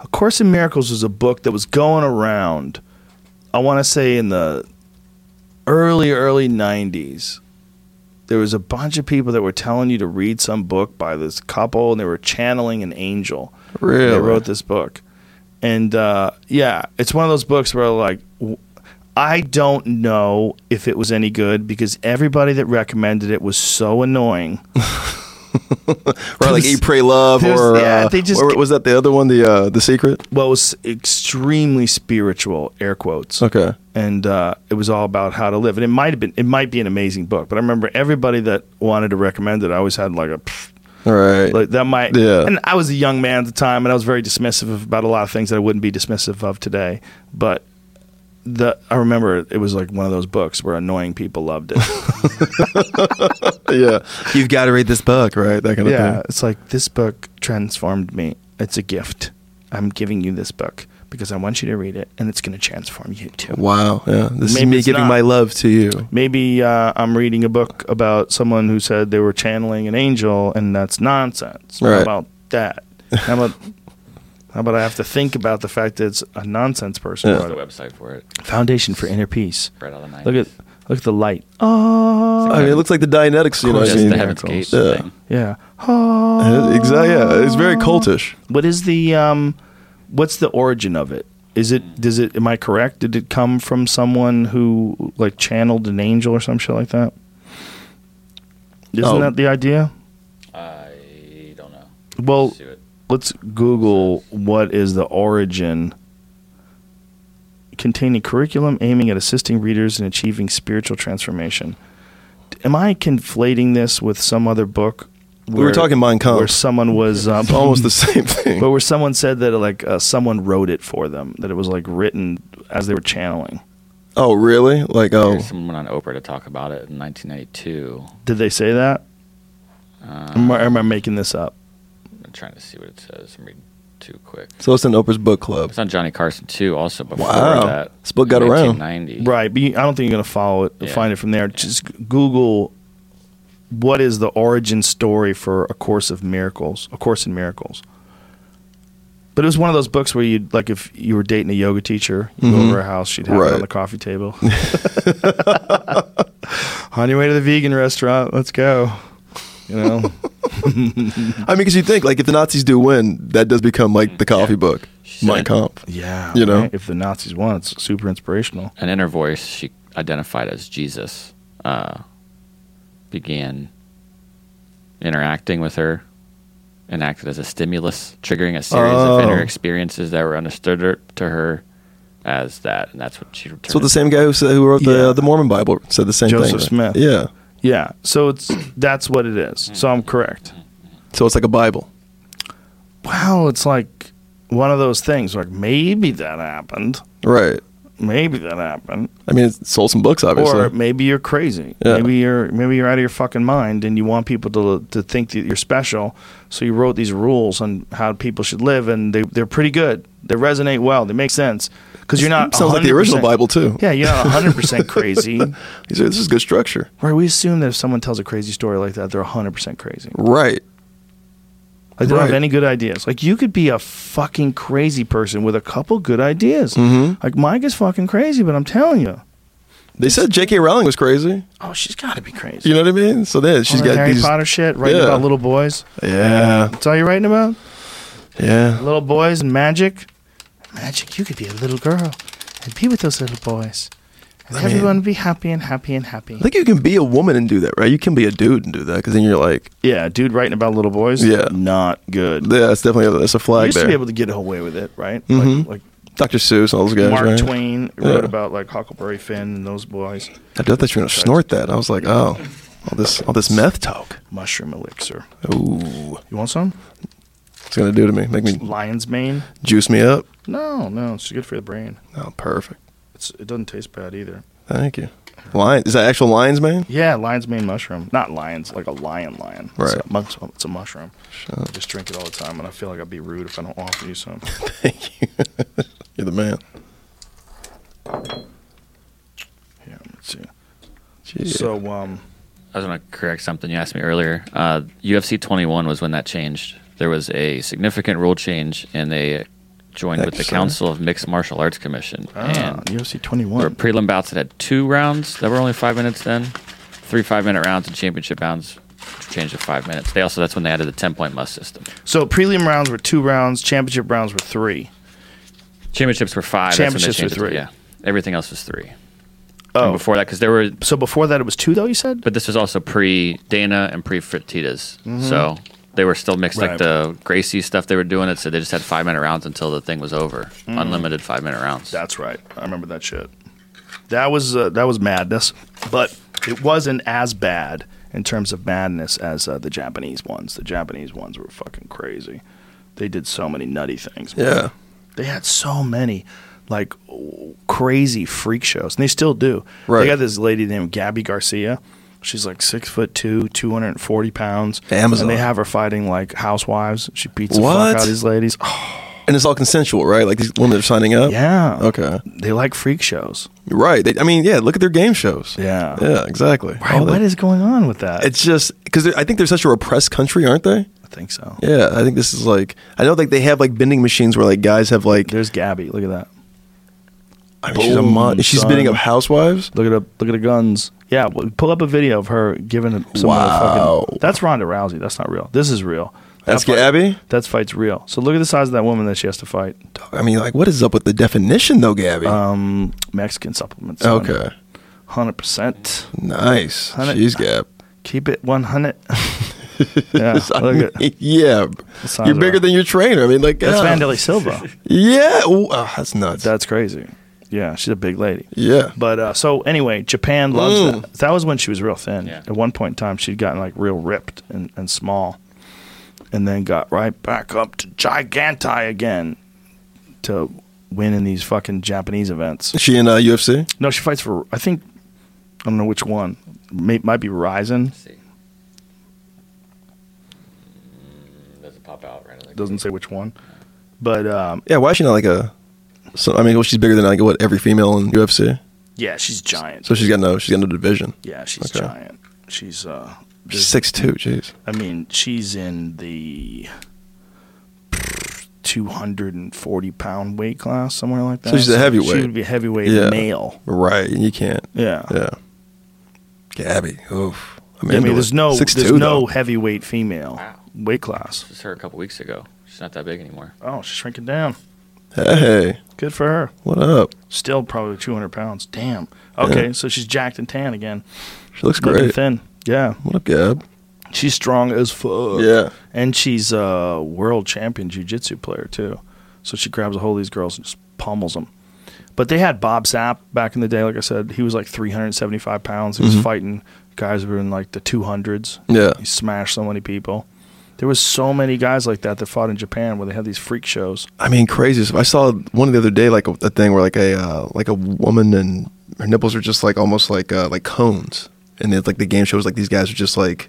Speaker 1: A Course in Miracles was a book that was going around, I want to say in the early, early 90s. There was a bunch of people that were telling you to read some book by this couple, and they were channeling an angel.
Speaker 2: Really?
Speaker 1: They wrote this book. And uh, yeah, it's one of those books where, like, w- I don't know if it was any good because everybody that recommended it was so annoying.
Speaker 2: Or like Eat, Pray, Love,
Speaker 1: there's-
Speaker 2: or
Speaker 1: yeah,
Speaker 2: uh,
Speaker 1: they just-
Speaker 2: or was that the other one? The uh, the Secret.
Speaker 1: well, it was extremely spiritual, air quotes.
Speaker 2: Okay.
Speaker 1: And uh, it was all about how to live. And it might have been, it might be an amazing book, but I remember everybody that wanted to recommend it, I always had like a, pfft,
Speaker 2: All right.
Speaker 1: like that might,
Speaker 2: Yeah.
Speaker 1: And I was a young man at the time and I was very dismissive of- about a lot of things that I wouldn't be dismissive of today. But the, I remember it was like one of those books where annoying people
Speaker 2: <laughs>
Speaker 1: loved it.
Speaker 2: yeah. <laughs> You've got to read this book, right? That kind of
Speaker 1: yeah,
Speaker 2: thing.
Speaker 1: it's like this book transformed me. It's a gift. I'm giving you this book because I want you to read it and it's going to transform you too.
Speaker 2: Wow. Yeah. This
Speaker 1: Maybe
Speaker 2: is me
Speaker 1: it's
Speaker 2: giving
Speaker 1: not.
Speaker 2: my love to you.
Speaker 1: Maybe uh, I'm reading a book about someone who said they were channeling an angel, and that's nonsense. How
Speaker 2: Right.
Speaker 1: about that? How
Speaker 2: <laughs>
Speaker 1: about how about I have to think about the fact that it's a nonsense person?
Speaker 2: Yeah.
Speaker 1: wrote
Speaker 3: The
Speaker 1: it?
Speaker 3: website for it,
Speaker 1: Foundation for inner peace.
Speaker 3: right out of the 90s.
Speaker 1: Look at look at the light. Oh,
Speaker 2: I mean, it looks like the Dianetics. You know,
Speaker 1: course,
Speaker 2: what I
Speaker 3: Just
Speaker 1: mean,
Speaker 3: the Heaven's
Speaker 1: miracles.
Speaker 3: Gate
Speaker 2: Yeah.
Speaker 3: thing.
Speaker 1: yeah. Oh,
Speaker 2: Exactly. Yeah. It's very cultish.
Speaker 1: What is the um? What's the origin of it? Is it does it? Am I correct? Did it come from someone who like channeled an angel or some shit like that? Isn't
Speaker 2: Oh.
Speaker 1: that the idea?
Speaker 3: I don't know.
Speaker 1: Well,
Speaker 3: See what-
Speaker 1: let's Google what is the origin. Containing curriculum aiming at assisting readers in achieving spiritual transformation. Am I conflating this with some other book?
Speaker 2: we were talking Mein
Speaker 1: where
Speaker 2: Kampf.
Speaker 1: someone was um, <laughs>
Speaker 2: Almost the <laughs> same thing.
Speaker 1: but where someone said that like uh, someone wrote it for them, that it was like written as they were channeling.
Speaker 2: oh, really? Like, oh,
Speaker 3: There's someone on Oprah to talk about it in 1992.
Speaker 1: Did they say that? Am I- or am I making this up?
Speaker 3: I'm trying to see what it says. I'm reading too quick.
Speaker 2: so it's in Oprah's book club.
Speaker 3: It's on Johnny Carson too. Also before
Speaker 2: Wow.
Speaker 3: that,
Speaker 2: This book got around.
Speaker 3: 1990.
Speaker 1: Right, but you, I don't think you're gonna follow it,
Speaker 3: Yeah.
Speaker 1: find it from there. Just Google what is the origin story for A Course of Miracles, A Course in Miracles. But it was one of those books where you like if you were dating a yoga teacher, you go over to her house, she'd have it on
Speaker 2: Mm-hmm. Right.
Speaker 1: the coffee
Speaker 2: <laughs>
Speaker 1: table. <laughs> on your way to the vegan restaurant, let's go. You know.
Speaker 2: <laughs> I mean, because you think like if the Nazis do win, that does become like the coffee book, Mein Kampf.
Speaker 1: Yeah,
Speaker 2: You know?
Speaker 1: right? if the Nazis won, it's super inspirational.
Speaker 3: An inner voice she identified as Jesus uh, began interacting with her and acted as a stimulus, triggering a series
Speaker 2: Oh.
Speaker 3: of inner experiences that were understood her- to her as that, and that's what she returned.
Speaker 2: That's what the same guy who said, who wrote the
Speaker 1: Yeah.
Speaker 2: the Mormon Bible said the same thing.
Speaker 1: Joseph Smith.
Speaker 2: Yeah.
Speaker 1: Yeah, so it's that's what it is. So I'm correct.
Speaker 2: So it's like a Bible.
Speaker 1: Wow, it's like one of those things. Like maybe that happened.
Speaker 2: Right.
Speaker 1: Maybe that happened,
Speaker 2: I mean, it sold some books, obviously.
Speaker 1: or maybe you're crazy.
Speaker 2: Yeah.
Speaker 1: Maybe you're maybe you're out of your fucking mind, and you want people to to think that you're special. So you wrote these rules on how people should live, and they they're pretty good. They resonate well. They make sense because you're not
Speaker 2: Sounds like the original
Speaker 1: 100%
Speaker 2: Bible, too.
Speaker 1: Yeah, you're not 100
Speaker 2: <laughs>
Speaker 1: percent crazy.
Speaker 2: He said, this is good structure.
Speaker 1: Right, we assume that if someone tells a crazy story like that, they're 100% crazy.
Speaker 2: Right.
Speaker 1: Like, they don't have
Speaker 2: Right.
Speaker 1: any good ideas. Like, you could be a fucking crazy person with a couple good ideas.
Speaker 2: Mm-hmm.
Speaker 1: Like, Mike is fucking crazy, but I'm telling you.
Speaker 2: They said J.K. Rowling was crazy.
Speaker 1: Oh, she's got to be crazy.
Speaker 2: You know what I mean? So then she's
Speaker 1: All that
Speaker 2: got
Speaker 1: Harry
Speaker 2: these.
Speaker 1: Potter shit, writing
Speaker 2: Yeah.
Speaker 1: about little boys.
Speaker 2: Yeah.
Speaker 1: That's all you're writing about?
Speaker 2: Yeah.
Speaker 1: Little boys and magic? Magic, you could be a little girl and be with those little boys
Speaker 2: I mean,
Speaker 1: Everyone be happy and happy and happy.
Speaker 2: I think you can be a woman and do that, right? You can be a dude and do that because then you're like,
Speaker 1: Yeah, dude writing about little boys.
Speaker 2: Yeah.
Speaker 1: Not good.
Speaker 2: yeah, that's definitely that's a
Speaker 1: You
Speaker 2: flag
Speaker 1: used
Speaker 2: there.
Speaker 1: to be able to get away with it, right?
Speaker 2: Mhm.
Speaker 1: Like,
Speaker 2: Dr. Seuss, all those guys.
Speaker 1: like Mark
Speaker 2: right?
Speaker 1: Twain wrote
Speaker 2: Yeah.
Speaker 1: about like Huckleberry Finn and those boys.
Speaker 2: I thought you were gonna snort that. I was like, oh, all this all this meth talk.
Speaker 1: Mushroom elixir.
Speaker 2: Ooh,
Speaker 1: You want some?
Speaker 2: it's gonna do to me. Make me
Speaker 1: Lion's mane.
Speaker 2: juice me up.
Speaker 1: No, no, it's good for the brain.
Speaker 2: Oh, perfect.
Speaker 1: It's it doesn't taste bad either.
Speaker 2: Thank you. Lion is that actual lion's mane?
Speaker 1: Yeah, lion's mane mushroom. Not lions, like a lion lion. It's
Speaker 2: Right.
Speaker 1: a, mus- it's a mushroom. I
Speaker 2: Sure.
Speaker 1: just drink it all the time, and I feel like I'd be rude if I don't offer you some.
Speaker 2: <laughs> Thank you. <laughs> you're the man.
Speaker 1: yeah, let's see.
Speaker 2: Jeez.
Speaker 1: So, um,
Speaker 3: I was going to correct something you asked me earlier. Uh, UFC 21 was when that changed. There was a significant rule change, and they joined with the
Speaker 2: Excellent.
Speaker 3: Council of Mixed Martial Arts Commission.
Speaker 1: ah,
Speaker 3: and
Speaker 1: UFC
Speaker 3: there were
Speaker 1: 21.
Speaker 3: prelim bouts that had two rounds that were only five minutes then, three five minute rounds, and championship rounds changed to five minutes. They also, that's when they added the 10 point must system.
Speaker 1: so prelim rounds were two rounds, championship rounds were three.
Speaker 3: Championships were five.
Speaker 1: Championships
Speaker 3: that's when they
Speaker 1: were
Speaker 3: changed it to-
Speaker 1: three.
Speaker 3: yeah. Everything else was three.
Speaker 1: Oh,
Speaker 3: And before that, because there were
Speaker 1: so before that it was two though. You said,
Speaker 3: But this was also pre Dana and pre Frititas. So they were still mixed
Speaker 1: Mm-hmm. Right.
Speaker 3: like the Gracie stuff they were doing. It said they just had five minute rounds until the thing was over.
Speaker 1: Mm.
Speaker 3: Unlimited five minute rounds.
Speaker 1: That's right. I remember that shit. That was uh, that was madness, but it wasn't as bad in terms of madness as uh, the Japanese ones. The Japanese ones were fucking crazy. They did so many nutty things. man.
Speaker 2: yeah,
Speaker 1: They had so many like w- crazy freak shows, and they still do.
Speaker 2: Right.
Speaker 1: They got this lady named Gabby Garcia. She's like six foot two, two hundred and forty pounds.
Speaker 2: Amazon.
Speaker 1: And they have her fighting like housewives. She beats the
Speaker 2: What?
Speaker 1: fuck out of these ladies. <sighs> Oh,
Speaker 2: and it's all consensual, right? Like these women are signing up.
Speaker 1: yeah.
Speaker 2: Okay.
Speaker 1: They like freak shows.
Speaker 2: You're right. They, I mean, yeah. Look at their game shows.
Speaker 1: Yeah.
Speaker 2: Yeah. Exactly.
Speaker 1: Right,
Speaker 2: All
Speaker 1: Oh, what
Speaker 2: that-
Speaker 1: is going on with that?
Speaker 2: It's just because I think they're such a repressed country, aren't they?
Speaker 1: I think so.
Speaker 2: Yeah, I think this is like I know like they have like bending machines where like guys have like
Speaker 1: There's Gabby. Look at that.
Speaker 2: I mean, she's a mon-
Speaker 1: Boom,
Speaker 2: she's
Speaker 1: son.
Speaker 2: beating up housewives.
Speaker 1: Look at the look at the guns. Yeah, well, pull up a video of her giving it some
Speaker 2: Wow.
Speaker 1: fucking. That's Ronda Rousey. That's not real. This is real.
Speaker 2: That's
Speaker 1: fight-
Speaker 2: Gabby?
Speaker 1: That fight's real. So look at the size of that woman that she has to fight.
Speaker 2: I mean, like what is up with the definition though, Gabby?
Speaker 1: Um, Mexican supplements.
Speaker 2: okay,
Speaker 1: hundred percent.
Speaker 2: nice.
Speaker 1: Hundred-
Speaker 2: She's Gab.
Speaker 1: Keep it one
Speaker 2: <laughs>
Speaker 1: hundred. yeah,
Speaker 2: I
Speaker 1: look at
Speaker 2: mean, <laughs> yeah,
Speaker 1: size
Speaker 2: you're
Speaker 1: of
Speaker 2: bigger
Speaker 1: her.
Speaker 2: than your trainer. I mean, like
Speaker 1: that's
Speaker 2: yeah.
Speaker 1: Vandalay Silva.
Speaker 2: Yeah, Ooh, ah, that's nuts.
Speaker 1: That's crazy. Yeah, she's a big lady.
Speaker 2: yeah,
Speaker 1: But uh, so anyway, Japan loves
Speaker 2: Mm.
Speaker 1: that. That was when she was real thin.
Speaker 3: Yeah.
Speaker 1: At one point in time, she'd gotten like real ripped and, and small, and then got right back up to giganti again to win in these fucking Japanese
Speaker 2: <laughs>
Speaker 1: events.
Speaker 2: she in uh, UFC.
Speaker 1: No, she fights for I think I don't know which one. May, might be Ryzen.
Speaker 3: Let's see. Mm, Doesn't pop out right away.
Speaker 1: Doesn't say which one, but um,
Speaker 2: Yeah, why is she not like a? So I mean, well, she's bigger than like what every female in UFC.
Speaker 1: yeah, she's giant.
Speaker 2: So she's got no, she's got no division.
Speaker 1: yeah, she's
Speaker 2: Okay.
Speaker 1: giant. She's uh,
Speaker 2: She's six two. Jeez.
Speaker 1: I mean, she's in the 240 pound weight class, somewhere like that.
Speaker 2: So she's a
Speaker 1: She
Speaker 2: heavyweight.
Speaker 1: would be a heavyweight
Speaker 2: Yeah.
Speaker 1: male.
Speaker 2: Right, and you can't.
Speaker 1: Yeah.
Speaker 2: Yeah. Gabby. Oof.
Speaker 1: I mean, there's no
Speaker 2: six
Speaker 1: there's
Speaker 2: two,
Speaker 1: no
Speaker 2: though.
Speaker 1: heavyweight female
Speaker 3: Wow.
Speaker 1: weight class.
Speaker 3: This is her a couple weeks ago. She's not that big anymore.
Speaker 1: Oh, she's shrinking down.
Speaker 2: Hey,
Speaker 1: Good for her.
Speaker 2: what up?
Speaker 1: Still probably 200 pounds. Damn. Okay, so she's jacked and tan again.
Speaker 2: She looks
Speaker 1: Looking
Speaker 2: great.
Speaker 1: thin. Yeah.
Speaker 2: What up, Gab?
Speaker 1: She's strong as fuck.
Speaker 2: Yeah.
Speaker 1: And she's a world champion jiu-jitsu player too. So she grabs a hold of these girls and just pummels them. But they had Bob Sapp back in the day. Like I said, he was like 375 pounds. He was fighting guys who were in like the 200s.
Speaker 2: Mm-hmm. Yeah.
Speaker 1: He smashed so many people. There was so many guys like that that fought in Japan where they had these freak shows.
Speaker 2: I mean, crazy. stuff. I saw one the other day, like a, a thing where like a uh, like a woman and her nipples are just like almost like uh, like cones, and it's like the game shows like these guys are just like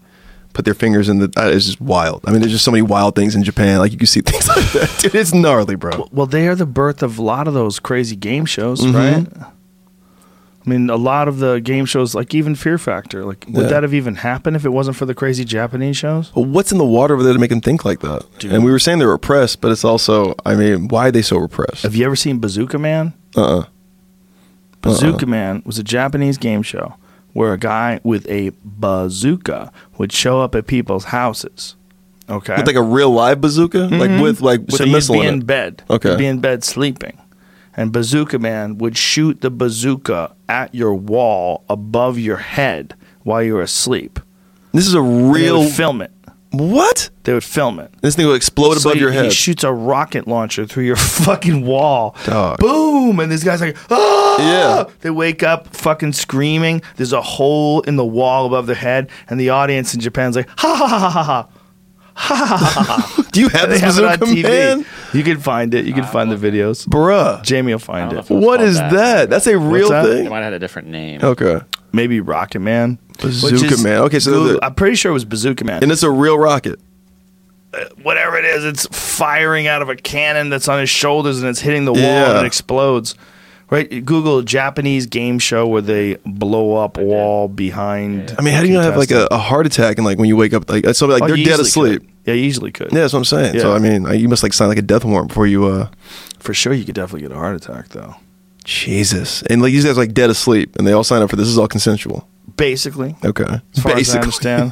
Speaker 2: put their fingers in the. Uh, it's just wild. I mean, there's just so many wild things in Japan. Like you can see <laughs> things like that, dude. It's gnarly, bro.
Speaker 1: Well, they are the birth of a lot of those crazy game shows,
Speaker 2: Mm-hmm.
Speaker 1: right? I mean, a lot of the game shows, like even Fear Factor, like would
Speaker 2: Yeah.
Speaker 1: that have even happened if it wasn't for the crazy Japanese shows?
Speaker 2: Well, what's in the water over there to make them think like that? And we were saying they're repressed, but it's also, I mean, why are they so repressed?
Speaker 1: Have you ever seen Bazooka Man?
Speaker 2: Uh, uh Uh-uh.
Speaker 1: Bazooka Man was a Japanese game show where a guy with a bazooka would show up at people's houses. Okay.
Speaker 2: Mm-hmm. with like a real live bazooka, like with like with
Speaker 1: so
Speaker 2: a
Speaker 1: you'd
Speaker 2: missile
Speaker 1: be in
Speaker 2: in it.
Speaker 1: bed.
Speaker 2: Okay.
Speaker 1: You'd be in bed sleeping. and Bazooka Man would shoot the bazooka at your wall above your head while you were asleep.
Speaker 2: This is a
Speaker 1: They
Speaker 2: real
Speaker 1: would film it.
Speaker 2: what?
Speaker 1: They would film it.
Speaker 2: This thing will explode
Speaker 1: So
Speaker 2: above
Speaker 1: he-
Speaker 2: your
Speaker 1: He
Speaker 2: head.
Speaker 1: shoots a rocket launcher through your <laughs> fucking wall.
Speaker 2: Dog.
Speaker 1: Boom! And this guy's like, ah!
Speaker 2: Yeah.
Speaker 1: They wake up fucking screaming. There's a hole in the wall above their head, and the audience in Japan's like, ha ha ha ha ha ha.
Speaker 2: Do you have
Speaker 1: They
Speaker 2: this
Speaker 1: have it on
Speaker 2: bazooka
Speaker 1: TV.
Speaker 2: man,
Speaker 1: You can find it. You can find the videos.
Speaker 2: bruh?
Speaker 1: Jamie will find
Speaker 3: don't know
Speaker 1: it.
Speaker 3: if it was
Speaker 2: What
Speaker 3: called
Speaker 2: is
Speaker 3: that.
Speaker 2: that? That's a real
Speaker 1: that?
Speaker 3: They
Speaker 2: thing.
Speaker 3: might have had a different name.
Speaker 2: Okay,
Speaker 1: Maybe Rocket Man.
Speaker 2: Bazooka
Speaker 1: Which is-
Speaker 2: Man. Okay, so
Speaker 1: Google-
Speaker 2: the-
Speaker 1: I'm pretty sure it was Bazooka Man.
Speaker 2: and it's a real rocket.
Speaker 1: whatever it is, it's firing out of a cannon that's on his shoulders and it's hitting the wall
Speaker 2: Yeah.
Speaker 1: and it explodes. Right? Google Japanese game show where they blow up wall behind.
Speaker 2: I mean, how do you not have like a, a heart attack and like when you wake up, like so like
Speaker 1: Oh,
Speaker 2: they're
Speaker 1: you
Speaker 2: dead
Speaker 1: easily
Speaker 2: asleep.
Speaker 1: could. Yeah, you easily could.
Speaker 2: Yeah, that's what I'm saying. So
Speaker 1: Yeah.
Speaker 2: I mean, like, you must like sign like a death warrant before you. uh
Speaker 1: For sure, you could definitely get a heart attack though.
Speaker 2: Jesus, and like these guys are, like dead asleep, and they all sign up for this. This Is all consensual.
Speaker 1: Basically,
Speaker 2: Okay,
Speaker 1: as far as I understand,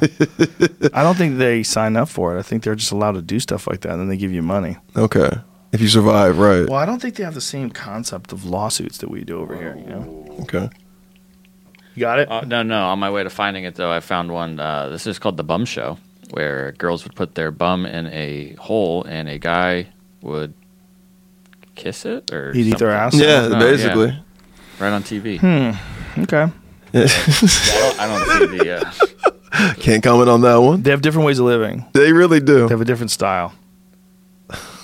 Speaker 1: I don't think they sign up for it. I think they're just allowed to do stuff like that, and then they give you money.
Speaker 2: <laughs> Okay, if you survive, right?
Speaker 1: Well, I don't think they have the same concept of lawsuits that we do over here. You know,
Speaker 2: Okay.
Speaker 1: you got it.
Speaker 3: Uh, no, no. On my way to finding it, though, I found one. Uh, this is called the Bum Show, where girls would put their bum in a hole and a guy would kiss it or
Speaker 1: He'd eat their
Speaker 3: something.
Speaker 1: ass.
Speaker 2: Yeah,
Speaker 3: No,
Speaker 2: basically.
Speaker 3: right on TV.
Speaker 2: Hmm.
Speaker 1: Okay.
Speaker 3: I, don't, I don't
Speaker 2: <laughs>
Speaker 3: see the. Uh,
Speaker 2: Can't comment on that one.
Speaker 1: They have different ways of living.
Speaker 2: They really do.
Speaker 1: They have a different style.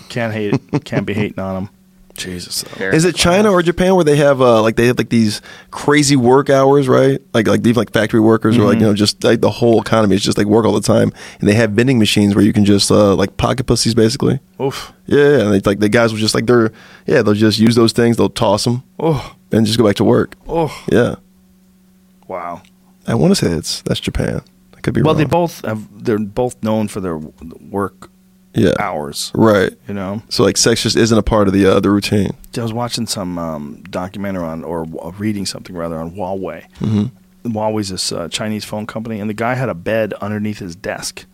Speaker 1: Can't hate it. Can't be hating on them. Jesus. Though.
Speaker 3: Eric
Speaker 2: Is it China or Japan where they have uh, like they have like these crazy work hours, right? Like like even like factory workers or
Speaker 1: Mm-hmm.
Speaker 2: like you know just like the whole economy is just like work all the time, and they have vending machines where you can just uh, like pocket pussies basically.
Speaker 1: Oof.
Speaker 2: Yeah, and they, like the guys will just like they're yeah they'll just use those things, they'll toss them,
Speaker 1: Oh.
Speaker 2: and just go back to work.
Speaker 1: Oh.
Speaker 2: Yeah,
Speaker 1: Wow.
Speaker 2: I want to say that's that's Japan. I could be
Speaker 1: Well,
Speaker 2: wrong.
Speaker 1: they both have. They're both known for their work
Speaker 2: yeah
Speaker 1: hours.
Speaker 2: right.
Speaker 1: You know.
Speaker 2: So like sex just isn't a part of the uh, the routine.
Speaker 1: I was watching some um, documentary on, or w- reading something rather on Huawei.
Speaker 2: Mm-hmm.
Speaker 1: Huawei's this uh, Chinese phone company, and the guy had a bed underneath his desk.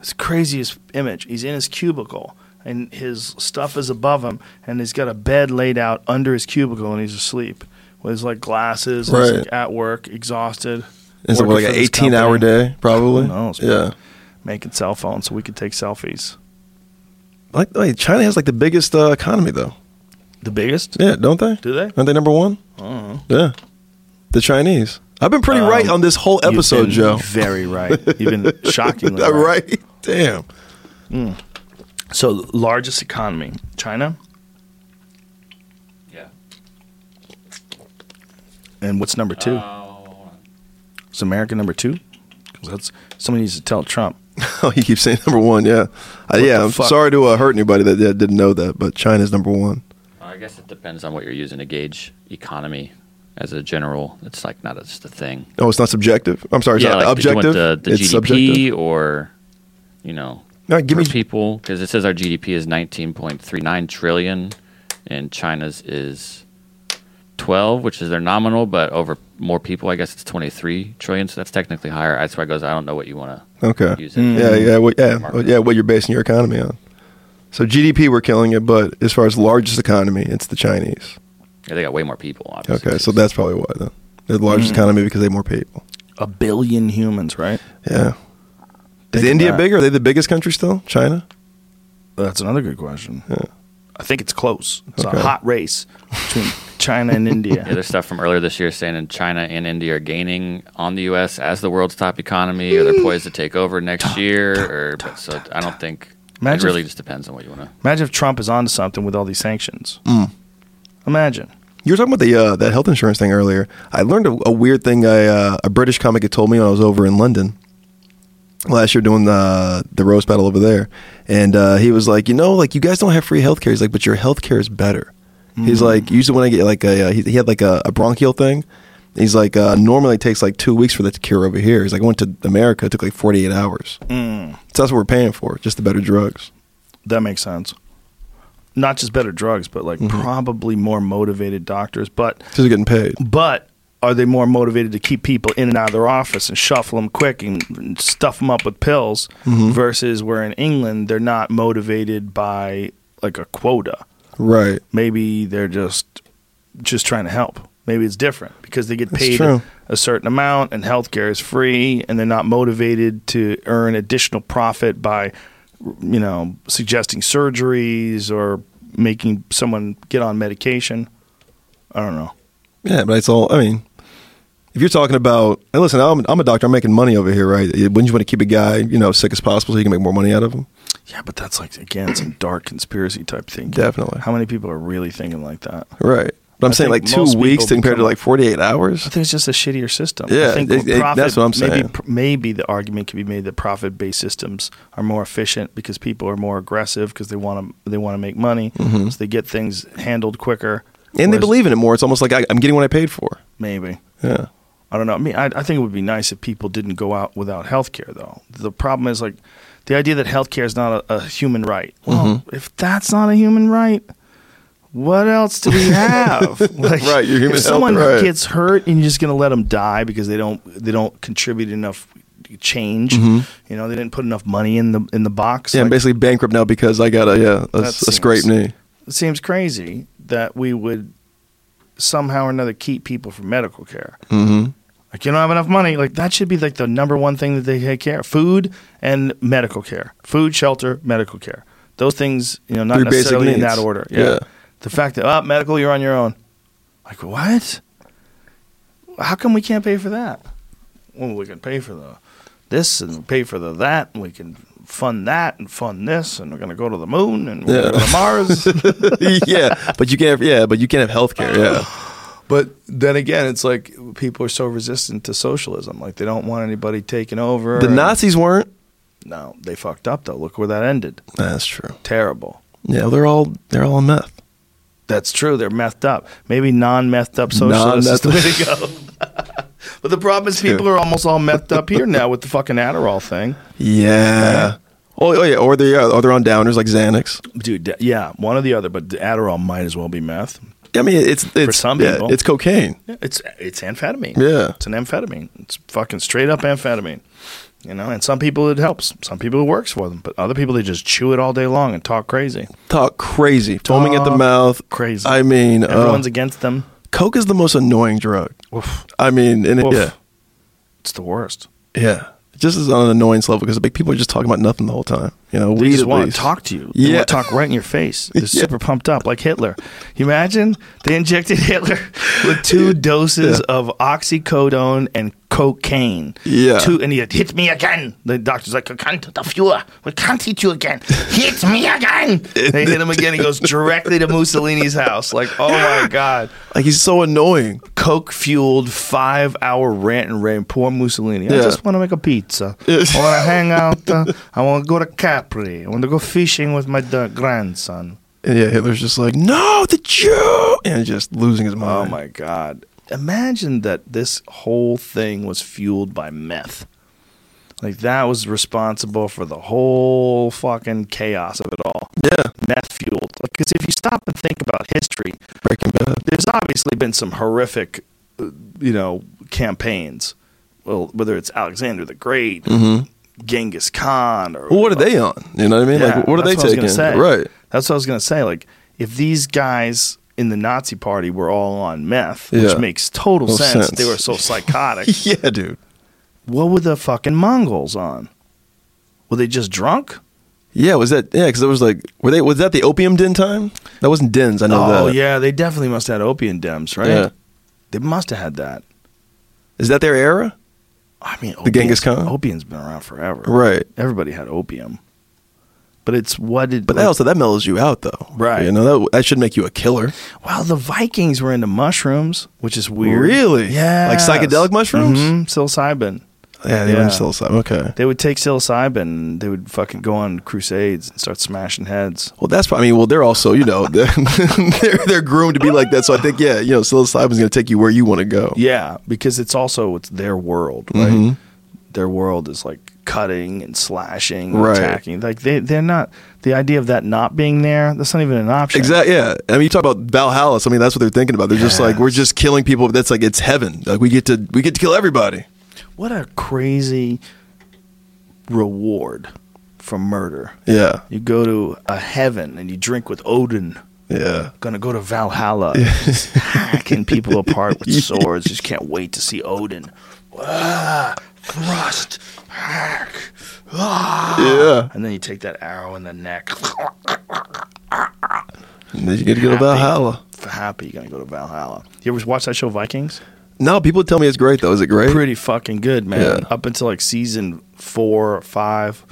Speaker 1: It's the craziest image. He's in his cubicle, and his stuff is above him, and he's got a bed laid out under his cubicle, and he's asleep with his like glasses. And he's
Speaker 2: Right.
Speaker 1: like, at work, exhausted.
Speaker 2: It's
Speaker 1: working
Speaker 2: like
Speaker 1: for
Speaker 2: an
Speaker 1: this
Speaker 2: eighteen hour
Speaker 1: company,
Speaker 2: day probably.
Speaker 1: Who knows, man?
Speaker 2: yeah.
Speaker 1: making cell phones so we could take selfies.
Speaker 2: Like, like China has like the biggest uh, economy though.
Speaker 1: The biggest?
Speaker 2: Yeah, don't they?
Speaker 1: Do they?
Speaker 2: Aren't they number one?
Speaker 3: Uh-huh.
Speaker 2: Yeah. The Chinese. I've been pretty right
Speaker 3: Um,
Speaker 2: on this whole
Speaker 1: You've
Speaker 2: episode,
Speaker 1: been
Speaker 2: Joe.
Speaker 1: Very right. You've
Speaker 2: <laughs>
Speaker 1: been shockingly
Speaker 2: Right. right? Damn.
Speaker 1: So largest economy, China.
Speaker 3: Yeah.
Speaker 1: And what's number two?
Speaker 3: Oh,
Speaker 1: Is America number two? 'Cause that's somebody needs to tell Trump.
Speaker 2: Oh, he keeps saying <laughs> number one. Yeah. Uh, yeah.
Speaker 1: the
Speaker 2: I'm
Speaker 1: fuck?
Speaker 2: sorry to uh, hurt anybody that, that didn't know that, but China's number one.
Speaker 3: I guess it depends on what you're using to gauge economy. As a general, it's like not just a thing.
Speaker 2: Oh, it's not subjective. I'm sorry. it's not
Speaker 3: like, did you want
Speaker 2: objective.
Speaker 3: The, the
Speaker 2: it's
Speaker 3: GDP
Speaker 2: subjective.
Speaker 3: or you know,
Speaker 2: All right, give
Speaker 3: for
Speaker 2: me.
Speaker 3: people because it says our GDP is 19.39 trillion, and China's is 12, which is their nominal, but over more people, I guess it's 23 trillion. So that's technically higher. That's why it goes. I don't know what you want
Speaker 2: <laughs>
Speaker 3: to
Speaker 2: Okay. Hmm.
Speaker 3: use it.
Speaker 2: Yeah. Yeah. What, yeah.
Speaker 3: Market.
Speaker 2: What, yeah. What you're basing your economy on. So GDP, we're killing it, but as far as largest economy, it's the Chinese.
Speaker 3: Yeah, they got way more people. Obviously.
Speaker 2: Okay. So that's probably why then. They're the
Speaker 3: Mm.
Speaker 2: largest economy because they have more people.
Speaker 1: A billion humans, right?
Speaker 2: Yeah. Is
Speaker 1: Think
Speaker 2: India
Speaker 1: about it.
Speaker 2: bigger? Are they the biggest country still? China?
Speaker 1: That's another good question. I think it's close. It's
Speaker 2: Okay.
Speaker 1: a hot race between China and India.
Speaker 2: <laughs>
Speaker 3: Yeah, there's stuff from earlier this year saying in China and India are gaining on the U.S. as the world's top economy, or they're poised to take over next year. Or but, so I don't think it
Speaker 1: Imagine-
Speaker 3: really just depends on what you want to.
Speaker 1: Imagine if Trump is onto something with all these sanctions.
Speaker 2: Mm.
Speaker 1: Imagine.
Speaker 2: You were talking about the uh, that health insurance thing earlier. I learned a, a weird thing I, uh, a British comic had told me when I was over in London last year doing the the roast battle over there, and uh, he was like, you know, like you guys don't have free health care. He's like, but your health care is better. He's
Speaker 1: Mm.
Speaker 2: like, usually when I get like a uh, he, he had like a, a bronchial thing. He's like, uh, normally it takes like two weeks for that to cure over here. He's like, I went to America, it took like forty eight hours.
Speaker 1: Mm.
Speaker 2: So that's what we're paying for, just the better drugs.
Speaker 1: That makes sense. Not just better drugs, but like
Speaker 2: Mm-hmm.
Speaker 1: probably more motivated doctors. But
Speaker 2: Because they're getting paid.
Speaker 1: But are they more motivated to keep people in and out of their office and shuffle them quick and, and stuff them up with pills versus where in England they're not motivated by like a quota.
Speaker 2: Right.
Speaker 1: Maybe they're just just trying to help. Maybe it's different because they get paid
Speaker 2: true.
Speaker 1: a certain amount and healthcare is free and they're not motivated to earn additional profit by you know suggesting surgeries or making someone get on medication. I don't know.
Speaker 2: Yeah, but it's all. I mean, if you're talking about, and listen, I'm, I'm a doctor. I'm making money over here, right? Wouldn't you want to keep a guy, you know, sick as possible so you can make more money out of him?
Speaker 1: Yeah, but that's like again some <clears throat> dark conspiracy type thing.
Speaker 2: Definitely.
Speaker 1: How many people are really thinking like that?
Speaker 2: Right. But I'm
Speaker 1: I
Speaker 2: saying
Speaker 1: think
Speaker 2: like two
Speaker 1: most
Speaker 2: weeks
Speaker 1: people
Speaker 2: compared to
Speaker 1: become-
Speaker 2: like 48 hours.
Speaker 1: I think it's just a shittier system.
Speaker 2: Yeah,
Speaker 1: I think
Speaker 2: it- it- that's what I'm
Speaker 1: Maybe,
Speaker 2: saying.
Speaker 1: pr- maybe the argument could be made that profit-based systems are more efficient because people are more aggressive because they want to they want to make money, so they get things handled quicker.
Speaker 2: Mm-hmm. And they
Speaker 1: Whereas-
Speaker 2: believe in it more. It's almost like I, I'm getting what I paid for.
Speaker 1: maybe.
Speaker 2: Yeah.
Speaker 1: I don't know. I mean, I, I think it would be nice if people didn't go out without health care, though. The problem is like the idea that health care is not a, a human right. Well,
Speaker 2: Mm-hmm.
Speaker 1: if that's not a human right, what else do we have? Like,
Speaker 2: <laughs> Right, your human
Speaker 1: if
Speaker 2: health
Speaker 1: someone
Speaker 2: right.
Speaker 1: gets hurt and you're just going to let them die because they don't they don't contribute enough change, you know, they didn't put enough money in the in the box.
Speaker 2: Mm-hmm. Yeah, I'm
Speaker 1: like,
Speaker 2: basically bankrupt now because I got a yeah a,
Speaker 1: That
Speaker 2: a
Speaker 1: seems-
Speaker 2: scrape knee.
Speaker 1: it seems crazy that we would somehow or another keep people from medical care. Mm-hmm. Like you don't have enough money. Like that should be like the number one thing that they take care: of. food and medical care, food, shelter, medical care. Those things, you know, not
Speaker 2: Three basic
Speaker 1: necessarily in
Speaker 2: needs.
Speaker 1: that order.
Speaker 2: Yeah.
Speaker 1: The fact that oh, medical, you're on your own. Like what? How come we can't pay for that? Well, we can pay for the this and pay for the that, and we can fund that and fund this, and we're going to go to the moon and we're
Speaker 2: Yeah.
Speaker 1: going to Mars.
Speaker 2: <laughs> yeah, but you can't. Have, yeah, but you can't have health care. Yeah,
Speaker 1: <laughs> But then again, it's like people are so resistant to socialism. Like they don't want anybody taking over.
Speaker 2: the
Speaker 1: and-
Speaker 2: Nazis weren't.
Speaker 1: No, they fucked up though. Look where that ended.
Speaker 2: That's true.
Speaker 1: Terrible.
Speaker 2: Yeah, they're all they're all on meth.
Speaker 1: That's true. They're methed up. Maybe non methed up socialists <laughs> is the way to go. <laughs> but the problem is people are almost all methed up here now with the fucking Adderall thing.
Speaker 2: Yeah. Oh, oh yeah, or they are, or they're on downers like Xanax.
Speaker 1: Dude, d- yeah, one or the other, but the Adderall might as well be meth.
Speaker 2: I mean, it's it's
Speaker 1: some
Speaker 2: yeah,
Speaker 1: people.
Speaker 2: it's cocaine.
Speaker 1: Yeah, It's it's amphetamine.
Speaker 2: Yeah.
Speaker 1: It's an amphetamine. It's fucking straight up amphetamine. You know, and some people it helps. Some people it works for them, but other people they just chew it all day long and talk crazy.
Speaker 2: Talk crazy, foaming at the
Speaker 1: Talk
Speaker 2: mouth.
Speaker 1: Crazy.
Speaker 2: I mean,
Speaker 1: everyone's
Speaker 2: uh,
Speaker 1: against them.
Speaker 2: coke is the most annoying drug.
Speaker 1: Oof.
Speaker 2: I mean, and it,
Speaker 1: Oof.
Speaker 2: yeah,
Speaker 1: It's the worst.
Speaker 2: yeah, It just is on an annoyance level because people are just talking about nothing the whole time. You know,
Speaker 1: They
Speaker 2: weed
Speaker 1: just
Speaker 2: at
Speaker 1: want
Speaker 2: least.
Speaker 1: to talk to you. They
Speaker 2: Yeah.
Speaker 1: want to talk right in your
Speaker 2: <laughs>
Speaker 1: face. They're
Speaker 2: Yeah.
Speaker 1: super pumped up, like Hitler. You imagine they injected <laughs> Hitler with two doses of oxycodone and cocaine.
Speaker 2: Yeah.
Speaker 1: Two, and he had, hit me again. The doctor's like, I can't the fewer. We can't hit you
Speaker 2: <laughs>
Speaker 1: again. Hit me again. they hit him again. He goes directly to Mussolini's house. Like, oh my God.
Speaker 2: Like he's so annoying.
Speaker 1: coke fueled five hour rant and rave. Poor Mussolini. I
Speaker 2: Yeah.
Speaker 1: just want to make a pizza. I want
Speaker 2: Yes.
Speaker 1: to hang out. Uh, I want to go to Capri. I want to go fishing with my da- grandson.
Speaker 2: And yeah, Hitler's just like, no, the Jew, and just losing his
Speaker 1: Oh
Speaker 2: mind.
Speaker 1: my God. Imagine that this whole thing was fueled by meth. Like that was responsible for the whole fucking chaos of it all.
Speaker 2: Yeah,
Speaker 1: Meth fueled. Because if you stop and think about history,
Speaker 2: Breaking Bad.
Speaker 1: there's obviously been some horrific, uh, you know, campaigns. Well, whether it's Alexander the Great, Genghis Khan, or
Speaker 2: Mm-hmm. Well, what are they on? You know what I mean?
Speaker 1: Yeah,
Speaker 2: like, what are they
Speaker 1: that's I
Speaker 2: taking?
Speaker 1: was gonna say.
Speaker 2: Right.
Speaker 1: That's what I was gonna say. Like, if these guys in the Nazi Party were all on meth, which
Speaker 2: Yeah.
Speaker 1: makes total
Speaker 2: No
Speaker 1: sense,
Speaker 2: sense.
Speaker 1: they were
Speaker 2: <laughs>
Speaker 1: so psychotic.
Speaker 2: yeah, dude.
Speaker 1: what were the fucking Mongols on? Were they just drunk?
Speaker 2: Yeah, was that? Yeah, because it was like, were they? Was that the opium den time? That wasn't dens. I know
Speaker 1: Oh
Speaker 2: that.
Speaker 1: yeah, they definitely must have had opium dens, right?
Speaker 2: Yeah.
Speaker 1: They must have had that.
Speaker 2: Is that their era?
Speaker 1: I mean,
Speaker 2: The Genghis Khan?
Speaker 1: Opium's been around forever,
Speaker 2: Right.
Speaker 1: Everybody had opium, but it's what did.
Speaker 2: But that also that mellows you out though.
Speaker 1: Right.
Speaker 2: You know that that should make you a killer.
Speaker 1: well, the Vikings were into mushrooms, which is weird.
Speaker 2: Really?
Speaker 1: Yeah,
Speaker 2: Like psychedelic mushrooms?
Speaker 1: hmm psilocybin.
Speaker 2: Yeah, they
Speaker 1: Yeah.
Speaker 2: were still some. Okay.
Speaker 1: They would take psilocybin. And they would fucking go on crusades and start smashing heads.
Speaker 2: Well, that's probably. I mean, well, they're also you know <laughs> they're they're, they're groomed to be like that. So I think yeah, you know, psilocybin's gonna take you where you want to go.
Speaker 1: Yeah, because it's also it's their world, right? Their world is like cutting and slashing, and
Speaker 2: Right.
Speaker 1: attacking. Like they they're not the idea of that not being there. That's not even an option.
Speaker 2: Exactly. Yeah. I mean, you talk about Valhalla. So, I mean, that's what they're thinking about. They're just like, we're just killing people. That's like it's heaven. Like we get to we get to kill everybody.
Speaker 1: What a crazy reward for murder.
Speaker 2: Yeah.
Speaker 1: You go to a heaven and you drink with Odin.
Speaker 2: Yeah.
Speaker 1: Gonna go to Valhalla, just hacking people apart
Speaker 2: <laughs>
Speaker 1: with swords. Just can't wait to see Odin. Ah, thrust, hack, ah.
Speaker 2: Yeah.
Speaker 1: and then you take that arrow in the neck.
Speaker 2: And then you get to go to Valhalla.
Speaker 1: For happy, you're gonna go to Valhalla. You ever watch that show Vikings?
Speaker 2: No, people tell me it's great though. Is it great?
Speaker 1: Pretty fucking good, man.
Speaker 2: Yeah.
Speaker 1: Up until like season four or five,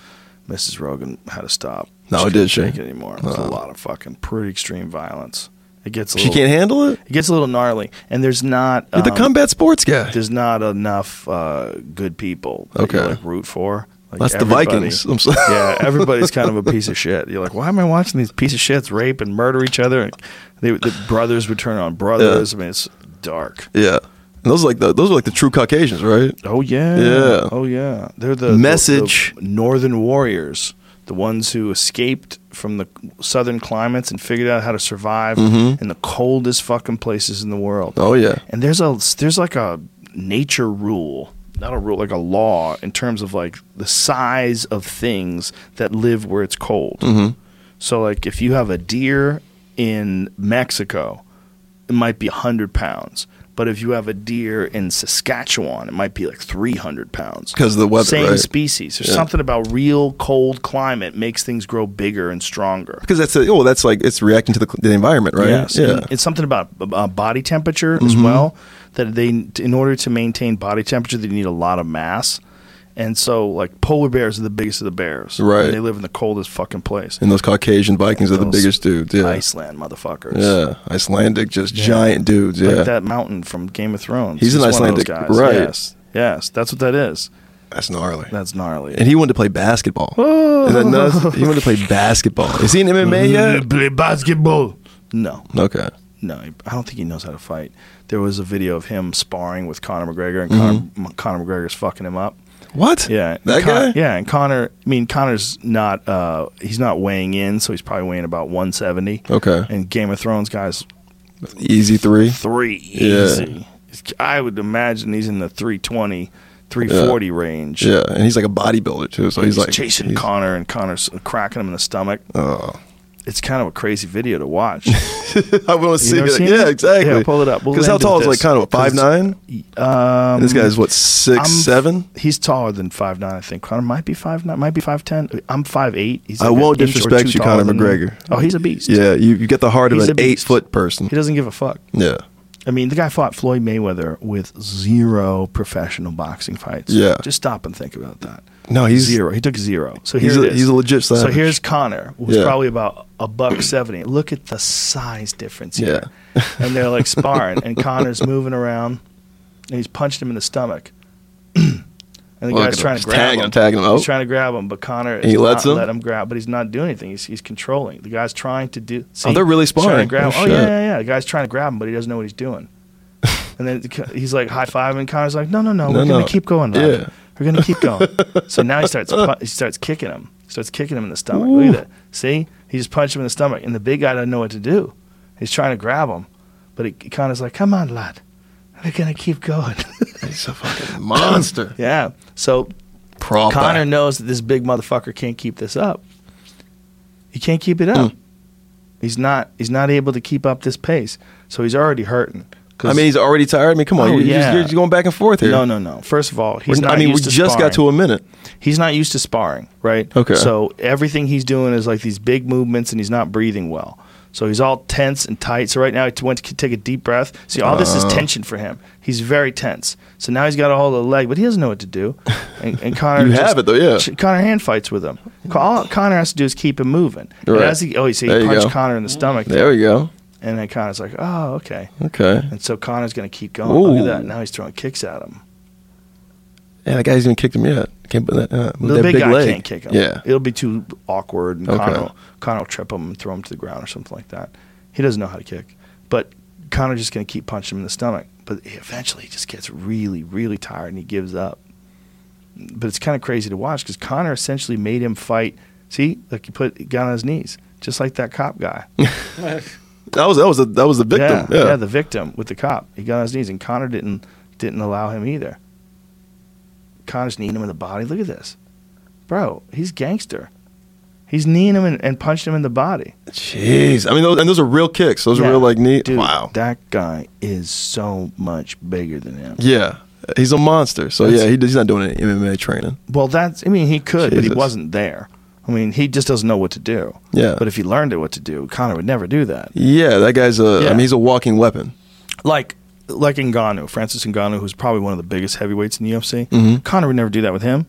Speaker 1: Mrs. Rogan had to stop.
Speaker 2: No,
Speaker 1: She
Speaker 2: it did,
Speaker 1: couldn't
Speaker 2: she?
Speaker 1: take it anymore. It was a lot of fucking pretty extreme violence. It gets a
Speaker 2: She
Speaker 1: little,
Speaker 2: can't handle it.
Speaker 1: it gets a little gnarly, and there's not
Speaker 2: You're the
Speaker 1: um,
Speaker 2: combat sports guy.
Speaker 1: there's not enough uh, good people that you,
Speaker 2: Okay.
Speaker 1: like root for. Like,
Speaker 2: That's the
Speaker 1: everybody-
Speaker 2: Vikings. I'm sorry.
Speaker 1: <laughs> yeah, everybody's kind of a piece
Speaker 2: <laughs>
Speaker 1: of shit. You're like, why am I watching these piece of shits rape and murder each other? And they, the brothers would turn on brothers. I mean, it's dark.
Speaker 2: Yeah. And those are like the those are like the true Caucasians, right?
Speaker 1: Oh yeah,
Speaker 2: Yeah.
Speaker 1: Oh yeah, they're the the-
Speaker 2: Message.
Speaker 1: the Northern warriors, the ones who escaped from the southern climates and figured out how to survive in the coldest fucking places in the world.
Speaker 2: Mm-hmm. Oh yeah.
Speaker 1: And there's a there's like a nature rule, not a rule, like a law in terms of like the size of things that live where it's cold.
Speaker 2: Mm-hmm.
Speaker 1: So like if you have a deer in Mexico, it might be 100 pounds. But if you have a deer in Saskatchewan, it might be like 300 pounds.
Speaker 2: 'Cause of the weather,
Speaker 1: Same
Speaker 2: right?
Speaker 1: species. There's
Speaker 2: Yeah.
Speaker 1: something about real cold climate makes things grow bigger and stronger.
Speaker 2: Because that's a, oh that's like it's reacting to the, the environment, right?
Speaker 1: Yes.
Speaker 2: Yeah. Mm-hmm.
Speaker 1: And It's something about uh, body temperature as well that they, in order to maintain body temperature, they need a lot of mass. And so, like, polar bears are the biggest of the bears.
Speaker 2: Right.
Speaker 1: And they live in the coldest fucking place.
Speaker 2: and those Caucasian Vikings are the
Speaker 1: Those
Speaker 2: biggest dudes. Yeah.
Speaker 1: Iceland motherfuckers.
Speaker 2: Yeah. Icelandic, just giant dudes. Yeah.
Speaker 1: Like that mountain from Game of Thrones.
Speaker 2: He's an
Speaker 1: one of those
Speaker 2: Icelandic- right.
Speaker 1: Yes. Yes. That's what that is.
Speaker 2: That's gnarly.
Speaker 1: That's gnarly.
Speaker 2: and he wanted to play basketball.
Speaker 1: Oh.
Speaker 2: Is that
Speaker 1: <laughs>
Speaker 2: nuts? He wanted to play basketball. Is he in MMA yet?
Speaker 1: play basketball. No,
Speaker 2: Okay.
Speaker 1: no, he- I don't think he knows how to fight. There was a video of him sparring with Conor McGregor, and Conor,
Speaker 2: Mm-hmm.
Speaker 1: M- Conor McGregor's fucking him up.
Speaker 2: What?
Speaker 1: Yeah, and
Speaker 2: That
Speaker 1: Con-
Speaker 2: guy?
Speaker 1: Yeah, and Conor. I mean, Conor's not. Uh, he's not weighing in, so he's probably weighing about 170.
Speaker 2: Okay.
Speaker 1: And Game of Thrones guys
Speaker 2: Easy three.
Speaker 1: three
Speaker 2: Yeah.
Speaker 1: easy. I would imagine he's in the 320, 340 range.
Speaker 2: Yeah. And he's like a bodybuilder too. So he's,
Speaker 1: he's,
Speaker 2: like
Speaker 1: chasing
Speaker 2: he's- Oh.
Speaker 1: Connor, and Connor's cracking him in the stomach. It's kind of a crazy video to
Speaker 2: <laughs>
Speaker 1: watch.
Speaker 2: <laughs> I want to see
Speaker 1: never
Speaker 2: that.
Speaker 1: seen
Speaker 2: Yeah,
Speaker 1: it?
Speaker 2: exactly.
Speaker 1: Yeah, pull it up. We'll
Speaker 2: Because how
Speaker 1: end
Speaker 2: tall
Speaker 1: with
Speaker 2: is like
Speaker 1: this.
Speaker 2: kind of five
Speaker 1: 'Cause-
Speaker 2: nine?
Speaker 1: um,
Speaker 2: This guy's what 6
Speaker 1: I'm-
Speaker 2: seven.
Speaker 1: He's taller than five nine. I think Connor might be five nine, might be five ten. I'm five eight. He's
Speaker 2: I
Speaker 1: like an
Speaker 2: won't
Speaker 1: inch or
Speaker 2: disrespect
Speaker 1: two
Speaker 2: you, Conor
Speaker 1: taller than me.
Speaker 2: McGregor.
Speaker 1: Oh, he's a beast.
Speaker 2: Yeah, you, you get the heart of
Speaker 1: He's a
Speaker 2: an eight
Speaker 1: beast.
Speaker 2: foot person.
Speaker 1: he doesn't give a fuck.
Speaker 2: Yeah,
Speaker 1: I mean, the guy fought Floyd Mayweather with zero professional boxing fights.
Speaker 2: Yeah.
Speaker 1: just stop and think about that.
Speaker 2: no, he's
Speaker 1: zero. He took zero. So
Speaker 2: He's
Speaker 1: here's
Speaker 2: a- he's a legit
Speaker 1: So
Speaker 2: savage.
Speaker 1: here's Connor, who's
Speaker 2: Yeah.
Speaker 1: probably about a buck seventy. Look at the size difference here. and they're
Speaker 2: <laughs>
Speaker 1: like sparring, and Connor's moving around, and he's punched him in the stomach. <clears throat> and the
Speaker 2: Look at
Speaker 1: guy's
Speaker 2: him.
Speaker 1: trying
Speaker 2: He's
Speaker 1: to grab
Speaker 2: tagging
Speaker 1: him.
Speaker 2: him, tagging him. Oh.
Speaker 1: He's trying to grab him, but Connor
Speaker 2: He
Speaker 1: is
Speaker 2: lets
Speaker 1: not
Speaker 2: him?
Speaker 1: let him grab, but he's not doing anything. He's, he's controlling. The guy's trying to do. See,
Speaker 2: Oh, they're really
Speaker 1: he's trying to
Speaker 2: sparring.
Speaker 1: grab him.
Speaker 2: Oh,
Speaker 1: Oh, yeah,
Speaker 2: shit.
Speaker 1: yeah, yeah. The guy's trying to grab him, but he doesn't know what he's
Speaker 2: <laughs>
Speaker 1: doing. And then he's like high five, and Connor's like, "No, no, no,
Speaker 2: No,
Speaker 1: we're gonna
Speaker 2: no.
Speaker 1: keep going, Rob.
Speaker 2: Yeah.
Speaker 1: We're gonna keep going." so
Speaker 2: <laughs>
Speaker 1: now he starts pu- he starts kicking him, he starts kicking him in the stomach. Look at that. See, he just punched him in the stomach, and the big guy doesn't know what to do. He's trying to grab him, but he, Connor's like, "Come on, lad, we're gonna keep going." <laughs>
Speaker 2: he's a <coughs> fucking monster.
Speaker 1: yeah. So
Speaker 2: Prop
Speaker 1: Connor
Speaker 2: back.
Speaker 1: knows that this big motherfucker can't keep this up. He can't keep it
Speaker 2: Mm.
Speaker 1: up. He's not. He's not able to keep up this pace. So he's already hurting. 'Cause-
Speaker 2: I mean, he's already tired. I mean, come on,
Speaker 1: Oh,
Speaker 2: you're, you're just-
Speaker 1: yeah.
Speaker 2: you're, just going back and forth here.
Speaker 1: no, no, no. First of all, he's
Speaker 2: We're-
Speaker 1: not.
Speaker 2: I mean, we
Speaker 1: used to
Speaker 2: just got to
Speaker 1: sparring.
Speaker 2: a minute.
Speaker 1: He's not used to sparring, right?
Speaker 2: Okay.
Speaker 1: So everything he's doing is like these big movements, and he's not breathing well. So he's all tense and tight. So right now he went to take a deep breath. See, all this
Speaker 2: Uh.
Speaker 1: is tension for him. He's very tense. So now he's got a hold of the leg, but he doesn't know what to
Speaker 2: <laughs>
Speaker 1: do. And, and Connor,
Speaker 2: You
Speaker 1: just-
Speaker 2: have it, though, yeah.
Speaker 1: Ch- Connor hand fights with him. Co- All Connor has to do is keep him moving. But
Speaker 2: Right.
Speaker 1: as he, oh, you see,
Speaker 2: There
Speaker 1: he
Speaker 2: you
Speaker 1: punched
Speaker 2: go.
Speaker 1: Connor in the stomach,
Speaker 2: There we go.
Speaker 1: and then Connor's like, oh, okay.
Speaker 2: Okay.
Speaker 1: And so Connor's going to keep going. Look at
Speaker 2: Ooh.
Speaker 1: that. Now he's throwing kicks at him.
Speaker 2: Yeah, that guy hasn't even kicked him yet. Can't put that. Uh,
Speaker 1: The
Speaker 2: that
Speaker 1: big,
Speaker 2: big
Speaker 1: guy
Speaker 2: leg.
Speaker 1: can't kick him.
Speaker 2: Yeah.
Speaker 1: It'll be too awkward, and
Speaker 2: Okay.
Speaker 1: Connor, will, Connor will trip him and throw him to the ground or something like that. He doesn't know how to kick. But Connor's just going to keep punching him in the stomach. But he eventually he just gets really, really tired and he gives up. But it's kind of crazy to watch because Connor essentially made him fight. See, like he put he got on his knees, just like that cop guy.
Speaker 2: That was that was the that was the victim. Yeah.
Speaker 1: the victim with the cop. He got on his knees, and Connor didn't didn't allow him either. Connor's kneeing him in the body. Look at this, bro. He's gangster. He's kneeing him and, and punched him in the body.
Speaker 2: Jeez. I mean, those, and those are real kicks. Those
Speaker 1: Yeah.
Speaker 2: are real, like, neat.
Speaker 1: Dude,
Speaker 2: wow.
Speaker 1: That guy is so much bigger than him.
Speaker 2: yeah. He's a monster. So,
Speaker 1: That's-
Speaker 2: yeah, he, he's not doing any MMA training.
Speaker 1: Well, that's. I mean, he could, but he
Speaker 2: Jesus.
Speaker 1: wasn't there. I mean, he just doesn't know what to do.
Speaker 2: Yeah.
Speaker 1: But if he learned it what to do, Connor would never do that.
Speaker 2: Yeah, that guy's a. I
Speaker 1: Yeah.
Speaker 2: mean, he's a walking weapon.
Speaker 1: Like, like Ngannou, Francis Ngannou, who's probably one of the biggest heavyweights in the UFC. Connor would never do that with him. You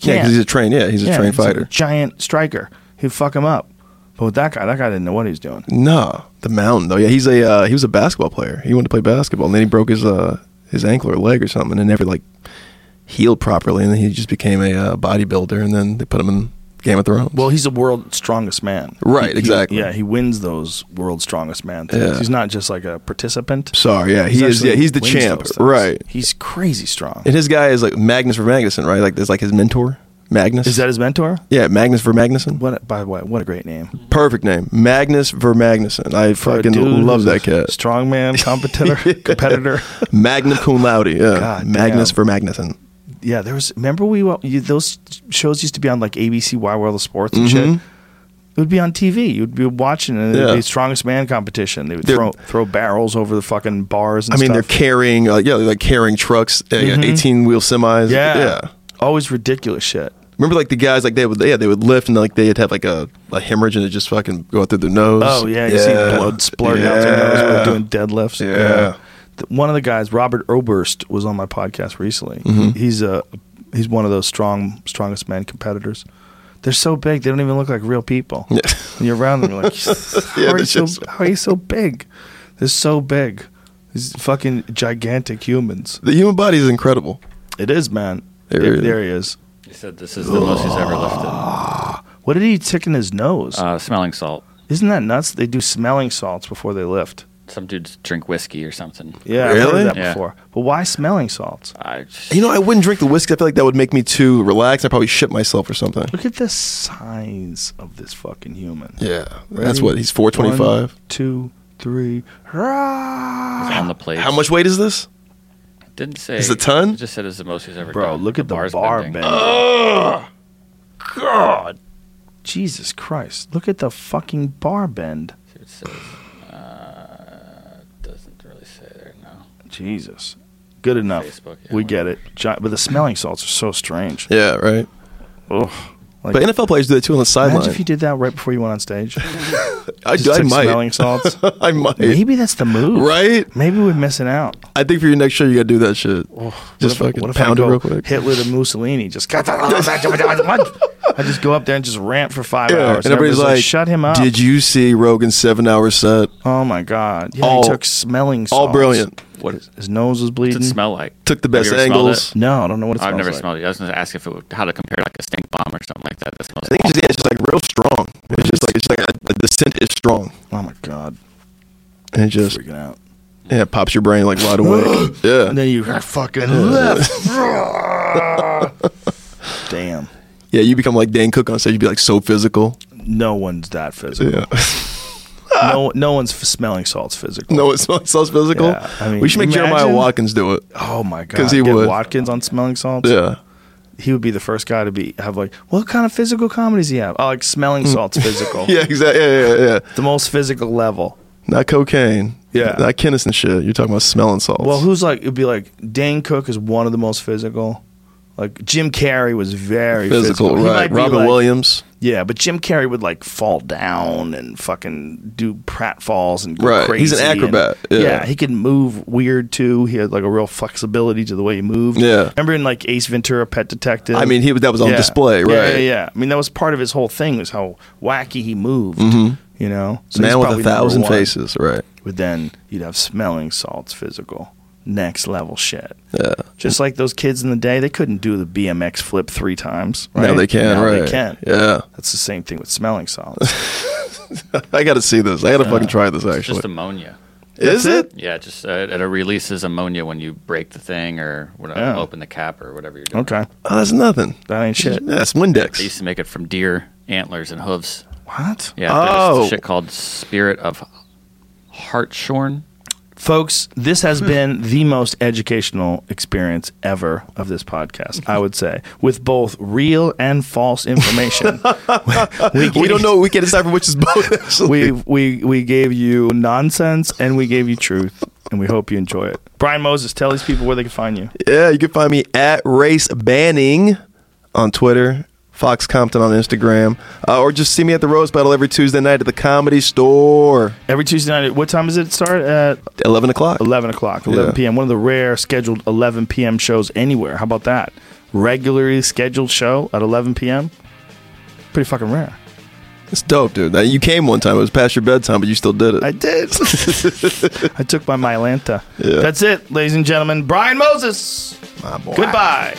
Speaker 2: Mm-hmm. Yeah, because he's a trained. Yeah, he's a
Speaker 1: Yeah,
Speaker 2: trained
Speaker 1: he's a
Speaker 2: fighter.
Speaker 1: giant striker. He'd fuck him up. But with that guy, that guy didn't know what he was doing.
Speaker 2: No, the mountain though. Yeah, he's a uh, he was a basketball player. He wanted to play basketball, and then he broke his uh, his ankle or leg or something, and never like healed properly, and then he just became a uh, bodybuilder, and then they put him in Game of Thrones.
Speaker 1: Well, he's the world's strongest man.
Speaker 2: Right,
Speaker 1: He- he-
Speaker 2: exactly.
Speaker 1: yeah, he wins those world's strongest man things.
Speaker 2: Yeah.
Speaker 1: He's not just like a participant.
Speaker 2: sorry, yeah, he is.
Speaker 1: actually
Speaker 2: Yeah, he's the
Speaker 1: wins
Speaker 2: champ,
Speaker 1: those things.
Speaker 2: right?
Speaker 1: He's crazy strong.
Speaker 2: And his guy is like Magnus Vermagnuson, right? Like that's like his mentor, Magnus.
Speaker 1: Is that his mentor?
Speaker 2: yeah, Magnus Vermagnuson.
Speaker 1: What? By the way, what a great name.
Speaker 2: Perfect name, Magnus Vermagnuson. I
Speaker 1: For a
Speaker 2: fucking
Speaker 1: dude
Speaker 2: love
Speaker 1: who's
Speaker 2: that
Speaker 1: a
Speaker 2: cat. <laughs>
Speaker 1: Strongman competitor. competitor.
Speaker 2: Magna cum laude.
Speaker 1: <laughs>
Speaker 2: Yeah,
Speaker 1: God
Speaker 2: Magnus
Speaker 1: damn.
Speaker 2: Vermagnuson.
Speaker 1: Yeah, there was. Remember we wa- you, those shows used to be on like ABC, Wide World of Sports and shit. It would be on TV. You'd be watching it. It'd
Speaker 2: Mm-hmm. Yeah.
Speaker 1: be strongest man competition. They would
Speaker 2: They're-
Speaker 1: throw throw barrels over the fucking bars. and
Speaker 2: I mean,
Speaker 1: stuff. Mm-hmm.
Speaker 2: they're carrying, uh, yeah, like carrying trucks, uh, eighteen wheel semis.
Speaker 1: Yeah. Always ridiculous shit.
Speaker 2: Remember, like the guys, like they would, yeah, they would lift and like they'd have like a, a hemorrhage and it just fucking go out through their nose.
Speaker 1: Oh yeah, you see blood splurting out their nose when they're doing deadlifts.
Speaker 2: Yeah.
Speaker 1: Th- One of the guys, Robert Oberst, was on my podcast recently.
Speaker 2: Mm-hmm.
Speaker 1: He's a he's one of those strong strongest man competitors. They're so big, they don't even look like real people.
Speaker 2: Yeah. <laughs>
Speaker 1: When you're around them, you're like, how,
Speaker 2: Yeah,
Speaker 1: are you
Speaker 2: they're
Speaker 1: so,
Speaker 2: just-
Speaker 1: how are you so big? They're so big. These fucking gigantic humans.
Speaker 2: The human body is incredible.
Speaker 1: It is, man.
Speaker 2: There
Speaker 1: There,
Speaker 2: he is.
Speaker 1: there he is.
Speaker 3: He said this is the most he's ever
Speaker 2: Ah.
Speaker 3: lifted.
Speaker 1: What did he tick in his nose?
Speaker 3: Uh, smelling salt.
Speaker 1: Isn't that nuts? They do smelling salts before they lift.
Speaker 3: Some dudes drink whiskey or something.
Speaker 1: Yeah, I've
Speaker 2: Really?
Speaker 1: heard that
Speaker 3: Yeah.
Speaker 1: before. But why smelling salts?
Speaker 3: I,
Speaker 2: You know, I wouldn't drink the whiskey. I feel like that would make me too relaxed. I'd probably shit myself or something.
Speaker 1: Look at the size of this fucking human.
Speaker 2: Yeah, that's what he's four twenty five.
Speaker 1: One, two, three. Rah!
Speaker 3: on the plate.
Speaker 2: ah, How much weight is this?
Speaker 3: Didn't say.
Speaker 2: Is it a ton?
Speaker 3: It Just said it's the most he's ever
Speaker 1: Bro,
Speaker 3: done.
Speaker 1: look at the
Speaker 3: bar's
Speaker 1: bar
Speaker 3: bending.
Speaker 1: bend.
Speaker 2: God,
Speaker 1: Jesus Christ. Look at the fucking bar bend.
Speaker 3: See what It says. Uh, doesn't really say there. No.
Speaker 1: Jesus. Good enough.
Speaker 3: Facebook, yeah,
Speaker 1: we
Speaker 3: whatever.
Speaker 1: get it. Gi- But the smelling salts are so strange.
Speaker 2: yeah, right.
Speaker 1: Ugh. Like,
Speaker 2: But NFL players do that too on the
Speaker 1: imagine
Speaker 2: sideline.
Speaker 1: if you did that right before you went on stage.
Speaker 2: <laughs> I,
Speaker 1: Just
Speaker 2: I
Speaker 1: took
Speaker 2: might.
Speaker 1: smelling
Speaker 2: <laughs>
Speaker 1: salts.
Speaker 2: I might.
Speaker 1: Maybe that's the move.
Speaker 2: Right?
Speaker 1: Maybe we're missing out.
Speaker 2: I think for your next show, you gotta do that shit. just
Speaker 1: What if-
Speaker 2: fucking
Speaker 1: what if
Speaker 2: pound
Speaker 1: I go
Speaker 2: it real quick.
Speaker 1: Hitler to Mussolini,
Speaker 2: <laughs>
Speaker 1: just I just go up there and just rant for five
Speaker 2: Yeah,
Speaker 1: hours.
Speaker 2: and everybody's like,
Speaker 1: "Shut him up!"
Speaker 2: Did you see Rogan's seven hour set?
Speaker 1: Oh my god! Yeah,
Speaker 2: All-
Speaker 1: he took smelling salts.
Speaker 2: all brilliant.
Speaker 3: What does
Speaker 1: His, his nose was bleeding.
Speaker 3: it smell like?
Speaker 2: Took the
Speaker 3: Have you
Speaker 2: best
Speaker 3: ever smelled
Speaker 2: angles.
Speaker 3: it?
Speaker 1: No, I don't know what it smells
Speaker 3: I've never
Speaker 1: like.
Speaker 3: smelled it. I was going to ask if it would, how to compare like a stink bomb or something like that. That smells.
Speaker 2: I think it's, yeah, it's just like real strong. It's just like it's like a, the scent is strong.
Speaker 1: Oh my god!
Speaker 2: And it just
Speaker 1: Freaking out.
Speaker 2: yeah, it pops your brain like wide awake.
Speaker 1: <gasps> And
Speaker 2: yeah,
Speaker 1: then you I fucking
Speaker 2: uh, <laughs>
Speaker 1: left. <laughs> Damn!
Speaker 2: yeah. You become like Dan Cook on stage. You'd be like so physical.
Speaker 1: No one's that physical.
Speaker 2: Yeah.
Speaker 1: No, no onene's f- smelling salts physical.
Speaker 2: <laughs> no, it smells, smells physical.
Speaker 1: Yeah, I mean,
Speaker 2: we should make Jeremiah
Speaker 1: imagine-
Speaker 2: Watkins do it.
Speaker 1: Oh my god!
Speaker 2: 'Cause he
Speaker 1: Get
Speaker 2: would.
Speaker 1: Watkins on smelling salts.
Speaker 2: Yeah.
Speaker 1: he would be the first guy to be have like what kind of physical comedies he have? Oh, like smelling salts physical.
Speaker 2: Hmm. <laughs> Yeah. Exactly. Yeah. Yeah. Yeah.
Speaker 1: The most physical level.
Speaker 2: Not cocaine.
Speaker 1: Yeah.
Speaker 2: Not Kinnison shit. You're talking about smelling salts.
Speaker 1: Well, who's like it'd be like Dane Cook is one of the most physical. Like Jim Carrey was very physical.
Speaker 2: physical?
Speaker 1: He might
Speaker 2: right.
Speaker 1: be,
Speaker 2: Robin
Speaker 1: like-
Speaker 2: Williams.
Speaker 1: Yeah, but Jim Carrey would like fall down and fucking do pratfalls and go
Speaker 2: Right.
Speaker 1: crazy.
Speaker 2: He's an
Speaker 1: and-
Speaker 2: acrobat. Yeah.
Speaker 1: he could move weird too. He had like a real flexibility to the way he moved.
Speaker 2: Yeah.
Speaker 1: remember in like Ace Ventura, Pet Detective.
Speaker 2: I mean, he was- that was on display,
Speaker 1: Yeah,
Speaker 2: right.
Speaker 1: Yeah, yeah. I mean, that was part of his whole thing was how wacky he moved. You know, so he's
Speaker 2: Mm-hmm. Man
Speaker 1: probably
Speaker 2: with a
Speaker 1: number
Speaker 2: thousand
Speaker 1: one.
Speaker 2: faces. Right.
Speaker 1: But then you'd have smelling salts, physical, next level shit.
Speaker 2: Yeah.
Speaker 1: Just like those kids in the day, they couldn't do the BMX flip three times. Right?
Speaker 2: Now they can,
Speaker 1: Now
Speaker 2: right?
Speaker 1: They can.
Speaker 2: Yeah,
Speaker 1: That's the same thing with smelling
Speaker 2: <laughs>
Speaker 1: salts.
Speaker 2: I got to see this. I got to fucking try this.
Speaker 3: It's just
Speaker 2: Actually,
Speaker 3: ammonia.
Speaker 2: is it?
Speaker 3: Yeah, it just uh, it, it releases ammonia when you break the thing or whatever,
Speaker 1: Yeah.
Speaker 3: open the cap or whatever you're doing.
Speaker 1: okay,
Speaker 2: Oh, that's nothing.
Speaker 1: that ain't shit.
Speaker 2: That's <laughs>
Speaker 3: They
Speaker 2: Windex.
Speaker 3: used to make it from deer antlers and hooves.
Speaker 1: What?
Speaker 3: Yeah, there's
Speaker 2: Oh.
Speaker 3: shit called Spirit of Hartshorn.
Speaker 1: Folks, this has been the most educational experience ever of this podcast, I would say, with both real and false information. we,
Speaker 2: <laughs> We don't know. We can't decipher which is
Speaker 1: <laughs>
Speaker 2: both. Actually.
Speaker 1: We, we, we gave you nonsense and we gave you truth, and we hope you enjoy it. Brian Moses, tell these people where they can find you.
Speaker 2: Yeah, you can find me at Race Banning on Twitter, Fox Compton on Instagram, uh, or just see me at the Rose Battle every Tuesday night at the Comedy Store,
Speaker 1: Every Tuesday night, at- what time does it start? At
Speaker 2: eleven o'clock.
Speaker 1: 11 o'clock, 11
Speaker 2: Yeah.
Speaker 1: p.m. One of the rare scheduled 11 p.m. shows anywhere. How about that? Regularly scheduled show at 11 p.m. Pretty fucking rare.
Speaker 2: It's dope, dude. Now, You came one time. It was past your bedtime, but you still did it.
Speaker 1: I did. <laughs> I took my Mylanta.
Speaker 2: Yeah.
Speaker 1: That's it, ladies and gentlemen. Brian Moses.
Speaker 2: My boy.
Speaker 1: Goodbye.